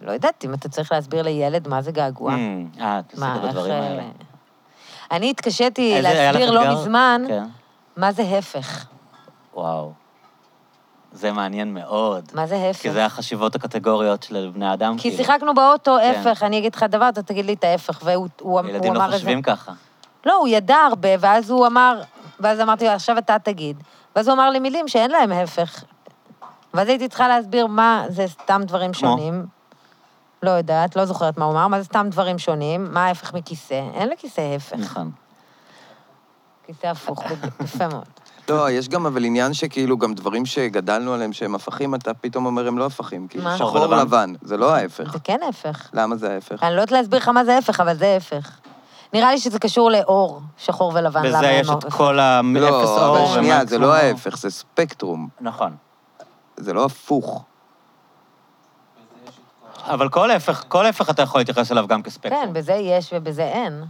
S3: לא יודעת אם אתה צריך להסביר לילד מה זה געגוע.
S1: אמ, אה, את עושה
S3: מה,
S1: את הדברים
S3: איך,
S1: האלה.
S3: אה, אני התקשיתי
S1: איזה- היה לך
S3: להסביר לא
S1: אתגר?
S3: מזמן
S1: כן.
S3: מה זה הפך.
S1: וואו. זה מעניין מאוד.
S3: מה זה
S1: כי
S3: הפך?
S1: זה החשיבות הקטגוריות של בני אדם,
S3: כי
S1: כאילו.
S3: שיחקנו באוטו,
S1: כן.
S3: הפך, אני אגיד לך דבר, אתה תגיד לי את ההפך, והוא הוא- הוא אמר את זה.
S1: ילדים לא חושבים ככה.
S3: לא, הוא ידע הרבה, ואז הוא אמר, ואז אמרתי לו, עכשיו אתה תגיד. ואז הוא אמר לי מילים שאין להם הפך. ואז הייתי צריכה להסביר מה זה סתם דברים
S1: כמו?
S3: שונים. לא יודעת, לא זוכרת מה הוא אמר, מה זה סתם דברים שונים, מה ההפך מכיסא. אין לכיסא הפך,
S1: נכון.
S3: כיסא הפוך, בדיוק, יפה מאוד.
S2: לא, יש גם אבל עניין שכאילו גם דברים שגדלנו עליהם שהם הפכים, אתה פתאום אומר הם לא הפכים. כאילו,
S3: מה?
S2: שחור
S1: שחור
S2: לבן, זה לא ההפך.
S3: זה כן הפך.
S2: למה זה ההפך?
S3: אני לא יודעת להסביר לך מה זה הפך, אבל זה הפך. נראה לי שזה קשור לאור, שחור ולבן, למה
S1: בזה
S3: הם
S1: יש את
S3: הפך.
S1: כל האפס
S2: לא,
S1: אור.
S2: אבל
S3: ומקסימום.
S2: שנייה, זה לא
S1: ומקסימום-
S2: ההפך, זה ספקטרום.
S1: נכון.
S2: זה לא הפוך.
S1: אבל כל ההפך, כל ההפך אתה יכול להתייחס אליו גם כספקטרום.
S3: כן, בזה יש ובזה אין.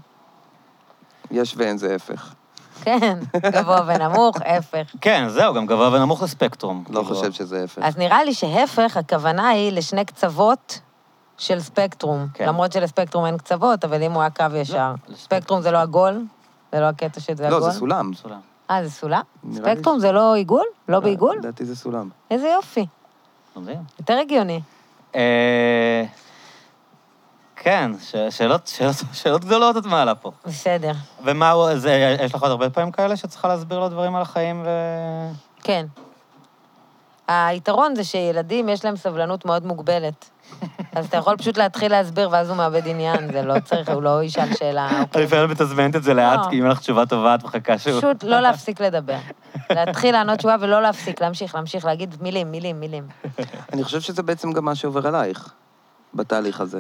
S2: יש ואין זה הפך.
S3: כן, גבוה ונמוך, הפך.
S1: כן, זהו, גם גבוה ונמוך זה ספקטרום.
S2: לא
S1: כאילו.
S2: חושב שזה הפך.
S3: אז נראה לי שהפך, הכוונה היא לשני קצוות של ספקטרום.
S1: כן.
S3: כן. למרות שלספקטרום אין קצוות, אבל אם הוא היה קו ישר.
S1: לספקטרום.
S3: ספקטרום זה לא עגול? זה לא הקטע שזה עגול?
S2: לא, זה סולם.
S1: סולם.
S3: אה, זה סולם?
S2: נראה לי אה,
S3: ספקטרום זה לא עיגול? לא בעיגול?
S2: לדעתי זה סולם.
S3: איזה יופי.
S1: לומדים.
S3: יותר הגיוני.
S1: אה, כן, ש- שאלות- שאלות- שאלות גדולות את מעלה פה.
S3: בסדר.
S1: ומה הוא, זה- יש לך עוד הרבה פעמים כאלה שאת צריכה להסביר לו דברים על החיים ו...
S3: כן. היתרון זה שילדים, יש להם סבלנות מאוד מוגבלת. אז אתה יכול פשוט להתחיל להסביר, ואז הוא מאבד עניין, זה לא צריך, הוא לא ישאל שאלה.
S1: אני לפעמים מתזמנת את זה לאט,
S3: לא.
S1: כי אם אין לך תשובה טובה, את מחכה שהוא...
S3: פשוט לא להפסיק לדבר. להתחיל לענות תשובה ולא להפסיק, להמשיך, להמשיך, להגיד מילים, מילים, מילים.
S2: אני חושב שזה בעצם גם מה שעובר עלייך בתהליך הזה.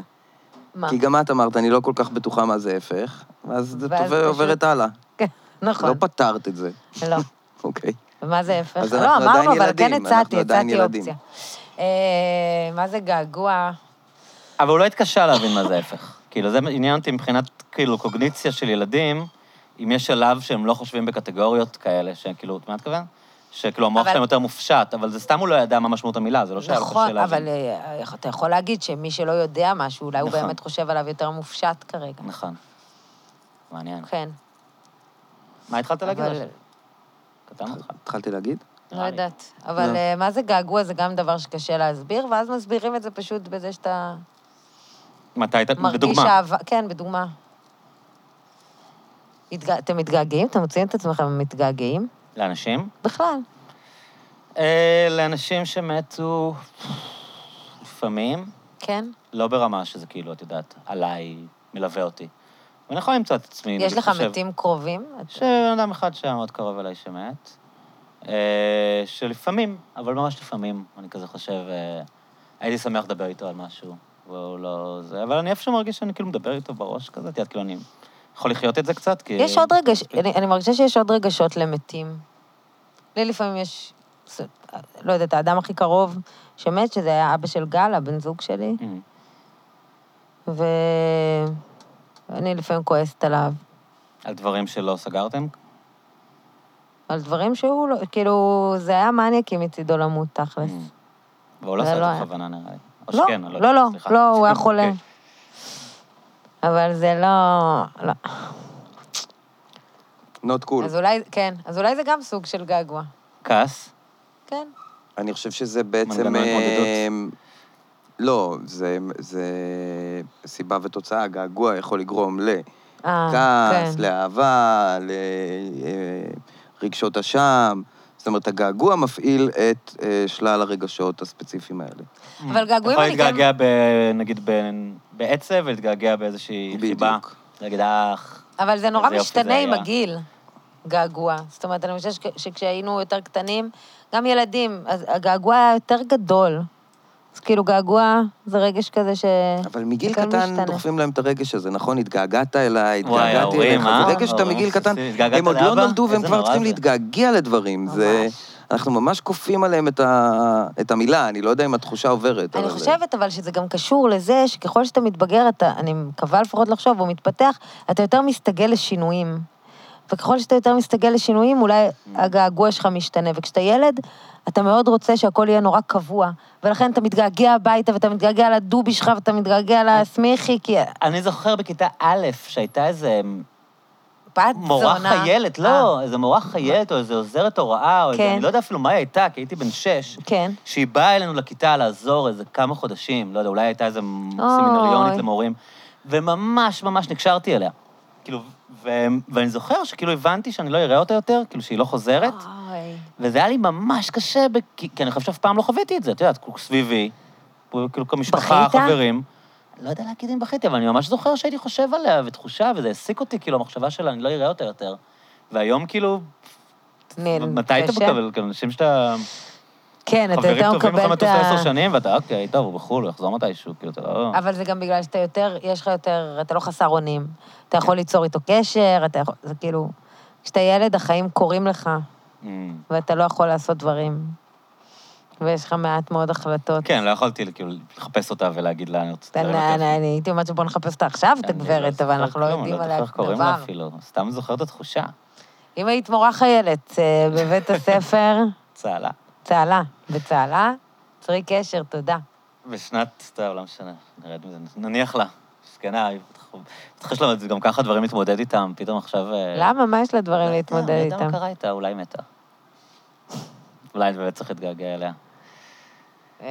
S3: מה?
S2: כי גם את אמרת, אני לא כל כך בטוחה מה זה הפך, ואז זה
S3: ואז
S2: טוב-
S3: פשוט-
S2: עוברת הלאה.
S3: כן,
S2: לא
S3: נכון.
S2: פתרת את זה,
S3: לא.
S2: אוקיי.
S3: ומה זה הפך?
S2: אז
S3: לא,
S2: אנחנו עדיין
S3: אמרנו, אבל כן
S2: ילדים, אנחנו
S3: הצעתי,
S2: עדיין
S3: הצעתי
S2: ילדים.
S3: אופציה. אה, מה זה געגוע?
S1: אבל הוא לא התקשה להבין מה זה ההפך. כאילו, זה עניין אותי מבחינת, כאילו, קוגניציה של ילדים, אם יש שלב שהם לא חושבים בקטגוריות כאלה, שכאילו, את מה את מתכוונת? שכאילו, המוח
S3: אבל-
S1: שלהם יותר מופשט, אבל זה סתם הוא לא ידע מה משמעות המילה, זה לא שהיה לו קשה
S3: נכון,
S1: להבין.
S3: אבל אה, אתה יכול להגיד שמי שלא יודע משהו, אולי הוא
S1: נכון.
S3: באמת חושב עליו יותר מופשט כרגע.
S1: נכון.
S2: נכון.
S1: מעניין.
S3: כן,
S1: מה התחלת להגיד?
S3: אבל-
S1: עכשיו? קטענו אותך.
S2: התחלתי להגיד?
S3: לא
S1: נראה לי.
S3: יודעת. אבל
S2: לא.
S3: אה, מה זה געגוע? זה גם דבר שקשה להסביר, ואז מסבירים את זה פשוט בזה שאתה
S1: מתי אתה...
S3: מרגיש
S1: בדוגמה.
S3: אהבה, כן, בדוגמה. התג... אתם מתגעגעים? אתם מוצאים את עצמכם מתגעגעים?
S1: לאנשים?
S3: בכלל.
S1: אה, לאנשים שמתו לפעמים,
S3: כן?
S1: לא ברמה שזה כאילו, את יודעת, עליי, מלווה אותי. ואני יכול למצוא את עצמי,
S3: יש
S1: נגיד,
S3: לך
S1: חושב- אה,
S3: מתים קרובים? את-
S1: שבן אדם אחד שהיה מאוד קרוב אליי שמת, אה, שלפעמים, אבל ממש לפעמים, אני כזה חושב, אה, הייתי שמח לדבר איתו על משהו, והוא לא... זה, אבל אני איפשהו מרגיש שאני כאילו מדבר איתו בראש כזה, את יודעת, כאילו אני יכול לחיות את זה קצת, כי...
S3: יש עוד רגש... אני, אני מרגישה שיש עוד רגשות למתים. לי לפעמים יש, ס- לא יודעת, האדם הכי קרוב שמת, שזה היה אבא של גל, הבן זוג שלי,
S1: Mm-hmm.
S3: ואני לפעמים כועסת עליו.
S1: על דברים שלא סגרתם?
S3: על דברים שהוא לא, כאילו, זה היה מניאקי מצידו למות, תכלס.
S1: והוא לא
S3: זה
S1: עשה את
S3: לא
S1: זה
S3: היה.
S1: בכוונה, נראה לי. או
S3: לא,
S1: שכן, אני
S3: לא, לא,
S1: יודע, סליחה.
S3: לא, הוא היה חולה.
S1: אוקיי.
S3: אבל זה לא... לא.
S2: נוט קול.
S3: אז אולי, כן, אז אולי זה גם סוג של געגוע.
S1: כעס?
S3: כן.
S2: אני חושב שזה
S1: מנגנון
S2: בעצם...
S1: התמודדות.
S2: אמ, לא, זה, זה סיבה ותוצאה, געגוע יכול לגרום
S3: אה,
S2: לכעס,
S1: לא.
S3: כן.
S2: לאהבה, לרגשות אשם. זאת אומרת, הגעגוע מפעיל את אה, שלל הרגשות הספציפיים האלה.
S3: אבל געגועים
S1: יכול
S3: אני גם-
S1: להתגעגע, ב- נגיד, ב- בעצב, ולהתגעגע באיזושהי חיבה.
S2: בדיוק.
S1: להגיד, אך,
S3: אבל זה נורא
S1: איזה יופי זה
S3: משתנה עם
S1: היה.
S3: הגיל, געגוע. זאת אומרת, אני חושבת שכ- שכשהיינו יותר קטנים, גם ילדים, אז הגעגוע היה יותר גדול. אז כאילו, געגוע זה רגש כזה ש...
S2: אבל מגיל
S3: הכל
S2: קטן
S3: משתנה.
S2: דוחפים להם את הרגש הזה, נכון? התגעגעת אליי,
S1: וואי,
S2: התגעגעתי
S1: ההורים,
S2: אליך.
S1: אה?
S2: זה רגש שאתה
S1: ההורים
S2: מגיל קטן,
S1: בסיסי. התגעגעת
S2: הם עוד לא
S1: לאבא?
S2: נולדו והם
S1: איזה
S2: כבר
S1: נורא
S2: צריכים
S1: זה.
S2: להתגעגע לדברים. זה... אנחנו ממש כופים עליהם את, ה... את המילה, אני לא יודע אם התחושה עוברת.
S3: אני
S2: אבל- אה,
S3: חושבת אבל שזה גם קשור לזה שככל שאתה מתבגר, אתה, אני מקווה לפחות לחשוב, או מתפתח, אתה יותר מסתגל לשינויים. וככל שאתה יותר מסתגל לשינויים, אולי הגעגוע שלך משתנה. וכשאתה ילד, אתה מאוד רוצה שהכל יהיה נורא קבוע. ולכן אתה מתגעגע הביתה, ואתה מתגעגע לדובי שלך, ואתה מתגעגע לסמיכי, כי
S1: אני זוכר בכיתה א', שהייתה איזה
S3: בת
S1: מורה
S3: זונה.
S1: חיילת,
S3: אה,
S1: לא, איזה מורה חיילת, או איזה עוזרת הוראה, או איזה,
S3: כן.
S1: אני לא יודע אפילו מה היא הייתה, כי הייתי בן שש.
S3: כן.
S1: שהיא באה אלינו לכיתה לעזור איזה כמה חודשים, לא יודע, אולי הייתה איזה
S3: אוי.
S1: סמינריונית למורים, וממש ממש נקשרתי אליה. כאילו, ו- ואני זוכר שכאילו הבנתי שאני לא אראה אותה יותר, כאילו שהיא לא חוזרת,
S3: אה. אוי.
S1: וזה היה לי ממש קשה, ב- כי כי אני חושב שאף פעם לא חוויתי את זה, את יודעת, כאילו סביבי, כאילו כל משפחה,
S3: בכית?
S1: חברים. לא יודע להגיד אם בכיתי, אבל אני ממש זוכר שהייתי חושב עליה, ותחושה, וזה העסיק אותי, כאילו, המחשבה שלה, אני לא אראה אותה יותר. והיום, כאילו,
S3: נ-
S1: מתי אתה
S3: כן, קשה.
S1: מקבל, כאילו, אנשים שאתה...
S3: כן, אתה
S1: חברים
S3: יותר
S1: טובים לך
S3: מקבל את
S1: מטוס
S3: ה...
S1: לעשר שנים, ואתה, אוקיי, טוב, הוא בחו"ל, הוא יחזור מתישהו, כאילו, אתה לא...
S3: אבל זה גם בגלל שאתה יותר, יש לך יותר, אתה לא חסר אונים.
S1: כן.
S3: אתה יכול ליצור איתו קשר, אתה יכול, זה כאילו, כשאתה ילד, החיים קורים לך,
S1: אמ,
S3: ואתה לא יכול לעשות דברים. ויש לך מעט מאוד החלטות.
S1: כן, לא יכולתי, כאילו, לחפש אותה ולהגיד לה, אני רוצה...
S3: אתה- אני אני- אני הייתי אומרת שבוא נחפש אותה
S1: כן,
S3: עכשיו, את הגברת, אבל אנחנו לא יודעים עליה
S1: קוראים לה
S3: דבר.
S1: אפילו, סתם זוכר את התחושה,
S3: אם היית מורה חיילת אה, בבית הספר,
S1: צהלה.
S3: צהלה, בצהלה, צרי קשר, תודה.
S1: בשנת, טוב, לא משנה, נרד מזה, נניח לה, זקנה, היא בטח- בטח יש לה גם ככה דברים להתמודד איתם, פתאום עכשיו... אה,
S3: למה? מה יש לדברים
S1: לא יודע,
S3: להתמודד
S1: אני יודע מה
S3: איתם?
S1: קרה איתה, אולי מתה. אולי באמת צריך להתגעגע אליה.
S3: אה,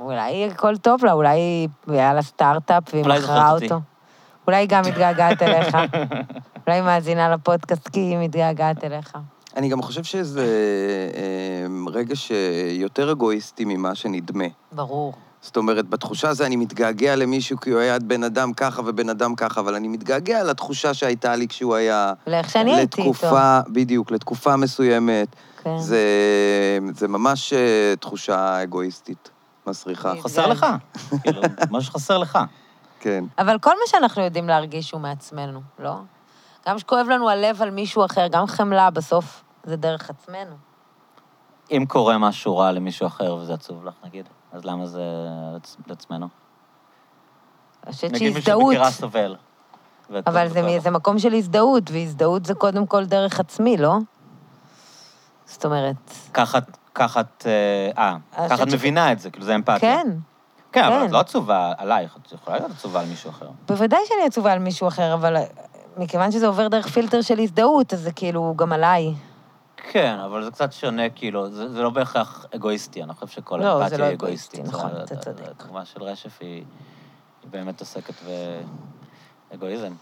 S3: אולי הכל טוב לה, אולי היה לה סטארט-אפ והיא
S1: אולי
S3: מכרה
S1: זוכרת אותי.
S3: אותו. אולי היא גם מתגעגעת אליך. אולי היא מאזינה לפודקאסט כי היא מתגעגעת אליך.
S2: אני גם חושב שזה אמ, רגש אה, יותר אגואיסטי ממה שנדמה.
S3: ברור.
S2: זאת אומרת, בתחושה הזו אני מתגעגע למישהו כי הוא היה בן אדם ככה ובן אדם ככה, אבל אני מתגעגע לתחושה שהייתה לי כשהוא היה...
S3: לאיך שאני הייתי איתו.
S2: לתקופה, בדיוק, לתקופה מסוימת.
S3: כן.
S2: זה, זה ממש אה, תחושה אגואיסטית, מסריחה.
S3: בדיוק.
S1: חסר לך, כאילו, מה שחסר לך.
S2: כן.
S3: אבל כל מה שאנחנו יודעים להרגיש הוא מעצמנו, לא? גם שכואב לנו הלב על מישהו אחר, גם חמלה בסוף זה דרך עצמנו.
S1: אם קורה משהו רע למישהו אחר וזה עצוב לך, נגיד, אז למה זה לעצ- לעצמנו?
S3: אני חושבת
S1: נגיד מישהו
S3: שהזדהות,
S1: בקירה סובל. ואת לא
S3: אבל זה,
S1: סובל.
S3: מ- זה מקום של הזדהות, והזדהות זה קודם כל דרך עצמי, לא? זאת אומרת,
S1: ככה את- ככה את... אה, אה,
S3: אני
S1: ככה את
S3: חושבת ש-
S1: מבינה את זה, כאילו זה אמפתיה.
S3: כן.
S1: כן, אבל את
S3: כן.
S1: לא עצובה עלייך, את יכולה להיות עצובה על מישהו אחר.
S3: בוודאי שאני עצובה על מישהו אחר, אבל אה, מכיוון שזה עובר דרך פילטר של הזדהות, אז זה כאילו גם עליי.
S1: כן, אבל זה קצת שונה, כאילו, זה זה לא בהכרח אגואיסטי, אני חושב שכל
S3: לא, זה
S1: אמפתיה
S3: לא
S1: היא אגואיסטית.
S3: אגואיסטי, נכון,
S1: זה-
S3: אתה
S1: זה-
S3: צודק.
S1: זה- הדוגמה של רשף היא היא באמת עוסקת באגואיזם.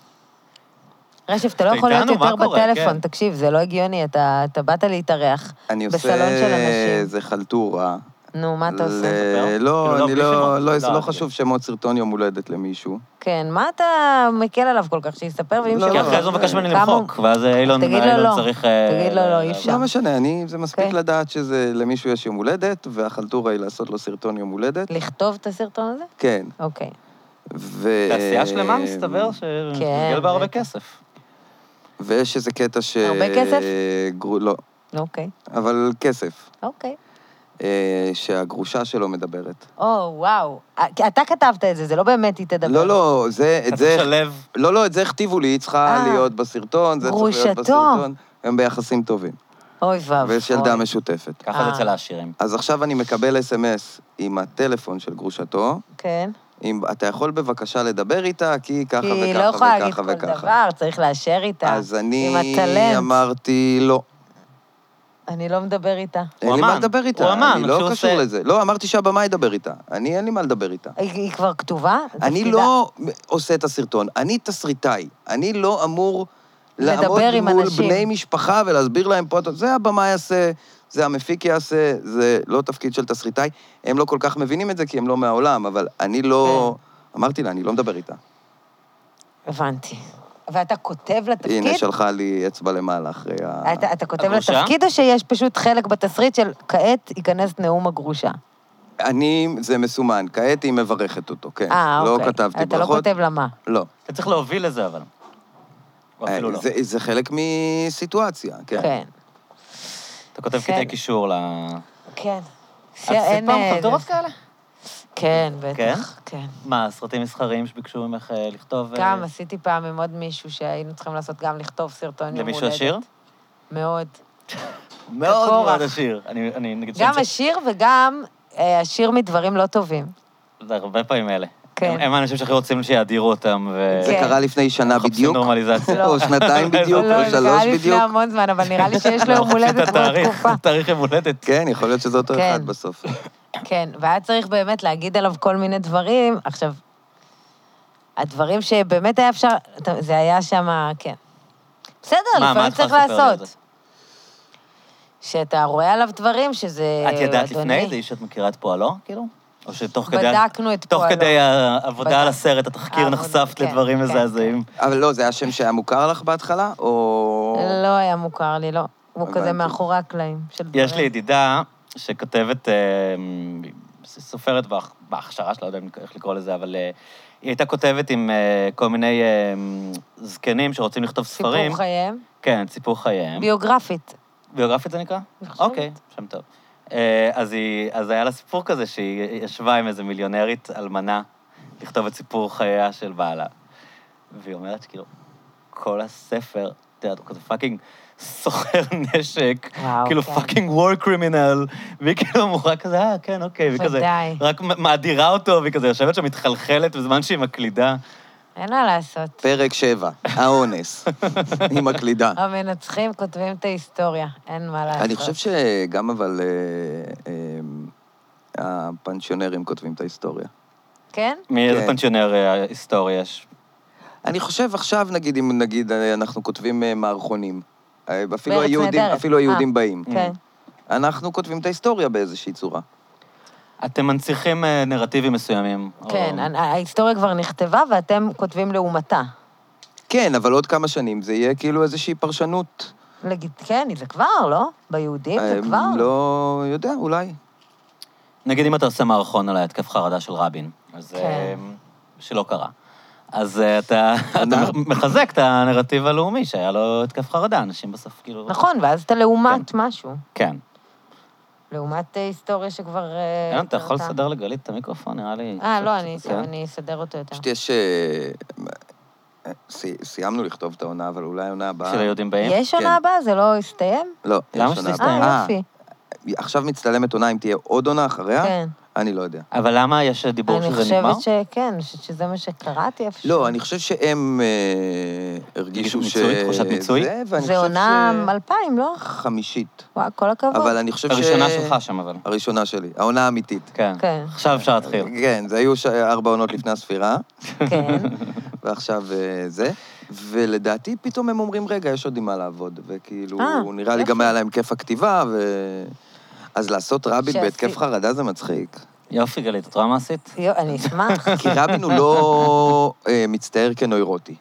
S3: רשף, אתה לא
S1: אתה
S3: יכול להיות
S1: איתנו? מה
S3: יותר
S1: קורה? כן.
S3: בטלפון, תקשיב, זה לא הגיוני, אתה אתה באת להתארח.
S2: אני עושה...
S3: בסלון של אנשים.
S2: זה חלטורה.
S3: נו, מה אתה עושה?
S1: לספר? כאילו,
S2: לא,
S1: לא,
S2: אני
S1: בלי
S2: לא...
S1: שמות.
S2: לא,
S1: לא,
S2: לא
S1: אני-
S2: חשוב שמות סרטון יום הולדת למישהו.
S3: כן, מה אתה מקל עליו כל כך שיספר, ואם
S2: לא,
S1: כי
S2: לא,
S1: אחרי זה
S2: לא.
S1: הוא מבקש ממני
S3: כמה הוא-
S1: למחוק, ואז אילון
S3: תגיד לו
S1: אילון
S3: לא.
S1: צריך... אה,
S3: תגיד לו לא, אי
S1: ל-
S3: אפשר.
S2: לא משנה, אני... זה מספיק
S3: אוקיי.
S2: לדעת שלמישהו יש יום הולדת, והחלטורה היא לעשות לו סרטון יום הולדת.
S3: לכתוב את הסרטון הזה?
S2: כן.
S3: אוקיי.
S2: ו...
S1: תעשייה שלמה, מסתבר,
S3: כן,
S1: שמתגלגל בה הרבה
S3: בטח.
S1: כסף.
S2: ויש איזה קטע ש...
S3: הרבה כסף?
S2: גרו... לא.
S3: אוקיי,
S2: אבל כסף,
S3: אוקיי.
S2: אה, שהגרושה שלו מדברת.
S3: או, וואו. אה, אתה כתבת את זה, זה לא באמת היא תדבר.
S2: לא, לא, זה, את זה,
S1: צריך לשלב.
S2: לא, לא, את זה הכתיבו לי, היא צריכה
S3: אה.
S2: להיות בסרטון, זה צריך להיות
S3: גרושתו.
S2: בסרטון. הם ביחסים טובים,
S3: אוי
S1: נכון.
S3: ואבוי.
S2: ויש ילדה משותפת.
S1: ככה זה
S3: אה.
S1: אצל העשירים.
S2: אז עכשיו אני מקבל אס.אם.אס עם הטלפון של גרושתו,
S3: כן.
S2: אם אתה יכול בבקשה לדבר איתה, כי ככה
S3: כי
S2: וככה
S3: היא
S2: וככה
S3: לא יכולה להגיד
S2: וככה.
S3: כל דבר, צריך לאשר איתה.
S2: אז אני
S3: עם הטלנט.
S2: אמרתי לא.
S3: אני לא מדבר איתה.
S2: אין
S1: הוא
S2: לי מה
S1: אמן,
S2: לדבר איתה,
S1: הוא אמן,
S2: אני לא
S1: כשהוא
S2: קשור
S1: עושה-
S2: לזה. לא, אמרתי שהבמה ידבר איתה. אני, אין לי מה לדבר איתה.
S3: היא, היא כבר כתובה?
S2: אני
S3: תפקידה.
S2: לא עושה את הסרטון, אני תסריטאי. אני לא אמור
S3: לדבר
S2: לעמוד
S3: עם
S2: מול
S3: אנשים.
S2: בני משפחה ולהסביר להם פה, זה הבמה יעשה, זה המפיק יעשה, זה לא תפקיד של תסריטאי. הם לא כל כך מבינים את זה כי הם לא מהעולם, אבל אני לא...
S3: כן.
S2: אמרתי לה, אני לא מדבר איתה.
S3: הבנתי. ואתה כותב לתפקיד?
S2: הנה, שלחה לי אצבע למעלה אחרי ה...
S3: אתה, אתה כותב
S1: הגרושה?
S3: לתפקיד או שיש פשוט חלק בתסריט של כעת ייכנס נאום הגרושה?
S2: אני, זה מסומן, כעת היא מברכת אותו, כן.
S3: אה,
S2: לא
S3: אוקיי.
S2: כתבתי
S3: אתה לא
S2: ברכות.
S3: כותב למה.
S2: לא.
S1: אתה צריך להוביל לזה, אבל. או אפילו לא.
S2: אה, זה, זה חלק מסיטואציה, כן.
S3: כן.
S1: אתה כותב
S3: בסדר.
S1: קטעי קישור ל...
S3: כן.
S1: את עשית פעם חברות כאלה?
S3: אה, כן,
S1: כן?
S3: בטח, כן.
S1: מה, סרטים מסחריים שביקשו ממך אה, לכתוב... אה,
S3: גם עשיתי פעם עם עוד מישהו שהיינו צריכים לעשות גם לכתוב סרטון יום הולדת.
S1: למישהו עשיר?
S3: מאוד.
S1: מאוד
S3: כקורח.
S1: מאוד עשיר. אני, אני נגיד
S3: גם
S1: שאני-
S3: השיר וגם אה, השיר מדברים לא טובים.
S1: זה הרבה פעמים אלה.
S3: כן.
S1: הם, הם האנשים שהכי רוצים שיאדירו אותם, ו...
S2: זה
S3: כן.
S2: קרה לפני שנה
S1: מחפשים
S2: בדיוק,
S1: נורמליזציה.
S3: לא.
S2: או שנתיים בדיוק,
S3: לא,
S2: או
S3: זה קרה
S2: שלוש
S3: לי לפני
S2: בדיוק.
S3: המון זמן, אבל נראה לי שיש לו יום
S1: אנחנו מחפשים
S3: הולדת
S1: לא את התאריך,
S3: בתקופה.
S1: תאריך יום הולדת.
S2: כן, יכול להיות שזה אותו
S3: כן.
S2: אחד בסוף.
S3: כן, והיה צריך באמת להגיד עליו כל מיני דברים. עכשיו, הדברים שבאמת היה אפשר, אתה- זה היה שם, כן. בסדר,
S1: מה, מה את
S3: לפעמים
S1: יכולה
S3: צריך
S1: לספר לי על
S3: לעשות.
S1: זה?
S3: שאתה רואה עליו דברים שזה...
S1: את ידעת לפני
S3: אה, אדוני.
S1: זה איש שאת מכירה את פועלו, כאילו? או שתוך כדי...
S3: בדקנו את
S1: תוך
S3: פועלו.
S1: כדי העבודה על הסרט, התחקיר
S3: העבודה,
S1: נחשפת
S3: כן,
S1: לדברים
S3: כן,
S1: מזעזעים.
S2: אבל לא, זה היה שם שהיה מוכר לך בהתחלה, או...
S3: לא היה מוכר לי, לא. הוא
S2: הבנתי.
S3: כזה מאחורי הקלעים של דברים.
S1: יש לי ידידה שכותבת, אה, סופרת בהכ- בהכשרה שלה, לא יודע איך לקרוא לזה, אבל אה, היא הייתה כותבת עם אה, כל מיני אה, זקנים שרוצים לכתוב ספרים.
S3: סיפור חייהם.
S1: כן, את סיפור חייהם.
S3: ביוגרפית.
S1: ביוגרפית זה נקרא?
S3: אני חושבת.
S1: אוקיי, שם טוב. אה, אז היא- אז היה לה סיפור כזה שהיא ישבה עם איזה מיליונרית אלמנה לכתוב את סיפור חייה של בעלה. והיא אומרת שכאילו, כל הספר, את יודעת, הוא כזה פאקינג סוחר נשק,
S3: וואו,
S1: כאילו
S3: כן.
S1: פאקינג וור קרימינל, והיא כאילו אמורה כזה, אה, כן, אוקיי, והיא כזה,
S3: ודאי.
S1: רק מ- מאדירה אותו, והיא כזה יושבת שם מתחלחלת בזמן שהיא מקלידה.
S3: אין מה לעשות.
S2: פרק שבע, האונס, היא מקלידה.
S3: לא, המנצחים כותבים את ההיסטוריה, אין מה לעשות.
S2: אני חושב שגם אבל אה, אה, הפנסיונרים כותבים את ההיסטוריה.
S3: כן?
S1: מאיזה
S2: כן.
S1: פנסיונר אה, היסטורי יש?
S2: אני חושב עכשיו, נגיד, אם נגיד אה, אנחנו כותבים אה, מערכונים, אה, אפילו
S3: בארץ
S2: היהודים,
S3: נהדרת.
S2: אפילו היהודים באים.
S1: Mm.
S3: כן.
S2: אנחנו כותבים את ההיסטוריה באיזושהי צורה.
S1: אתם מנציחים אה, נרטיבים מסוימים. או-
S3: כן, ה- ההיסטוריה כבר נכתבה ואתם כותבים לעומתה.
S2: כן, אבל עוד כמה שנים זה יהיה כאילו איזושהי פרשנות.
S3: לגיד, כן, זה כבר, לא? ביהודים זה
S2: אה,
S3: כבר.
S2: לא יודע, אולי.
S1: נגיד אם אתה עושה מערכון על ההתקף חרדה של רבין, אז...
S3: כן.
S1: אה, שלא קרה. אז אה, אתה אתה
S2: נער.
S1: מחזק את הנרטיב הלאומי שהיה לו התקף חרדה, אנשים בסוף כאילו...
S3: נכון, ואז אתה לעומת משהו.
S1: כן.
S3: לעומת אה, היסטוריה שכבר... אה,
S1: יונתן, כן, אתה יכול
S3: קרתה.
S1: לסדר לגלית את המיקרופון, נראה לי...
S3: אה,
S1: קצת-
S3: לא, אני
S1: כן.
S3: אני אסדר אותו יותר.
S2: פשוט יש... אה, אה, סי- סיימנו לכתוב את העונה, אבל אולי העונה הבאה...
S1: של היהודים באים?
S3: יש
S2: כן.
S3: עונה הבאה? זה לא הסתיים?
S2: לא, יש
S1: למה
S2: עונה
S1: שזה
S2: הבאה.
S1: הסתיים?
S3: אה, יופי.
S2: עכשיו מצטלמת עונה, אם תהיה עוד עונה אחריה?
S3: כן.
S2: אני לא יודע.
S1: אבל למה יש דיבור
S3: אני
S1: שזה נגמר?
S3: חושבת שכן, אני חושבת שזה מה שקראתי איפשהו.
S2: לא, אני חושב שהם אה, הרגישו ש...
S1: מיצוי, תחושת מיצוי?
S2: זה, ואני
S3: זה
S2: חושב
S3: עונה
S2: ש-
S3: אלפיים, לא?
S2: חמישית.
S3: וואו, כל הכבוד.
S2: אבל אני חושב ש...
S1: הראשונה שלך שם, אבל.
S2: הראשונה שלי, העונה האמיתית.
S1: כן.
S3: כן.
S1: עכשיו אפשר להתחיל.
S2: כן, זה היו ש- ארבע עונות לפני הספירה,
S3: כן.
S2: ועכשיו אה, זה. ולדעתי, פתאום הם אומרים, רגע, יש עוד עם מה לעבוד. וכאילו,
S3: אה,
S2: נראה לי גם
S3: יופי.
S2: היה להם כיף הכתיבה, ו... אז לעשות רבין
S3: שעשי-
S2: בהתקף חרדה זה מצחיק.
S1: יופי, גלית, את רואה מה עשית?
S3: יו, אני אשמח.
S2: כי רבין הוא לא אה, מצטער כנוירוטי.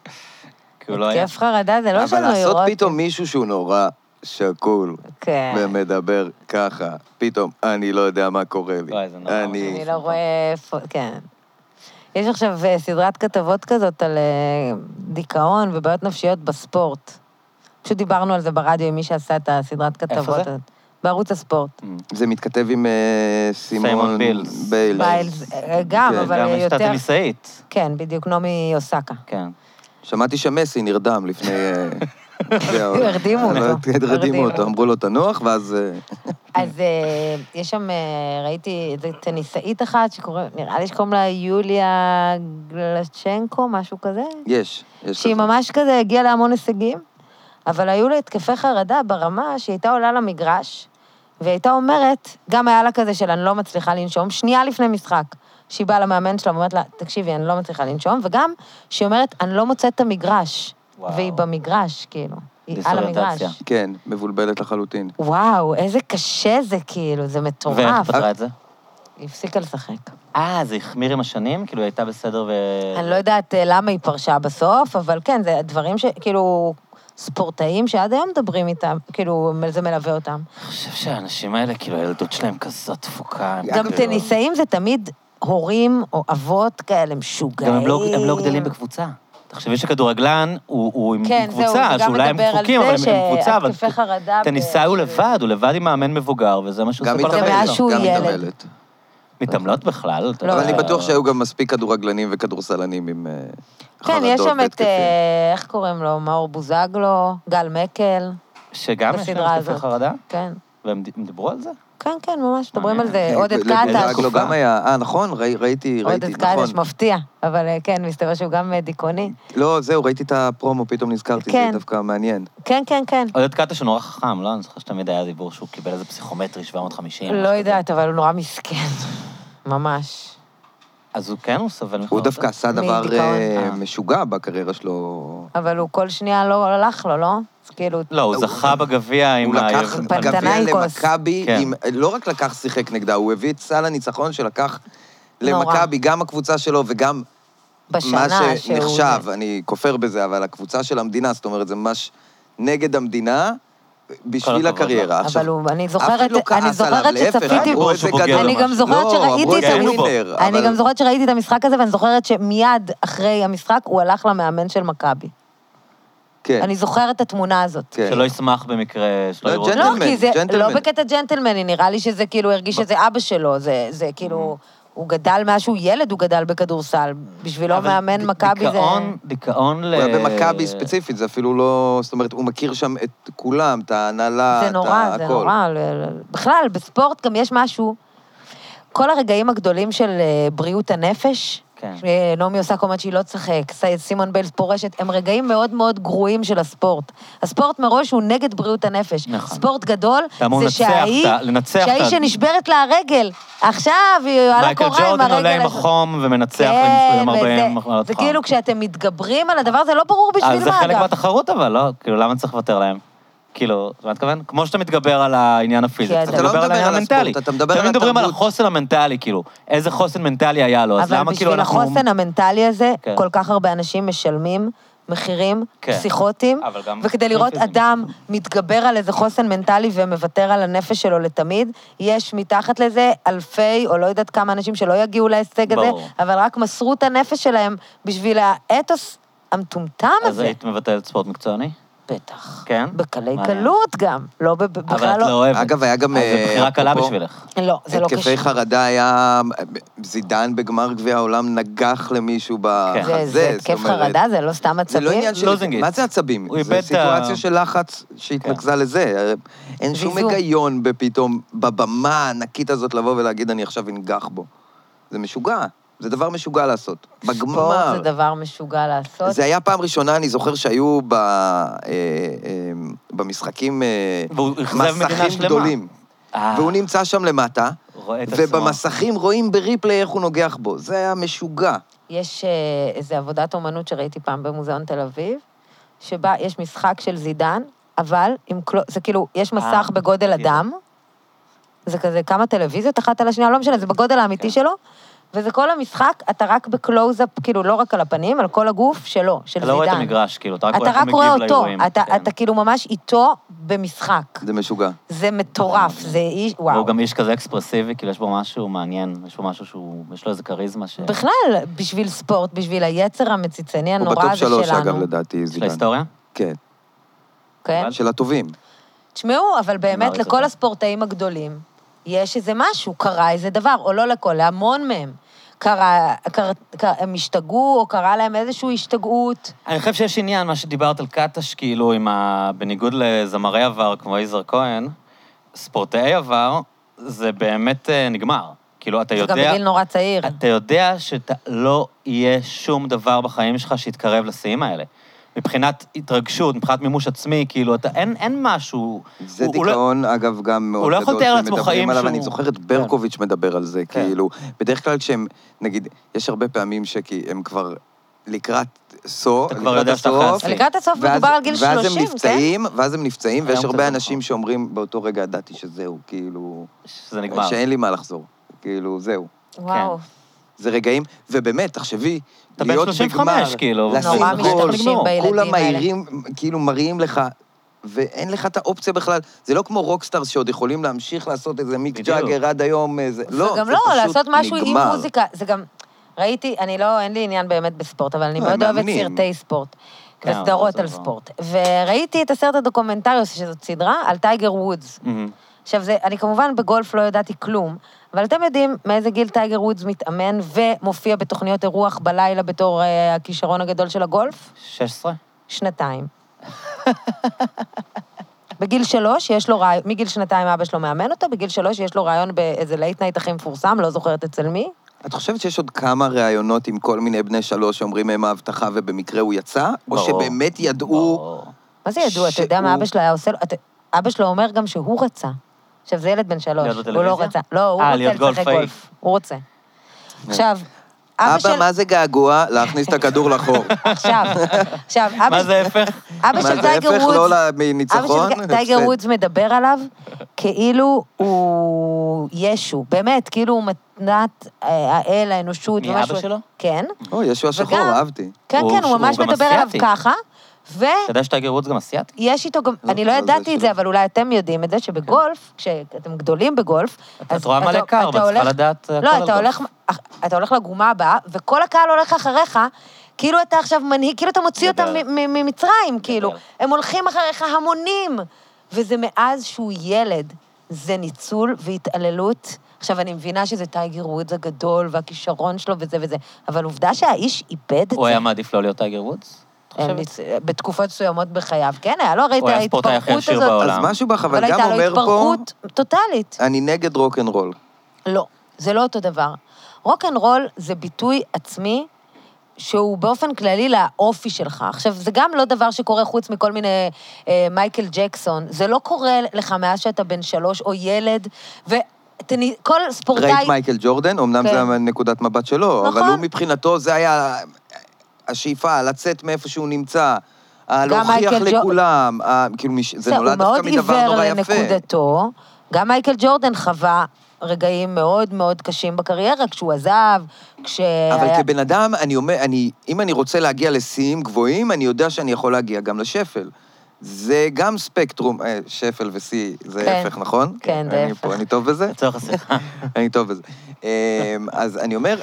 S1: כי הוא לא היה...
S3: כיף חרדה זה לא
S2: אבל
S3: שלא
S2: לעשות
S3: לראות.
S2: פתאום מישהו שהוא נורא שקול,
S3: כן.
S2: ומדבר ככה, פתאום, אני לא יודע מה קורה לי.
S1: וואי, זה נורא.
S2: אני...
S3: אני לא רואה איפה, כן. יש עכשיו אה, סדרת כתבות כזאת על אה, דיכאון ובעיות נפשיות בספורט. פשוט דיברנו על זה ברדיו עם מי שעשה את הסדרת כתבות.
S1: זה?
S3: הזאת. בערוץ הספורט.
S2: זה מתכתב עם אה, סימון
S1: ביילס.
S2: ביילס.
S3: ביילס, אה, גם,
S2: כן,
S3: אבל
S1: גם יש את
S3: יותר...
S1: הטניסאית.
S3: כן, בדיוק, נעמי אוסקה.
S1: כן.
S2: שמעתי שמסי נרדם לפני... אה, זהו.
S3: הרדימו
S2: לא,
S3: אותו.
S2: הרדימו
S3: הרדימו.
S2: אותו, אמרו לו תנוח, ואז... אה,
S3: אז אה, יש שם, אה, ראיתי איזה טניסאית אחת שקוראים, נראה לי שקוראים לה יוליה גלצ'נקו, משהו כזה,
S2: יש, יש
S3: שהיא
S2: כזאת.
S3: ממש כזה הגיעה להמון הישגים, אבל היו לה התקפי חרדה ברמה שהיא הייתה עולה למגרש, והיא הייתה אומרת, גם היה לה כזה של אני לא מצליחה לנשום, שנייה לפני משחק, שהיא באה למאמן שלה ואומרת לה, תקשיבי, אני לא מצליחה לנשום, וגם שהיא אומרת, אני לא מוצאת את המגרש,
S1: וואו.
S3: והיא במגרש, כאילו, היא על המגרש.
S1: דיסאוריינטציה.
S2: כן, מבולבלת לחלוטין.
S3: וואו, איזה קשה זה, כאילו, זה
S1: ואיך
S3: מטורף.
S1: את פתרה את זה?
S3: היא הפסיקה לשחק.
S1: אה, זה החמיר עם השנים? כאילו, היא הייתה בסדר ו...
S3: אני לא יודעת אה, למה היא פרשה בסוף, אבל כן, זה דברים ש... כאילו, ספורטאים שעד היום מדברים איתם, כאילו, מ- זה מלווה אותם.
S1: אני חושב שהאנשים האלה, כאילו, הילדות שלהם כזאת תפוקה. הם
S3: גם
S1: כאילו-
S3: טניסאים זה תמיד הורים או אבות כאלה משוגעים.
S1: גם הם לא, הם לא גדלים בקבוצה. תחשבי שכדורגלן הוא, הוא עם
S3: כן, זהו, זה
S1: קבוצה,
S3: גם
S1: שאולי הם
S3: מדבר על
S1: דפוקים,
S3: זה אה,
S1: אבל הם הם קבוצה, אבל
S3: שהתקפי חרדה ב-
S1: טניסאי הוא לבד, הוא לבד עם מאמן מבוגר, וזה מה שהוא
S2: גם
S1: עושה כל החיים
S3: מאז
S1: שלו.
S3: שהוא
S2: מתעמלת, גם
S3: ילד.
S2: מתעמלת.
S1: מתעמלות בכלל? אתה
S3: לא,
S2: אבל
S1: יודע.
S2: אני בטוח שהיו גם מספיק כדורגלנים וכדורסלנים עם אה,
S3: כן,
S2: חרדות
S3: יש שם את,
S2: והתקפים.
S3: אה, איך קוראים לו? מאור בוזגלו, גל מקל,
S1: שגם יש להם
S3: בסדרה
S1: התקפי
S3: הזאת.
S1: חרדה?
S3: כן.
S1: והם ד- הם דיברו על זה?
S3: כן, כן, ממש, מדברים על זה.
S1: מעניין.
S3: עודד
S2: לבוזגלו
S3: קטש.
S1: התקופה.
S2: אה, גם היה, אה, נכון, ראי- ראיתי, ראיתי,
S3: עודד קטש
S2: נכון.
S3: מפתיע, אבל אה, כן, מסתבר שהוא גם אה, דיכאוני.
S2: לא, זהו, ראיתי את הפרומו, פתאום נזכרתי, זה
S3: כן.
S2: דווקא מעניין.
S3: כן, כן, כן.
S1: עודד קטש הוא נורא חכם, לא? אני זוכר שתמיד היה דיבור שהוא קיבל איזה פסיכומטרי 750. משהו
S3: לא
S1: כזה.
S3: יודעת, אבל הוא נורא מסכן. ממש.
S1: אז הוא כן, הוא סובל מחרדה.
S3: נכון.
S2: הוא דווקא עשה דבר
S3: מדיכאון.
S2: אה,
S1: אה.
S2: משוגע בקריירה שלו.
S3: אבל הוא כל שנייה לא הלך לו, לא? אז כאילו...
S1: לא, הוא זכה בגביע עם
S2: הוא לקח
S1: היריב-
S2: גביע
S3: פנתנייקוס.
S2: למכבי,
S1: כן.
S2: עם- לא רק לקח, שיחק נגדה, הוא הביא את סל הניצחון שלקח
S3: נורא.
S2: למכבי, גם הקבוצה שלו וגם
S3: בשנה
S2: מה
S3: שהוא...
S2: שנחשב,
S3: זה.
S2: אני כופר בזה, אבל הקבוצה של המדינה, זאת אומרת, זה ממש נגד המדינה בשביל
S1: הכבוד לא. לו.
S2: הקריירה. עכשיו,
S3: אבל הוא, אני
S2: אף אחד
S3: זוכרת,
S2: לא
S3: אני
S2: כעס עליו,
S3: זוכרת
S2: להפך,
S3: שצפיתי,
S1: אמרו,
S2: אמרו איזה
S1: שהוא בוגר
S2: גדול.
S1: אני
S3: גם זוכרת
S2: לא,
S3: שראיתי
S2: אמרו
S3: את
S2: איזה
S1: המשחק.
S2: ווינר,
S3: אני
S2: אבל-
S3: גם זוכרת שראיתי את המשחק הזה, ואני זוכרת שמיד אחרי המשחק הוא הלך למאמן של מכבי.
S2: כן,
S3: אני זוכרת את התמונה הזאת.
S2: כן.
S1: שלא ישמח במקרה שלא
S2: לא,
S1: יראו אותו.
S3: לא,
S2: ג'נטלמן,
S3: כי זה לא
S2: ג'נטלמן.
S3: בקטע ג'נטלמני, נראה לי שזה כאילו הרגיש שזה אבא שלו, זה- זה כאילו...
S2: Mm-hmm.
S3: הוא גדל מאז שהוא ילד, הוא גדל בכדורסל. בשבילו
S1: אבל
S3: לא מאמן
S1: ד-
S3: מכבי זה...
S1: דיכאון, דיכאון ל...
S2: הוא היה במכבי ספציפית, זה אפילו לא... זאת אומרת, הוא מכיר שם את כולם, את ההנהלה,
S3: זה
S2: את
S3: נורא, זה
S2: הכל.
S3: נורא. ל- ל- בכלל, בספורט גם יש משהו, כל הרגעים הגדולים של אה, בריאות הנפש,
S1: כן.
S3: שנעמי עושה אומרת שהיא לא תשחק, ס- סימון ביילס פורשת, הם רגעים מאוד מאוד גרועים של הספורט. הספורט מראש הוא נגד בריאות הנפש.
S1: נכון.
S3: ספורט גדול,
S1: אתה אמור
S3: זה
S1: לנצח
S3: שההיא,
S1: את ה- לנצח את
S3: שההיא
S1: ה-
S3: שנשברת לה הרגל, עכשיו היא על
S1: מייקל
S3: הקורה עם
S1: ג'ורדן עולה
S3: הרגל
S1: עם
S3: הזאת.
S1: החום ומנצח
S3: כן,
S1: עם 40
S3: וזה
S1: מחלות
S3: זה
S1: חום.
S3: כאילו כשאתם מתגברים על הדבר הזה, לא ברור
S1: אז
S3: בשביל
S1: זה
S3: מה,
S1: חלק
S3: אגב.
S1: מהתחרות אבל, לא? כאילו, למה צריך לוותר להם? כאילו, אתה מתכוון? כמו שאתה מתגבר על העניין הפיזי,
S3: כן,
S1: אתה
S3: אתה לא
S1: מדבר על
S2: מדבר
S1: העניין
S2: על הספורט,
S1: המנטלי.
S2: אתה מדבר
S1: תמיד
S2: על
S1: מדברים על
S2: התרבות.
S1: החוסן המנטלי, כאילו. איזה חוסן מנטלי היה לו, אז
S3: אבל
S1: למה כאילו
S3: בשביל
S1: אנחנו...
S3: החוסן המנטלי הזה,
S1: כן.
S3: כל כך הרבה אנשים משלמים מחירים
S1: כן.
S3: פסיכוטיים,
S1: אבל גם
S3: וכדי
S1: מחירים
S3: לראות
S1: פיזיים.
S3: אדם מתגבר על איזה חוסן מנטלי ומוותר על הנפש שלו לתמיד, יש מתחת לזה אלפי, או לא יודעת כמה אנשים שלא יגיעו להישג הזה,
S1: ברור.
S3: אבל רק מסרו את הנפש שלהם בשביל האתוס המטומטם
S1: אז
S3: הזה.
S1: היית מבטלת ספורט מקצועני?
S3: בטח.
S1: כן?
S3: בקלי
S1: מעניין.
S3: קלות גם, לא, ב- ב-
S1: אבל
S3: בכלל
S1: את לא
S3: לא.
S1: אוהבת.
S2: אגב, היה גם...
S1: אז זו
S2: אה,
S1: בחירה קלה
S2: אפרופו-
S1: בשבילך.
S3: לא, זה לא קשור.
S2: התקפי חרדה היה... זידן בגמר גביע העולם נגח למישהו
S1: כן.
S2: בחזה,
S3: זה- זה התקף
S2: זאת אומרת,
S3: חרדה, זה לא סתם
S2: זה
S3: עצבים.
S2: לא עניין של...
S1: לוזינג איט.
S2: מה זה עצבים?
S1: הוא איבד
S2: זה
S1: את ה- כן.
S2: סיטואציה של לחץ שהתנקזה לזה. אין שום
S3: ויזור.
S2: היגיון בפתאום, בבמה הענקית הזאת, לבוא ולהגיד, אני עכשיו אנגח בו. זה משוגע. זה דבר משוגע לעשות.
S3: ספורט
S2: בגמר.
S3: זה דבר משוגע לעשות.
S2: זה היה פעם ראשונה, אני זוכר שהיו ב, אה, אה, במשחקים אה,
S1: והוא אכזב מדינה
S2: מסכים
S1: שלמה.
S2: גדולים.
S1: אה,
S2: והוא נמצא שם למטה,
S1: רואה את עצמו.
S2: ובמסכים רואים בריפלי איך הוא נוגח בו. זה היה משוגע.
S3: יש אה, איזו עבודת אומנות שראיתי פעם במוזיאון תל אביב, שבה יש משחק של זידן, אבל עם קלו... זה כאילו, יש מסך
S1: אה,
S3: בגודל
S1: ראיתי את
S3: אדם, זה כזה כמה טלוויזיות אחת על השנייה, לא משנה, זה בגודל האמיתי
S1: כן.
S3: שלו, וזה כל המשחק, אתה רק בקלוז-אפ, כאילו, לא רק על הפנים, על כל הגוף שלו, של
S1: אתה
S3: זידן.
S1: לא רואה את המגרש, כאילו, אתה רק רואה איך
S3: אתה
S1: הוא
S3: רק
S1: מגיב
S3: רואה
S1: לאירועים.
S3: אותו, אתה,
S1: כן.
S3: אתה כאילו ממש איתו במשחק.
S2: זה משוגע.
S3: זה מטורף, זה איש, וואו.
S1: והוא גם איש כזה אקספרסיבי, כאילו יש בו משהו מעניין, יש בו משהו שהוא, יש לו איזה כריזמה ש...
S3: בכלל, בשביל ספורט, בשביל היצר המציצני
S2: הוא
S3: הנורא
S2: בטופ
S3: הזה שלנו.
S2: שלוש, אגב, לדעתי,
S1: יש
S2: זידן.
S1: לה היסטוריה?
S2: כן.
S3: כן?
S1: הבנתי.
S2: של הטובים.
S3: תשמעו, אבל באמת,
S1: אמר את
S3: לכל
S1: זה.
S3: הספורטאים הגדולים יש איזה משהו, קרה איזה דבר, או לא לכל, להמון מהם. קרה, קר, קר, הם השתגעו, או קרה להם איזושהי השתגעות.
S1: אני חושב שיש עניין, מה שדיברת על קטש, כאילו, עם ה... בניגוד לזמרי עבר כמו יזהר כהן, ספורטאי עבר, זה באמת אה, נגמר. כאילו, אתה
S3: זה גם
S1: יודע...
S3: בגיל נורא צעיר.
S1: אתה יודע שלא יהיה שום דבר בחיים שלך שיתקרב לשיאים האלה. מבחינת התרגשות, מבחינת מימוש עצמי, כאילו, אתה, אין, אין משהו...
S2: זה
S1: הוא- הוא לא-
S2: דיכאון, אגב, גם מאוד
S1: הוא לא יכול
S2: גדול,
S1: לתאר לעצמו חיים
S2: עליו.
S1: שהוא-
S2: אני זוכר את ברקוביץ' מדבר על זה,
S1: כן.
S2: כאילו, בדרך כלל כשהם, נגיד, יש הרבה פעמים שהם כבר לקראת סוף,
S1: אתה כבר יודע שאתה אחרי הסוף.
S3: לקראת הסוף
S2: ואז-
S3: מדובר על גיל כן?
S2: ואז
S3: 30,
S2: הם נפצעים, ואז הם נפצעים,
S1: היום
S2: ויש
S1: זה
S2: הרבה
S1: יותר
S2: אנשים
S1: נכון.
S2: שאומרים באותו רגע ידעתי שזהו, כאילו...
S1: שזה נגמר.
S2: שאין לי מה לחזור. כאילו, זהו.
S1: כן.
S3: וואו.
S2: זה רגעים, ובאמת, תחשבי,
S1: אתה בן
S2: להיות
S1: 35,
S2: בגמר,
S1: כאילו,
S2: לשים
S3: נורא
S2: גול,
S3: משתמשים בילדים
S2: כולם
S3: האלה.
S2: מהירים, כאילו מראים לך, ואין לך את האופציה בכלל. זה לא כמו רוקסטארס שעוד יכולים להמשיך לעשות איזה מיק
S1: בדיוק.
S2: ג'אגר עד היום, איזה... לא, זה
S3: וגם
S2: פשוט
S3: לא, לעשות משהו עם
S2: נגמר.
S3: מוזיקה. זה גם, ראיתי, אני לא, אין לי עניין באמת בספורט, אבל אני
S2: לא,
S3: מאוד
S2: הם
S3: אוהבת
S2: מאמנים.
S3: סרטי ספורט.
S1: כן,
S3: וסדרות
S1: זה
S3: על
S1: דבר.
S3: ספורט. וראיתי את הסרט הדוקומנטריוס, שזאת סדרה, על טייגר וודס.
S1: מהמם.
S3: עכשיו, זה, אני כמובן בגולף לא ידעתי כלום, אבל אתם יודעים מאיזה גיל טייגר וודס מתאמן ומופיע בתוכניות אירוח בלילה בתור אה, הכישרון הגדול של הגולף?
S1: 16?
S3: שנתיים. בגיל שלוש, יש לו רעיון, מגיל שנתיים אבא שלו מאמן אותו, בגיל שלוש יש לו רעיון באיזה לייט נייט הכי מפורסם, לא זוכרת אצל מי.
S2: את חושבת שיש עוד כמה ראיונות עם כל מיני בני שלוש שאומרים הם ההבטחה ובמקרה הוא יצא? או
S1: ברור.
S2: שבאמת ידעו...
S1: ברור.
S3: מה זה ידוע? אתה יודע מה
S2: שהוא-
S3: אבא שלו היה עושה לו? אתה- אבא שלו אומר גם שהוא רצה. עכשיו, זה ילד בן שלוש,
S1: להיות
S3: הוא לא
S1: בטלוויזיה?
S3: רצה. לא, הוא
S1: אה,
S3: רוצה
S1: להיות
S3: לשחק
S1: גולפאי.
S3: גולף. הוא רוצה. עכשיו, אבא
S2: אבא,
S3: של...
S2: מה זה געגוע? להכניס את הכדור לחור.
S3: עכשיו, עכשיו, אבא
S1: מה
S3: של-
S1: זה ההפך?
S3: אבא
S2: מה
S3: של
S2: זה
S3: טייגר
S2: ההפך? לא נכון?
S3: וודס,
S2: ל-
S3: אבא
S2: מניצחון?
S3: של טייגר
S2: הפסד.
S3: וודס מדבר עליו כאילו הוא ישו, באמת, כאילו הוא מתנת אה, האל, האנושות
S1: מי,
S3: ומשהו.
S1: אבא שלו?
S3: כן,
S2: או, ישו השחור,
S3: וגם-
S2: אהבתי.
S3: כן,
S1: הוא-
S3: כן, הוא
S1: הוא
S3: ממש
S1: גם
S3: מדבר עליו
S1: אסיאתי.
S3: ככה,
S1: אתה יודע שטייגר וודס גם אסיאתי?
S3: ויש איתו גם,
S2: לא,
S3: אני לא
S2: לא, זה
S3: ידעתי את זה,
S2: שלו.
S3: אבל אולי אתם יודעים את זה, שבגולף, כשאתם גדולים בגולף, אז
S1: את רואה מלא
S3: אתה-
S1: קר,
S3: אתה
S1: ואת צריכה
S3: הולך-
S1: לדעת אה, הכל על
S3: לא, אתה
S1: גולף.
S3: הולך, אתה הולך לגומה הבאה, וכל הקהל הולך אחריך, כאילו אתה עכשיו מנהיג, כאילו אתה מוציא
S1: גדל.
S3: אותם מ- מ- ממצרים, כאילו.
S1: גדל.
S3: הם הולכים אחריך המונים. וזה מאז שהוא ילד, זה ניצול והתעללות. עכשיו, אני מבינה שזה טייגר וודס הגדול, והכישרון שלו וזה וזה, אבל עובדה שהאיש איבד את זה.
S1: הוא היה מעדיף לא להיות טייגר וודס? את
S3: הם
S1: חושבת?
S3: ניצ- בתקופות מסוימות בחייו, כן, היה לו הרי את
S1: הוא היה
S3: ההתפרקות
S1: הספורטאי הכי
S3: הזאת.
S1: עשיר בעולם.
S2: אז משהו בך, אבל
S3: אבל
S2: גם
S3: הייתה לו
S2: אומר פה,
S3: התפרקות טוטאלית.
S2: אני נגד רוקנרול.
S3: לא, זה לא אותו דבר. רוקנרול זה ביטוי עצמי שהוא באופן כללי לאופי שלך. עכשיו, זה גם לא דבר שקורה חוץ מכל מיני אה, מייקל ג'קסון. זה לא קורה לך מאז שאתה בן שלוש או ילד, וכל ספורטאי...
S2: ראית מייקל ג'ורדן, אמנם
S3: כן.
S2: זה נקודת מבט שלו, אבל
S3: נכון.
S2: הוא מבחינתו, זה היה השאיפה, לצאת מאיפה שהוא נמצא, ה- להוכיח
S3: מייקל ג'ו-
S2: לכולם, ה- כאילו, מש- זה
S3: בסדר,
S2: נולד דווקא מדבר נורא
S3: הוא מאוד
S2: יפה.
S3: עיוור לנקודתו. גם מייקל ג'ורדן חווה רגעים מאוד מאוד קשים בקריירה, כשהוא עזב, כש...
S2: אבל כבן אדם, אני אומר, אני, אם אני רוצה להגיע לשיאים גבוהים, אני יודע שאני יכול להגיע גם לשפל. זה גם ספקטרום, אה, שפל ושיא, זה
S3: כן.
S2: ההפך, נכון?
S3: כן, זה
S2: אני
S3: ההפך.
S2: פה, אני טוב בזה?
S1: לצורך השיחה.
S2: אני טוב בזה. אמ, אז אני אומר,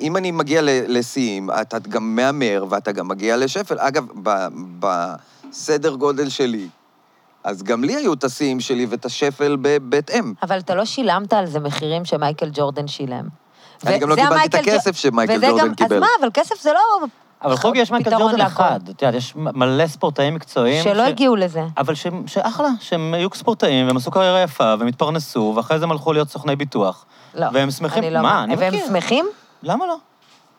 S2: אם אני מגיע ל- לשיאים, אתה גם מהמר ואתה גם מגיע לשפל. אגב, ב- בסדר גודל שלי, אז גם לי היו את השיאים שלי ואת השפל ב- בהתאם.
S3: אבל אתה לא שילמת על זה מחירים שמייקל ג'ורדן שילם.
S2: אני גם לא
S3: וזה
S2: קיבלתי את
S3: המייקל ג'ו-
S2: הכסף שמייקל
S3: וזה
S2: ג'ורדן
S3: גם- אז
S2: קיבל.
S3: מה, אבל כסף זה לא...
S1: אבל חוגי, יש מייקל
S3: פתרון
S1: ג'ורדן
S3: להכל.
S1: אחד. את יודעת, יש מ- מלא ספורטאים מקצועיים.
S3: שלא
S1: ש-
S3: הגיעו לזה.
S1: אבל שהם, שאחלה, שהם היו ספורטאים, והם עשו קריירה יפה, והם התפרנסו, ואחרי זה הם הלכו להיות סוכני ביטוח.
S3: לא.
S1: והם שמחים.
S3: אני לא-
S1: מה, אני
S3: והם
S1: מכיר.
S3: שמחים?
S1: למה לא?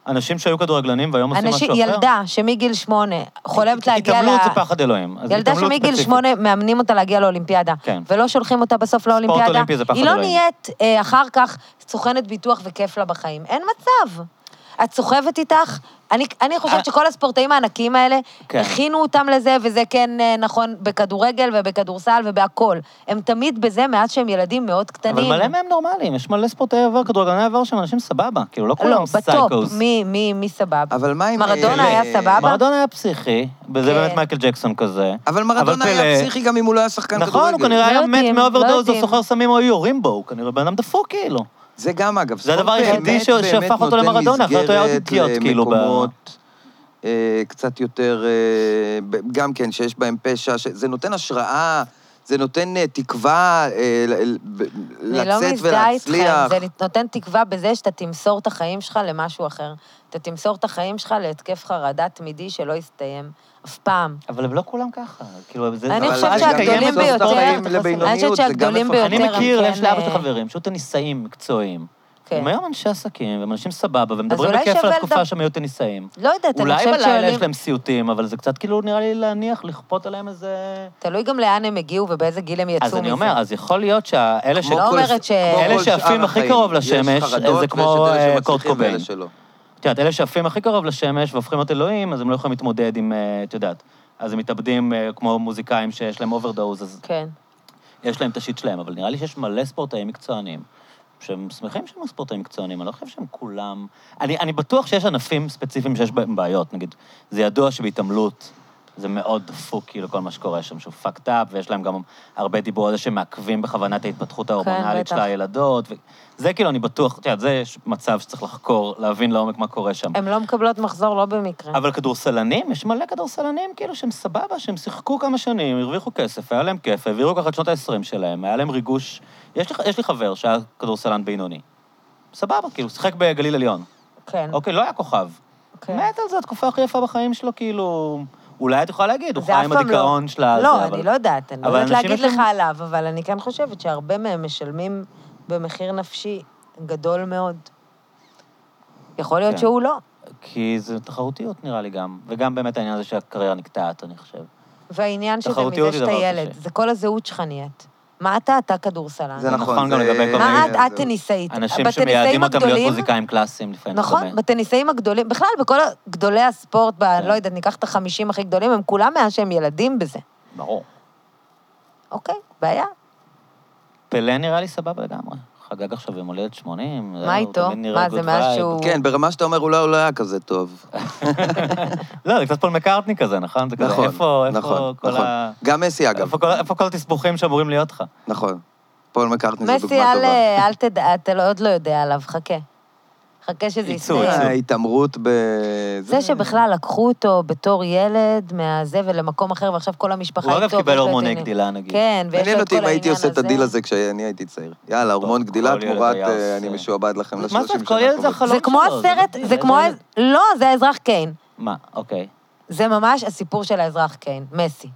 S1: אנשים שהיו כדורגלנים והיום עושים משהו
S3: אנשים,
S1: אחר.
S3: ילדה שמגיל שמונה חולמת להגיע ל...
S1: התעמלות זה פחד אלוהים. אז
S3: ילדה
S1: התעמלות
S3: שמגיל
S1: ספציפית.
S3: שמונה מאמנים אותה להגיע לאולימפיאדה,
S1: כן.
S3: ולא שולחים אותה בסוף לאולימפיאדה,
S1: אולימפי זה פחד
S3: היא לא
S1: אלוהים.
S3: נהיית אה, אחר כך סוכנת ביטוח וכיף לה בחיים. אין מצב. את סוחבת איתך, אני, אני
S1: אה.
S3: חושבת שכל הספורטאים הענקים האלה,
S1: כן.
S3: הכינו אותם לזה, וזה כן אה, נכון בכדורגל ובכדורסל ובהכול. הם תמיד בזה מאז שהם ילדים מאוד קטנים.
S1: אבל מלא מהם נורמלים, יש מלא ספורטאי עבר, כדורגלני עבר שם, אנשים סבבה. כאילו, לא
S3: לא,
S1: כולם
S3: בטופ,
S1: סייקוס.
S3: מי, מי, מי סבבה.
S2: אבל מה עם...
S3: מרדונה
S2: אה,
S3: היה סבבה?
S1: מרדונה היה פסיכי, וזה
S3: כן.
S1: באמת מייקל ג'קסון כזה.
S2: אבל מרדונה
S1: אבל פלא-
S2: היה פסיכי גם אם הוא לא היה שחקן כדורגל.
S1: נכון, הוא כנראה
S3: לא
S1: היה
S3: יודעים,
S1: מת
S3: לא
S1: מאוברדוז או
S3: יודעים.
S1: סוחר סמים או יורים בו, הוא כנראה בן אדם דפוק כאילו.
S2: זה גם, אגב,
S1: זה הדבר היחידי ש- שהפך אותו למרדונה, אחרת הוא היה אידיוט, כאילו, ב-
S2: במקומות אה, קצת יותר, אה, ב- גם כן, שיש בהם פשע, ש- זה נותן השראה, זה נותן אה, תקווה אה, ל- ל- ב-
S3: אני לא
S2: לצאת
S3: מזדהה איתכם,
S2: ולהצליח.
S3: זה נותן תקווה בזה שאתה תמסור את החיים שלך למשהו אחר. אתה תמסור את החיים שלך להתקף חרדה תמידי שלא יסתיים, אף פעם.
S1: אבל לא כולם ככה. כאילו, זה...
S3: אני
S1: זה-
S2: אבל
S3: חושבת
S1: זה-
S2: גם
S3: שהגדולים
S2: כן
S1: קיימת
S2: בסוף
S1: בתוך
S3: ביותר-
S2: החיים
S1: החיים.
S2: לבינוניות,
S3: אני חושבת
S2: זה גם
S3: שהגדולים
S2: מפרק.
S1: אני
S3: יותר הם
S1: מכיר,
S3: כן,
S1: יש לאבא של
S3: אה,
S1: חברים, שהיו טניסאים מקצועיים.
S3: כן.
S1: הם היום אנשי עסקים, הם אנשים סבבה, והם מדברים
S3: אולי
S1: בכיף על
S3: שווה
S1: התקופה
S3: לדבר-
S1: שהם היו טניסאים.
S3: לא יודעת, אני
S1: אולי
S3: חושבת
S1: בלילה
S3: שעולים...
S1: יש להם סיוטים, אבל זה קצת כאילו נראה לי להניח, לכפות עליהם איזה...
S3: תלוי גם לאן הם הגיעו ובאיזה גיל הם יצאו מזה.
S1: אז אני אומר, אז יכול להיות שאלה ש...
S2: כמו
S3: לא
S2: כל-
S3: אומרת ש-
S2: כמו כל
S1: אלה
S2: שאר
S1: שעפים הכי
S2: החיים.
S1: קרוב
S2: יש
S1: לשמש, אה,
S2: חרדות
S1: זה כמו,
S2: ויש את אלה
S1: אה,
S2: שמצליחים
S1: קורט קוביין.
S2: ואלה שלא.
S1: את יודעת, אלה שעפים הכי קרוב לשמש והופכים להיות אלוהים, אז הם לא יכולים להתמודד עם, אה, את יודעת. אז הם מתאבדים אה, כמו מוזיקאים שיש להם אוברדוז, אז
S3: כן.
S1: יש להם את השיט שלהם, אבל נראה לי שיש מלא ספורטאים מקצוענים, שהם שמחים שהם ספורטאים מקצוענים, אני לא חושב שהם כולם... אני, אני בטוח שיש ענפים ספציפיים שיש בהם בעיות, נגיד, זה ידוע שבהתעמלות זה מאוד דפוק, כאילו, כל מה שקורה שם, שהוא fucked up, ויש להם גם הרבה דיבור על זה שמעכבים בכוונה את ההתפתחות ההורמונלית
S3: בטח.
S1: של הילדות, ו... זה כאילו, אני בטוח, את יודעת, זה יש מצב שצריך לחקור, להבין לעומק מה קורה שם.
S3: הן לא מקבלות מחזור לא במקרה.
S1: אבל כדורסלנים, יש מלא כדורסלנים, כאילו, שהם סבבה, שהם שיחקו כמה שנים, הרוויחו כסף, היה להם כיף, העבירו ככה את שנות ה-20 שלהם, היה להם ריגוש. יש לי, יש לי חבר שהיה כדורסלן בינוני. סבבה, כאילו, שיחק בגליל עליון.
S3: כן.
S1: אוקיי, לא היה כוכב.
S3: כן.
S1: מת על זה, התקופה הכי יפה בחיים שלו, כאילו... אולי את יכולה להגיד, הוא
S3: זה
S1: חי
S3: אף
S1: עם
S3: פעם לא-
S1: הדיכאון שלה.
S3: לא,
S1: זה,
S3: אני
S1: אבל-
S3: לא יודעת, אני לא
S1: אבל
S3: יודעת
S1: אנשים
S3: להגיד
S1: יש
S3: לך
S1: להם-
S3: עליו, אבל אני כן חושבת שהרבה מהם משלמים במחיר נפשי גדול מאוד. יכול להיות
S1: כן.
S3: שהוא לא.
S1: כי זה תחרותיות, נראה לי גם. וגם באמת העניין הזה שהקריירה נקטעת, אני חושב.
S3: והעניין שזה
S1: תחרותיות
S3: מזה
S1: זה
S3: שאתה
S1: דבר
S3: ילד,
S1: קשה.
S3: זה כל הזהות שלך נהיית. מה אתה? אתה כדורסלן.
S2: זה נכון.
S1: נכון גם
S2: זה-
S1: לגבי כל מיני-
S3: מה
S1: אה,
S3: את?
S2: זה-
S3: את טניסאית.
S1: אנשים
S3: בטניסאים
S1: שמייעדים אותם
S3: הגדולים-
S1: להיות מוזיקאים קלאסיים לפעמים.
S3: נכון,
S1: וכדומה.
S3: בטניסאים הגדולים, בכלל, בכל גדולי הספורט, ב-
S1: כן.
S3: לא יודעת, ניקח את החמישים הכי גדולים, הם כולם מאז שהם ילדים בזה.
S1: ברור.
S3: אוקיי, בעיה.
S1: פלא נראה לי סבבה לגמרי. חגג עכשיו יום הולדת 80.
S3: מה איתו? מה, זה מאז שהוא...
S2: כן, ברמה שאתה אומר, אולי הוא לא היה כזה טוב.
S1: לא, זה קצת פול מקארטני כזה, נכון? זה כזה,
S2: נכון,
S1: איפה, איפה
S2: נכון,
S1: כל
S2: נכון.
S1: ה...
S2: גם מסי, אגב,
S1: איפה כל- איפה כל התסבוכים שאמורים להיות לך?
S2: נכון. פול מקארטני זו
S3: מסי,
S2: דוגמה
S3: אל,
S2: טובה.
S3: אל תדע, אתה לא- עוד לא יודע עליו, חכה. חכה שזה
S1: יצאו,
S3: יסתיים.
S1: יצאו.
S2: ההתעמרות ב...
S3: אה, זה שבכלל לקחו אותו בתור ילד מהזה ולמקום אחר, ועכשיו כל המשפחה
S1: הוא לא
S3: איתו.
S1: אגב
S3: ויש
S1: קיבל
S3: לו את
S1: הורמוני
S3: העניין-
S1: גדילה, נגיד.
S3: כן, ויש לו
S2: מעניין
S3: את כל
S2: אותי אם הייתי
S3: העניין
S2: עושה את הדיל
S3: הזה.
S2: הזה כשאני הייתי צעיר. יאללה, הורמון
S1: כל
S2: גדילה
S1: ילד
S2: תמורת
S1: היה
S2: אה, אני
S1: עושה.
S2: משועבד לכם
S1: מה זה,
S2: ל-30 שנה.
S1: כל ילד זה
S2: הקרובות.
S1: החלום
S3: זה כמו
S1: שלו, זה-
S3: הסרט,
S1: זה
S3: זה כמו... ה-
S1: ילד.
S3: לא, זה האזרח קיין.
S1: מה, אוקיי.
S3: זה ממש הסיפור של האזרח קיין, מסי.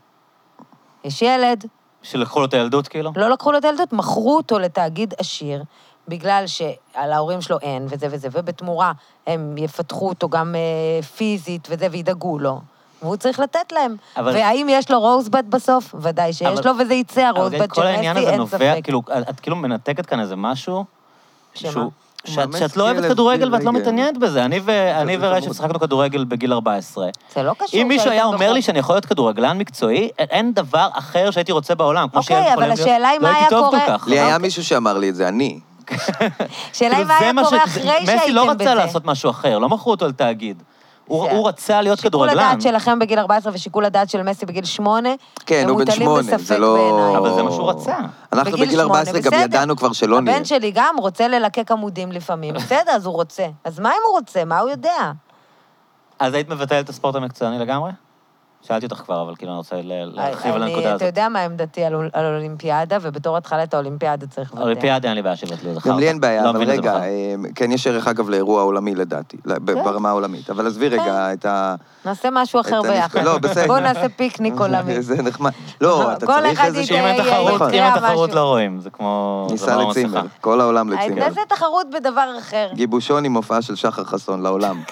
S3: יש ילד,
S1: שלקחו לו את הילדות, כאילו?
S3: לא לקחו לו את הילדות, מכרו אותו לתאגיד עשיר, בגלל שעל ההורים שלו אין, וזה וזה, ובתמורה הם יפתחו אותו גם אה, פיזית וזה, וידאגו לו. והוא צריך לתת להם.
S1: אבל-
S3: אבל... והאם יש לו רוזבד בסוף? ודאי שיש
S1: אבל-
S3: לו, וזה יצא
S1: אבל
S3: הרוזבד של
S1: כל העניין
S3: מסי,
S1: הזה
S3: אין
S1: נובע,
S3: ספק.
S1: כאילו, את כאילו מנתקת כאן איזה משהו,
S3: שמה?
S1: שהוא-
S2: הוא
S1: שאת
S2: מאמץ
S1: שאת לא אוהבת
S2: ילד
S1: כדורגל
S2: בלי
S1: ואת לא
S2: רגל.
S1: מתעניינת בזה. אני ו- אני
S2: כזה
S1: ורשת
S2: חמוד.
S1: שיחקנו כדורגל בגיל 14.
S3: זה לא קשור.
S1: אם מישהו
S3: שהייתם
S1: היה אומר
S3: בחוג.
S1: לי שאני יכול להיות כדורגלן מקצועי, א- אין דבר אחר שהייתי רוצה בעולם, כמו
S3: אוקיי,
S1: שילד
S3: אבל
S1: יכול להיות.
S3: השאלה היא מה
S1: לא
S3: היה
S1: הייתי טוב
S3: קורה-
S1: כל כך.
S2: לי היה
S3: אוקיי.
S2: מישהו שאמר לי את זה, אני.
S1: כאילו,
S3: שאלה אם מה
S1: זה
S3: היה
S1: מה
S3: קורה
S1: ש- זה-
S3: אחרי שהייתם בזה.
S1: מסי לא רצה לעשות משהו אחר, לא מכרו אותו לתאגיד. הוא
S3: זה-
S1: הוא רצה להיות
S3: שיקול
S1: כדורגלן,
S3: הדעת שלכם בגיל 14 ושיקול הדעת של מסי בגיל 8,
S2: כן,
S3: הם
S2: הוא בן
S3: מוטלים
S2: שמונה,
S3: בספק
S2: זה לא...
S3: בעיניי.
S1: אבל זה מה שהוא רצה.
S2: אנחנו
S3: בגיל
S2: בגיל 14 גם
S3: שמונה, בסדר.
S2: ידענו כבר שלא לא נהיה.
S3: הבן שלי גם רוצה ללקק עמודים לפעמים. בסדר, אז הוא רוצה. אז מה אם הוא רוצה? מה הוא יודע?
S1: אז היית מבטלת את הספורט המקצועני לגמרי? שאלתי אותך כבר, אבל כאילו אני רוצה ל- להרחיב על
S3: אני-
S1: הנקודה
S3: אתה
S1: הזאת.
S3: יודע מה עמדתי על אול- על אולימפיאדה, ובתור התחלת האולימפיאדה צריך לבטל.
S1: אולימפיאדה אין לי בעיה שיבטלו, זכרת.
S2: גם לי אין בעיה,
S1: לא
S2: אבל
S1: מבין את זה
S2: רגע,
S1: בכלל.
S2: אה, כן, יש ערך אגב לאירוע עולמי לדעתי, ל- ב-
S3: כן.
S2: ברמה העולמית. אבל עזבי
S3: אה,
S2: רגע את ה...
S3: נעשה משהו אחר
S2: את הנפ-
S3: ביחד.
S2: לא, בסדר.
S3: בואו נעשה פיקניק עולמי.
S2: זה נחמד. לא, אתה
S3: אה, כל
S2: צריך
S3: אחד
S2: איזשהו...
S1: שאם אין
S3: אה,
S1: תחרות,
S3: אה,
S1: אם אין
S3: יקרה
S1: תחרות
S3: משהו.
S1: לא רואים, זה כמו... זה לא
S2: ניסה
S1: כמו
S2: לצימר,
S1: מסכה.
S2: כל העולם
S3: אז
S2: לצימר.
S3: נעשה תחרות בדבר אחר. כן,
S2: גיבושון עם הופעה של שחר חסון לעולם.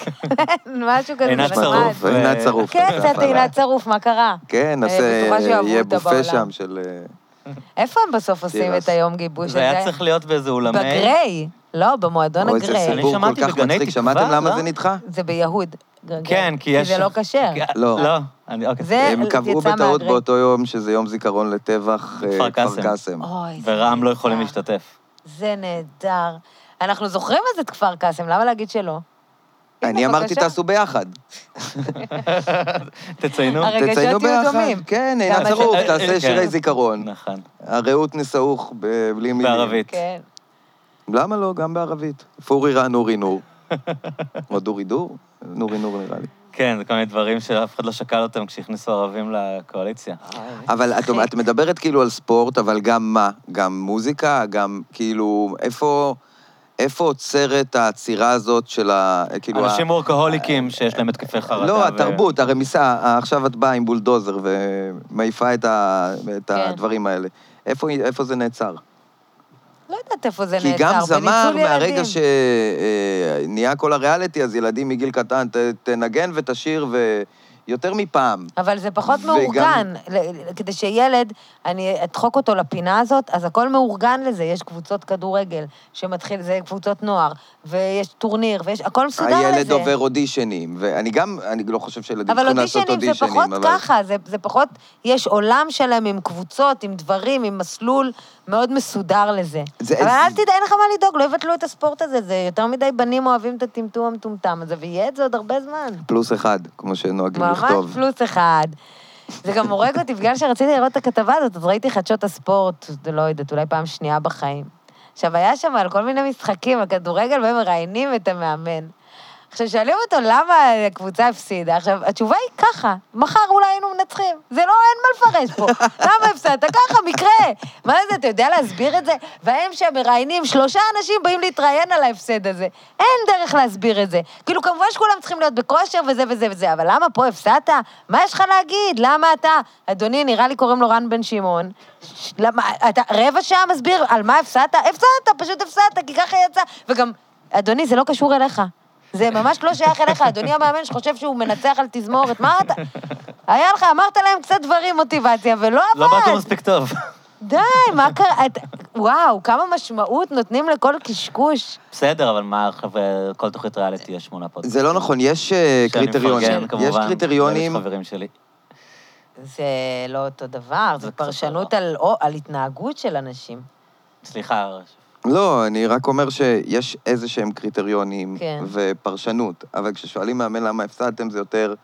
S3: משהו כזה.
S1: עינת
S3: זה
S2: נשמע
S1: צרוף.
S2: טוב,
S3: נחמד.
S1: ו-
S2: עינת צרוף.
S3: כן,
S2: אתה
S3: קצת
S2: אחלה.
S3: עינת צרוף, מה קרה?
S2: כן, נעשה...
S3: אה, בטוחה שיאהבו
S2: יהיה
S3: אותה
S2: בופה
S3: בעולם.
S2: שם של... אה,
S3: איפה הם בסוף עושים
S2: תירס.
S3: את היום גיבוש
S1: זה היה
S3: הזה?
S1: צריך להיות באיזה אולמי.
S3: בגריי. לא, במועדון
S2: אוי, זה
S3: הגריי.
S1: אני
S2: סיפור כל
S1: שמעתי
S2: כך
S1: בגני
S2: מצחיק.
S1: תקווה,
S2: שמעתם למה
S1: לא?
S2: זה נדחה?
S3: זה ביהוד.
S1: כן, כי יש...
S3: כי זה לא כשר.
S1: כי-
S2: לא.
S1: לא, אני... אוקיי.
S3: זה
S2: הם קבעו
S3: יצא
S2: בטעות
S3: מהגריי.
S2: באותו יום שזה יום זיכרון לטבח אה,
S1: כפר
S2: כפר
S1: קאסם.
S2: קאסם.
S3: אוי, זה
S1: ורע"מ לא
S3: נהדר.
S1: יכולים להשתתף.
S3: זה נהדר. אנחנו זוכרים אז את כפר קאסם, למה להגיד שלא?
S2: אני
S3: הנה,
S2: אמרתי
S3: בבקשה.
S2: תעשו ביחד.
S1: תציינו.
S3: הרי- הרגשות
S2: תציינו
S3: יהיו
S2: ביחד.
S3: דומים.
S2: כן, עינת
S3: גם השם-
S2: צרוף,
S1: אה,
S2: תעשה
S1: כן.
S2: שירי זיכרון.
S1: נכון.
S2: הרעות נסעוך ב- בלי מילים.
S1: בערבית.
S3: כן.
S2: למה לא? גם בערבית. פורי רע נורי נור. או דורי דור? נורי נור נראה לי.
S1: כן, זה כל מיני דברים שאף אחד לא שקל אותם כשהכניסו ערבים לקואליציה.
S2: אבל את,
S3: מצחיק.
S2: את מדברת כאילו על ספורט, אבל גם מה? גם מוזיקה? גם כאילו, איפה, איפה עוצרת העצירה הזאת של ה... כאילו... ה- אה,
S1: אנשים מורקהוליקים שיש להם התקפי חרדה. ו-
S2: לא, התרבות, הרמיסה, ה- עכשיו את באה עם בולדוזר ומעיפה את, ה, את
S3: כן.
S2: הדברים האלה. איפה, איפה זה נעצר?
S3: לא יודעת איפה זה
S2: כי
S3: נעצר,
S2: גם זמר,
S3: בניצול
S2: מהרגע
S3: ילדים.
S2: שנהיה כל הריאליטי, אז ילדים מגיל קטן, ת, תנגן ותשיר ו... יותר מפעם.
S3: אבל זה פחות
S2: וגם-
S3: מאורגן, ל- כדי שילד, אני אדחוק אותו לפינה הזאת, אז הכל מאורגן לזה, יש קבוצות כדורגל שמתחיל, זה קבוצות נוער, ויש טורניר, ויש, הכל מסודר לזה.
S2: הילד עובר אודישנים, ואני גם, אני לא חושב שילדים
S3: אבל
S2: צריכים לעשות
S3: אודישנים
S2: אודישנים,
S3: זה פחות
S2: אבל...
S3: ככה, זה, זה פחות, יש עולם שלם עם קבוצות, עם דברים, עם מסלול מאוד מסודר לזה.
S2: זה-
S3: אבל
S2: זה-
S3: אל תדע, אין לך מה לדאוג, לא יבטלו את הספורט הזה, זה יותר מדי בנים אוהבים את הטמטום המטומטם הזה, ויהיה את זה עוד הרבה זמן.
S2: פלוס אחד, כמו שנוהגים
S3: ממש
S2: לכתוב.
S3: פלוס אחד. זה גם הורג אותי, בגלל שרציתי לראות את הכתבה הזאת, אז ראיתי חדשות הספורט, זה לא יודעת, אולי פעם שנייה בחיים. עכשיו, היה שם על כל מיני משחקים, הכדורגל, והם מראיינים את המאמן. עכשיו, שואלים אותו למה הקבוצה הפסידה. עכשיו, התשובה היא ככה, מחר אולי היינו מנצחים. זה לא, אין מה לפרש פה. למה הפסדת? ככה, מקרה. מה זה, אתה יודע להסביר את זה? והם שמראיינים, שלושה אנשים באים להתראיין על ההפסד הזה. אין דרך להסביר את זה. כאילו, כמובן שכולם צריכים להיות בכושר וזה וזה וזה, אבל למה פה הפסדת? מה יש לך להגיד? למה אתה... אדוני, נראה לי קוראים לו רן בן שמעון. ש- למה, אתה רבע שעה מסביר על מה הפסדת? הפסדת, פשוט הפסדת, כי ככה יצא. וגם, אדוני, זה לא קשור אליך. זה ממש לא שייך אליך, אדוני המאמן שחושב שהוא מנצח על תזמורת, מה אתה... היה לך, אמרת להם קצת דברים מוטיבציה, ולא
S1: לא באתו
S3: עבד.
S1: מספיק טוב.
S3: די, מה קרה? את- וואו, כמה משמעות נותנים לכל קשקוש.
S1: בסדר, אבל מה עכשיו, אה, כל תוכנית ריאליטי יש שמונה פודקאסט.
S2: זה לא נכון, יש אה, קריטריונים. יש קריטריונים,
S1: חברים שלי.
S3: זה לא אותו דבר,
S1: זה
S3: זו
S1: קצת לא.
S3: פרשנות על, או, על התנהגות של אנשים.
S1: סליחה,
S2: לא, אני רק אומר שיש איזה שהם קריטריונים
S3: כן.
S2: ופרשנות, אבל כששואלים מאמן למה הפסדתם זה יותר,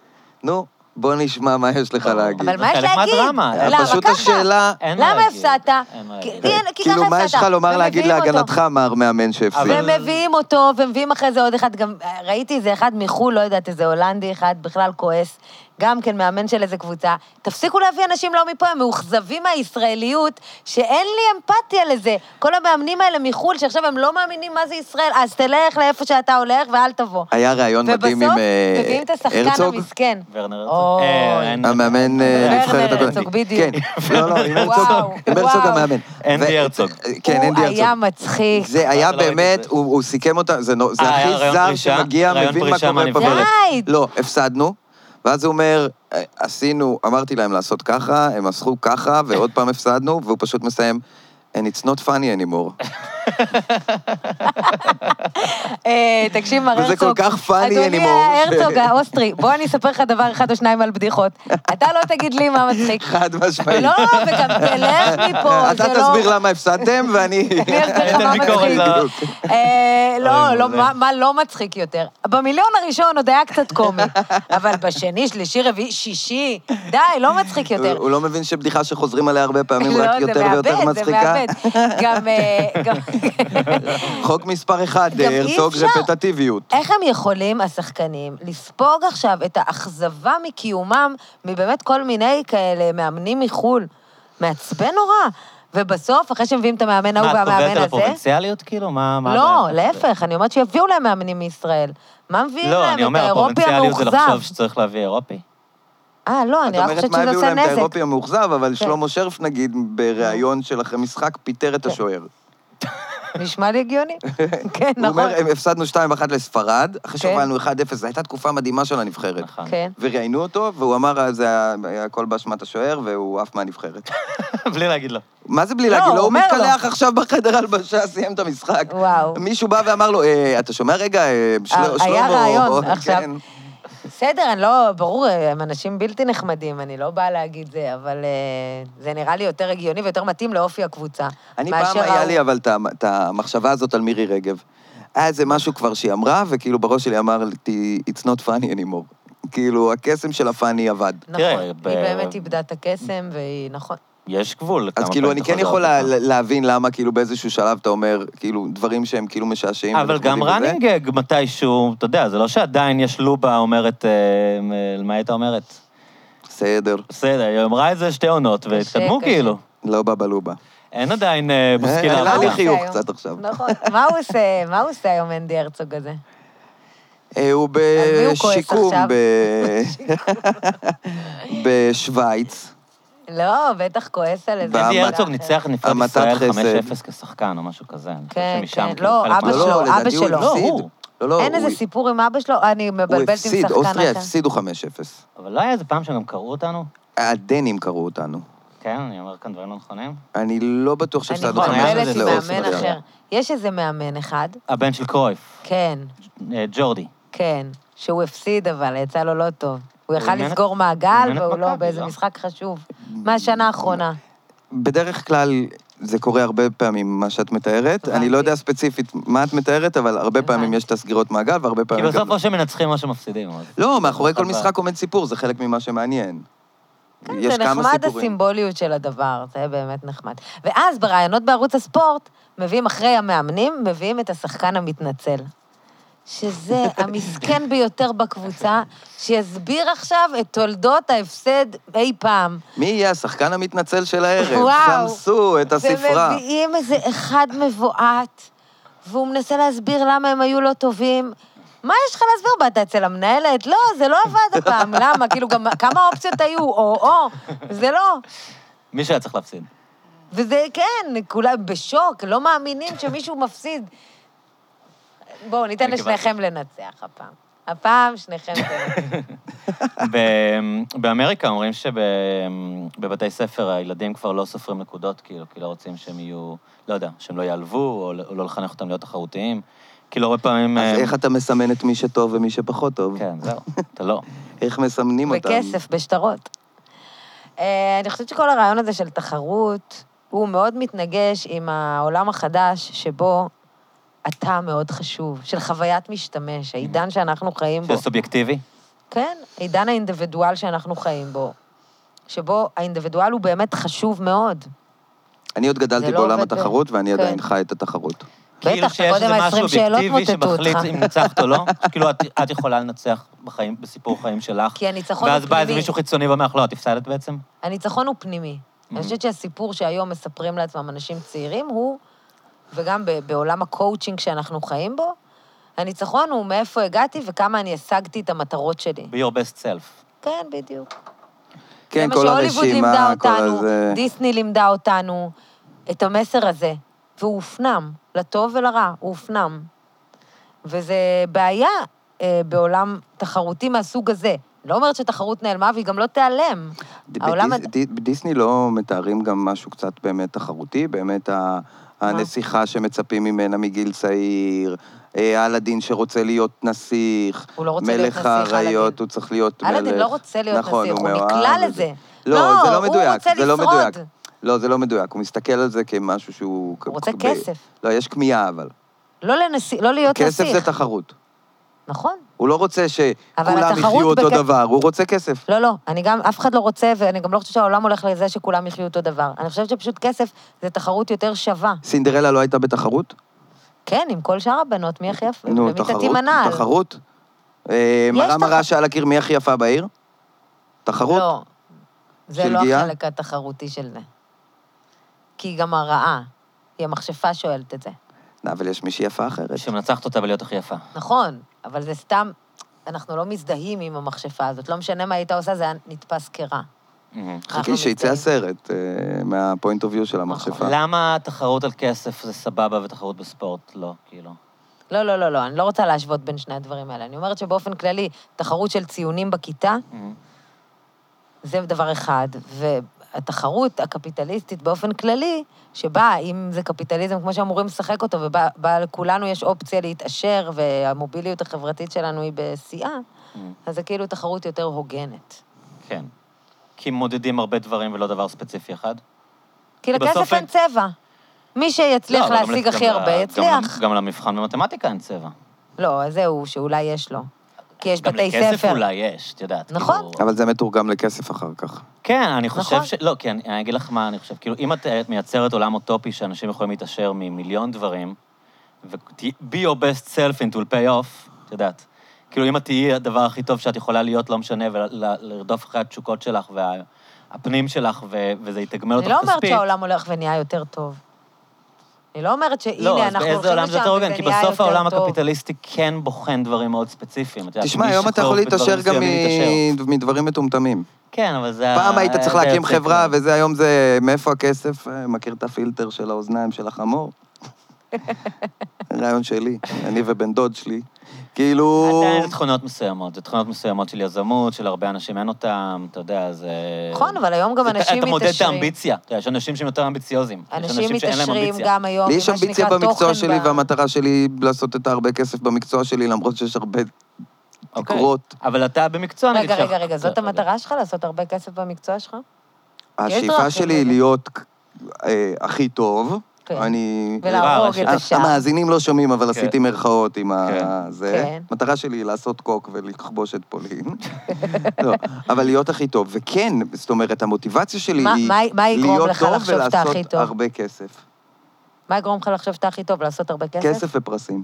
S2: נו, בוא נשמע מה יש לך
S1: ברור.
S2: להגיד.
S3: אבל מה יש
S1: חלק
S3: להגיד? לא,
S1: מהדרמה,
S2: אה,
S1: למה?
S2: פשוט
S3: ככה?
S2: השאלה,
S1: אין מה
S3: למה
S1: להגיד,
S3: הפסדת?
S1: אין מה
S3: כי-
S1: להגיד.
S3: אין, כי
S2: כאילו,
S3: ככה
S2: מה יש לך
S3: הפסדת.
S2: לומר להגיד
S3: ומביאים אותו.
S2: להגנתך, מר מאמן שהפסיד?
S1: אבל-
S3: ומביאים אותו, ומביאים אחרי זה עוד אחד, גם אה, ראיתי איזה אחד מחו"ל, לא יודעת, איזה הולנדי אחד, בכלל כועס, גם כן מאמן של איזה קבוצה. תפסיקו להביא אנשים לא מפה, הם מאוכזבים מהישראליות, שאין לי אמפתיה לזה. כל המאמנים האלה מחו"ל, שעכשיו הם לא מאמינים מה זה ישראל, אז תלך לאיפה שאתה הולך ואל תבוא.
S2: היה ראיון מדהים עם
S3: ובסוף
S2: אה,
S3: מביאים את השחקן
S2: הרצוג,
S3: המסכן.
S1: ורנר הרצוג.
S3: אוי.
S1: אה, אין-
S2: המאמן אה,
S1: ורנר
S2: נבחרת
S3: הרצוג,
S2: הפולנית.
S3: בדיוק.
S2: כן, לא, לא, עם הרצוג,
S3: וואו,
S2: עם הרצוג
S3: וואו.
S2: המאמן.
S1: אנדי
S2: ו-
S1: הרצוג.
S2: כן, אנדי
S3: הוא היה
S2: הרצוג.
S3: מצחיק.
S2: זה היה
S1: לא ראיתי את
S2: באמת,
S1: זה.
S2: הוא הוא סיכם אותה, זה נו- זה
S1: אה, היה
S2: הכי
S1: רעיון
S2: זר
S1: פרישה?
S2: שמגיע,
S1: רעיון
S2: מבין מה
S1: פרישה
S2: קורה פה
S1: מהנבחרת.
S2: בארץ.
S3: די.
S2: לא, הפסדנו, ואז הוא אומר, "אה, עשינו, אמרתי להם לעשות ככה, הם עשו ככה, ועוד פעם הפסדנו, והוא פשוט מסיים, And it's not funny anymore.
S3: אה, תקשיב, מר הרצוג.
S2: וזה כל כך funny
S3: אדוני
S2: anymore,
S3: הרצוג
S2: ש-
S3: האוסטרי, בוא אני אספר לך דבר אחד או שניים על בדיחות. אתה לא תגיד לי מה מצחיק.
S2: חד משמעית.
S3: לא, וגם תלך מפה,
S2: אה, אתה
S3: זה לא...
S2: תסביר למה הפסדתם, ואני...
S3: אני אסביר לך
S1: אתן
S3: מה
S1: ביקורת
S3: מצחיק.
S1: ל-
S3: אה, לא,
S1: אוי,
S3: לא,
S1: מעולה.
S3: מה- מה לא מצחיק יותר? במיליון הראשון עוד היה קצת קומי, אבל בשני, שלישי, רביעי, שישי, די, לא מצחיק יותר.
S2: הוא- הוא לא מבין שבדיחה שחוזרים עליה הרבה פעמים
S3: לא,
S2: רק
S3: זה
S2: יותר ויותר
S3: מאבד, זה
S2: מצחיקה.
S3: מאבד. גם, אה, גם-
S2: חוק מספר אחד, אה,
S3: גם אי
S2: הרצוג זה
S3: אפשר.
S2: פטטיביות.
S3: איך הם יכולים, השחקנים, לספוג עכשיו את האכזבה מקיומם מבאמת כל מיני כאלה מאמנים מחו"ל? מעצבן נורא. ובסוף, אחרי שמביאים את המאמן ההוא
S1: מה, את
S3: והמאמן
S1: קובעת על
S3: הזה...
S1: הפרובינציאליות כאילו? מה... מה
S3: לא,
S1: הבעיה?
S3: להפך, אני אומרת שיביאו להם מאמנים מישראל. מה מביאים
S1: לא,
S3: להם?
S1: אני אומר,
S3: את האירופי
S1: הפרובינציאליות זה
S3: המאוכזב.
S1: לחשוב שצריך להביא אירופי.
S3: אה, לא,
S2: את
S3: אני רק
S2: אומרת
S3: חושבת
S2: מה
S3: שזה
S2: הביאו
S3: עושה
S2: להם את
S3: נזק.
S2: האירופי המאוכזב, אבל
S3: כן.
S2: שלמה שרף נגיד, בריאיון של אחרי משחק, פיטר את
S3: כן.
S2: השוער.
S3: נשמע לי הגיוני. כן,
S2: הוא
S3: נכון.
S2: אומר, "הם הפסדנו 2-1 לספרד, אחרי
S3: כן.
S2: שהובלנו 1-0, זו הייתה תקופה מדהימה של הנבחרת.
S1: נכון.
S3: כן.
S2: וראיינו אותו, והוא אמר, "אה, זה היה- היה הכל באשמת השוער, והוא עף מהנבחרת.
S1: בלי להגיד לא.
S2: מה זה בלי
S3: לא,
S2: להגיד
S3: הוא
S2: לו? הוא
S3: אומר לו.
S2: מתקלח עכשיו בחדר הלבשה, סיים את המשחק.
S3: וואו.
S2: מישהו בא ואמר לו, "אה, אתה שומע רגע, אה, של-
S3: אה,
S2: שלמה...
S3: היה רעיון
S2: או-
S3: עכשיו.
S2: כן."
S3: בסדר, אני לא, ברור, הם אנשים בלתי נחמדים, אני לא באה להגיד זה, אבל אה, זה נראה לי יותר הגיוני ויותר מתאים לאופי הקבוצה.
S2: אני פעם
S3: מאשר
S2: היה
S3: ההוא.
S2: לי אבל את ה- את המחשבה הזאת על מירי רגב. היה איזה משהו כבר שהיא אמרה, וכאילו בראש שלי אמרתי, it's not funny anymore. כאילו, הקסם של הפאני עבד.
S3: נכון,
S1: תראה,
S3: היא
S1: ב-
S3: באמת איבדה את הקסם, והיא, נכון.
S1: יש גבול.
S2: אז
S1: כמה
S2: כאילו,
S1: פעמים
S2: אני
S1: אתה
S2: כן
S1: חוזר
S2: יכול
S1: על
S2: לה-
S1: עצמך.
S2: להבין למה כאילו באיזשהו שלב אתה אומר, כאילו, דברים שהם כאילו משעשעים.
S1: אבל
S2: ונחמדים
S1: גם
S2: וזה.
S1: ראנינג גג מתישהו, אתה יודע, זה לא שעדיין יש לובה אומרת, אה, מ- מה הייתה אומרת?
S2: בסדר,
S1: בסדר, היא אמרה את זה שתי עונות, והתקדמו
S3: קשה.
S1: כאילו.
S2: לא בבא לובה.
S1: אין עדיין אה, בוסקילה.
S2: עלה
S3: מה
S2: לי
S1: אחורה.
S3: הוא עושה
S2: חיוך
S3: היום?
S2: קצת עכשיו.
S3: נכון. מה הוא עושה? מה הוא עושה היום אנדי הרצוג הזה?
S2: אה, הוא
S3: מי הוא כועס
S2: בשיקום
S3: עכשיו?
S2: ב- בשוויץ.
S3: לא, בטח כועס על איזה...
S1: אנדי
S2: בהמ-
S1: הרצוג ניצח נפרד
S2: המתת
S1: ישראל 5-0
S2: חסד.
S1: כשחקן או משהו כזה. אני חושב
S3: כן,
S1: שמשם,
S3: כן.
S1: כאילו,
S3: לא,
S1: חלק
S3: אבא
S1: מה-
S3: שלו, אבא
S2: לדעתי הוא
S3: שלו.
S1: לא,
S2: הפסיד.
S1: הוא.
S2: לא, לא,
S3: אין
S2: הוא-
S3: איזה סיפור עם אבא שלו? אני
S2: הוא
S3: מבלבלת עם
S2: הפסיד,
S3: שחקן
S2: אוסטריה
S3: אחר.
S2: הפסידו 5-0.
S1: אבל לא היה איזה פעם שגם קראו אותנו?
S2: הדנים קראו אותנו.
S1: כן, אני אומר כאן דברים לא נכונים.
S2: אני לא בטוח
S3: אני
S2: שהפסדנו 5-0
S1: מבלבלת
S3: מבלבלת
S1: חמש
S3: עם
S1: אפס
S3: מאמן
S1: לאוסטריה.
S3: אחר. יש איזה מאמן אחד,
S1: הבן של קרויף,
S3: כן,
S1: אה, ג'ורדי.
S3: כן, שהוא הפסיד אבל, יצא לו לא טוב. הוא
S1: הוא
S3: יכל
S1: אימן את-
S3: לסגור
S1: הוא
S3: מעגל,
S1: אימן את
S3: והוא לא
S1: מכבי,
S3: באיזה
S1: לא?
S3: משחק חשוב. מהשנה האחרונה.
S2: בדרך כלל זה קורה הרבה פעמים, מה שאת מתארת.
S3: הבנתי.
S2: אני לא יודע ספציפית מה את מתארת, אבל הרבה פעמים
S3: הבנתי.
S2: יש את הסגירות מעגל, והרבה
S1: כי
S2: פעמים גם...
S1: כאילו, בסוף או שמנצחים או שמפסידים. אבל-
S2: לא, מאחורי כל
S1: אבל-
S2: משחק עומד סיפור, זה חלק ממה שמעניין.
S3: כן,
S2: יש
S3: זה
S2: כמה
S3: נחמד
S2: סיפורים.
S3: הסימבוליות של הדבר, זה באמת נחמד. ואז בראיונות בערוץ הספורט, מביאים אחרי המאמנים, מביאים את השחקן המתנצל. שזה המסכן ביותר בקבוצה, שיסביר עכשיו את תולדות ההפסד אי פעם.
S2: מי יהיה השחקן המתנצל של הערב?
S3: וואו.
S2: סמסו את הספרה.
S3: ומביאים איזה אחד מבועת, והוא מנסה להסביר למה הם היו לא טובים. מה יש לך להסביר? באת אצל המנהלת? לא, זה לא עבד הפעם, למה? כאילו, גם כמה אופציות היו? או-או, זה לא.
S1: מי שהיה צריך להפסיד.
S3: וזה, כן, כולם בשוק, לא מאמינים שמישהו מפסיד. בואו, ניתן
S1: אני
S3: לשניכם לנצח הפעם. הפעם שניכם תנצחו.
S1: ב- באמריקה אומרים שבבתי ספר הילדים כבר לא סופרים נקודות, כאילו, כי לא רוצים שהם יהיו, לא יודע, שהם לא ייעלבו, או לא- או לא לחנך אותם להיות תחרותיים. כאילו, הרבה פעמים...
S2: אז
S1: אה,
S2: איך אתה מסמן את מי שטוב ומי שפחות טוב?
S1: כן, זהו, אתה לא.
S2: איך מסמנים אותם?
S3: בכסף, בשטרות. אה, אני חושבת שכל הרעיון הזה של תחרות, הוא מאוד מתנגש עם העולם החדש שבו אתה מאוד חשוב, של חוויית משתמש, העידן שאנחנו חיים בו.
S1: שזה סובייקטיבי.
S3: כן, עידן האינדיבידואל שאנחנו חיים בו, שבו האינדיבידואל הוא באמת חשוב מאוד.
S2: אני עוד גדלתי
S3: זה לא
S2: בעולם
S3: עובד ב-
S2: התחרות, ואני עדיין
S3: כן.
S2: חי את התחרות.
S1: כאילו
S3: בטח,
S1: שיש
S3: שקודם
S1: איזה משהו
S3: ה-20 שאלות
S1: אובייקטיבי
S3: מוטטו
S1: שמחליט
S3: אותך.
S1: אם ניצחת או לא. כאילו, את- את יכולה לנצח בחיים, בסיפור חיים שלך.
S3: כי הניצחון הוא
S1: נכון, ואז בא איזה
S3: פנימי.
S1: מישהו Mm. חיצוני ואומר לך, לא, את הפסדת בעצם?
S3: הניצחון הוא פנימי. אני חושבת שהסיפור שהיום מספרים לעצמם אנשים צעירים הוא, וגם ב- בעולם הקואוצ'ינג שאנחנו חיים בו, הניצחון הוא מאיפה הגעתי וכמה אני השגתי את המטרות שלי.
S1: be your best self.
S3: כן, בדיוק.
S2: כן,
S3: זה
S2: כל
S3: מה שהוליווד לימדה
S2: הרשימה, כל
S3: אותנו,
S2: הזה...
S3: דיסני לימדה אותנו, את המסר הזה. והוא הופנם, לטוב ולרע, הוא הופנם. וזה בעיה אה, בעולם תחרותי מהסוג הזה. לא אומרת שתחרות נעלמה, והיא גם לא תיעלם.
S2: ד-
S3: העולם
S2: בדיס- ד- בדיסני לא מתארים גם משהו קצת באמת תחרותי, באמת ה- הנסיכה שמצפים ממנה מגיל צעיר, אה, אלאדין שרוצה להיות נסיך,
S3: הוא לא רוצה להיות
S2: מלך
S3: נסיך, אלאדין.
S2: האריות, הוא צריך להיות מלך.
S3: אלאדין לא רוצה להיות
S2: נכון,
S3: נסיך, הוא
S2: מאוהב
S3: נקלע
S2: בזה.
S3: לזה.
S2: לא, זה לא
S3: הוא
S2: מדויק,
S3: רוצה
S2: זה לא
S3: לשרוד.
S2: מדויק. לא, זה לא מדויק, הוא מסתכל על זה כמשהו שהוא...
S3: הוא רוצה
S2: ב-
S3: כסף.
S2: לא, יש כמיהה אבל.
S3: לא, לנשיא, לא להיות
S2: כסף
S3: נסיך.
S2: זה תחרות.
S3: נכון.
S2: הוא לא רוצה שכולם
S3: התחרות
S2: יחיו אותו
S3: בכ-
S2: דבר, הוא רוצה כסף.
S3: לא, לא, אני גם, אף אחד לא רוצה, ואני גם לא חושבת שהעולם הולך לזה שכולם יחיו אותו דבר. אני חושבת שפשוט כסף זה תחרות יותר שווה.
S2: סינדרלה לא הייתה בתחרות?
S3: כן, עם כל שאר הבנות, מי הכי
S1: אה,
S3: יפה?
S2: נו,
S3: ומי
S2: תחרות,
S3: תתאים הנעל?
S2: תחרות. אה,
S3: יש
S2: מראה מראה
S3: תחרות.
S2: שעל הקיר מי הכי יפה בעיר? תחרות?
S3: לא, זה
S2: של
S3: לא
S2: גיאה?
S3: החלק התחרותי של זה. כי היא גם הרעה. היא המכשפה שואלת את זה.
S2: לא, אבל יש מישהי יפה אחרת.
S1: שמנצחת אותה ולהיות הכי יפה.
S3: נכון, אבל זה סתם, אנחנו לא מזדהים עם המכשפה הזאת. לא משנה מה היית עושה, זה היה נתפס כרע. אנחנו
S2: חכי שיצא
S3: מזדהים.
S2: הסרט אה, מהפוינט אוף יו של המכשפה.
S1: נכון, למה תחרות על כסף זה סבבה ותחרות בספורט לא, כאילו?
S3: לא, לא, לא, לא, אני לא רוצה להשוות בין שני הדברים האלה. אני אומרת שבאופן כללי, תחרות של ציונים בכיתה, זה דבר אחד, והתחרות הקפיטליסטית באופן כללי, שבה, אם זה קפיטליזם כמו שאמורים לשחק אותו, ובה בה לכולנו יש אופציה להתעשר, והמוביליות החברתית שלנו היא בשיאה,
S1: Mm.
S3: אז זה כאילו תחרות יותר הוגנת.
S1: כן. כי מודדים הרבה דברים ולא דבר ספציפי אחד.
S3: כי
S1: כי בסוף
S3: לכסף אין צבע. מי שיצליח
S1: לא, אבל גם
S3: להשיג
S1: לת-
S3: הכי
S1: גם ל-
S3: הרבה,
S1: גם-
S3: יצליח.
S1: גם למבחן במתמטיקה אין צבע.
S3: לא, אז זהו, שאולי יש לו. כי יש
S1: גם
S3: בתי
S1: לכסף
S3: ספר.
S1: אולי יש, את יודעת.
S3: נכון.
S1: כאילו-
S2: אבל זה מתורגם לכסף אחר כך.
S1: כן, אני חושב
S3: נכון.
S1: ש... לא, כי אני אני אגיד לך מה אני חושב. כאילו, אם את את מייצרת עולם אוטופי שאנשים יכולים להתעשר ממיליון דברים, ו- be your best self and it will pay off, את יודעת. כאילו, אם את תהיי הדבר הכי טוב שאת יכולה להיות, לא משנה, ולרדוף אחרי התשוקות שלך והפנים שלך, ו- וזה יתגמל אותך
S3: אני
S1: כספית.
S3: לא אומרת שהעולם הולך ונהיה יותר טוב. אני לא אומרת
S1: לא,
S3: שהנה,
S1: אז
S3: אנחנו
S1: באיזה
S3: הולכים
S1: עולם זה
S3: לשם
S1: יותר הוגן? כי
S3: ונהיה
S1: בסוף
S3: יותר
S1: העולם
S3: טוב.
S1: הקפיטליסטי כן בוחן דברים מאוד ספציפיים. את יודעת,
S2: תשמע,
S1: מי
S2: היום אתה
S1: שטוב
S2: יכול
S1: בדברים
S2: להתעשר גם
S1: מסוימים יתעשר.
S2: מ- מדברים מטומטמים.
S1: כן, אבל זה...
S2: פעם
S1: ה-
S2: היית צריך
S1: אה, זה
S2: להקים
S1: יוצא
S2: חברה,
S1: כלל.
S2: וזה היום זה, מאיפה הכסף? אה, מכיר את הפילטר של האוזניים של החמור? רעיון שלי, אני ובן דוד שלי. כאילו...
S1: עדיין זה תכונות מסוימות, זה תכונות מסוימות של יזמות, של הרבה אנשים אין אותם, אתה יודע, זה...
S3: נכון, אבל היום גם
S1: זה-
S3: אנשים
S1: אתה מודד את
S3: מתעשרים.
S1: האמביציה, אתה יודע, יש אנשים שהם יותר אמביציוזים. יש
S3: אנשים
S1: שאין להם
S3: מתעשרים
S1: אמביציה.
S3: גם היום,
S2: לי
S3: עם
S2: יש
S3: מה
S2: אמביציה
S3: שנקרא תוכן
S2: במקצוע שלי,
S3: ב-
S2: והמטרה שלי לעשות את הרבה כסף במקצוע שלי, למרות שיש הרבה
S1: אוקיי.
S2: תקרות.
S1: אבל אתה במקצוע, נגיד...
S3: רגע, רגע,
S1: שאנחנו-
S3: רגע, זאת המטרה שלך? לעשות הרבה כסף במקצוע שלך? דרכים,
S2: השאיפה שלי היא
S3: אבל.
S2: להיות אה, הכי טוב.
S3: כן.
S2: אני...
S3: ולהרוג את
S1: אה,
S3: השאר.
S2: המאזינים לא שומעים, אבל
S1: כן.
S2: עשיתי מירכאות עם ה...
S1: כן.
S2: זה.
S3: כן.
S2: המטרה שלי היא לעשות קוק ולכבוש את פולין. לא, אבל להיות הכי טוב. וכן, זאת אומרת, המוטיבציה שלי
S3: מה-
S2: היא
S3: מה- מה יגרום
S2: להיות
S3: לך
S2: טוב
S3: לחשוב שאתה הכי
S2: ולעשות
S3: טוב?
S2: הרבה כסף.
S3: מה יגרום לך לחשוב שאתה הכי טוב, לעשות הרבה כסף?
S2: כסף ופרסים.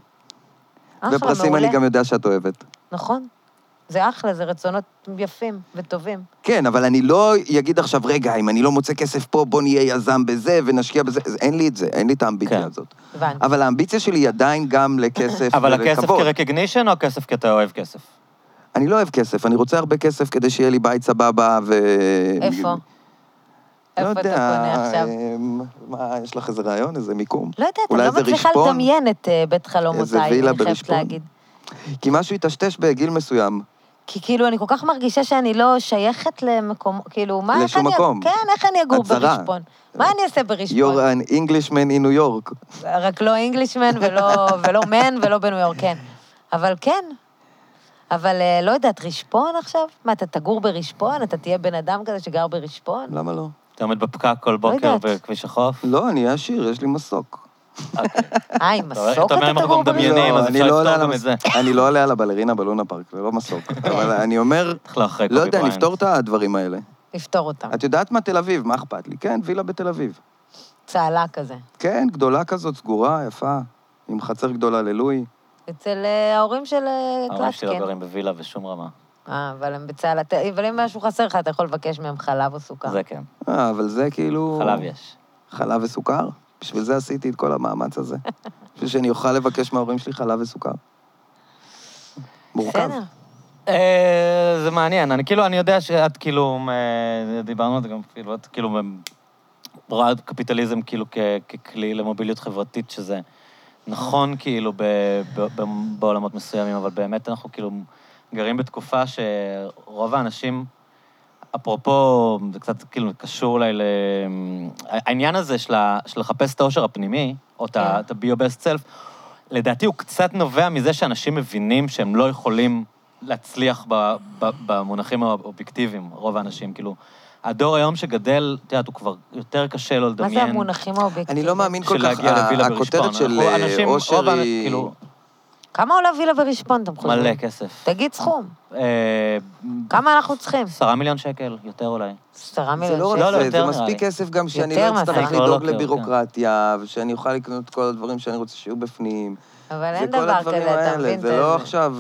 S3: אחלה,
S2: ופרסים
S3: מעולה.
S2: אני גם יודע שאת אוהבת.
S3: נכון. זה אחלה, זה רצונות יפים וטובים.
S2: כן, אבל אני לא אגיד עכשיו, רגע, אם אני לא מוצא כסף פה, בוא נהיה יזם בזה ונשקיע בזה. אז אין לי את זה, אין לי את האמביציה
S1: כן.
S2: הזאת.
S3: הבנתי.
S2: אבל האמביציה שלי היא עדיין גם לכסף ולכבוד.
S1: אבל הכסף כ-recognition או הכסף כי אתה אוהב כסף?
S2: אני לא אוהב כסף, אני רוצה הרבה כסף כדי שיהיה לי בית סבבה ו...
S3: איפה?
S2: לא
S3: איפה אתה
S2: יודע,
S3: קונה עכשיו?
S2: אמ, מה, יש לך איזה רעיון, איזה מיקום?
S3: לא יודעת,
S2: אולי
S3: אני לא
S2: איזה
S3: מצליחה
S2: רשפון?
S3: לדמיין את אה, בית
S2: איזה
S3: חלומותיי,
S2: וילה
S3: אני חייבת
S2: ברשפון?
S3: להגיד.
S2: כי משהו יטשטש בגיל מסוים.
S3: כי כאילו, אני כל כך מרגישה שאני לא שייכת למקום, כאילו, מה, איך
S2: לשום
S3: אני...
S2: מקום.
S3: כן, איך אני אגור
S2: את זרה.
S3: ברשפון? מה אני אעשה ברשפון?
S2: You're an Englishman in New York.
S3: רק לא אינגלישמן ולא, ולא מן ולא בניו יורק, כן. אבל כן. אבל אה, לא יודעת, רשפון עכשיו? מה, אתה תגור ברשפון? אתה תהיה בן אדם כזה שגר ברשפון?
S2: למה לא?
S1: אתה עומד בפקק כל בוקר
S3: יודעת.
S1: בכביש החוף? אוקיי,
S2: לא, אני אהיה עשיר, יש לי מסוק.
S3: אה, עם
S1: אתה
S3: מסוק
S1: אומר,
S3: אתה
S1: אם אנחנו
S3: תגור ברשפון?
S1: מדמיינים, אז
S2: אני
S1: אפשר לפתור
S2: לא עולה על
S1: גם את
S2: המס-
S1: זה.
S2: אני לא עולה על הבלרינה בלונה פארק, ולא מסוק. אבל אני אומר,
S1: צריך לאחרי
S2: לא
S1: קובי
S2: יודע,
S1: בריינט.
S2: נפתור את הדברים האלה.
S3: נפתור אותם.
S2: את יודעת מה תל אביב, מה אכפת לי? כן, וילה בתל אביב.
S3: צהלה כזה.
S2: כן, גדולה כזאת, סגורה, יפה, עם חצר גדולה ללואי.
S3: אצל אה, ההורים של אה,
S1: ההורים שלי
S3: קלצ'קין.
S1: לא גרים בווילה בשום רמה.
S3: אה, אבל הם בצהלה. ת- אבל אם משהו חסר לך, אתה יכול לבקש מהם חלב או סוכר.
S1: זה כן,
S2: אה, אבל זה כאילו...
S1: חלב יש.
S2: חלב וסוכר? בשביל זה עשיתי את כל המאמץ הזה. בשביל שאני אוכל לבקש מההורים שלי חלב וסוכר. מורכב.
S3: בסדר.
S1: אה, זה מעניין, אני כאילו, אני יודע שאת כאילו, אה, דיברנו על זה גם, כאילו, את כאילו אה, רואה את קפיטליזם כאילו כ- ככלי למוביליות חברתית, שזה נכון כאילו ב, ב, ב, בעולמות מסוימים, אבל באמת אנחנו כאילו גרים בתקופה שרוב האנשים, אפרופו, זה קצת כאילו קשור אולי ל... העניין הזה של, ה, של לחפש את האושר הפנימי, או את ה-
S3: כן.
S1: את ה-bio-best self, לדעתי הוא קצת נובע מזה שאנשים מבינים שהם לא יכולים להצליח ב, ב, במונחים האובייקטיביים, רוב האנשים, כאילו. הדור היום שגדל, את יודעת, הוא כבר יותר קשה לו
S3: מה
S1: לדמיין.
S3: זה המונחים האובייקטיביים?
S2: אני לא מאמין כל
S1: של
S2: כך,
S1: להגיע לווילה ברשפון.
S2: הכותרת של
S1: אנחנו אנשים,
S2: אה,
S1: רוב
S2: אושר
S1: האנ-
S2: היא...
S1: כאילו,
S3: כמה עולה וילה ברשפון, אתם חושבים?
S1: מלא כן. כסף.
S3: תגיד סכום.
S1: אה,
S3: כמה אנחנו צריכים?
S1: עשרה מיליון שקל, יותר אולי.
S3: עשרה
S2: זה
S3: מיליון
S2: לא
S1: לא, לא,
S2: רק זה, זה
S1: יותר נראה
S2: מספיק
S1: לי.
S2: כסף גם שאני לא
S3: יותר מהסך.
S2: אצטרך
S1: אני כבר לא
S2: לדאוג
S1: אוקיי,
S2: לבירוקרטיה, ושאני אוכל לקנות את כל הדברים שאני רוצה שיהיו בפנים.
S3: אבל
S2: זה
S3: אין
S2: כל
S3: דבר
S2: הדברים
S3: כזה, אתה
S2: האלה,
S3: מבין?
S2: זה לא עכשיו...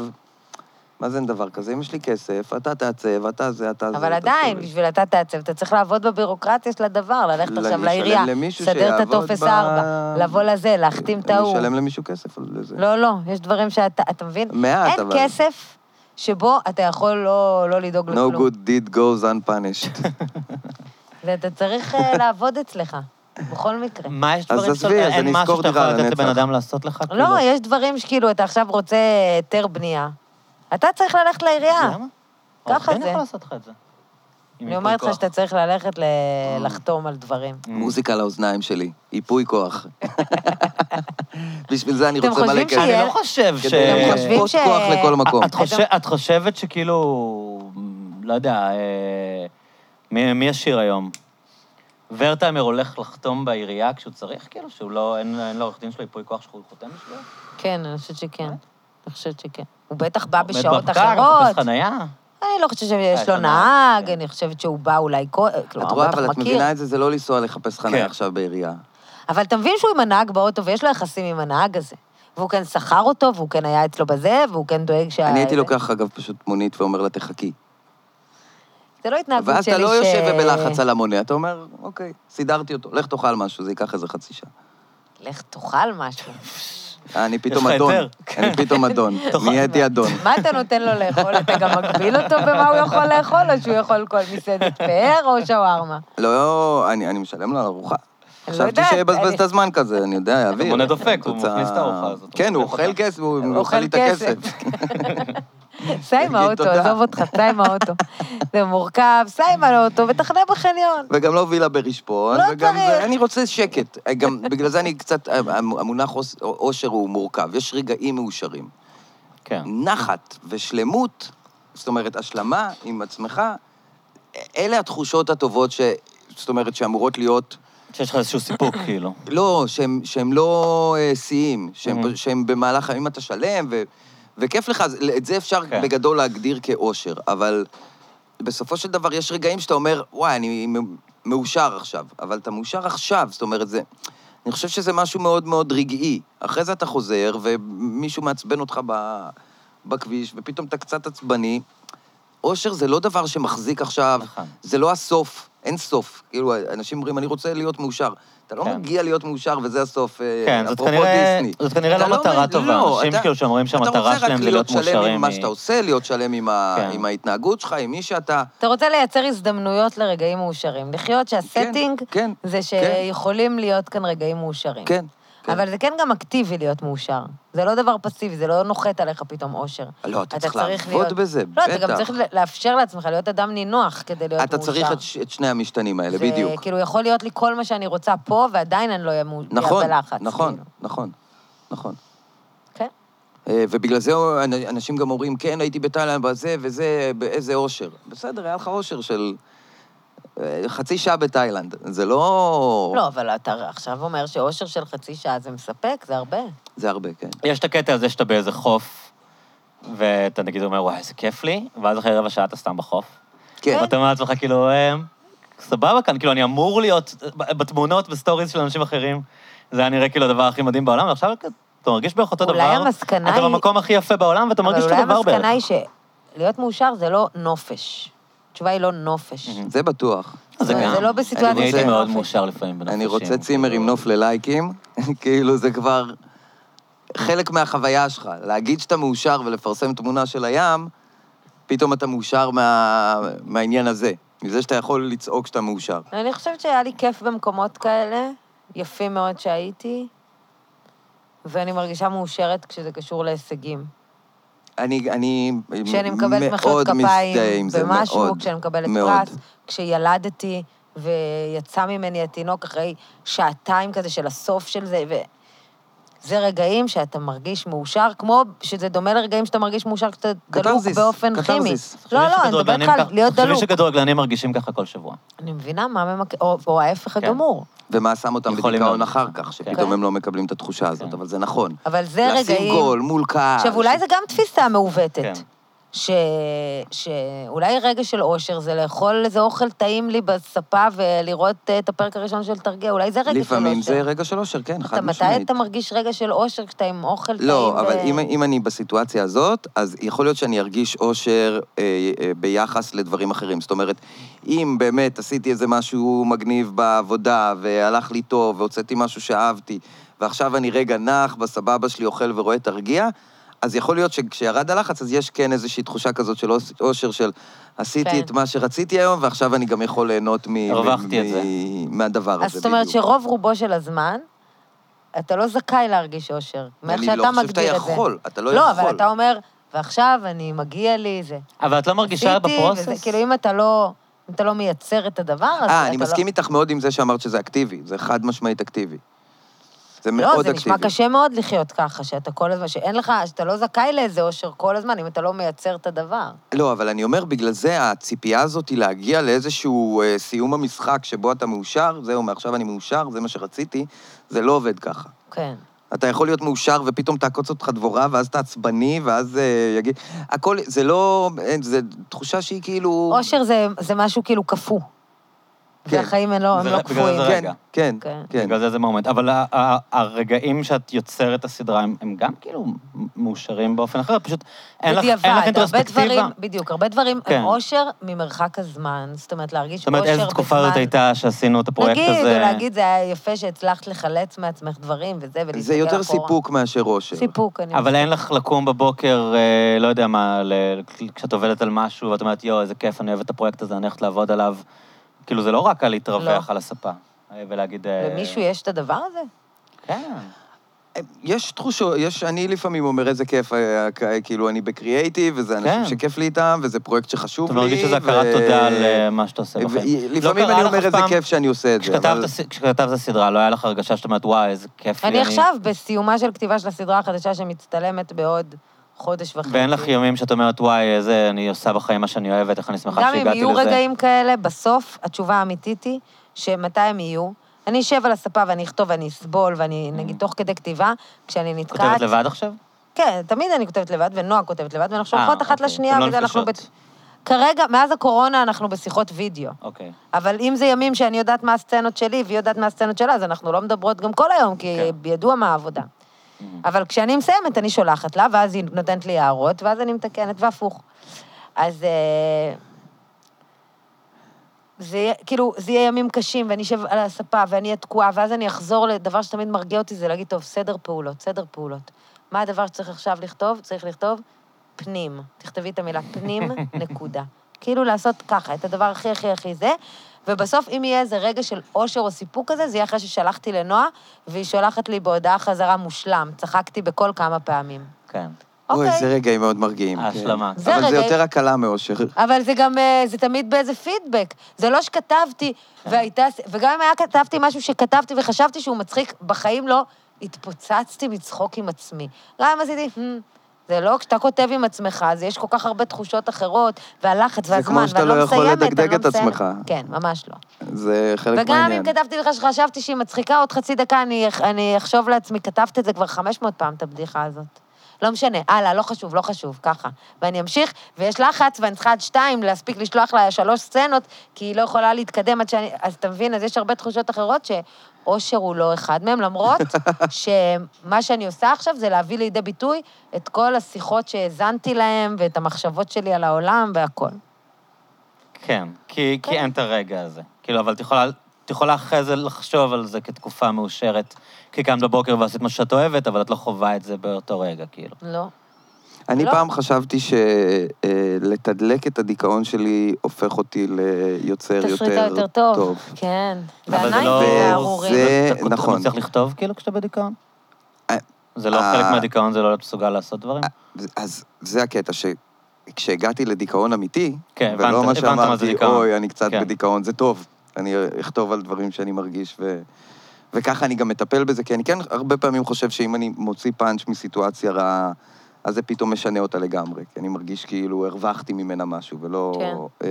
S2: מה זה אין דבר כזה? אם יש לי כסף, אתה תעצב, אתה זה, אתה זה. לא
S3: אבל
S2: אתה
S3: עדיין,
S2: זה.
S3: בשביל אתה תעצב, אתה צריך לעבוד בבירוקרטיה של הדבר, ללכת עכשיו
S2: לשלם
S3: לעירייה,
S2: למישהו
S3: לסדר את
S2: שיעבוד
S3: הטופס
S2: ב-
S3: 4, לבוא לזה, להחתים את ההוא.
S2: אני אשלם למישהו כסף על זה.
S3: לא, לא, יש דברים שאתה, אתה מבין?
S2: מעט,
S3: אין
S2: אבל.
S3: כסף שבו אתה יכול לא לא לדאוג
S2: No
S3: לכלום.
S2: good deed goes unpunished.
S3: ואתה צריך אה, לעבוד אצלך, בכל מקרה.
S1: מה יש
S2: אז
S1: דברים
S2: עזבי,
S1: שאתה-
S2: אז
S1: אין
S2: אני
S1: משהו
S2: אשכור
S1: שאתה יכול
S2: דירה
S1: לתת
S2: לנצח.
S1: לבן אדם לעשות לך? כאילו?
S3: כן. לא, יש דברים שכאילו, אתה עכשיו רוצה היתר בנייה. אתה צריך ללכת לעירייה.
S1: למה?
S3: ככה
S1: עורך דין
S3: זה.
S1: אוקיי, יכול לעשות לך את זה. עם
S3: אני
S1: ייפוי
S3: אומרת לך
S1: כוח. אה.
S3: שאתה צריך ללכת ל- לחתום על דברים.
S2: מוזיקה לאוזניים שלי, ייפוי כוח. בשביל זה אני
S3: אתם
S2: רוצה מלא
S3: חושבים
S2: כסף.
S1: אני
S3: שיהיה-
S1: לא חושב ש...
S2: כדי
S3: אתם חושבים
S2: לכפות
S3: ש-
S2: אה, כוח לכל מקום.
S1: את חושב- את חושבת שכאילו, לא יודע, אה, מי מי השיר היום? ורטהיימר הולך לחתום בעירייה כשהוא צריך, כאילו, שהוא לא, אין אין לעורך דין שלו ייפוי כוח שהוא חותם בשבילו?
S3: כן, אני חושבת שכן. אני חושבת שכן. הוא בטח בא
S1: עומד
S3: בשעות
S1: בפקק, מחפש אה,
S3: אחרות.
S1: חנייה.
S3: אני לא חושבת שיש
S1: יש לו
S3: לו
S1: נהג,
S3: נהג, אני חושבת שהוא בא אולי קודם, כלומר,
S2: את
S3: הוא
S2: רואה,
S3: בטח
S2: אבל את
S3: לא, מכיר.
S2: מבינה את זה, זה לא לנסוע לחפש
S1: כן.
S2: חניה עכשיו בעירייה.
S3: אבל אתה מבין שהוא עם הנהג באוטו ויש לו יחסים עם הנהג הזה. והוא כן שכר אותו, והוא כן היה אצלו בזה, והוא כן דואג שה...
S2: אני הייתי לוקח, אגב, פשוט מונית ואומר לה, תחכי.
S3: זה לא התנהגות שלי
S2: ואז
S3: ש...
S2: אתה לא יושב בלחץ על המונה, אתה אומר, אוקיי, סידרתי אותו, לך תאכל משהו, זה ייקח איזה חצי שעה.
S3: לך תאכל משהו.
S2: אה, אני פתאום
S1: לך
S2: אדון.
S1: היתר. כן.
S2: אני פתאום אדון. נהייתי אדון.
S3: מה אתה נותן לו לאכול? אתה גם מגביל אותו במה הוא יכול לאכול, או שהוא יכול כל מסעדת פאר או שווארמה?
S2: לא, אני אני משלם לו על ארוחה.
S3: לא
S2: חשבתי
S3: יודעת,
S2: שיבזבז
S3: אני-
S2: את הזמן כזה, אני יודע, יעביר.
S1: המונה דופק, הוא
S2: התוצאה-
S1: מכניס את הארוחה הזאת, הוא
S2: כן, הוא
S1: דופק
S2: אוכל
S1: אותה.
S2: כסף, הוא
S3: הוא
S2: אוכל לי את
S3: אוכל
S2: הכסף.
S3: סע עם
S2: תגיד
S3: האוטו,
S2: תודה.
S3: עזוב אותך, סע עם האוטו. זה מורכב, סע עם האוטו ותחנה בחניון.
S2: וגם לא וילה ברשפון.
S3: לא
S2: וגם
S3: צריך.
S2: זה- אני רוצה שקט. אה, גם בגלל זה אני קצת, אה, המונח אוס- אושר הוא מורכב. יש רגעים מאושרים.
S1: כן.
S2: נחת ושלמות, זאת אומרת, השלמה עם עצמך, אלה התחושות הטובות ש... זאת אומרת, שאמורות להיות,
S1: שיש לך איזשהו סיפוק, כאילו.
S2: לא, שהם, שהם לא אה, שיאים, שהם,
S1: Mhm.
S2: mm-hmm. שהם במהלך האם אתה שלם, ו, וכיף לך, אז את זה אפשר
S1: כן.
S2: כן. בגדול להגדיר כאושר, אבל בסופו של דבר יש רגעים שאתה אומר, וואי, אני מ- מאושר עכשיו, אבל אתה מאושר עכשיו, זאת אומרת, זה... אני חושב שזה משהו מאוד מאוד רגעי. אחרי זה אתה חוזר, ומישהו מעצבן אותך ב, בכביש, ופתאום אתה קצת עצבני. אושר זה לא דבר שמחזיק עכשיו,
S1: נכון.
S2: זה לא הסוף, אין סוף. כאילו, אנשים אומרים, אני רוצה להיות מאושר. אתה לא
S1: כן.
S2: מגיע להיות מאושר, וזה הסוף, אה,
S1: כן, זאת
S2: אפרופו
S1: כנראה,
S2: דיסני.
S1: זאת כנראה
S2: אתה
S1: לא מטרה
S2: עומד-
S1: טובה.
S2: לא,
S1: אנשים
S2: אתה-
S1: כאילו שאומרים שהמטרה
S2: אתה רוצה
S1: שלהם
S2: רק
S1: זה להיות
S2: שלם
S1: מאושרים.
S2: עם מה
S1: היא-
S2: שאתה עושה, להיות שלם עם ה-
S1: כן.
S2: עם ההתנהגות שלך, עם מי שאתה...
S3: אתה רוצה לייצר הזדמנויות לרגעים מאושרים. לחיות שהסטינג
S2: כן,
S3: זה שיכולים להיות כאן רגעים מאושרים.
S2: כן. כן.
S3: אבל זה כן גם אקטיבי להיות מאושר. זה לא דבר פסיבי, זה לא נוחת עליך פתאום אושר.
S2: לא, אתה
S3: אתה
S2: צריך
S3: צריך
S2: לעבוד
S3: להיות-
S2: בזה,
S3: לא, אתה גם
S2: בטח.
S3: צריך לאפשר לעצמך להיות אדם נינוח כדי להיות מאושר.
S2: אתה צריך את ש- את שני המשתנים האלה, בדיוק.
S3: זה כאילו יכול להיות לי כל מה שאני רוצה פה, ועדיין אני לא אהיה מאו-
S2: נכון,
S3: בלחץ.
S2: נכון,
S3: כאילו.
S2: נכון, נכון.
S3: כן.
S2: אה, ובגלל זה אנ- אנשים גם אומרים, כן, הייתי בתאילנד בזה וזה, באיזה אושר. בסדר, היה לך אושר של אה, חצי שעה בתאילנד. זה לא...
S3: לא, אבל אתה עכשיו אומר שאושר של חצי שעה זה מספק, זה הרבה.
S2: זה הרבה, כן.
S1: יש את הקטע הזה שאתה באיזה חוף, ואתה נגיד אומר, וואי, איזה כיף לי, ואז אחרי רבע שעה אתה סתם בחוף.
S2: כן.
S1: ואתה אומר לעצמך, כאילו, "אה, סבבה כאן, כאילו, אני אמור להיות בתמונות, בסטוריז של אנשים אחרים. זה היה נראה כאילו הדבר הכי מדהים בעולם, ועכשיו אתה מרגיש בערך אותו דבר.
S3: אולי המסקנה
S1: אתה
S3: היא-
S1: במקום הכי יפה בעולם, ואתה מרגיש אותו
S3: אבל
S1: דבר
S3: אולי המסקנה
S1: בערך.
S3: היא שלהיות מאושר זה לא נופש. התשובה היא לא נופש.
S2: כן, זה בטוח.
S1: אה, זה גם.
S3: זה לא בסיטואציה
S1: אני
S2: אני
S1: הייתי
S2: רוצה-
S1: מאוד
S3: נופש.
S1: מאושר לפעמים בנופשים.
S2: אני רוצה צימר עם נוף ללייקים, כאילו זה כבר חלק מהחוויה שלך. להגיד שאתה מאושר ולפרסם תמונה של הים, פתאום אתה מאושר מה... מהעניין הזה. מזה שאתה יכול לצעוק שאתה מאושר.
S3: אני חושבת שהיה לי כיף במקומות כאלה, יפים מאוד שהייתי, ואני מרגישה מאושרת כשזה קשור להישגים.
S2: אני, אני
S3: כשאני מקבלת מחיאות
S2: מאוד מזדהה
S3: כפיים
S2: עם זה,
S3: במשהו,
S2: מאוד.
S3: כשאני מקבלת
S2: מאוד.
S3: פרס, כשילדתי ויצא ממני התינוק אחרי שעתיים כזה של הסוף של זה, ו... זה רגעים שאתה מרגיש מאושר, כמו שזה דומה לרגעים שאתה מרגיש מאושר כשאתה דלוק
S2: קתרזיס,
S3: באופן
S2: קתרזיס.
S3: כימי.
S1: תחשבי
S3: לא, לא, אני מדברת
S1: שכדורגלנים
S3: איתך על
S1: ככה-
S3: להיות דלוק.
S1: תחשבי שכדורגלנים מרגישים ככה כל שבוע.
S3: אני מבינה מה ממק... או, או ההפך
S1: כן.
S3: הגמור.
S2: ומה שם אותם
S1: יכולים
S2: בדיכאון
S1: מאוד.
S2: אחר כך, שפתאום
S3: כן.
S2: הם לא מקבלים את התחושה הזאת,
S1: כן.
S2: אבל זה נכון.
S3: אבל זה רגעים...
S2: לשים גול מול קהל.
S3: עכשיו, אולי זה גם תפיסה מעוותת.
S1: כן.
S3: כן. ש... שאולי רגע של אושר זה לאכול איזה אוכל טעים לי בספה ולראות אה, את הפרק הראשון של תרגיע, אולי זה רגע של אושר.
S2: לפעמים זה רגע של אושר, כן, חד
S3: אתה
S2: משמעית.
S3: מתי אתה מרגיש רגע של אושר כשאתה עם אוכל טעים?
S2: לא, אבל
S3: ו-
S2: אם, אם אני בסיטואציה הזאת, אז יכול להיות שאני ארגיש אושר אה, אה, ביחס לדברים אחרים. זאת אומרת, אם באמת עשיתי איזה משהו מגניב בעבודה, והלך לי טוב, והוצאתי משהו שאהבתי, ועכשיו אני רגע נח בסבבה שלי, אוכל ורואה תרגיע, אז יכול להיות שכשירד הלחץ, אז יש כן איזושהי תחושה כזאת של אוס- אושר, של עשיתי
S3: כן.
S2: את מה שרציתי היום, ועכשיו אני גם יכול ליהנות מ...
S1: הרווחתי
S2: מ-
S1: את זה.
S2: מ- מהדבר הזה,
S3: אז זאת אומרת
S2: בדיוק.
S3: שרוב רובו של הזמן, אתה לא זכאי להרגיש אושר. מאיך
S2: אני
S3: שאתה מגדיר את זה.
S2: לא חושב שאתה יכול, אתה לא
S3: לא,
S2: יכול.
S3: אבל אתה אומר, ועכשיו אני מגיע לי זה.
S1: אבל את לא מרגישה
S3: עשיתי, וזה-
S1: בפרוסס?
S3: כאילו, אם אתה לא... אם אתה לא מייצר את הדבר הזה, אתה לא...
S2: אה, אני מסכים איתך מאוד עם זה שאמרת שזה אקטיבי, זה חד משמעית אקטיבי. זה מאוד
S3: לא,
S2: אקטיבי.
S3: זה נשמע קשה מאוד לחיות ככה, שאתה כל הזמן, שאין לך, שאתה לא זכאי לאיזה אושר כל הזמן, אם אתה לא מייצר את הדבר.
S2: לא, אבל אני אומר, בגלל זה הציפייה הזאת היא להגיע לאיזשהו אה, סיום המשחק שבו אתה מאושר, זהו, מעכשיו אני מאושר, זה מה שרציתי, זה לא עובד ככה.
S3: כן.
S2: אתה יכול להיות מאושר ופתאום תעקוץ אותך דבורה, ואז אתה עצבני, ואז אה, יגיד... הכל, זה לא... אין, זה תחושה שהיא כאילו...
S3: אושר זה, זה משהו כאילו קפוא.
S2: כן.
S3: והחיים הם לא, הם
S1: זה-
S3: לא
S1: בגלל
S3: קפואים.
S1: זה
S2: כן,
S1: רגע.
S2: כן,
S3: כן.
S2: כן.
S1: בגלל זה זה מומנט. אבל ה- ה- הרגעים שאת יוצרת הסדרה, הם הם גם כאילו מאושרים באופן אחר, פשוט אין לך אין לך
S3: הרבה
S1: אינטרספקטיבה.
S3: דברים, בדיוק, הרבה דברים
S1: כן.
S3: הם אושר ממרחק הזמן. זאת אומרת, להרגיש
S1: זאת אומרת, איזו
S3: אושר
S1: תקופה זאת
S3: בזמן-
S1: הייתה שעשינו את הפרויקט
S3: נגיד,
S1: הזה?
S3: או להגיד, זה היה יפה שהצלחת לחלץ מעצמך דברים וזה, ולהסתכל אחורה.
S2: זה יותר סיפוק מאשר אושר.
S3: סיפוק, אני
S1: אבל אין לך לקום בבוקר, אה, לא יודע מה, ל- כשאת עובדת על משהו, ואת אומרת, יואו, איזה כיף, אני אוהבת את הפרויקט הזה, אני הולכת לעבוד עליו. כאילו, זה לא רק על להתרווח
S3: לא.
S1: על הספה, אה, ולהגיד... אה,
S3: למישהו יש את הדבר הזה?
S1: כן.
S2: יש תחושות, יש, אני לפעמים אומר איזה כיף, אה, כ- כאילו אני בקריאייטיב, וזה אנשים
S1: כן.
S2: שכיף לי איתם, וזה פרויקט שחשוב
S1: אתה
S2: לי.
S1: מרגיש שזה הכרת
S2: ו-
S1: תודה על אה, מה שאתה עושה
S2: ו-
S1: בחיים. לא
S2: לפעמים
S1: קרה
S2: אני
S1: לך
S2: אומר
S1: אף
S2: איזה
S1: פעם-
S2: כיב שאני עושה את זה,
S1: כשכתבת
S2: אבל...
S1: ס- כשכתבת את הסדרה, לא היה לך הרגשה שאת אומרת, וואי, איזה כיף לי.
S3: אני עכשיו בסיומה של כתיבה של הסדרה החדשה שמצטלמת בעוד חודש וחצי.
S1: ואין לך ימים שאת אומרת, וואי, איזה, אני עושה בחיים מה שאני אוהבת, איך אני שמחה
S3: גם
S1: שהגעתי
S3: אם
S1: לזה.
S3: יהיו רגעים כאלה, בסוף התשובה האמיתית היא שמתי הם יהיו. אני אשב על הספה ואני אכתוב ואני אסבול, ואני, נגיד, תוך כדי כתיבה, כשאני נתקעת...
S1: כותבת לבד עכשיו?
S3: כן, תמיד אני כותבת לבד, ונועה כותבת לבד, ואנחנו
S1: אה,
S3: שולחות אחת
S1: אוקיי.
S3: לשנייה,
S1: אתם לא
S3: וזה אנחנו...
S1: נפגשות.
S3: בת- כרגע, מאז הקורונה אנחנו בשיחות וידאו.
S1: אוקיי.
S3: אבל אם זה ימים שאני יודעת מה הסצנות שלי והיא יודעת מה הסצנות שלה, אז אנחנו לא מדברות גם כל היום, כי
S1: כן.
S3: ידוע מה העבודה. אבל כשאני מסיימת, אני שולחת לה, ואז היא נותנת לי הערות, ואז אני מתקנת, והפוך. אז... אה, זה יהיה, כאילו, זה יהיה ימים קשים, ואני אשב על הספה, ואני אהיה תקועה, ואז אני אחזור לדבר שתמיד מרגיע אותי, זה להגיד, טוב, סדר פעולות, סדר פעולות. מה הדבר שצריך עכשיו לכתוב? צריך לכתוב פנים. תכתבי את המילה פנים, נקודה. כאילו לעשות ככה, את הדבר הכי הכי הכי זה, ובסוף, אם יהיה איזה רגע של אושר או סיפוק כזה, זה יהיה אחרי ששלחתי לנועה, והיא שולחת לי בהודעה חזרה מושלם. צחקתי בכל כמה פעמים.
S1: כן.
S2: אוי,
S3: אוקיי.
S2: זה רגעים מאוד מרגיעים. כן.
S1: ההשלמה.
S3: זה
S2: אבל זה
S3: רגעים-
S2: יותר הקלה מאושר.
S3: אבל זה גם, אה, זה תמיד באיזה פידבק. זה לא שכתבתי,
S2: כן.
S3: והייתה, וגם אם היה כתבתי משהו שכתבתי וחשבתי שהוא מצחיק, בחיים לא התפוצצתי מצחוק עם עצמי. גם אם עשיתי, "הם", זה לא, כשאתה כותב עם עצמך, אז יש כל כך הרבה תחושות אחרות, והלחץ
S2: זה
S3: והזמן,
S2: כמו שאתה
S3: ואני
S2: לא
S3: לא
S2: יכול
S3: מסיימת, אני לא מסיימת.
S2: לדגדג את עצמך.
S3: כן, ממש לא.
S2: זה חלק
S3: וגם
S2: מהעניין.
S3: אם כתבתי לך שחשבתי שהיא מצחיקה, עוד חצי דקה אני, אני אחשוב לעצמי, כתבת את זה כבר 500 פעם, את הבדיחה הזאת. לא משנה, הלאה, לא חשוב, לא חשוב, ככה. ואני אמשיך, ויש לחץ, ואני צריכה עד שתיים להספיק לשלוח לה שלוש סצנות, כי היא לא יכולה להתקדם עד שאני... אז אתה מבין, אז יש הרבה תחושות אחרות שאושר הוא לא אחד מהם, למרות שמה שאני עושה עכשיו זה להביא לידי ביטוי את כל השיחות שהאזנתי להן, ואת המחשבות שלי על העולם והכול.
S1: כן, כי, כי אין את הרגע הזה. כאילו, אבל את יכולה, את יכולה אחרי זה לחשוב על זה כתקופה מאושרת, כי קמת בבוקר ועשית מה שאת אוהבת, אבל את לא חווה את זה באותו רגע, כאילו.
S3: לא.
S2: אני
S3: לא.
S2: פעם חשבתי שלתדלק את הדיכאון שלי הופך אותי ליוצר
S3: תסריטה יותר טוב. כן.
S1: אבל זה
S3: בעיניי
S1: לא...
S3: זה
S2: וזה-
S3: ארורים.
S1: אתה- אתה
S2: נכון.
S1: מצליח לכתוב, כאילו, כשאתה בדיכאון?
S2: אה,
S1: זה לא
S2: אה.
S1: חלק מהדיכאון, זה לא להיות מסוגל לעשות דברים?
S2: אז זה הקטע, שכשהגעתי לדיכאון אמיתי,
S1: כן, הבנת-
S2: ולא מה
S1: הבנת מה זה
S2: שאמרתי,
S1: דיכאון."
S2: אוי, אה. אני קצת
S1: כן.
S2: בדיכאון, זה טוב. אני אכתוב על דברים שאני מרגיש, ו... וככה אני גם מטפל בזה, כי אני כן הרבה פעמים חושב שאם אני מוציא פאנץ' מסיטואציה רעה, אז זה פתאום משנה אותה לגמרי, כי אני מרגיש כאילו הרווחתי ממנה משהו ולא
S3: כן.
S2: אה,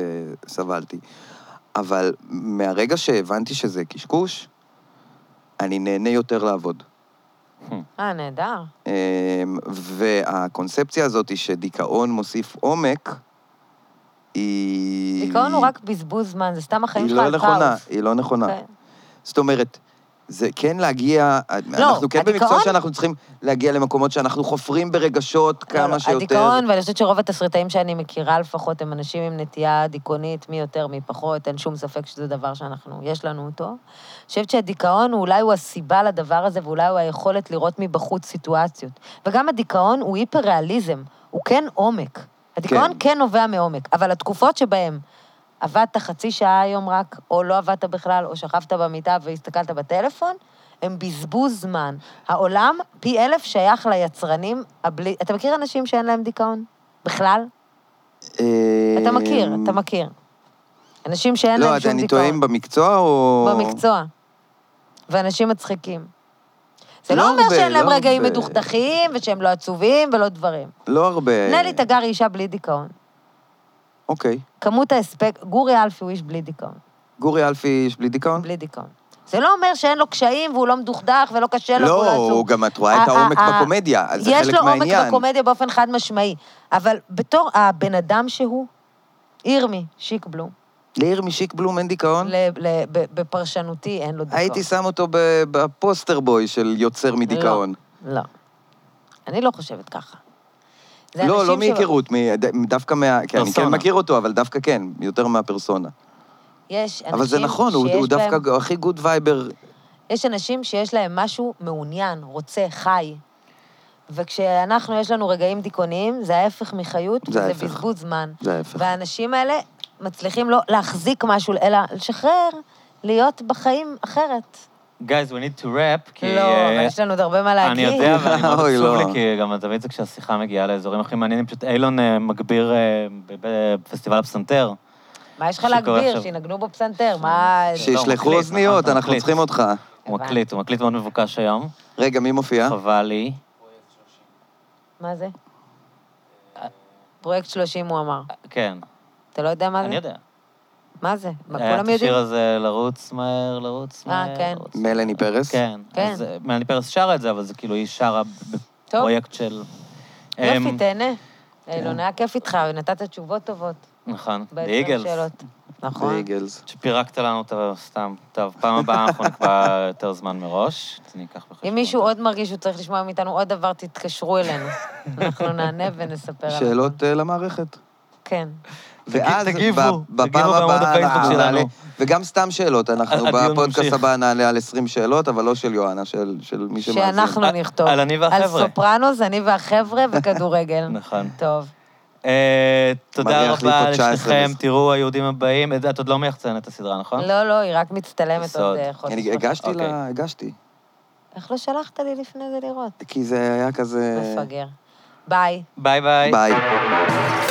S2: סבלתי. אבל מהרגע שהבנתי שזה קשקוש, אני נהנה יותר לעבוד.
S3: אה, נהדר.
S2: אמ, והקונספציה הזאת היא שדיכאון מוסיף עומק, היא...
S3: דיכאון הוא רק בזבוז זמן, זה סתם החיים
S2: היא
S3: שלך
S2: לא
S3: על
S2: נכונה,
S3: כאוס.
S2: היא לא נכונה.
S3: כן.
S2: זאת אומרת, זה כן להגיע... אנחנו כן במקצוע
S3: לא, הדיכאון-
S2: שאנחנו צריכים להגיע למקומות שאנחנו חופרים ברגשות
S3: לא, לא,
S2: כמה שיותר.
S3: הדיכאון, ואני חושבת שרוב התסריטאים שאני מכירה לפחות, הם אנשים עם נטייה דיכאונית, מי יותר, מי פחות, אין שום ספק שזה דבר שאנחנו, יש לנו אותו. אני חושבת שהדיכאון הוא אולי הוא הסיבה לדבר הזה, ואולי הוא היכולת לראות מבחוץ סיטואציות. וגם הדיכאון הוא היפר-ריאליזם, הוא כן עומק. הדיכאון כן נובע מעומק, אבל התקופות שבהן עבדת חצי שעה היום רק, או לא עבדת בכלל, או שכבת במיטה והסתכלת בטלפון, הם בזבוז זמן. העולם פי אלף שייך ליצרנים הבלי... אתה מכיר אנשים שאין להם דיכאון? בכלל?
S2: אה,
S3: אתה מכיר, אתה מכיר. אנשים שאין
S2: לא,
S3: להם
S2: אז
S3: שום
S2: אני טועה אם
S3: דיכאון.
S2: במקצוע או...
S3: במקצוע. ואנשים מצחיקים. זה
S2: לא
S3: לא אומר
S2: הרבה,
S3: שאין להם
S2: לא
S3: רגעים
S2: הרבה.
S3: מדוכדכים, ושהם לא עצובים ולא דברים.
S2: לא הרבה.
S3: נלי תגר היא אישה בלי דיכאון.
S2: אוקיי.
S3: כמות ההספק, גורי אלפי הוא איש בלי דיכאון.
S2: גורי אלפי, יש בלי דיכאון?
S3: בלי דיכאון. זה לא אומר שאין לו קשיים והוא לא מדוכדך ולא קשה לו והוא
S2: לא,
S3: עצוב.
S2: הוא גם, את רואה את
S3: ה-
S2: העומק
S3: ה- ה-
S2: בקומדיה, אז זה
S3: אה, יש
S2: חלק
S3: לו
S2: מהעניין.
S3: עומק בקומדיה באופן חד משמעי, אבל בתור הבן אדם שהוא, ירמי, שיקבלום,
S2: לעיר משיק בלום אין דיכאון?
S3: ל- ל- ב- בפרשנותי אין לו דיכאון.
S2: נכון. הייתי שם אותו ב- בפוסטר בוי של יוצר מדיכאון.
S3: לא. אני לא חושבת ככה. זה
S2: לא, לא
S3: אנשים ש-
S2: מהיכרות, מ- ד- דווקא מה... כן, אני כן
S1: פרסונה.
S2: מכיר אותו, אבל דווקא כן, יותר מהפרסונה.
S3: יש אנשים
S2: אבל זה נכון, הוא
S3: שיש
S2: הוא דווקא
S3: בהם-
S2: ג- הכי גוד וייבר.
S3: יש אנשים שיש להם משהו מעוניין, רוצה, חי. וכשאנחנו, יש לנו רגעים דיכאוניים, זה ההפך מחיות,
S2: זה
S3: וזה
S2: ההפך.
S3: בזבוז זמן.
S2: זה ההפך.
S3: והאנשים האלה מצליחים לא להחזיק משהו, אלא לשחרר, להיות בחיים אחרת.
S1: Guys, we need to wrap, כי...
S3: לא,
S1: אה,
S3: אבל יש לנו עוד הרבה מה
S1: אני
S3: להגיד.
S1: יודע, ואני מאוד
S2: אוי,
S1: עצוב
S2: לא.
S1: לי, כי גם תמיד זה כשהשיחה מגיעה לאזורים הכי מעניינים, פשוט אילון אה, מגביר אה, ב- בפסטיבל הפסנתר.
S3: מה יש לך
S1: שקורה
S3: להגביר?
S1: עכשיו.
S3: שינגנו בפסנתר, מה...
S1: ש- לא,
S2: שישלחו
S1: מקליט,
S2: אוזניות,
S1: נכון,
S2: אנחנו
S1: מקליט.
S2: צריכים אותך.
S1: הוא
S3: הבנתי.
S1: מקליט, הוא מקליט מאוד מבוקש היום.
S2: רגע, מי מופיע?
S1: חבל לי.
S3: מה זה? פרויקט 30, הוא אמר.
S1: כן,
S3: אתה לא יודע מה זה?
S1: אני יודע. אה,
S3: מה זה? מה,
S1: היה את
S3: כולם יודעים?
S1: השיר הזה, לרוץ מהר, לרוץ
S3: אה,
S1: מהר.
S3: כן.
S1: לרוץ מהר.
S2: מלאני פרס?
S1: כן.
S3: כן.
S1: אז, אה, מלאני פרס שרה את זה, אבל זה כאילו, היא שרה בפרויקט של...
S3: יופי,
S1: אמ,
S3: תהנה. אילון, היה כיף איתך, ונתת תשובות טובות.
S1: נכון, The
S3: בעצם
S1: Eagles.
S3: השאלות.
S2: זה
S3: נכון.
S2: איגלס.
S1: שפירקת לנו את ה... סתם. טוב, פעם הבאה אנחנו נקבע יותר זמן מראש. אז אני אקח בחשבון.
S3: אם מישהו עוד מרגיש שהוא צריך לשמוע מאיתנו עוד דבר, תתקשרו אלינו. אנחנו נענה ונספר עליו.
S2: שאלות אה, למערכת.
S3: כן.
S2: ואז ב-
S1: תגיבו,
S2: בפעם
S1: תגיבו בעמוד
S2: הבאה
S1: הפייסבוק
S2: אנחנו
S1: שלנו.
S2: נעלה, וגם סתם שאלות, אנחנו
S1: הדיון
S2: בפודקאסט
S1: ממשיך.
S2: הבא נעלה על 20 שאלות, אבל לא של יואנה, של של מי שמאזין.
S3: שאנחנו
S1: אה,
S3: לא נכתוב.
S1: על אני והחבר'ה.
S3: על סופרנוס, אני והחבר'ה וכדורגל.
S1: נכון.
S3: טוב.
S1: אה, תודה
S2: מריח לי
S1: רבה
S2: פה 19
S1: לשניכם,
S2: וזה.
S1: תראו היהודים הבאים. את- את עוד לא מייחצנת את הסדרה, נכון?
S3: לא, לא, היא רק מצטלמת
S1: בסוד.
S3: עוד אה, חודש.
S2: אני
S3: וחצי.
S2: הגשתי
S1: אוקיי.
S2: לה, הגשתי.
S3: איך לא שלחת לי לפני זה לראות?
S2: אה. כי זה היה כזה...
S3: מפגר. ביי.
S1: ביי ביי.
S2: ביי.